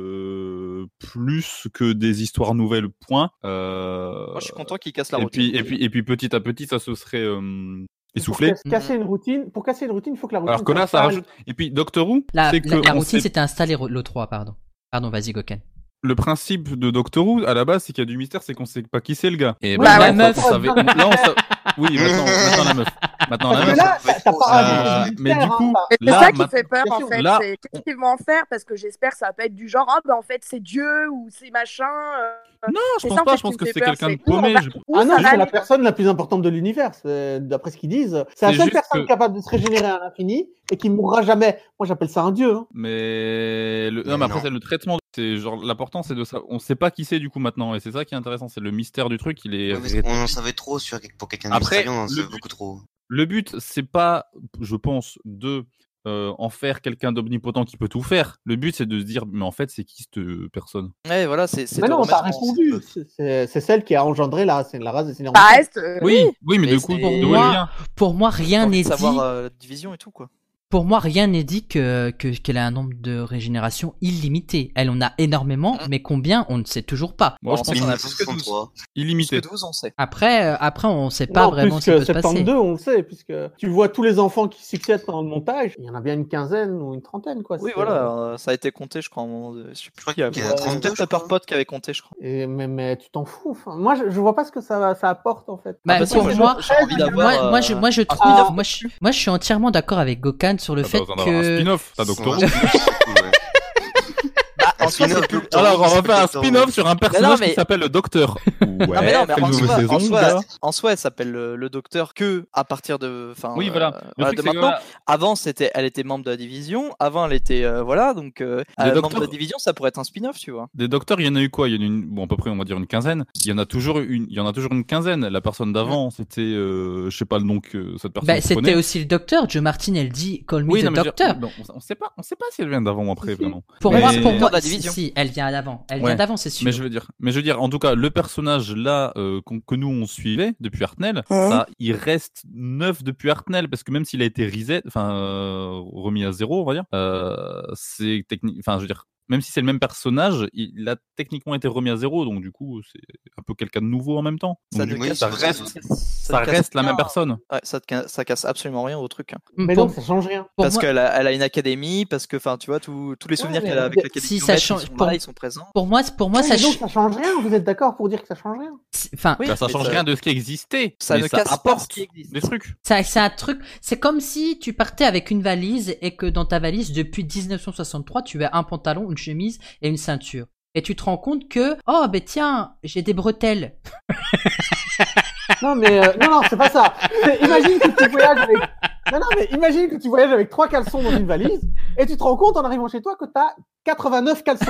[SPEAKER 1] de plus que des histoires nouvelles, point. Euh,
[SPEAKER 3] Moi, je suis content qu'il casse la
[SPEAKER 1] et
[SPEAKER 3] routine.
[SPEAKER 1] puis, et, puis, et puis, petit à petit, ça se serait euh,
[SPEAKER 2] Pour
[SPEAKER 1] essoufflé.
[SPEAKER 2] cas- casser une routine, pour casser une routine, il faut que la routine.
[SPEAKER 1] Alors que là,
[SPEAKER 2] soit
[SPEAKER 1] ça
[SPEAKER 2] calme.
[SPEAKER 1] rajoute. Et puis, Doctor Who,
[SPEAKER 5] La,
[SPEAKER 1] c'est
[SPEAKER 5] la-
[SPEAKER 1] que.
[SPEAKER 5] la
[SPEAKER 1] on
[SPEAKER 5] routine,
[SPEAKER 1] sait-
[SPEAKER 5] c'était installer l'O3, pardon. Pardon, vas-y, Goken.
[SPEAKER 1] le principe de Doctor Who, à la base, c'est qu'il y a du mystère, c'est qu'on sait pas qui c'est le gars. Et
[SPEAKER 5] Bah,
[SPEAKER 1] maintenant,
[SPEAKER 5] la
[SPEAKER 1] on
[SPEAKER 5] meuf.
[SPEAKER 1] sa- on savait- là, on sa- Oui, maintenant, maintenant la meuf. Maintenant la
[SPEAKER 2] Parce que
[SPEAKER 1] meuf.
[SPEAKER 2] là, t'as t'as pas
[SPEAKER 1] Euh,
[SPEAKER 2] raison, c'est
[SPEAKER 1] mais du
[SPEAKER 2] clair, hein,
[SPEAKER 1] coup,
[SPEAKER 2] t'as-
[SPEAKER 1] Mais
[SPEAKER 11] C'est
[SPEAKER 1] Là,
[SPEAKER 11] ça qui
[SPEAKER 1] ma-
[SPEAKER 11] fait peur
[SPEAKER 2] Bien
[SPEAKER 11] en
[SPEAKER 2] sûr.
[SPEAKER 11] fait,
[SPEAKER 1] Là,
[SPEAKER 11] c'est qu'est-ce qu'ils vont en faire parce que j'espère que ça va pas être du genre
[SPEAKER 8] oh,
[SPEAKER 11] ah
[SPEAKER 8] ben,
[SPEAKER 11] bah en fait c'est Dieu ou c'est machin. euh,
[SPEAKER 1] Non, je
[SPEAKER 11] c'est
[SPEAKER 1] pense
[SPEAKER 11] ça, en
[SPEAKER 1] pas,
[SPEAKER 11] fait,
[SPEAKER 1] je pense
[SPEAKER 11] qui
[SPEAKER 1] que
[SPEAKER 11] me fait
[SPEAKER 1] c'est
[SPEAKER 11] peur,
[SPEAKER 1] quelqu'un de
[SPEAKER 11] c'est où on
[SPEAKER 1] paumé.
[SPEAKER 11] va-
[SPEAKER 1] je-
[SPEAKER 11] où
[SPEAKER 2] Ah
[SPEAKER 11] ça
[SPEAKER 2] non,
[SPEAKER 11] va
[SPEAKER 2] c'est la
[SPEAKER 11] aller.
[SPEAKER 2] personne la plus importante de l'univers, c'est- d'après ce qu'ils disent. C'est la
[SPEAKER 1] C'est
[SPEAKER 2] seule
[SPEAKER 1] juste
[SPEAKER 2] personne
[SPEAKER 1] que-
[SPEAKER 2] capable de se régénérer à l'infini et qui mourra jamais. Moi, j'appelle ça un dieu. hein.
[SPEAKER 1] Mais le... non, mais
[SPEAKER 4] Mais
[SPEAKER 1] après
[SPEAKER 4] non.
[SPEAKER 1] c'est le traitement. C'est genre l'important c'est de ça. On sait pas qui c'est du coup maintenant et c'est ça qui est intéressant. C'est le mystère du truc. Il est.
[SPEAKER 4] Ouais, parce qu'on en savait trop sur, pour quelqu'un de
[SPEAKER 1] Après,
[SPEAKER 4] mystérieux, on en
[SPEAKER 1] le
[SPEAKER 4] savait
[SPEAKER 1] but-
[SPEAKER 4] beaucoup trop.
[SPEAKER 1] Le but c'est pas, je pense, de euh, en faire quelqu'un d'omnipotent qui peut tout faire. Le but c'est de se dire mais en fait c'est qui cette personne.
[SPEAKER 3] Ouais, voilà, c'est. c'est
[SPEAKER 2] Mais
[SPEAKER 3] de
[SPEAKER 2] non, t'as
[SPEAKER 3] remettre en-
[SPEAKER 2] répondu. C'est- C'est c'est celle qui a engendré la, c'est la race des
[SPEAKER 11] Ça
[SPEAKER 5] Bah,
[SPEAKER 2] Cynérantiens.
[SPEAKER 11] reste. euh,
[SPEAKER 1] Oui, oui, mais,
[SPEAKER 3] mais
[SPEAKER 1] du coup,
[SPEAKER 3] c'est-
[SPEAKER 1] d'où elle
[SPEAKER 5] Moi-
[SPEAKER 1] vient
[SPEAKER 5] Pour moi, rien
[SPEAKER 3] envie
[SPEAKER 5] n'est dit.
[SPEAKER 3] de savoir euh, la division et tout quoi.
[SPEAKER 5] Pour moi, rien n'est dit que que- qu'elle a un nombre de régénérations illimité. Elle en a énormément, mais combien, on ne sait toujours pas.
[SPEAKER 1] Moi, je
[SPEAKER 3] Alors,
[SPEAKER 1] pense
[SPEAKER 3] c'est- qu'on a
[SPEAKER 4] 1963.
[SPEAKER 3] Plus que
[SPEAKER 1] illimité.
[SPEAKER 3] 12 on sait.
[SPEAKER 5] Après, euh, après, on ne sait
[SPEAKER 2] Non,
[SPEAKER 5] pas vraiment
[SPEAKER 2] plus
[SPEAKER 5] ce qui
[SPEAKER 2] que
[SPEAKER 5] peut se passer.
[SPEAKER 2] 72, on le sait, puisque tu vois tous les enfants qui succèdent pendant le montage, il y en a bien une quinzaine ou une trentaine, quoi.
[SPEAKER 3] Oui
[SPEAKER 2] C'est-
[SPEAKER 3] voilà, euh, ça a été compté je crois à un moment de... Je sais plus
[SPEAKER 4] crois
[SPEAKER 3] qui a-
[SPEAKER 4] qu'il y
[SPEAKER 2] en a
[SPEAKER 3] Ouais,
[SPEAKER 4] 32,
[SPEAKER 3] peut-être
[SPEAKER 4] je
[SPEAKER 3] Pepper
[SPEAKER 4] crois.
[SPEAKER 3] Pot qui avait compté je crois.
[SPEAKER 2] Et- mais, mais tu t'en fous. enfin. moi, je, je vois pas ce que ça, ça apporte, en fait.
[SPEAKER 5] Bah,
[SPEAKER 3] Ah bah si,
[SPEAKER 5] pour
[SPEAKER 3] j'ai-
[SPEAKER 5] moi,
[SPEAKER 3] j'ai envie d'avoir,
[SPEAKER 5] moi, moi, je,
[SPEAKER 3] euh,
[SPEAKER 5] moi, je trouve,
[SPEAKER 2] spin-off
[SPEAKER 5] moi, je, moi, je suis entièrement d'accord avec Gokan sur le
[SPEAKER 1] Ah bah,
[SPEAKER 5] fait
[SPEAKER 1] on en aura un
[SPEAKER 5] que.
[SPEAKER 1] spin-off, ça
[SPEAKER 4] Sans
[SPEAKER 1] Doctor Who.
[SPEAKER 4] un spin-off, c'est cool, ouais. Un
[SPEAKER 3] en soi,
[SPEAKER 4] spin-off,
[SPEAKER 3] c'est plus-
[SPEAKER 4] Doctor Who,
[SPEAKER 1] Alors on va
[SPEAKER 4] c'est
[SPEAKER 1] faire un
[SPEAKER 4] Doctor Who.
[SPEAKER 1] spin-off sur un personnage
[SPEAKER 3] mais-
[SPEAKER 1] qui s'appelle le Docteur.
[SPEAKER 3] hein. Non, Ah, mais non, mais en,
[SPEAKER 1] faites-vous
[SPEAKER 3] soi,
[SPEAKER 1] vos saisons,
[SPEAKER 3] en, soi,
[SPEAKER 1] gars.
[SPEAKER 3] en soi, elle s'appelle euh, le, le docteur que à partir de. enfin,
[SPEAKER 1] Oui,
[SPEAKER 3] euh,
[SPEAKER 1] voilà. Le
[SPEAKER 3] voilà,
[SPEAKER 1] truc,
[SPEAKER 3] de
[SPEAKER 1] c'est que,
[SPEAKER 3] maintenant.
[SPEAKER 1] voilà,
[SPEAKER 3] Avant, c'était, elle était membre de la division. Avant, elle était. euh, voilà, donc. euh,
[SPEAKER 1] Le
[SPEAKER 3] euh, membre
[SPEAKER 1] docteur-
[SPEAKER 3] de la division, ça pourrait être un spin-off, tu vois.
[SPEAKER 1] Des docteurs, il y en a eu quoi Il y en a une, bon, à peu près, on va dire une quinzaine. Il y en a toujours une, il y en a toujours une quinzaine. La personne d'avant, c'était, euh, je sais pas le nom que cette personne.
[SPEAKER 5] Bah, c'était
[SPEAKER 1] prenait.
[SPEAKER 5] aussi le docteur. Joe Martin, elle dit Call me
[SPEAKER 1] Oui,
[SPEAKER 5] the
[SPEAKER 1] non, mais je veux
[SPEAKER 5] doctor.
[SPEAKER 1] dire, non, on- on sait pas, on sait pas si elle vient d'avant ou après
[SPEAKER 5] Mhm.
[SPEAKER 2] Si, si.
[SPEAKER 1] vraiment.
[SPEAKER 5] Pour
[SPEAKER 1] Mais-
[SPEAKER 5] moi, pour
[SPEAKER 1] Mais-
[SPEAKER 5] moi,
[SPEAKER 3] Dans la
[SPEAKER 5] si,
[SPEAKER 3] division.
[SPEAKER 5] si, elle vient d'avant. Elle
[SPEAKER 1] Ouais.
[SPEAKER 5] vient d'avant, c'est sûr.
[SPEAKER 1] Mais je veux dire, mais je veux dire, en tout cas, le personnage là euh, qu'on- que nous on suivait depuis Hartnell,
[SPEAKER 8] Ouais.
[SPEAKER 2] Hein?
[SPEAKER 5] Hein?
[SPEAKER 1] ça, il reste neuf depuis Hartnell parce que même s'il a été reset, enfin euh, remis à zéro, on va dire, euh, c'est technique, enfin je veux dire. Même si c'est le même personnage, il a techniquement été remis à zéro, donc du coup, c'est un peu quelqu'un de nouveau en même temps. Donc,
[SPEAKER 3] Ça
[SPEAKER 1] du
[SPEAKER 3] ne
[SPEAKER 1] coup,
[SPEAKER 4] oui,
[SPEAKER 3] casse-
[SPEAKER 1] ça
[SPEAKER 4] vrai.
[SPEAKER 1] reste,
[SPEAKER 4] ça
[SPEAKER 1] ça
[SPEAKER 3] ne casse
[SPEAKER 1] reste la
[SPEAKER 3] rien.
[SPEAKER 1] même personne.
[SPEAKER 3] Ouais, ça, te ca- ça casse absolument rien au truc. hein.
[SPEAKER 2] Mais
[SPEAKER 5] Mm, Hum, pour,
[SPEAKER 2] donc, ça change rien.
[SPEAKER 5] pour
[SPEAKER 3] parce
[SPEAKER 5] moi,
[SPEAKER 3] qu'elle a, elle a une académie, parce que, enfin, tu vois, tous tous les souvenirs
[SPEAKER 2] mais
[SPEAKER 3] qu'elle a avec
[SPEAKER 2] si,
[SPEAKER 3] l'académie,
[SPEAKER 5] ça
[SPEAKER 3] Nomade,
[SPEAKER 5] change-
[SPEAKER 3] ils sont
[SPEAKER 5] pour-
[SPEAKER 3] là, ils sont présents.
[SPEAKER 5] pour moi, pour moi,
[SPEAKER 2] Oui,
[SPEAKER 5] ça,
[SPEAKER 2] Ah, mais donc,
[SPEAKER 5] ch-
[SPEAKER 2] ça change rien. Vous êtes d'accord pour dire que ça change rien
[SPEAKER 5] enfin,
[SPEAKER 3] Oui,
[SPEAKER 1] Ça, ça
[SPEAKER 3] mais
[SPEAKER 1] change
[SPEAKER 3] Bah, ça-
[SPEAKER 1] rien de ce qui existait,
[SPEAKER 3] ça
[SPEAKER 1] mais
[SPEAKER 3] ne
[SPEAKER 1] ça
[SPEAKER 3] casse pas ce
[SPEAKER 1] apporte
[SPEAKER 3] qui existe.
[SPEAKER 1] des trucs.
[SPEAKER 5] ça, c'est un truc. C'est comme si tu partais avec une valise et que dans ta valise, depuis 1963, tu as un pantalon, une chemise et une ceinture. Et tu te rends compte que, oh, ben tiens, j'ai des bretelles.
[SPEAKER 2] Non, mais euh, non, non, c'est pas ça. C'est- Imagine que tu voyages avec. Non, non, mais imagine que tu voyages avec trois caleçons dans une valise et tu te rends compte en arrivant chez toi que t'as 89 caleçons.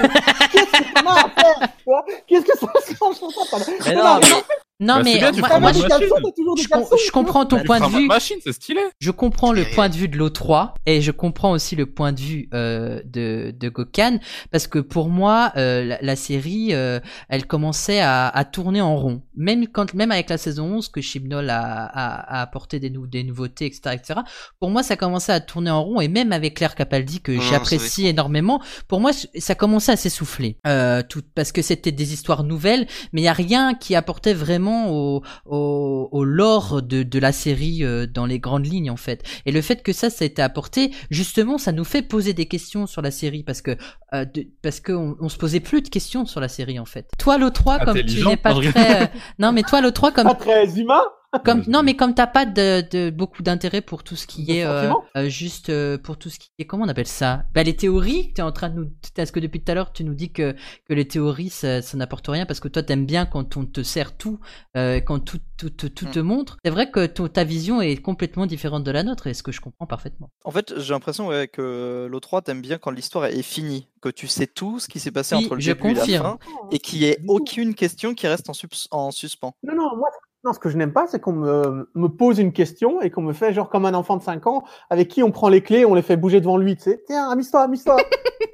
[SPEAKER 2] Qu'est-ce que t'en as à faire tu vois Qu'est-ce que ça change sur toi t'en as-
[SPEAKER 3] Mais
[SPEAKER 2] t'en as-
[SPEAKER 3] non, mais-
[SPEAKER 5] Non,
[SPEAKER 1] Bah, c'est
[SPEAKER 5] mais
[SPEAKER 1] bien, tu
[SPEAKER 5] moi,
[SPEAKER 1] prends
[SPEAKER 5] moi,
[SPEAKER 1] un
[SPEAKER 5] je,
[SPEAKER 2] des
[SPEAKER 1] machine.
[SPEAKER 2] caleçons, t'as toujours des
[SPEAKER 5] je com-
[SPEAKER 2] caleçons.
[SPEAKER 5] je comprends ton
[SPEAKER 1] Tu
[SPEAKER 5] point de
[SPEAKER 1] prends ma
[SPEAKER 5] vue.
[SPEAKER 1] Machine, c'est stylé.
[SPEAKER 5] Je comprends le
[SPEAKER 4] Et-
[SPEAKER 5] point de vue de l'O3 et je comprends aussi le point de vue euh, de, de Gokan parce que pour moi euh, la, la série euh, elle commençait à, à tourner en rond même quand même avec la saison 11 que Chibnall a, a, a apporté des, nou- des nouveautés etc etc pour moi ça commençait à tourner en rond et même avec Claire Capaldi que
[SPEAKER 4] Non, non, ça
[SPEAKER 5] j'apprécie énormément pour moi c- ça commençait à s'essouffler euh, tout parce que c'était des histoires nouvelles mais il y a rien qui apportait vraiment au, au, au lore de, de la série euh, dans les grandes lignes en fait. Et le fait que ça, ça a été apporté, justement, ça nous fait poser des questions sur la série parce que euh, de- parce que on, on se posait plus de questions sur la série en fait. Toi, le 3 comme tu
[SPEAKER 1] Intelligent,
[SPEAKER 5] n'es pas
[SPEAKER 1] André.
[SPEAKER 5] très, euh, non mais toi, le 3 comme
[SPEAKER 2] Pas très humain.
[SPEAKER 5] comme non mais comme t'as pas de, de beaucoup d'intérêt pour tout ce
[SPEAKER 3] Bah,
[SPEAKER 5] qui est euh,
[SPEAKER 2] Sentiment.
[SPEAKER 5] euh, juste euh, pour tout ce qui est comment on appelle ça bah les théories t'es en train de nous parce que depuis tout à l'heure tu nous dis que que les théories ça, ça n'apporte rien parce que toi t'aimes bien quand on te sert tout euh, quand tout tout, tout,
[SPEAKER 3] Mm.
[SPEAKER 5] tout te montre c'est vrai que ton- ta vision est complètement différente de la nôtre et ce que je comprends parfaitement
[SPEAKER 3] En fait, j'ai l'impression ouais, que l'O3, t'aimes bien quand l'histoire est finie, que tu sais tout ce qui s'est passé
[SPEAKER 5] Oui,
[SPEAKER 3] entre le
[SPEAKER 5] je
[SPEAKER 3] début et la
[SPEAKER 5] confirme.
[SPEAKER 3] fin, et qu'il n'y ait aucune question qui reste en, subs- en suspens.
[SPEAKER 2] Non, non, moi, non, ce que je n'aime pas, c'est qu'on me, me pose une question et qu'on me fait genre comme un enfant de 5 ans avec qui on prend les clés et on les fait bouger devant lui, tu sais. Tiens, amuse-toi, amuse-toi.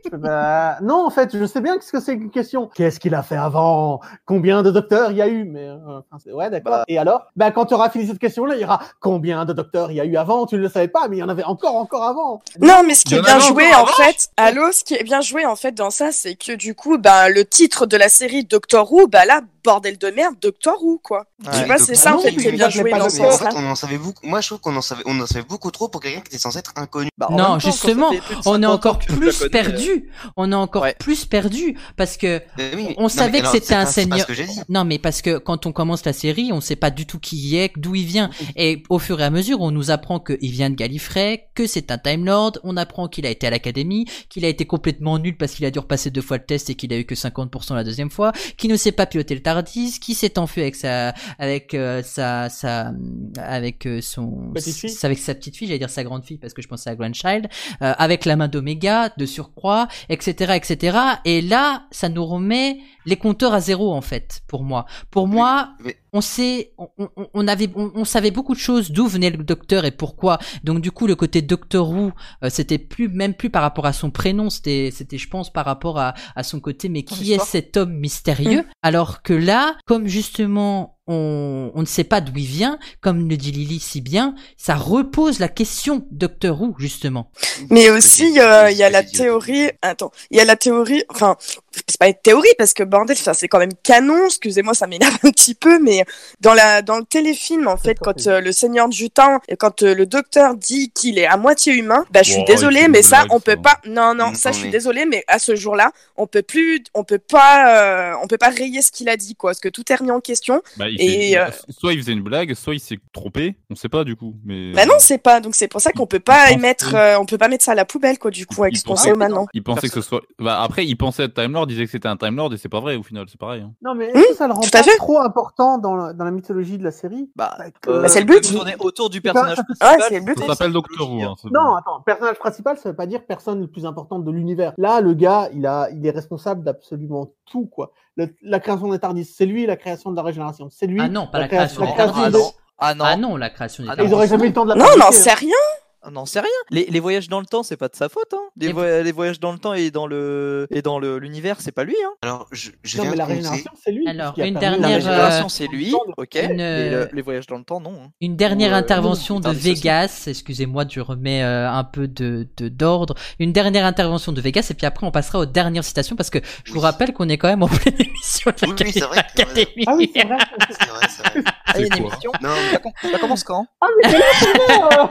[SPEAKER 2] Je fais, bah, non, en fait, je sais bien ce que c'est qu'une question. Qu'est-ce qu'il a fait avant Combien de docteurs il y a eu Mais euh, enfin, c'est- ouais, d'accord.
[SPEAKER 3] Bah.
[SPEAKER 2] Et alors Bah, quand tu auras fini cette question-là, il y aura combien de docteurs il y a eu avant Tu ne le savais pas, mais il y en avait encore, encore avant.
[SPEAKER 8] Non, mais ce qui
[SPEAKER 1] Il y
[SPEAKER 8] est
[SPEAKER 1] en a
[SPEAKER 8] bien
[SPEAKER 1] un
[SPEAKER 8] joué
[SPEAKER 1] encore
[SPEAKER 8] en fait, allô, ce qui est bien joué en fait dans ça, c'est que du coup, bah, le titre de la série Doctor Who, bah là, bordel de merde, Doctor Who quoi.
[SPEAKER 3] Ouais.
[SPEAKER 8] tu vois, c'est
[SPEAKER 4] Doctor
[SPEAKER 8] ça en
[SPEAKER 4] Who,
[SPEAKER 8] fait qui est
[SPEAKER 4] oui,
[SPEAKER 8] bien
[SPEAKER 2] oui,
[SPEAKER 8] joué
[SPEAKER 2] mais
[SPEAKER 8] dans
[SPEAKER 2] pas
[SPEAKER 8] ce
[SPEAKER 4] Mais en fait,
[SPEAKER 8] sens-là.
[SPEAKER 4] on en savait beaucoup. Moi, je trouve qu'on en savait, on en savait beaucoup trop pour quelqu'un qui était censé être inconnu.
[SPEAKER 3] Bah, en
[SPEAKER 5] Non,
[SPEAKER 3] même temps, quand ça
[SPEAKER 5] justement,
[SPEAKER 3] fait plus
[SPEAKER 5] on
[SPEAKER 3] de
[SPEAKER 5] est
[SPEAKER 3] 50 ans
[SPEAKER 5] encore
[SPEAKER 3] que tu la
[SPEAKER 5] plus
[SPEAKER 3] connais, euh.
[SPEAKER 5] perdu perdu. On a encore plus perdu parce que
[SPEAKER 4] Mais Euh, oui,
[SPEAKER 5] on
[SPEAKER 4] non, mais
[SPEAKER 5] savait que
[SPEAKER 4] alors,
[SPEAKER 5] c'était
[SPEAKER 4] c'est
[SPEAKER 5] un
[SPEAKER 4] pas- c'est pas
[SPEAKER 5] seigneur.
[SPEAKER 4] ce que j'ai dit.
[SPEAKER 5] Non, mais parce que quand on commence la série, on sait pas du tout qui il est, d'où il vient. Et au fur et à mesure, on nous apprend qu'il vient de Gallifrey, que c'est un Time Lord. On apprend qu'il a été à l'académie, qu'il a été complètement nul parce qu'il a dû repasser deux fois le test et qu'il a eu que 50% la deuxième fois, qu'il ne sait pas piloter le Tardis, qu'il s'est enfui avec sa, avec euh, sa, sa, avec euh, son,
[SPEAKER 2] Petite fille.
[SPEAKER 5] avec sa petite fille, j'allais dire sa grande fille parce que je pensais à Grandchild, euh, avec la main d'Omega, de surcroît, etc., etc. Et là, ça nous remet les compteurs à zéro en fait, pour moi. Pour moi, on sait, on, on- on avait, on, on savait beaucoup de choses d'où venait le docteur et pourquoi. Donc du coup, le côté Docteur Who, euh, c'était plus, même plus par rapport à son prénom, c'était, c'était, je pense, par rapport à, à son côté. Mais qui est cet homme mystérieux Alors que là, comme justement on, on ne sait pas d'où il vient, comme le dit Lily si bien, ça repose la question Docteur Who, justement.
[SPEAKER 8] Mais aussi, euh, il y a la théorie. Attends, il y a la théorie. Enfin, c'est pas une théorie parce que bordel, ça c'est quand même canon. Excusez-moi, ça m'énerve un petit peu, mais dans la dans le téléfilm, en fait, quand euh, le Seigneur Jutin et quand euh, le Docteur dit qu'il est à moitié humain, bah je suis
[SPEAKER 11] Wow, il
[SPEAKER 8] désolée,
[SPEAKER 11] fait
[SPEAKER 8] mais
[SPEAKER 11] une
[SPEAKER 8] ça
[SPEAKER 11] blague,
[SPEAKER 8] on peut
[SPEAKER 11] ça. Mm,
[SPEAKER 8] pas. Non, non,
[SPEAKER 11] Non,
[SPEAKER 8] ça je suis
[SPEAKER 11] mais-
[SPEAKER 8] désolée, mais à ce jour-là, on peut plus, on peut pas, euh, on peut pas rayer ce qu'il a dit, quoi, parce que tout est remis en question.
[SPEAKER 1] Bah, il
[SPEAKER 8] et
[SPEAKER 1] fait-
[SPEAKER 8] euh,
[SPEAKER 1] Soit il faisait une blague, soit il s'est trompé, on sait pas du coup.
[SPEAKER 11] Mm.
[SPEAKER 1] Mais...
[SPEAKER 8] bah non, c'est pas. Donc c'est pour ça qu'on peut pas émettre, euh, on peut pas mettre ça à la poubelle, quoi, du coup, avec ce qu'on sait maintenant.
[SPEAKER 1] Il pensait que ce soit. Bah, après, il pensait être Time Lord, il disait que c'était un Time Lord et c'est pas vrai au final, c'est pareil. hein.
[SPEAKER 2] Non, mais est-ce
[SPEAKER 5] Mmh,
[SPEAKER 2] que ça le rend pas trop important dans la, dans la mythologie de la série
[SPEAKER 3] Bah,
[SPEAKER 5] Euh,
[SPEAKER 1] bah, c'est le but.
[SPEAKER 3] On est autour du
[SPEAKER 2] C'est pas-
[SPEAKER 3] personnage
[SPEAKER 2] ça-
[SPEAKER 3] principal.
[SPEAKER 2] ouais, c'est le but.
[SPEAKER 1] Ça s'appelle Doctor Who. hein, c'est-
[SPEAKER 2] Non, attends, personnage principal, ça veut pas dire personne le plus importante de l'univers. Là, le gars, il, a, il est responsable d'absolument tout, quoi. Le- la création des Tardis, c'est lui, la création de la régénération, c'est lui.
[SPEAKER 5] Ah non, pas la
[SPEAKER 2] créa-
[SPEAKER 5] création. des
[SPEAKER 2] création
[SPEAKER 5] Tardis.
[SPEAKER 2] des-
[SPEAKER 3] Ah non.
[SPEAKER 5] Ah non, la création des
[SPEAKER 3] Ah
[SPEAKER 2] Et Ils
[SPEAKER 5] Tardis.
[SPEAKER 2] auraient jamais eu le temps de la
[SPEAKER 8] Non,
[SPEAKER 2] fabriquer,
[SPEAKER 8] on en
[SPEAKER 2] hein.
[SPEAKER 8] sait rien.
[SPEAKER 3] On n'en sait Ah rien. Les, les voyages dans le temps, c'est pas de sa faute. Hein. Les, voy- les voyages dans le temps et dans le et dans le l'univers, c'est pas lui. Hein.
[SPEAKER 4] Alors, je, je
[SPEAKER 3] Non,
[SPEAKER 4] viens
[SPEAKER 3] mais la
[SPEAKER 4] de penser-
[SPEAKER 3] régénération,
[SPEAKER 2] c'est lui.
[SPEAKER 5] Alors,
[SPEAKER 3] qui a
[SPEAKER 5] une
[SPEAKER 3] permis la
[SPEAKER 5] dernière.
[SPEAKER 3] régénération,
[SPEAKER 5] euh,
[SPEAKER 3] c'est lui. Ok.
[SPEAKER 5] une,
[SPEAKER 3] Et
[SPEAKER 5] euh,
[SPEAKER 3] le- les voyages dans le temps, non. hein.
[SPEAKER 5] Une dernière
[SPEAKER 3] Ou, euh,
[SPEAKER 5] intervention
[SPEAKER 3] ou
[SPEAKER 5] de
[SPEAKER 3] Tardis aussi.
[SPEAKER 5] Vegas, excusez-moi, je remets euh, un peu de de- d'ordre. Une dernière intervention de Vegas et puis après on passera aux dernières citations parce que je vous rappelle qu'on est quand même en pleine émission de
[SPEAKER 4] Oui, c'est vrai que-
[SPEAKER 5] l'Académie.
[SPEAKER 2] Ah oui, c'est vrai.
[SPEAKER 3] Ah, il y a une émission.
[SPEAKER 4] Non,
[SPEAKER 3] Ça com- ça commence quand
[SPEAKER 2] Ah,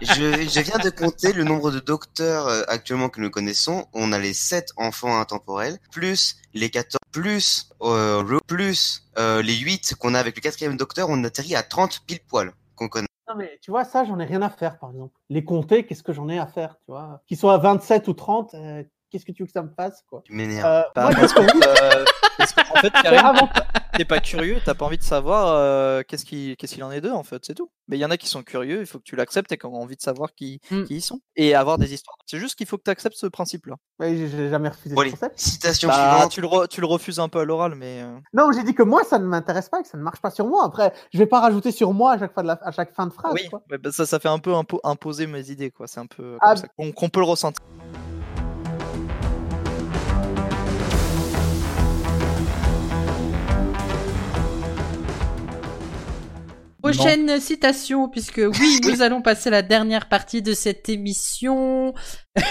[SPEAKER 4] je, je viens de compter le nombre de docteurs euh, actuellement que nous connaissons. On a les 7 enfants intemporels, plus les 14, plus, euh, Ro- plus euh, les 8 qu'on a avec le quatrième docteur. On atterrit à 30 pile poil qu'on connaît.
[SPEAKER 2] Non, mais tu vois, ça, j'en ai rien à faire, par exemple. Les compter, qu'est-ce que j'en ai à faire, tu vois Qu'ils soient à 27 ou 30, euh, qu'est-ce que tu veux que ça me fasse, quoi
[SPEAKER 4] Tu
[SPEAKER 5] Ah,
[SPEAKER 4] m'énerves.
[SPEAKER 2] Euh,
[SPEAKER 3] Bah,
[SPEAKER 2] moi,
[SPEAKER 3] parce
[SPEAKER 2] qu'est-ce que-
[SPEAKER 3] que, euh, parce que, en fait, Karim,
[SPEAKER 2] Ah bon
[SPEAKER 3] t'es pas- t'es pas curieux, t'as pas envie de savoir euh, qu'est-ce qui- qu'est-ce qu'il en est d'eux, en fait, c'est tout. Mais il y en a qui sont curieux, il faut que tu l'acceptes et qui ont envie de savoir qui,
[SPEAKER 5] Mm.
[SPEAKER 3] qui ils sont et avoir des histoires. C'est juste qu'il faut que tu acceptes ce principe-là.
[SPEAKER 2] Ouais, j'ai- j'ai jamais refusé ce concept.
[SPEAKER 4] Citation
[SPEAKER 3] Bah,
[SPEAKER 4] suivante.
[SPEAKER 3] tu, le re- tu le refuses un peu à l'oral, mais. euh,
[SPEAKER 2] Non, j'ai dit que moi, ça ne m'intéresse pas, et que ça ne marche pas sur moi. Après, je vais pas rajouter sur moi à chaque, fois de la- à chaque fin de phrase.
[SPEAKER 3] oui,
[SPEAKER 2] quoi.
[SPEAKER 3] ouais, bah, ça, ça fait un peu impo- imposer mes idées, quoi. C'est un peu euh, comme
[SPEAKER 2] Ah.
[SPEAKER 3] ça qu'on qu'on peut le ressentir.
[SPEAKER 5] Prochaine citation, puisque oui, nous allons passer la dernière partie de cette émission.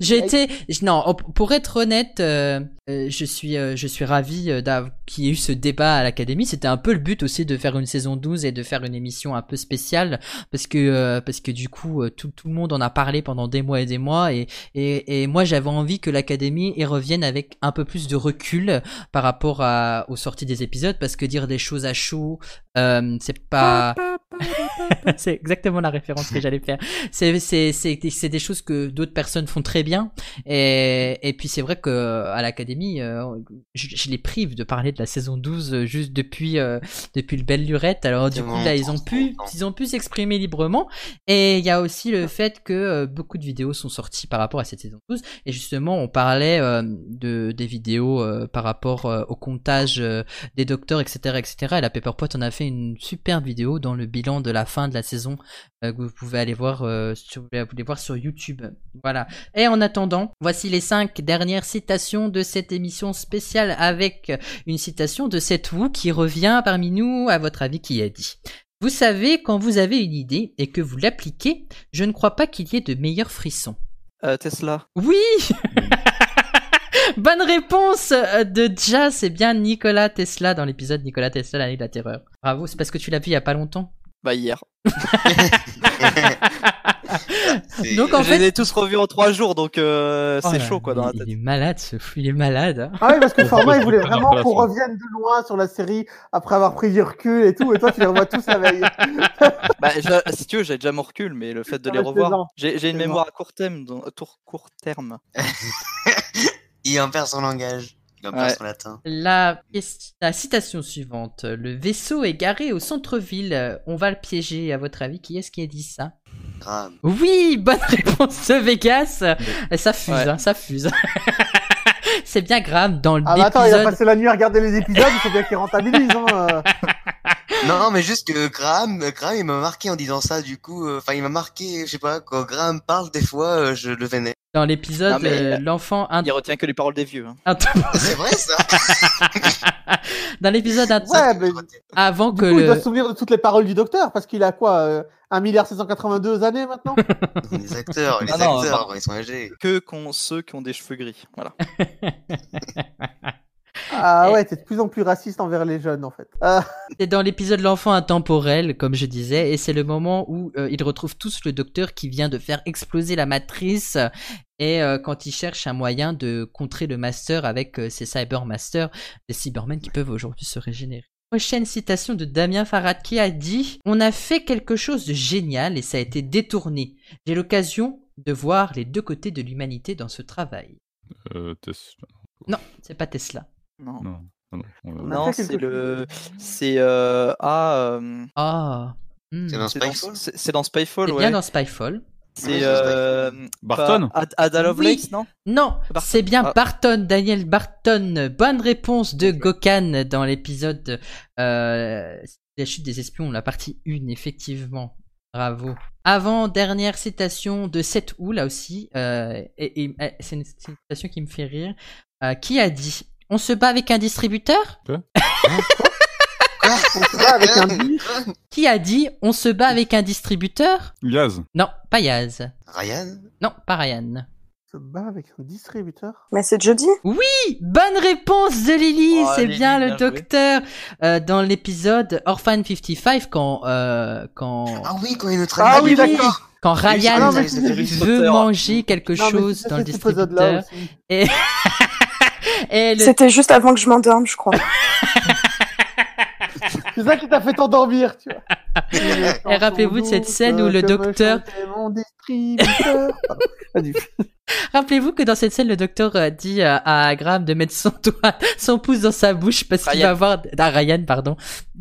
[SPEAKER 5] J'ai été, je- non, op- pour être honnête, euh, euh, je suis, euh, je suis ravi euh, d'av- qu'il y ait eu ce débat à l'académie. C'était un peu le but aussi de faire une saison 12 et de faire une émission un peu spéciale, parce que, euh, parce que du coup, euh, tout, tout le monde en a parlé pendant des mois et des mois, et, et, et moi j'avais envie que l'académie y revienne avec un peu plus de recul par rapport à, aux sorties des épisodes, parce que dire des choses à chaud, euh, c'est pas. c'est exactement la référence que j'allais faire. C'est c'est c'est des- c'est des choses que d'autres personnes font très bien et et puis c'est vrai que à l'académie euh, je, je les prive de parler de la saison 12 euh, juste depuis euh, depuis le belle lurette. Alors du
[SPEAKER 9] C'est
[SPEAKER 5] coup
[SPEAKER 9] vraiment
[SPEAKER 5] là ils ont pu ils ont pu s'exprimer librement et il y a aussi le fait que euh, beaucoup de vidéos sont sorties par rapport à cette saison 12 et justement on parlait euh, de des vidéos euh, par rapport euh, au comptage euh, des docteurs, etc., etc. Et la Pepperpot en a fait une superbe vidéo dans le bilan de la fin de la saison euh, que vous pouvez aller voir, euh, sur, vous pouvez aller voir sur YouTube. Voilà. Et en attendant, voici les cinq dernières citations de cette émission spéciale avec une citation de cette Wu qui revient parmi nous. À votre avis, qui a dit Vous savez, quand vous avez une idée et que vous l'appliquez, je ne crois pas qu'il y ait de meilleurs frissons.
[SPEAKER 3] Euh, Tesla.
[SPEAKER 5] Oui Bonne réponse euh, de Ja, c'est bien Nikola Tesla dans l'épisode Nikola Tesla, l'année de la terreur. Bravo, c'est parce que tu l'as vu il y a pas longtemps.
[SPEAKER 3] Bah, hier.
[SPEAKER 5] Donc, en
[SPEAKER 3] je
[SPEAKER 5] fait-
[SPEAKER 3] les ai tous revus en trois jours, donc euh,
[SPEAKER 5] Oh
[SPEAKER 3] c'est
[SPEAKER 5] là
[SPEAKER 3] chaud quoi dans la
[SPEAKER 5] il-
[SPEAKER 3] tête.
[SPEAKER 5] Il est malade ce fou, il est malade. hein.
[SPEAKER 2] Ah oui, parce que Format, il voulait
[SPEAKER 3] Pas leur
[SPEAKER 2] vraiment
[SPEAKER 3] place,
[SPEAKER 2] qu'on
[SPEAKER 3] ouais.
[SPEAKER 2] revienne de loin sur la série après avoir pris du recul et tout, et toi, tu les revois tous la veille.
[SPEAKER 3] Bah, je- si tu veux, j'ai déjà mon recul, mais le fait de
[SPEAKER 5] Ah,
[SPEAKER 2] Non,
[SPEAKER 3] les
[SPEAKER 2] mais plaisant.
[SPEAKER 3] revoir, j'ai j'ai une
[SPEAKER 2] Plaisant.
[SPEAKER 3] mémoire à court terme. donc- à tour- court terme.
[SPEAKER 4] Il en perd son langage. Il en perd son latin.
[SPEAKER 5] La, question- la citation suivante. Le vaisseau est garé au centre-ville. euh, On va le piéger. À votre avis, qui est-ce qui a dit ça
[SPEAKER 4] Graham.
[SPEAKER 5] Oui, bonne réponse de Vegas. Ça fuse,
[SPEAKER 3] Ouais.
[SPEAKER 5] hein, ça fuse. C'est bien grave dans le
[SPEAKER 2] Ah bah attends, il a
[SPEAKER 5] épisode-
[SPEAKER 2] passé la nuit à regarder les épisodes, il faut bien qu'il rentabilise. Hein.
[SPEAKER 5] Ah,
[SPEAKER 2] euh.
[SPEAKER 4] Non, non, mais juste que Graham, euh, Graham, il m'a marqué en disant ça, du coup, euh, enfin, il m'a marqué, je sais pas, quand Graham parle, des fois, euh, je le vénère.
[SPEAKER 5] Dans l'épisode,
[SPEAKER 3] Non, mais,
[SPEAKER 5] euh,
[SPEAKER 3] euh,
[SPEAKER 5] l'enfant int-
[SPEAKER 3] Il retient que les paroles des vieux. hein.
[SPEAKER 5] int-
[SPEAKER 4] C'est vrai, ça?
[SPEAKER 5] dans l'épisode int-
[SPEAKER 2] Ouais, mais
[SPEAKER 5] avant que
[SPEAKER 2] du coup, il
[SPEAKER 5] le-
[SPEAKER 2] doit se souvenir de toutes les paroles du docteur, parce qu'il a quoi euh, 1,782 années maintenant
[SPEAKER 4] Les acteurs, les
[SPEAKER 3] Ah non,
[SPEAKER 4] acteurs, ils sont âgés.
[SPEAKER 3] Que qu'ont ceux qui ont des cheveux gris. Voilà.
[SPEAKER 2] Ah ouais, t'es de plus en plus raciste envers les jeunes, en fait. Euh,
[SPEAKER 5] c'est dans l'épisode l'enfant intemporel, comme je disais, et c'est le moment où euh, ils retrouvent tous le docteur qui vient de faire exploser la matrice. Et euh, quand ils cherchent un moyen de contrer le master avec euh, ces cybermasters, des cybermen qui peuvent aujourd'hui se régénérer. Prochaine citation de Damien Farad qui a dit On a fait quelque chose de génial et ça a été détourné. J'ai l'occasion de voir les deux côtés de l'humanité dans ce travail.
[SPEAKER 1] Euh, Tesla.
[SPEAKER 5] Non, c'est pas Tesla.
[SPEAKER 3] Non.
[SPEAKER 1] Non. ah non, non, on a-
[SPEAKER 3] Non,
[SPEAKER 2] fait
[SPEAKER 3] c'est
[SPEAKER 2] quelque
[SPEAKER 3] le. C'est. euh, Ah. euh,
[SPEAKER 5] Ah hmm,
[SPEAKER 4] C'est dans
[SPEAKER 3] c'est dans-
[SPEAKER 4] Spyfall?
[SPEAKER 3] C'est c'est dans Spyfall,
[SPEAKER 5] C'est
[SPEAKER 3] ouais.
[SPEAKER 5] bien dans Spyfall.
[SPEAKER 4] Ouais, c'est
[SPEAKER 3] C'est. euh,
[SPEAKER 1] Barton
[SPEAKER 3] pas- Ad- Ada Lovelace, non
[SPEAKER 5] Non,
[SPEAKER 3] Barton.
[SPEAKER 5] c'est bien
[SPEAKER 3] Ah.
[SPEAKER 5] Barton, Daniel Barton. Bonne réponse de Gokan dans l'épisode euh, La chute des espions, la partie 1, effectivement. Bravo. Avant, dernière citation de Seth Hu, là aussi. euh, et, et- euh, c'est une c'est une citation qui me fait rire. euh, qui a dit On se bat avec un distributeur
[SPEAKER 3] Hein?
[SPEAKER 2] on se bat avec un bi.
[SPEAKER 5] Qui a dit On se bat avec un distributeur
[SPEAKER 1] Gaz.
[SPEAKER 5] Non, pas Yaz.
[SPEAKER 4] Ryan?
[SPEAKER 5] Non, pas Ryan.
[SPEAKER 2] On se bat avec un distributeur
[SPEAKER 8] Mais c'est Jodie
[SPEAKER 5] Bonne réponse de Lily,
[SPEAKER 3] Oh,
[SPEAKER 5] c'est
[SPEAKER 3] Lily,
[SPEAKER 5] bien le
[SPEAKER 3] bien joué.
[SPEAKER 5] docteur euh, dans l'épisode Orphan 55 quand euh, quand
[SPEAKER 4] Ah oui, quand il nous
[SPEAKER 2] Ah
[SPEAKER 4] traîne.
[SPEAKER 2] oui, d'accord
[SPEAKER 5] quand
[SPEAKER 4] Ah,
[SPEAKER 5] Ryan
[SPEAKER 4] non, mais c'est Harry
[SPEAKER 5] veut
[SPEAKER 3] Potter.
[SPEAKER 5] manger quelque
[SPEAKER 2] Non, mais
[SPEAKER 5] chose
[SPEAKER 2] c'est
[SPEAKER 5] dans le
[SPEAKER 2] cet épisode-là
[SPEAKER 5] distributeur
[SPEAKER 2] aussi.
[SPEAKER 5] et le
[SPEAKER 8] C'était juste avant que je m'endorme, je crois.
[SPEAKER 2] C'est ça qui t'a fait t'endormir, tu vois.
[SPEAKER 5] Et Eh, rappelez-vous de cette scène où le
[SPEAKER 2] Que me
[SPEAKER 5] docteur-
[SPEAKER 2] chantait mon distributeur. Pardon. Vas-y.
[SPEAKER 5] rappelez-vous que dans cette scène le docteur euh, dit euh, à Graham de mettre son doigt son pouce dans sa bouche parce qu'il
[SPEAKER 3] Ryan.
[SPEAKER 5] va avoir à Ryan pardon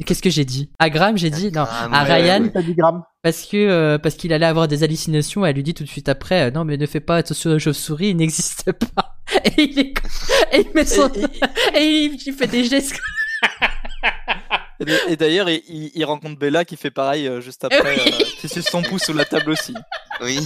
[SPEAKER 5] qu'est-ce que j'ai dit à Graham j'ai dit non
[SPEAKER 4] Ah,
[SPEAKER 5] à
[SPEAKER 4] ouais,
[SPEAKER 5] Ryan
[SPEAKER 4] ouais, ouais.
[SPEAKER 2] T'as du gramme.
[SPEAKER 5] parce que euh, parce qu'il allait avoir des hallucinations. Elle lui dit tout de suite après, euh, non mais ne fais pas attention aux chauves-souris, il n'existe pas. Et il est, et il met son,
[SPEAKER 3] Et- et-
[SPEAKER 5] et il, il fait des gestes.
[SPEAKER 3] Et, et d'ailleurs, il, il- il rencontre Bella qui fait pareil euh, juste après,
[SPEAKER 5] oui.
[SPEAKER 3] euh, qui suce son pouce sous la table aussi.
[SPEAKER 4] Oui.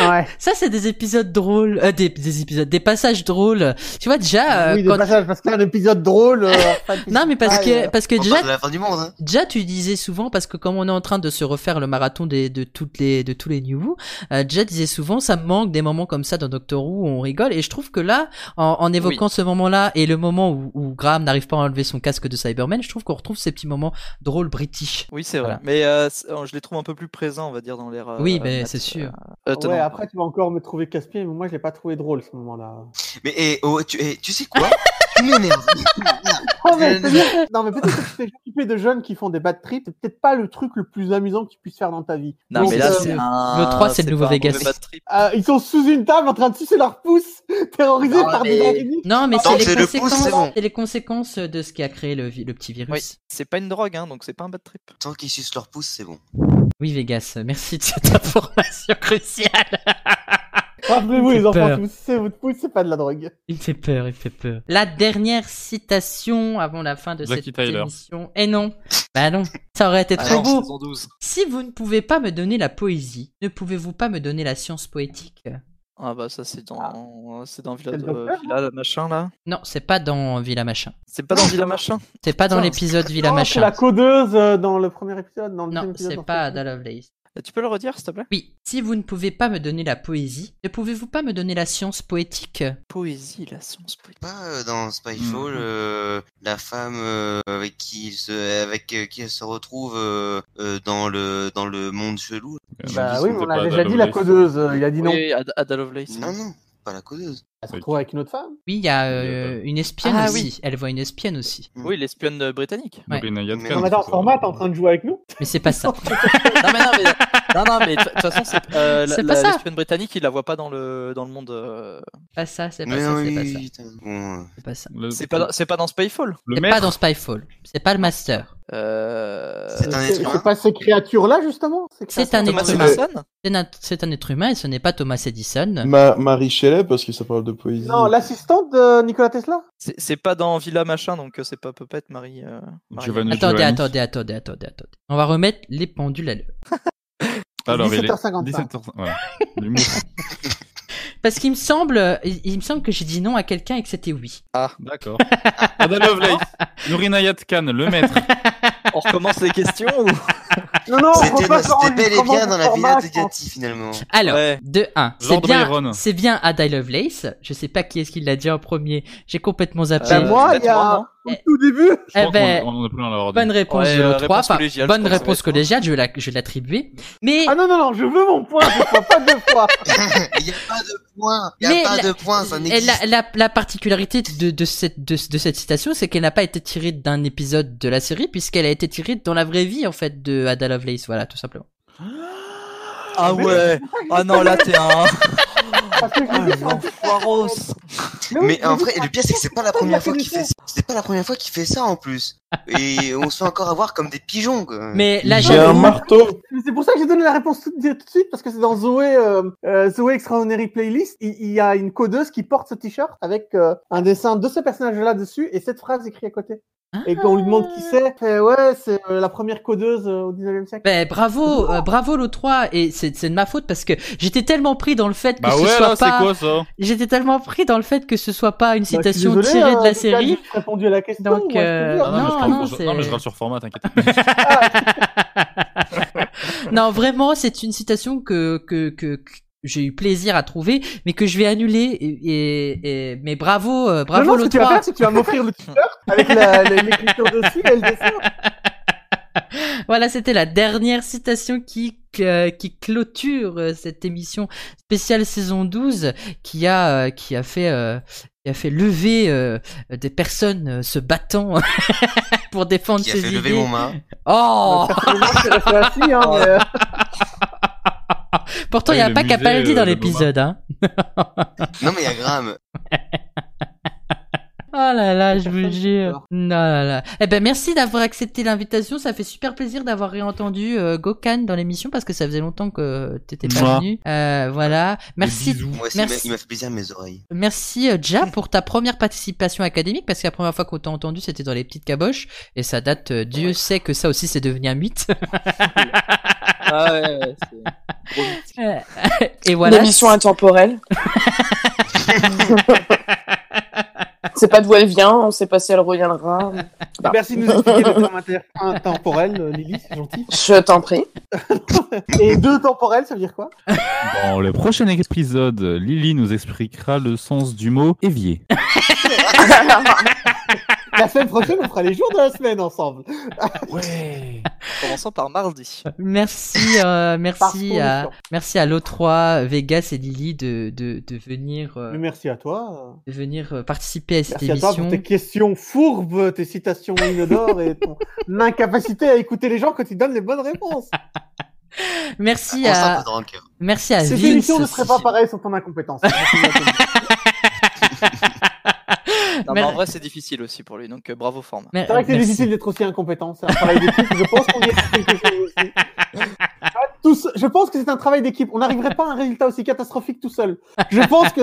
[SPEAKER 2] Ouais.
[SPEAKER 5] Ça c'est des épisodes drôles, euh, des, des épisodes, des passages drôles. Tu vois déjà euh,
[SPEAKER 2] Ah oui, de
[SPEAKER 5] quand-
[SPEAKER 2] passage, parce qu'il y a un épisode drôle. euh, enfin,
[SPEAKER 5] non mais parce
[SPEAKER 2] ah,
[SPEAKER 5] que
[SPEAKER 2] euh,
[SPEAKER 5] parce que
[SPEAKER 4] On
[SPEAKER 5] déjà
[SPEAKER 4] parle de la fin du monde, hein.
[SPEAKER 5] Déjà, tu disais souvent, parce que comme on est en train de se refaire le marathon des, de, toutes les, de tous les New euh, déjà disait souvent, ça me manque des moments comme ça dans Doctor Who où on rigole. Et je trouve que là, en, en évoquant ce moment-là et le moment où, où Graham n'arrive pas à enlever son casque de Cyberman, je trouve qu'on retrouve ces petits moments drôles british.
[SPEAKER 3] Oui, c'est vrai.
[SPEAKER 5] Voilà.
[SPEAKER 3] Mais euh, c'est- euh, je les trouve un peu plus présents, on va dire, dans l'air. euh,
[SPEAKER 5] oui, mais
[SPEAKER 3] mat-
[SPEAKER 5] c'est sûr.
[SPEAKER 3] euh, tenant.
[SPEAKER 2] ouais, après, tu vas encore me trouver casse-pied, mais moi, je l'ai pas trouvé drôle, ce moment-là.
[SPEAKER 4] Mais, eh, oh, tu, eh, tu sais quoi? Tu m'énerves.
[SPEAKER 2] Oh, mais c'est bien. non, mais peut-être que tu t'es occupé de jeunes qui font des bad trips, c'est peut-être pas le truc le plus amusant que tu puisses faire dans ta vie.
[SPEAKER 3] Non,
[SPEAKER 2] Donc,
[SPEAKER 3] mais là,
[SPEAKER 2] euh,
[SPEAKER 3] c'est un-
[SPEAKER 5] le trois, c'est le nouveau
[SPEAKER 3] pas un mauvais
[SPEAKER 5] Vegas.
[SPEAKER 3] bad trip.
[SPEAKER 2] euh, ils sont sous une table en train de sucer leurs pouces, terrorisés
[SPEAKER 4] Non,
[SPEAKER 2] par
[SPEAKER 4] mais-
[SPEAKER 2] des araignées.
[SPEAKER 5] Non, mais
[SPEAKER 4] Tant
[SPEAKER 5] c'est
[SPEAKER 4] que
[SPEAKER 5] les,
[SPEAKER 4] c'est le pouce,
[SPEAKER 5] conséquences-
[SPEAKER 4] c'est bon.
[SPEAKER 5] c'est les conséquences de ce qui a créé le, vi- le petit virus.
[SPEAKER 3] Oui. C'est pas une drogue, hein, donc c'est pas un bad trip.
[SPEAKER 4] Tant qu'ils sucent leur pouce, c'est bon.
[SPEAKER 5] oui, Vegas, merci de cette information cruciale.
[SPEAKER 2] Rappelez-vous,
[SPEAKER 5] J'ai
[SPEAKER 2] les enfants,
[SPEAKER 5] peur.
[SPEAKER 2] tous, c'est votre pouce, c'est pas de la drogue.
[SPEAKER 5] Il fait peur, il fait peur. La dernière citation avant la fin de
[SPEAKER 1] Jackie
[SPEAKER 5] cette
[SPEAKER 1] Tyler.
[SPEAKER 5] émission. Eh non, bah non, ça aurait été
[SPEAKER 3] Ah
[SPEAKER 5] trop
[SPEAKER 3] non,
[SPEAKER 5] beau.
[SPEAKER 3] saison 12.
[SPEAKER 5] Si vous ne pouvez pas me donner la poésie, ne pouvez-vous pas me donner la science poétique
[SPEAKER 3] Ah bah ça, c'est dans, c'est dans Villa,
[SPEAKER 2] C'est le
[SPEAKER 3] de- euh,
[SPEAKER 2] docteur,
[SPEAKER 3] Villa le machin là.
[SPEAKER 5] Non, c'est pas dans Villa Machin.
[SPEAKER 3] C'est pas dans Villa machin.
[SPEAKER 5] C'est pas dans
[SPEAKER 3] Putain,
[SPEAKER 5] l'épisode Villa
[SPEAKER 2] Non, Oh, c'est
[SPEAKER 5] Machin.
[SPEAKER 2] la codeuse euh, dans le premier épisode, dans le deuxième
[SPEAKER 5] Non,
[SPEAKER 2] épisode.
[SPEAKER 5] c'est
[SPEAKER 2] dans
[SPEAKER 5] pas
[SPEAKER 2] celui-ci.
[SPEAKER 5] Ada Lovelace.
[SPEAKER 3] Euh, Tu peux le redire, s'il te plaît
[SPEAKER 5] Oui, si vous ne pouvez pas me donner la poésie, ne pouvez-vous pas me donner la science poétique
[SPEAKER 3] Poésie, la science poétique.
[SPEAKER 4] Pas euh, dans Spyfall,
[SPEAKER 3] Mhm.
[SPEAKER 4] euh, la femme euh, avec qui il se, avec euh, qui elle se retrouve euh, euh, dans le dans le monde chelou.
[SPEAKER 2] Bah oui, on a déjà dit la codeuse. euh, Il a dit non.
[SPEAKER 3] Oui, Ada Ada Lovelace.
[SPEAKER 4] Non, non, pas la codeuse.
[SPEAKER 2] Elle se retrouve avec une autre femme.
[SPEAKER 5] Oui, il y a euh, une espionne
[SPEAKER 3] Ah
[SPEAKER 5] aussi.
[SPEAKER 3] oui.
[SPEAKER 5] Elle voit une espionne aussi.
[SPEAKER 3] Oui, l'espionne euh, britannique.
[SPEAKER 5] Ouais.
[SPEAKER 2] Non, mais attends, Format, t'es en train de jouer avec nous
[SPEAKER 5] Mais c'est pas ça.
[SPEAKER 3] non, mais non, mais, non, non, mais de toute façon, c'est, euh, la-
[SPEAKER 5] C'est pas
[SPEAKER 3] la-
[SPEAKER 5] ça.
[SPEAKER 3] l'espionne britannique, il la voit pas dans le, dans le monde. euh,
[SPEAKER 5] Pas ça, c'est pas
[SPEAKER 4] Mais
[SPEAKER 5] ça, c'est
[SPEAKER 4] oui,
[SPEAKER 5] pas ça.
[SPEAKER 4] putain. Bon, euh,
[SPEAKER 5] C'est pas ça.
[SPEAKER 3] C'est pas, dans- c'est pas dans Spyfall.
[SPEAKER 1] Le
[SPEAKER 5] C'est
[SPEAKER 1] maître,
[SPEAKER 5] pas dans Spyfall. C'est pas le master.
[SPEAKER 3] Euh,
[SPEAKER 4] C'est un
[SPEAKER 2] C'est
[SPEAKER 4] être humain.
[SPEAKER 2] c'est pas ces créatures-là, justement
[SPEAKER 5] C'est un
[SPEAKER 3] Thomas
[SPEAKER 5] être humain.
[SPEAKER 3] Edison
[SPEAKER 5] C'est un- C'est un être humain et ce n'est pas Thomas Edison.
[SPEAKER 10] Ma Marie Shelley, parce que ça parle de poésie.
[SPEAKER 2] Non, l'assistante de Nikola Tesla
[SPEAKER 3] c'est, c'est pas dans Villa Machin, donc euh, c'est pas Puppet, Marie. euh, Marie-
[SPEAKER 1] Giovanni
[SPEAKER 5] Attendez,
[SPEAKER 1] Giovanni.
[SPEAKER 5] attendez, attendez, attendez, attendez. On va remettre les pendules à l'heure.
[SPEAKER 1] Ah, Alors, il est
[SPEAKER 2] 17h55.
[SPEAKER 1] 17h55. Voilà. L'humour.
[SPEAKER 5] Parce qu'il me semble, il, il me semble que j'ai dit non à quelqu'un et que c'était oui.
[SPEAKER 1] D'accord. Ada Lovelace, Nourina Yatkan, le maître.
[SPEAKER 3] On recommence les questions ou...
[SPEAKER 2] Non, non, on
[SPEAKER 4] C'était
[SPEAKER 2] repasse en-
[SPEAKER 4] c'était bel et
[SPEAKER 2] comment
[SPEAKER 4] bien dans la
[SPEAKER 2] on
[SPEAKER 4] villa
[SPEAKER 2] remarque,
[SPEAKER 4] de Gatti finalement.
[SPEAKER 5] Alors,
[SPEAKER 3] Ouais.
[SPEAKER 5] 2-1. C'est
[SPEAKER 1] Lord
[SPEAKER 5] bien,
[SPEAKER 1] Byron.
[SPEAKER 5] c'est bien Ada Lovelace. Je sais pas qui est-ce qui l'a dit en premier. J'ai complètement zappé.
[SPEAKER 2] Bah,
[SPEAKER 3] Euh,
[SPEAKER 2] moi, il y
[SPEAKER 3] Batman,
[SPEAKER 2] a
[SPEAKER 3] non
[SPEAKER 2] au tout début.
[SPEAKER 1] Je
[SPEAKER 5] Eh
[SPEAKER 1] crois
[SPEAKER 5] ben,
[SPEAKER 1] qu'on on en a plus dans la
[SPEAKER 5] bonne
[SPEAKER 1] ordre.
[SPEAKER 5] réponse
[SPEAKER 3] Ouais,
[SPEAKER 5] de
[SPEAKER 3] euh,
[SPEAKER 5] 3.
[SPEAKER 3] réponse collégiale,
[SPEAKER 5] bonne
[SPEAKER 3] je crois que ça
[SPEAKER 5] réponse
[SPEAKER 3] va être
[SPEAKER 5] collégiale, je vais la- je vais l'attribuer. Mais
[SPEAKER 2] Ah non, non, non, je veux mon point, je crois pas deux fois.
[SPEAKER 4] Il n'y a pas de point, il n'y
[SPEAKER 5] Mais
[SPEAKER 4] a pas
[SPEAKER 5] la-
[SPEAKER 4] de point, ça
[SPEAKER 5] Et
[SPEAKER 4] n'existe
[SPEAKER 5] la, la, la particularité de, de, cette, de, de cette citation, c'est qu'elle n'a pas été tirée d'un épisode de la série, puisqu'elle a été tirée dans la vraie vie, en fait, de Ada Lovelace. Voilà, tout simplement.
[SPEAKER 3] Ah ouais Ah non, là t'es un.
[SPEAKER 2] Parce que je l'ai dit sur un petit-
[SPEAKER 3] Poiros
[SPEAKER 2] oui,
[SPEAKER 4] Ah, Mais
[SPEAKER 2] je
[SPEAKER 4] en
[SPEAKER 2] l'ai dit
[SPEAKER 4] vrai,
[SPEAKER 2] sur un
[SPEAKER 4] le pire c'est que c'est pas la
[SPEAKER 2] Putain, il a
[SPEAKER 4] première
[SPEAKER 2] fait
[SPEAKER 4] fois
[SPEAKER 2] le
[SPEAKER 4] qu'il fait
[SPEAKER 2] tour.
[SPEAKER 4] ça. C'était pas la première fois qu'il fait ça en plus. Et on se fait encore avoir comme des pigeons.
[SPEAKER 2] Euh,
[SPEAKER 4] quoi.
[SPEAKER 5] Mais là,
[SPEAKER 10] J'ai un
[SPEAKER 5] j'avoue,
[SPEAKER 10] marteau.
[SPEAKER 2] Mais C'est pour ça que j'ai donné la réponse tout, tout de suite, parce que c'est dans Zoé, euh, euh, Zoé Extraordinary Playlist, il, il y a une codeuse qui porte ce t-shirt avec euh, un dessin de ce personnage-là dessus et cette phrase écrite à côté.
[SPEAKER 5] Hein
[SPEAKER 2] Et quand on lui demande qui c'est, elle fait, ouais, c'est euh, la première codeuse euh, au 19e siècle.
[SPEAKER 5] Ben, bravo, euh, bravo l'autre 3 et c'est c'est de ma faute parce que j'étais tellement pris dans le fait que
[SPEAKER 1] Bah
[SPEAKER 5] ce
[SPEAKER 1] ouais,
[SPEAKER 5] soit
[SPEAKER 1] là, c'est
[SPEAKER 5] pas,
[SPEAKER 1] quoi ça
[SPEAKER 5] j'étais tellement pris dans le fait que ce soit pas une
[SPEAKER 2] Bah, je suis
[SPEAKER 5] citation
[SPEAKER 2] désolé, euh,
[SPEAKER 5] tirée de la
[SPEAKER 2] en tout cas,
[SPEAKER 5] série.
[SPEAKER 2] j'ai répondu à la question.
[SPEAKER 5] Donc,
[SPEAKER 2] moi, je te
[SPEAKER 5] euh,
[SPEAKER 2] jure.
[SPEAKER 5] non,
[SPEAKER 1] mais je râle
[SPEAKER 5] non,
[SPEAKER 1] sur-
[SPEAKER 5] c'est-
[SPEAKER 1] non, mais je râle sur format, t'inquiète.
[SPEAKER 5] non, vraiment, c'est une citation que, que, que, que j'ai eu plaisir à trouver, mais que je vais annuler. Et, et- et- mais bravo, euh, bravo
[SPEAKER 2] non, non, ce que tu
[SPEAKER 5] l'autre
[SPEAKER 2] vas
[SPEAKER 5] 3
[SPEAKER 2] faire, c'est que tu vas m'offrir le t-shirt avec la- la- l'écriture dessus et le dessin.
[SPEAKER 5] Voilà, c'était la dernière citation qui, euh, qui clôture euh, cette émission spéciale saison 12 qui a, euh, qui a, fait, euh, qui a fait lever euh, des personnes euh, se battant pour défendre
[SPEAKER 4] Qui a fait
[SPEAKER 5] ses
[SPEAKER 4] lever
[SPEAKER 5] idées.
[SPEAKER 4] mon main.
[SPEAKER 5] Oh
[SPEAKER 2] Personnellement, je suis resté assis, hein, mais, euh,
[SPEAKER 5] Pourtant, il
[SPEAKER 1] Ouais,
[SPEAKER 5] n'y a
[SPEAKER 1] le
[SPEAKER 5] pas
[SPEAKER 1] musée,
[SPEAKER 5] Capaldi
[SPEAKER 1] euh,
[SPEAKER 5] dans
[SPEAKER 1] de
[SPEAKER 5] l'épisode. Hein.
[SPEAKER 4] Non mais il y a Graham.
[SPEAKER 5] Oh là là, je vous
[SPEAKER 2] Personne
[SPEAKER 5] jure.
[SPEAKER 2] peur.
[SPEAKER 5] Non là là. Eh ben merci d'avoir accepté l'invitation. Ça fait super plaisir d'avoir réentendu euh, Gokan dans l'émission parce que ça faisait longtemps que t'étais pas
[SPEAKER 1] Moi.
[SPEAKER 5] venu. Euh, voilà. Merci.
[SPEAKER 4] Moi aussi, il m'a-
[SPEAKER 5] Merci.
[SPEAKER 4] il m'a fait plaisir à mes oreilles.
[SPEAKER 5] Merci euh, Ja pour ta première participation académique parce que la première fois qu'on t'a entendu c'était dans les petites caboches et ça date euh, Dieu sait que ça aussi c'est devenu un mythe
[SPEAKER 3] Ah ouais, ouais, c'est. Gros mythe.
[SPEAKER 5] Euh, et voilà
[SPEAKER 8] L'émission intemporelle. c'est pas d'où elle vient, on sait pas si elle reviendra.
[SPEAKER 5] Oh,
[SPEAKER 2] Merci de nous expliquer le terme inter- intemporel, euh, Lily, c'est gentil.
[SPEAKER 8] Je t'en prie.
[SPEAKER 2] Et deux temporels, ça veut dire quoi
[SPEAKER 1] Dans le prochain épisode, Lily nous expliquera le sens du mot évier.
[SPEAKER 2] La semaine prochaine, on fera les jours de la semaine ensemble.
[SPEAKER 3] Commençons par mardi.
[SPEAKER 5] merci euh,
[SPEAKER 2] Par
[SPEAKER 5] merci à
[SPEAKER 2] condition.
[SPEAKER 5] merci à l'O3 Vegas et Lily de de, de venir euh,
[SPEAKER 2] Mais merci à toi.
[SPEAKER 5] de venir euh, participer à cette
[SPEAKER 2] Merci à toi
[SPEAKER 5] émission
[SPEAKER 2] pour tes questions fourbes, tes citations inodores et ton incapacité à écouter les gens quand ils donnent les bonnes réponses.
[SPEAKER 5] Merci
[SPEAKER 4] On sent
[SPEAKER 5] à,
[SPEAKER 4] pas de rancœur.
[SPEAKER 5] merci à
[SPEAKER 2] Ces
[SPEAKER 5] Ah, Vince.
[SPEAKER 2] émissions ne seraient pas
[SPEAKER 5] aussi.
[SPEAKER 2] pareilles sans ton incompétence. Merci
[SPEAKER 3] Non, mais en
[SPEAKER 5] Mer-
[SPEAKER 3] vrai, c'est difficile aussi pour lui, donc euh, bravo format.
[SPEAKER 5] Mer-
[SPEAKER 2] C'est vrai que c'est
[SPEAKER 5] merci.
[SPEAKER 2] difficile d'être aussi incompétent. C'est un travail d'équipe. Je pense qu'on y est pour quelque chose aussi. Tu vois, tous- je pense que c'est un travail d'équipe. On n'arriverait pas à un résultat aussi catastrophique tout seul. Je pense que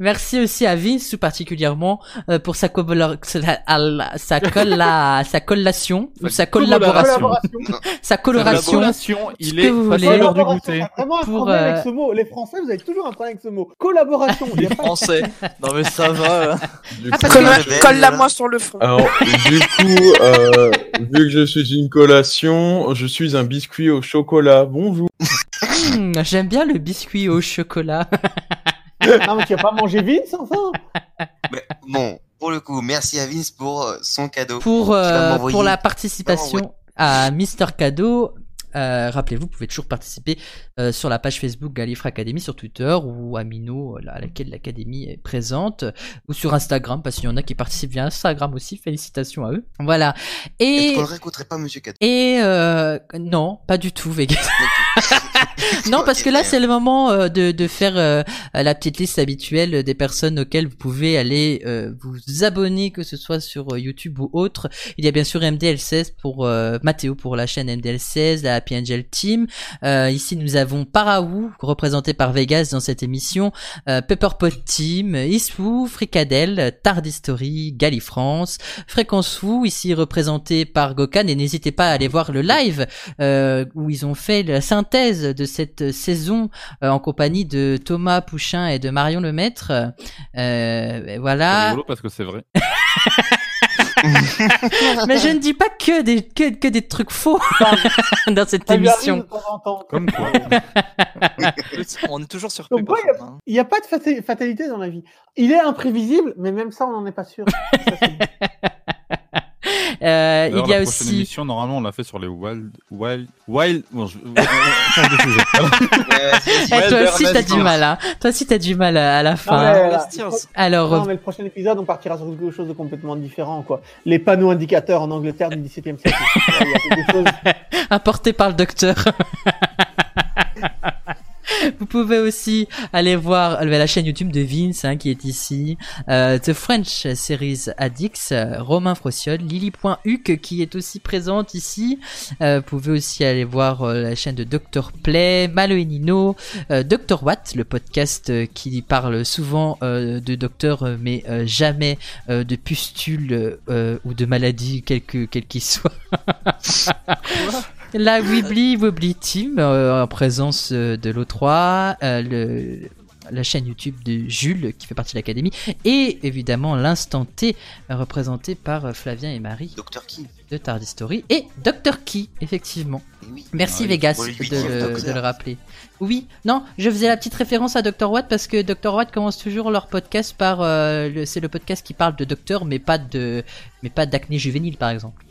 [SPEAKER 5] Merci aussi à Vince, tout particulièrement, euh, pour sa, cobola- sa, al- sa, colla- sa collation, ou sa collaboration, sa coloration.
[SPEAKER 1] Collaboration, il
[SPEAKER 5] que
[SPEAKER 1] est
[SPEAKER 5] vous
[SPEAKER 1] passé
[SPEAKER 5] voulez.
[SPEAKER 1] l'heure du
[SPEAKER 2] Collaboration,
[SPEAKER 1] goûter.
[SPEAKER 2] t'as vraiment un
[SPEAKER 5] Pour,
[SPEAKER 2] problème
[SPEAKER 5] euh,
[SPEAKER 2] avec ce mot. Les Français, vous avez toujours un problème avec ce mot. Collaboration. Il y a pas-
[SPEAKER 3] Français. Non, mais ça va. hein. là.
[SPEAKER 8] Ah,
[SPEAKER 7] Du coup-
[SPEAKER 8] parce
[SPEAKER 4] Comme un
[SPEAKER 8] que
[SPEAKER 4] bébé,
[SPEAKER 8] colle-la
[SPEAKER 4] voilà.
[SPEAKER 8] moi sur le front.
[SPEAKER 7] Alors, du coup, euh, vu que je suis une collation, je suis un biscuit au chocolat. Bonjour.
[SPEAKER 5] Hmm, J'aime bien le biscuit au chocolat.
[SPEAKER 2] Non, mais tu vas pas manger Vince, enfin.
[SPEAKER 4] Mais bon, pour le coup, merci à Vince pour euh, son cadeau.
[SPEAKER 5] Pour,
[SPEAKER 4] vas
[SPEAKER 5] euh,
[SPEAKER 4] m'envoyer.
[SPEAKER 5] pour la participation à Mister Cadeau. Euh, Rappelez-vous, vous pouvez toujours participer euh, sur la page Facebook Galifre Academy, sur Twitter ou Amino, euh, à laquelle l'Académie est présente, ou sur Instagram, parce qu'il y en a qui participent via Instagram aussi. Félicitations à eux. Voilà. Et.
[SPEAKER 4] Est-ce qu'on le réécouterait pas, monsieur Cat
[SPEAKER 5] Et euh, non, pas du tout, Vegas. non, parce que là, c'est le moment euh, de, de faire euh, la petite liste habituelle des personnes auxquelles vous pouvez aller euh, vous abonner, que ce soit sur euh, YouTube ou autre. Il y a bien sûr MDL16 pour euh, Mathéo pour la chaîne MDL16, la Happy Angel Team. Euh, ici, nous avons Paraou, représenté par Vegas dans cette émission, euh, Pepperpot Team, Isfou, Fricadel, Tard History, Galifrance, Fréquence Fou, ici représenté par Gokan. Et n'hésitez pas à aller voir le live euh, où ils ont fait la synthèse de cette saison euh, en compagnie de Thomas Pouchin et de Marion Lemaître. Euh, et
[SPEAKER 1] C'est
[SPEAKER 5] voilà.
[SPEAKER 1] rigolo parce que c'est vrai.
[SPEAKER 5] Mais je ne dis pas que des, que, que des trucs faux dans cette
[SPEAKER 2] Ça lui arrive
[SPEAKER 5] émission.
[SPEAKER 2] de temps en temps.
[SPEAKER 1] Comme quoi.
[SPEAKER 3] On est toujours surpris.
[SPEAKER 2] Donc, ouais,
[SPEAKER 3] par ça, hein.
[SPEAKER 2] Il n'y a pas de fata- fatalité dans la vie. Il est imprévisible, mais même ça, on n'en est pas sûr. Ça, c'est-
[SPEAKER 1] D'ailleurs,
[SPEAKER 5] Euh, il y a
[SPEAKER 1] la prochaine
[SPEAKER 5] aussi.
[SPEAKER 1] émission, normalement, on l'a fait sur les wild, wild, wild. Bon, je... on change de sujet.
[SPEAKER 5] Eh, toi aussi, t'as du mal, hein. Toi aussi, t'as du mal à, à la
[SPEAKER 2] Non,
[SPEAKER 5] fin.
[SPEAKER 2] mais,
[SPEAKER 5] hein.
[SPEAKER 2] là,
[SPEAKER 3] Steers.
[SPEAKER 5] Alors,
[SPEAKER 2] non, mais le prochain épisode, on partira sur quelque chose de complètement différent. quoi. Les panneaux indicateurs en Angleterre du XVIIe siècle. Il y a quelque chose-
[SPEAKER 5] apporté par le docteur. Vous pouvez aussi aller voir euh, la chaîne YouTube de Vince hein, qui est ici, euh, The French Series Addicts, euh, Romain Frociol, Lily.huc qui est aussi présente ici. Euh, vous pouvez aussi aller voir euh, la chaîne de Dr Play, Malo et Nino, euh, Dr Watt, le podcast euh, qui parle souvent euh, de docteur euh, mais euh, jamais euh, de pustules euh, euh, ou de maladies quelles que- quelles qu'ils soient. La Weebly Wobbly Team euh, en présence euh, de l'O3, euh, le- la chaîne YouTube de Jules qui fait partie de l'académie et évidemment l'instant T euh, représenté par euh, Flavien et Marie
[SPEAKER 4] Docteur King.
[SPEAKER 5] de Tardy Story et Dr. Key effectivement.
[SPEAKER 4] Eh oui.
[SPEAKER 5] Merci
[SPEAKER 1] Ah oui,
[SPEAKER 5] Vegas
[SPEAKER 4] pour les
[SPEAKER 5] de,
[SPEAKER 4] huitièmes,
[SPEAKER 5] le-
[SPEAKER 4] Dr.
[SPEAKER 5] de le rappeler. Oui, non, je faisais la petite référence à Dr Watt parce que Dr Watt commence toujours leur podcast par euh, le- c'est le podcast qui parle de docteur mais pas de mais pas d'acné juvénile par exemple.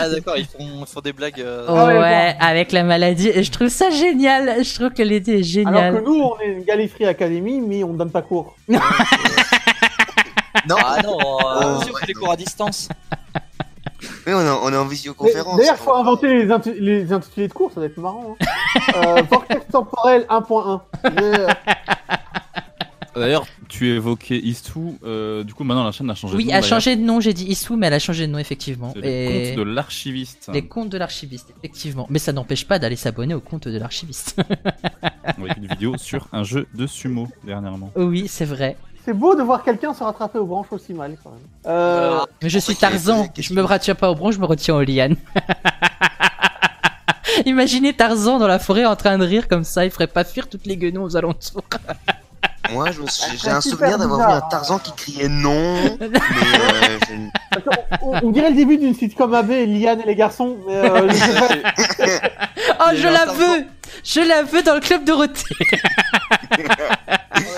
[SPEAKER 3] Ah, d'accord, ils font, ils font des blagues. euh,
[SPEAKER 2] Ah ouais,
[SPEAKER 5] ouais, avec la maladie. Et je trouve ça génial. Je trouve que l'idée est
[SPEAKER 2] Alors
[SPEAKER 5] géniale.
[SPEAKER 2] que nous, on est une Gallifrey Academy, mais on ne donne pas cours.
[SPEAKER 4] Non,
[SPEAKER 3] Ah non, euh,
[SPEAKER 4] Oh,
[SPEAKER 3] sûr,
[SPEAKER 4] ouais,
[SPEAKER 3] c'est des
[SPEAKER 4] non.
[SPEAKER 3] cours à distance.
[SPEAKER 4] mais on est en, on est en visioconférence. euh,
[SPEAKER 2] D'ailleurs, il faut inventer les, intu- les intitulés de cours, ça va être marrant. Hein. euh, vortex temporel 1.1. Euh,
[SPEAKER 1] D'ailleurs, tu évoquais Istou. euh, du coup, maintenant, la chaîne a changé. de
[SPEAKER 5] oui,
[SPEAKER 1] nom,
[SPEAKER 5] a
[SPEAKER 1] d'ailleurs.
[SPEAKER 5] changé de nom. J'ai dit Issou, mais elle a changé de nom, effectivement.
[SPEAKER 1] C'est
[SPEAKER 5] Et-
[SPEAKER 1] les comptes de l'archiviste.
[SPEAKER 5] Les comptes de l'archiviste, effectivement. Mais ça n'empêche pas d'aller s'abonner au compte de l'archiviste.
[SPEAKER 1] Avec une vidéo sur un jeu de sumo dernièrement.
[SPEAKER 5] oui, c'est vrai.
[SPEAKER 2] C'est beau de voir quelqu'un se rattraper aux branches aussi mal, quand même. Euh,
[SPEAKER 4] Ah,
[SPEAKER 5] Mais je suis
[SPEAKER 4] Ok, c'est
[SPEAKER 5] Tarzan.
[SPEAKER 4] la question.
[SPEAKER 5] Je me retiens pas au bronze, je me retiens aux lianes. Imaginez Tarzan dans la forêt en train de rire comme ça. Il ferait pas fuir toutes les guenons aux alentours.
[SPEAKER 4] Moi, je me suis- j'ai
[SPEAKER 2] Ah,
[SPEAKER 4] un
[SPEAKER 2] c'est
[SPEAKER 4] souvenir
[SPEAKER 2] super
[SPEAKER 4] d'avoir vu un
[SPEAKER 2] bizarre.
[SPEAKER 4] Tarzan qui criait non. mais euh, je-
[SPEAKER 2] on, on dirait le début d'une sitcom AB, Liane et les garçons. Mais, euh, je sais pas.
[SPEAKER 5] Oh,
[SPEAKER 3] Il y
[SPEAKER 5] je
[SPEAKER 3] a eu un
[SPEAKER 5] la
[SPEAKER 3] Tarzan.
[SPEAKER 5] veux Je la veux dans le club Dorothée.
[SPEAKER 3] On a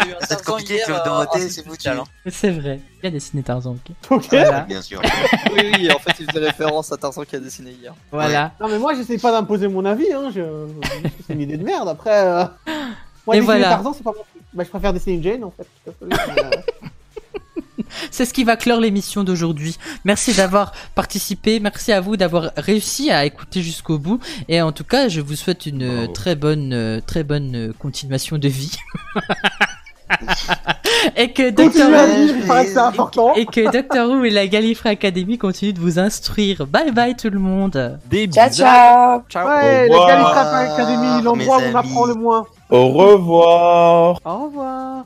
[SPEAKER 3] eu un
[SPEAKER 4] Ça va être
[SPEAKER 3] Tarzan
[SPEAKER 4] compliqué,
[SPEAKER 3] hier,
[SPEAKER 4] Claude
[SPEAKER 3] euh,
[SPEAKER 4] Dorothée,
[SPEAKER 3] en
[SPEAKER 4] c'est foutu.
[SPEAKER 3] spécial, hein.
[SPEAKER 5] c'est vrai. Bien dessiné Tarzan. ok.
[SPEAKER 2] Ok.
[SPEAKER 5] Voilà.
[SPEAKER 4] Bien sûr.
[SPEAKER 3] Oui, oui, en fait, il faisait référence à Tarzan qui a dessiné hier.
[SPEAKER 5] voilà.
[SPEAKER 2] Non, mais moi, j'essaie pas d'imposer mon avis. Hein. Je... C'est une idée de merde. Après, euh... moi,
[SPEAKER 5] Et
[SPEAKER 2] dessiner
[SPEAKER 5] voilà.
[SPEAKER 2] Tarzan, c'est pas mon truc. Bah, je préfère dessiner une Jane, en fait. euh,
[SPEAKER 5] C'est ce qui va clore l'émission d'aujourd'hui. Merci d'avoir participé, merci à vous d'avoir réussi à écouter jusqu'au bout. Et en tout cas, je vous souhaite une euh,
[SPEAKER 1] Bravo.
[SPEAKER 5] très bonne, euh, très bonne euh, continuation de vie. et que
[SPEAKER 2] Continuez
[SPEAKER 5] Docteur
[SPEAKER 2] à vivre, il paraît que c'est important.
[SPEAKER 5] et que Doctor Who et la Gallifrey Academy continuent de vous instruire. Bye bye tout le monde.
[SPEAKER 1] Des
[SPEAKER 8] Ciao, ciao
[SPEAKER 3] Ciao.
[SPEAKER 2] Ouais, la
[SPEAKER 7] Au revoir,
[SPEAKER 2] Califrate Academy, l'endroit où
[SPEAKER 4] mes
[SPEAKER 2] on apprend le
[SPEAKER 4] amis.
[SPEAKER 2] moins.
[SPEAKER 7] Au revoir
[SPEAKER 2] Au revoir.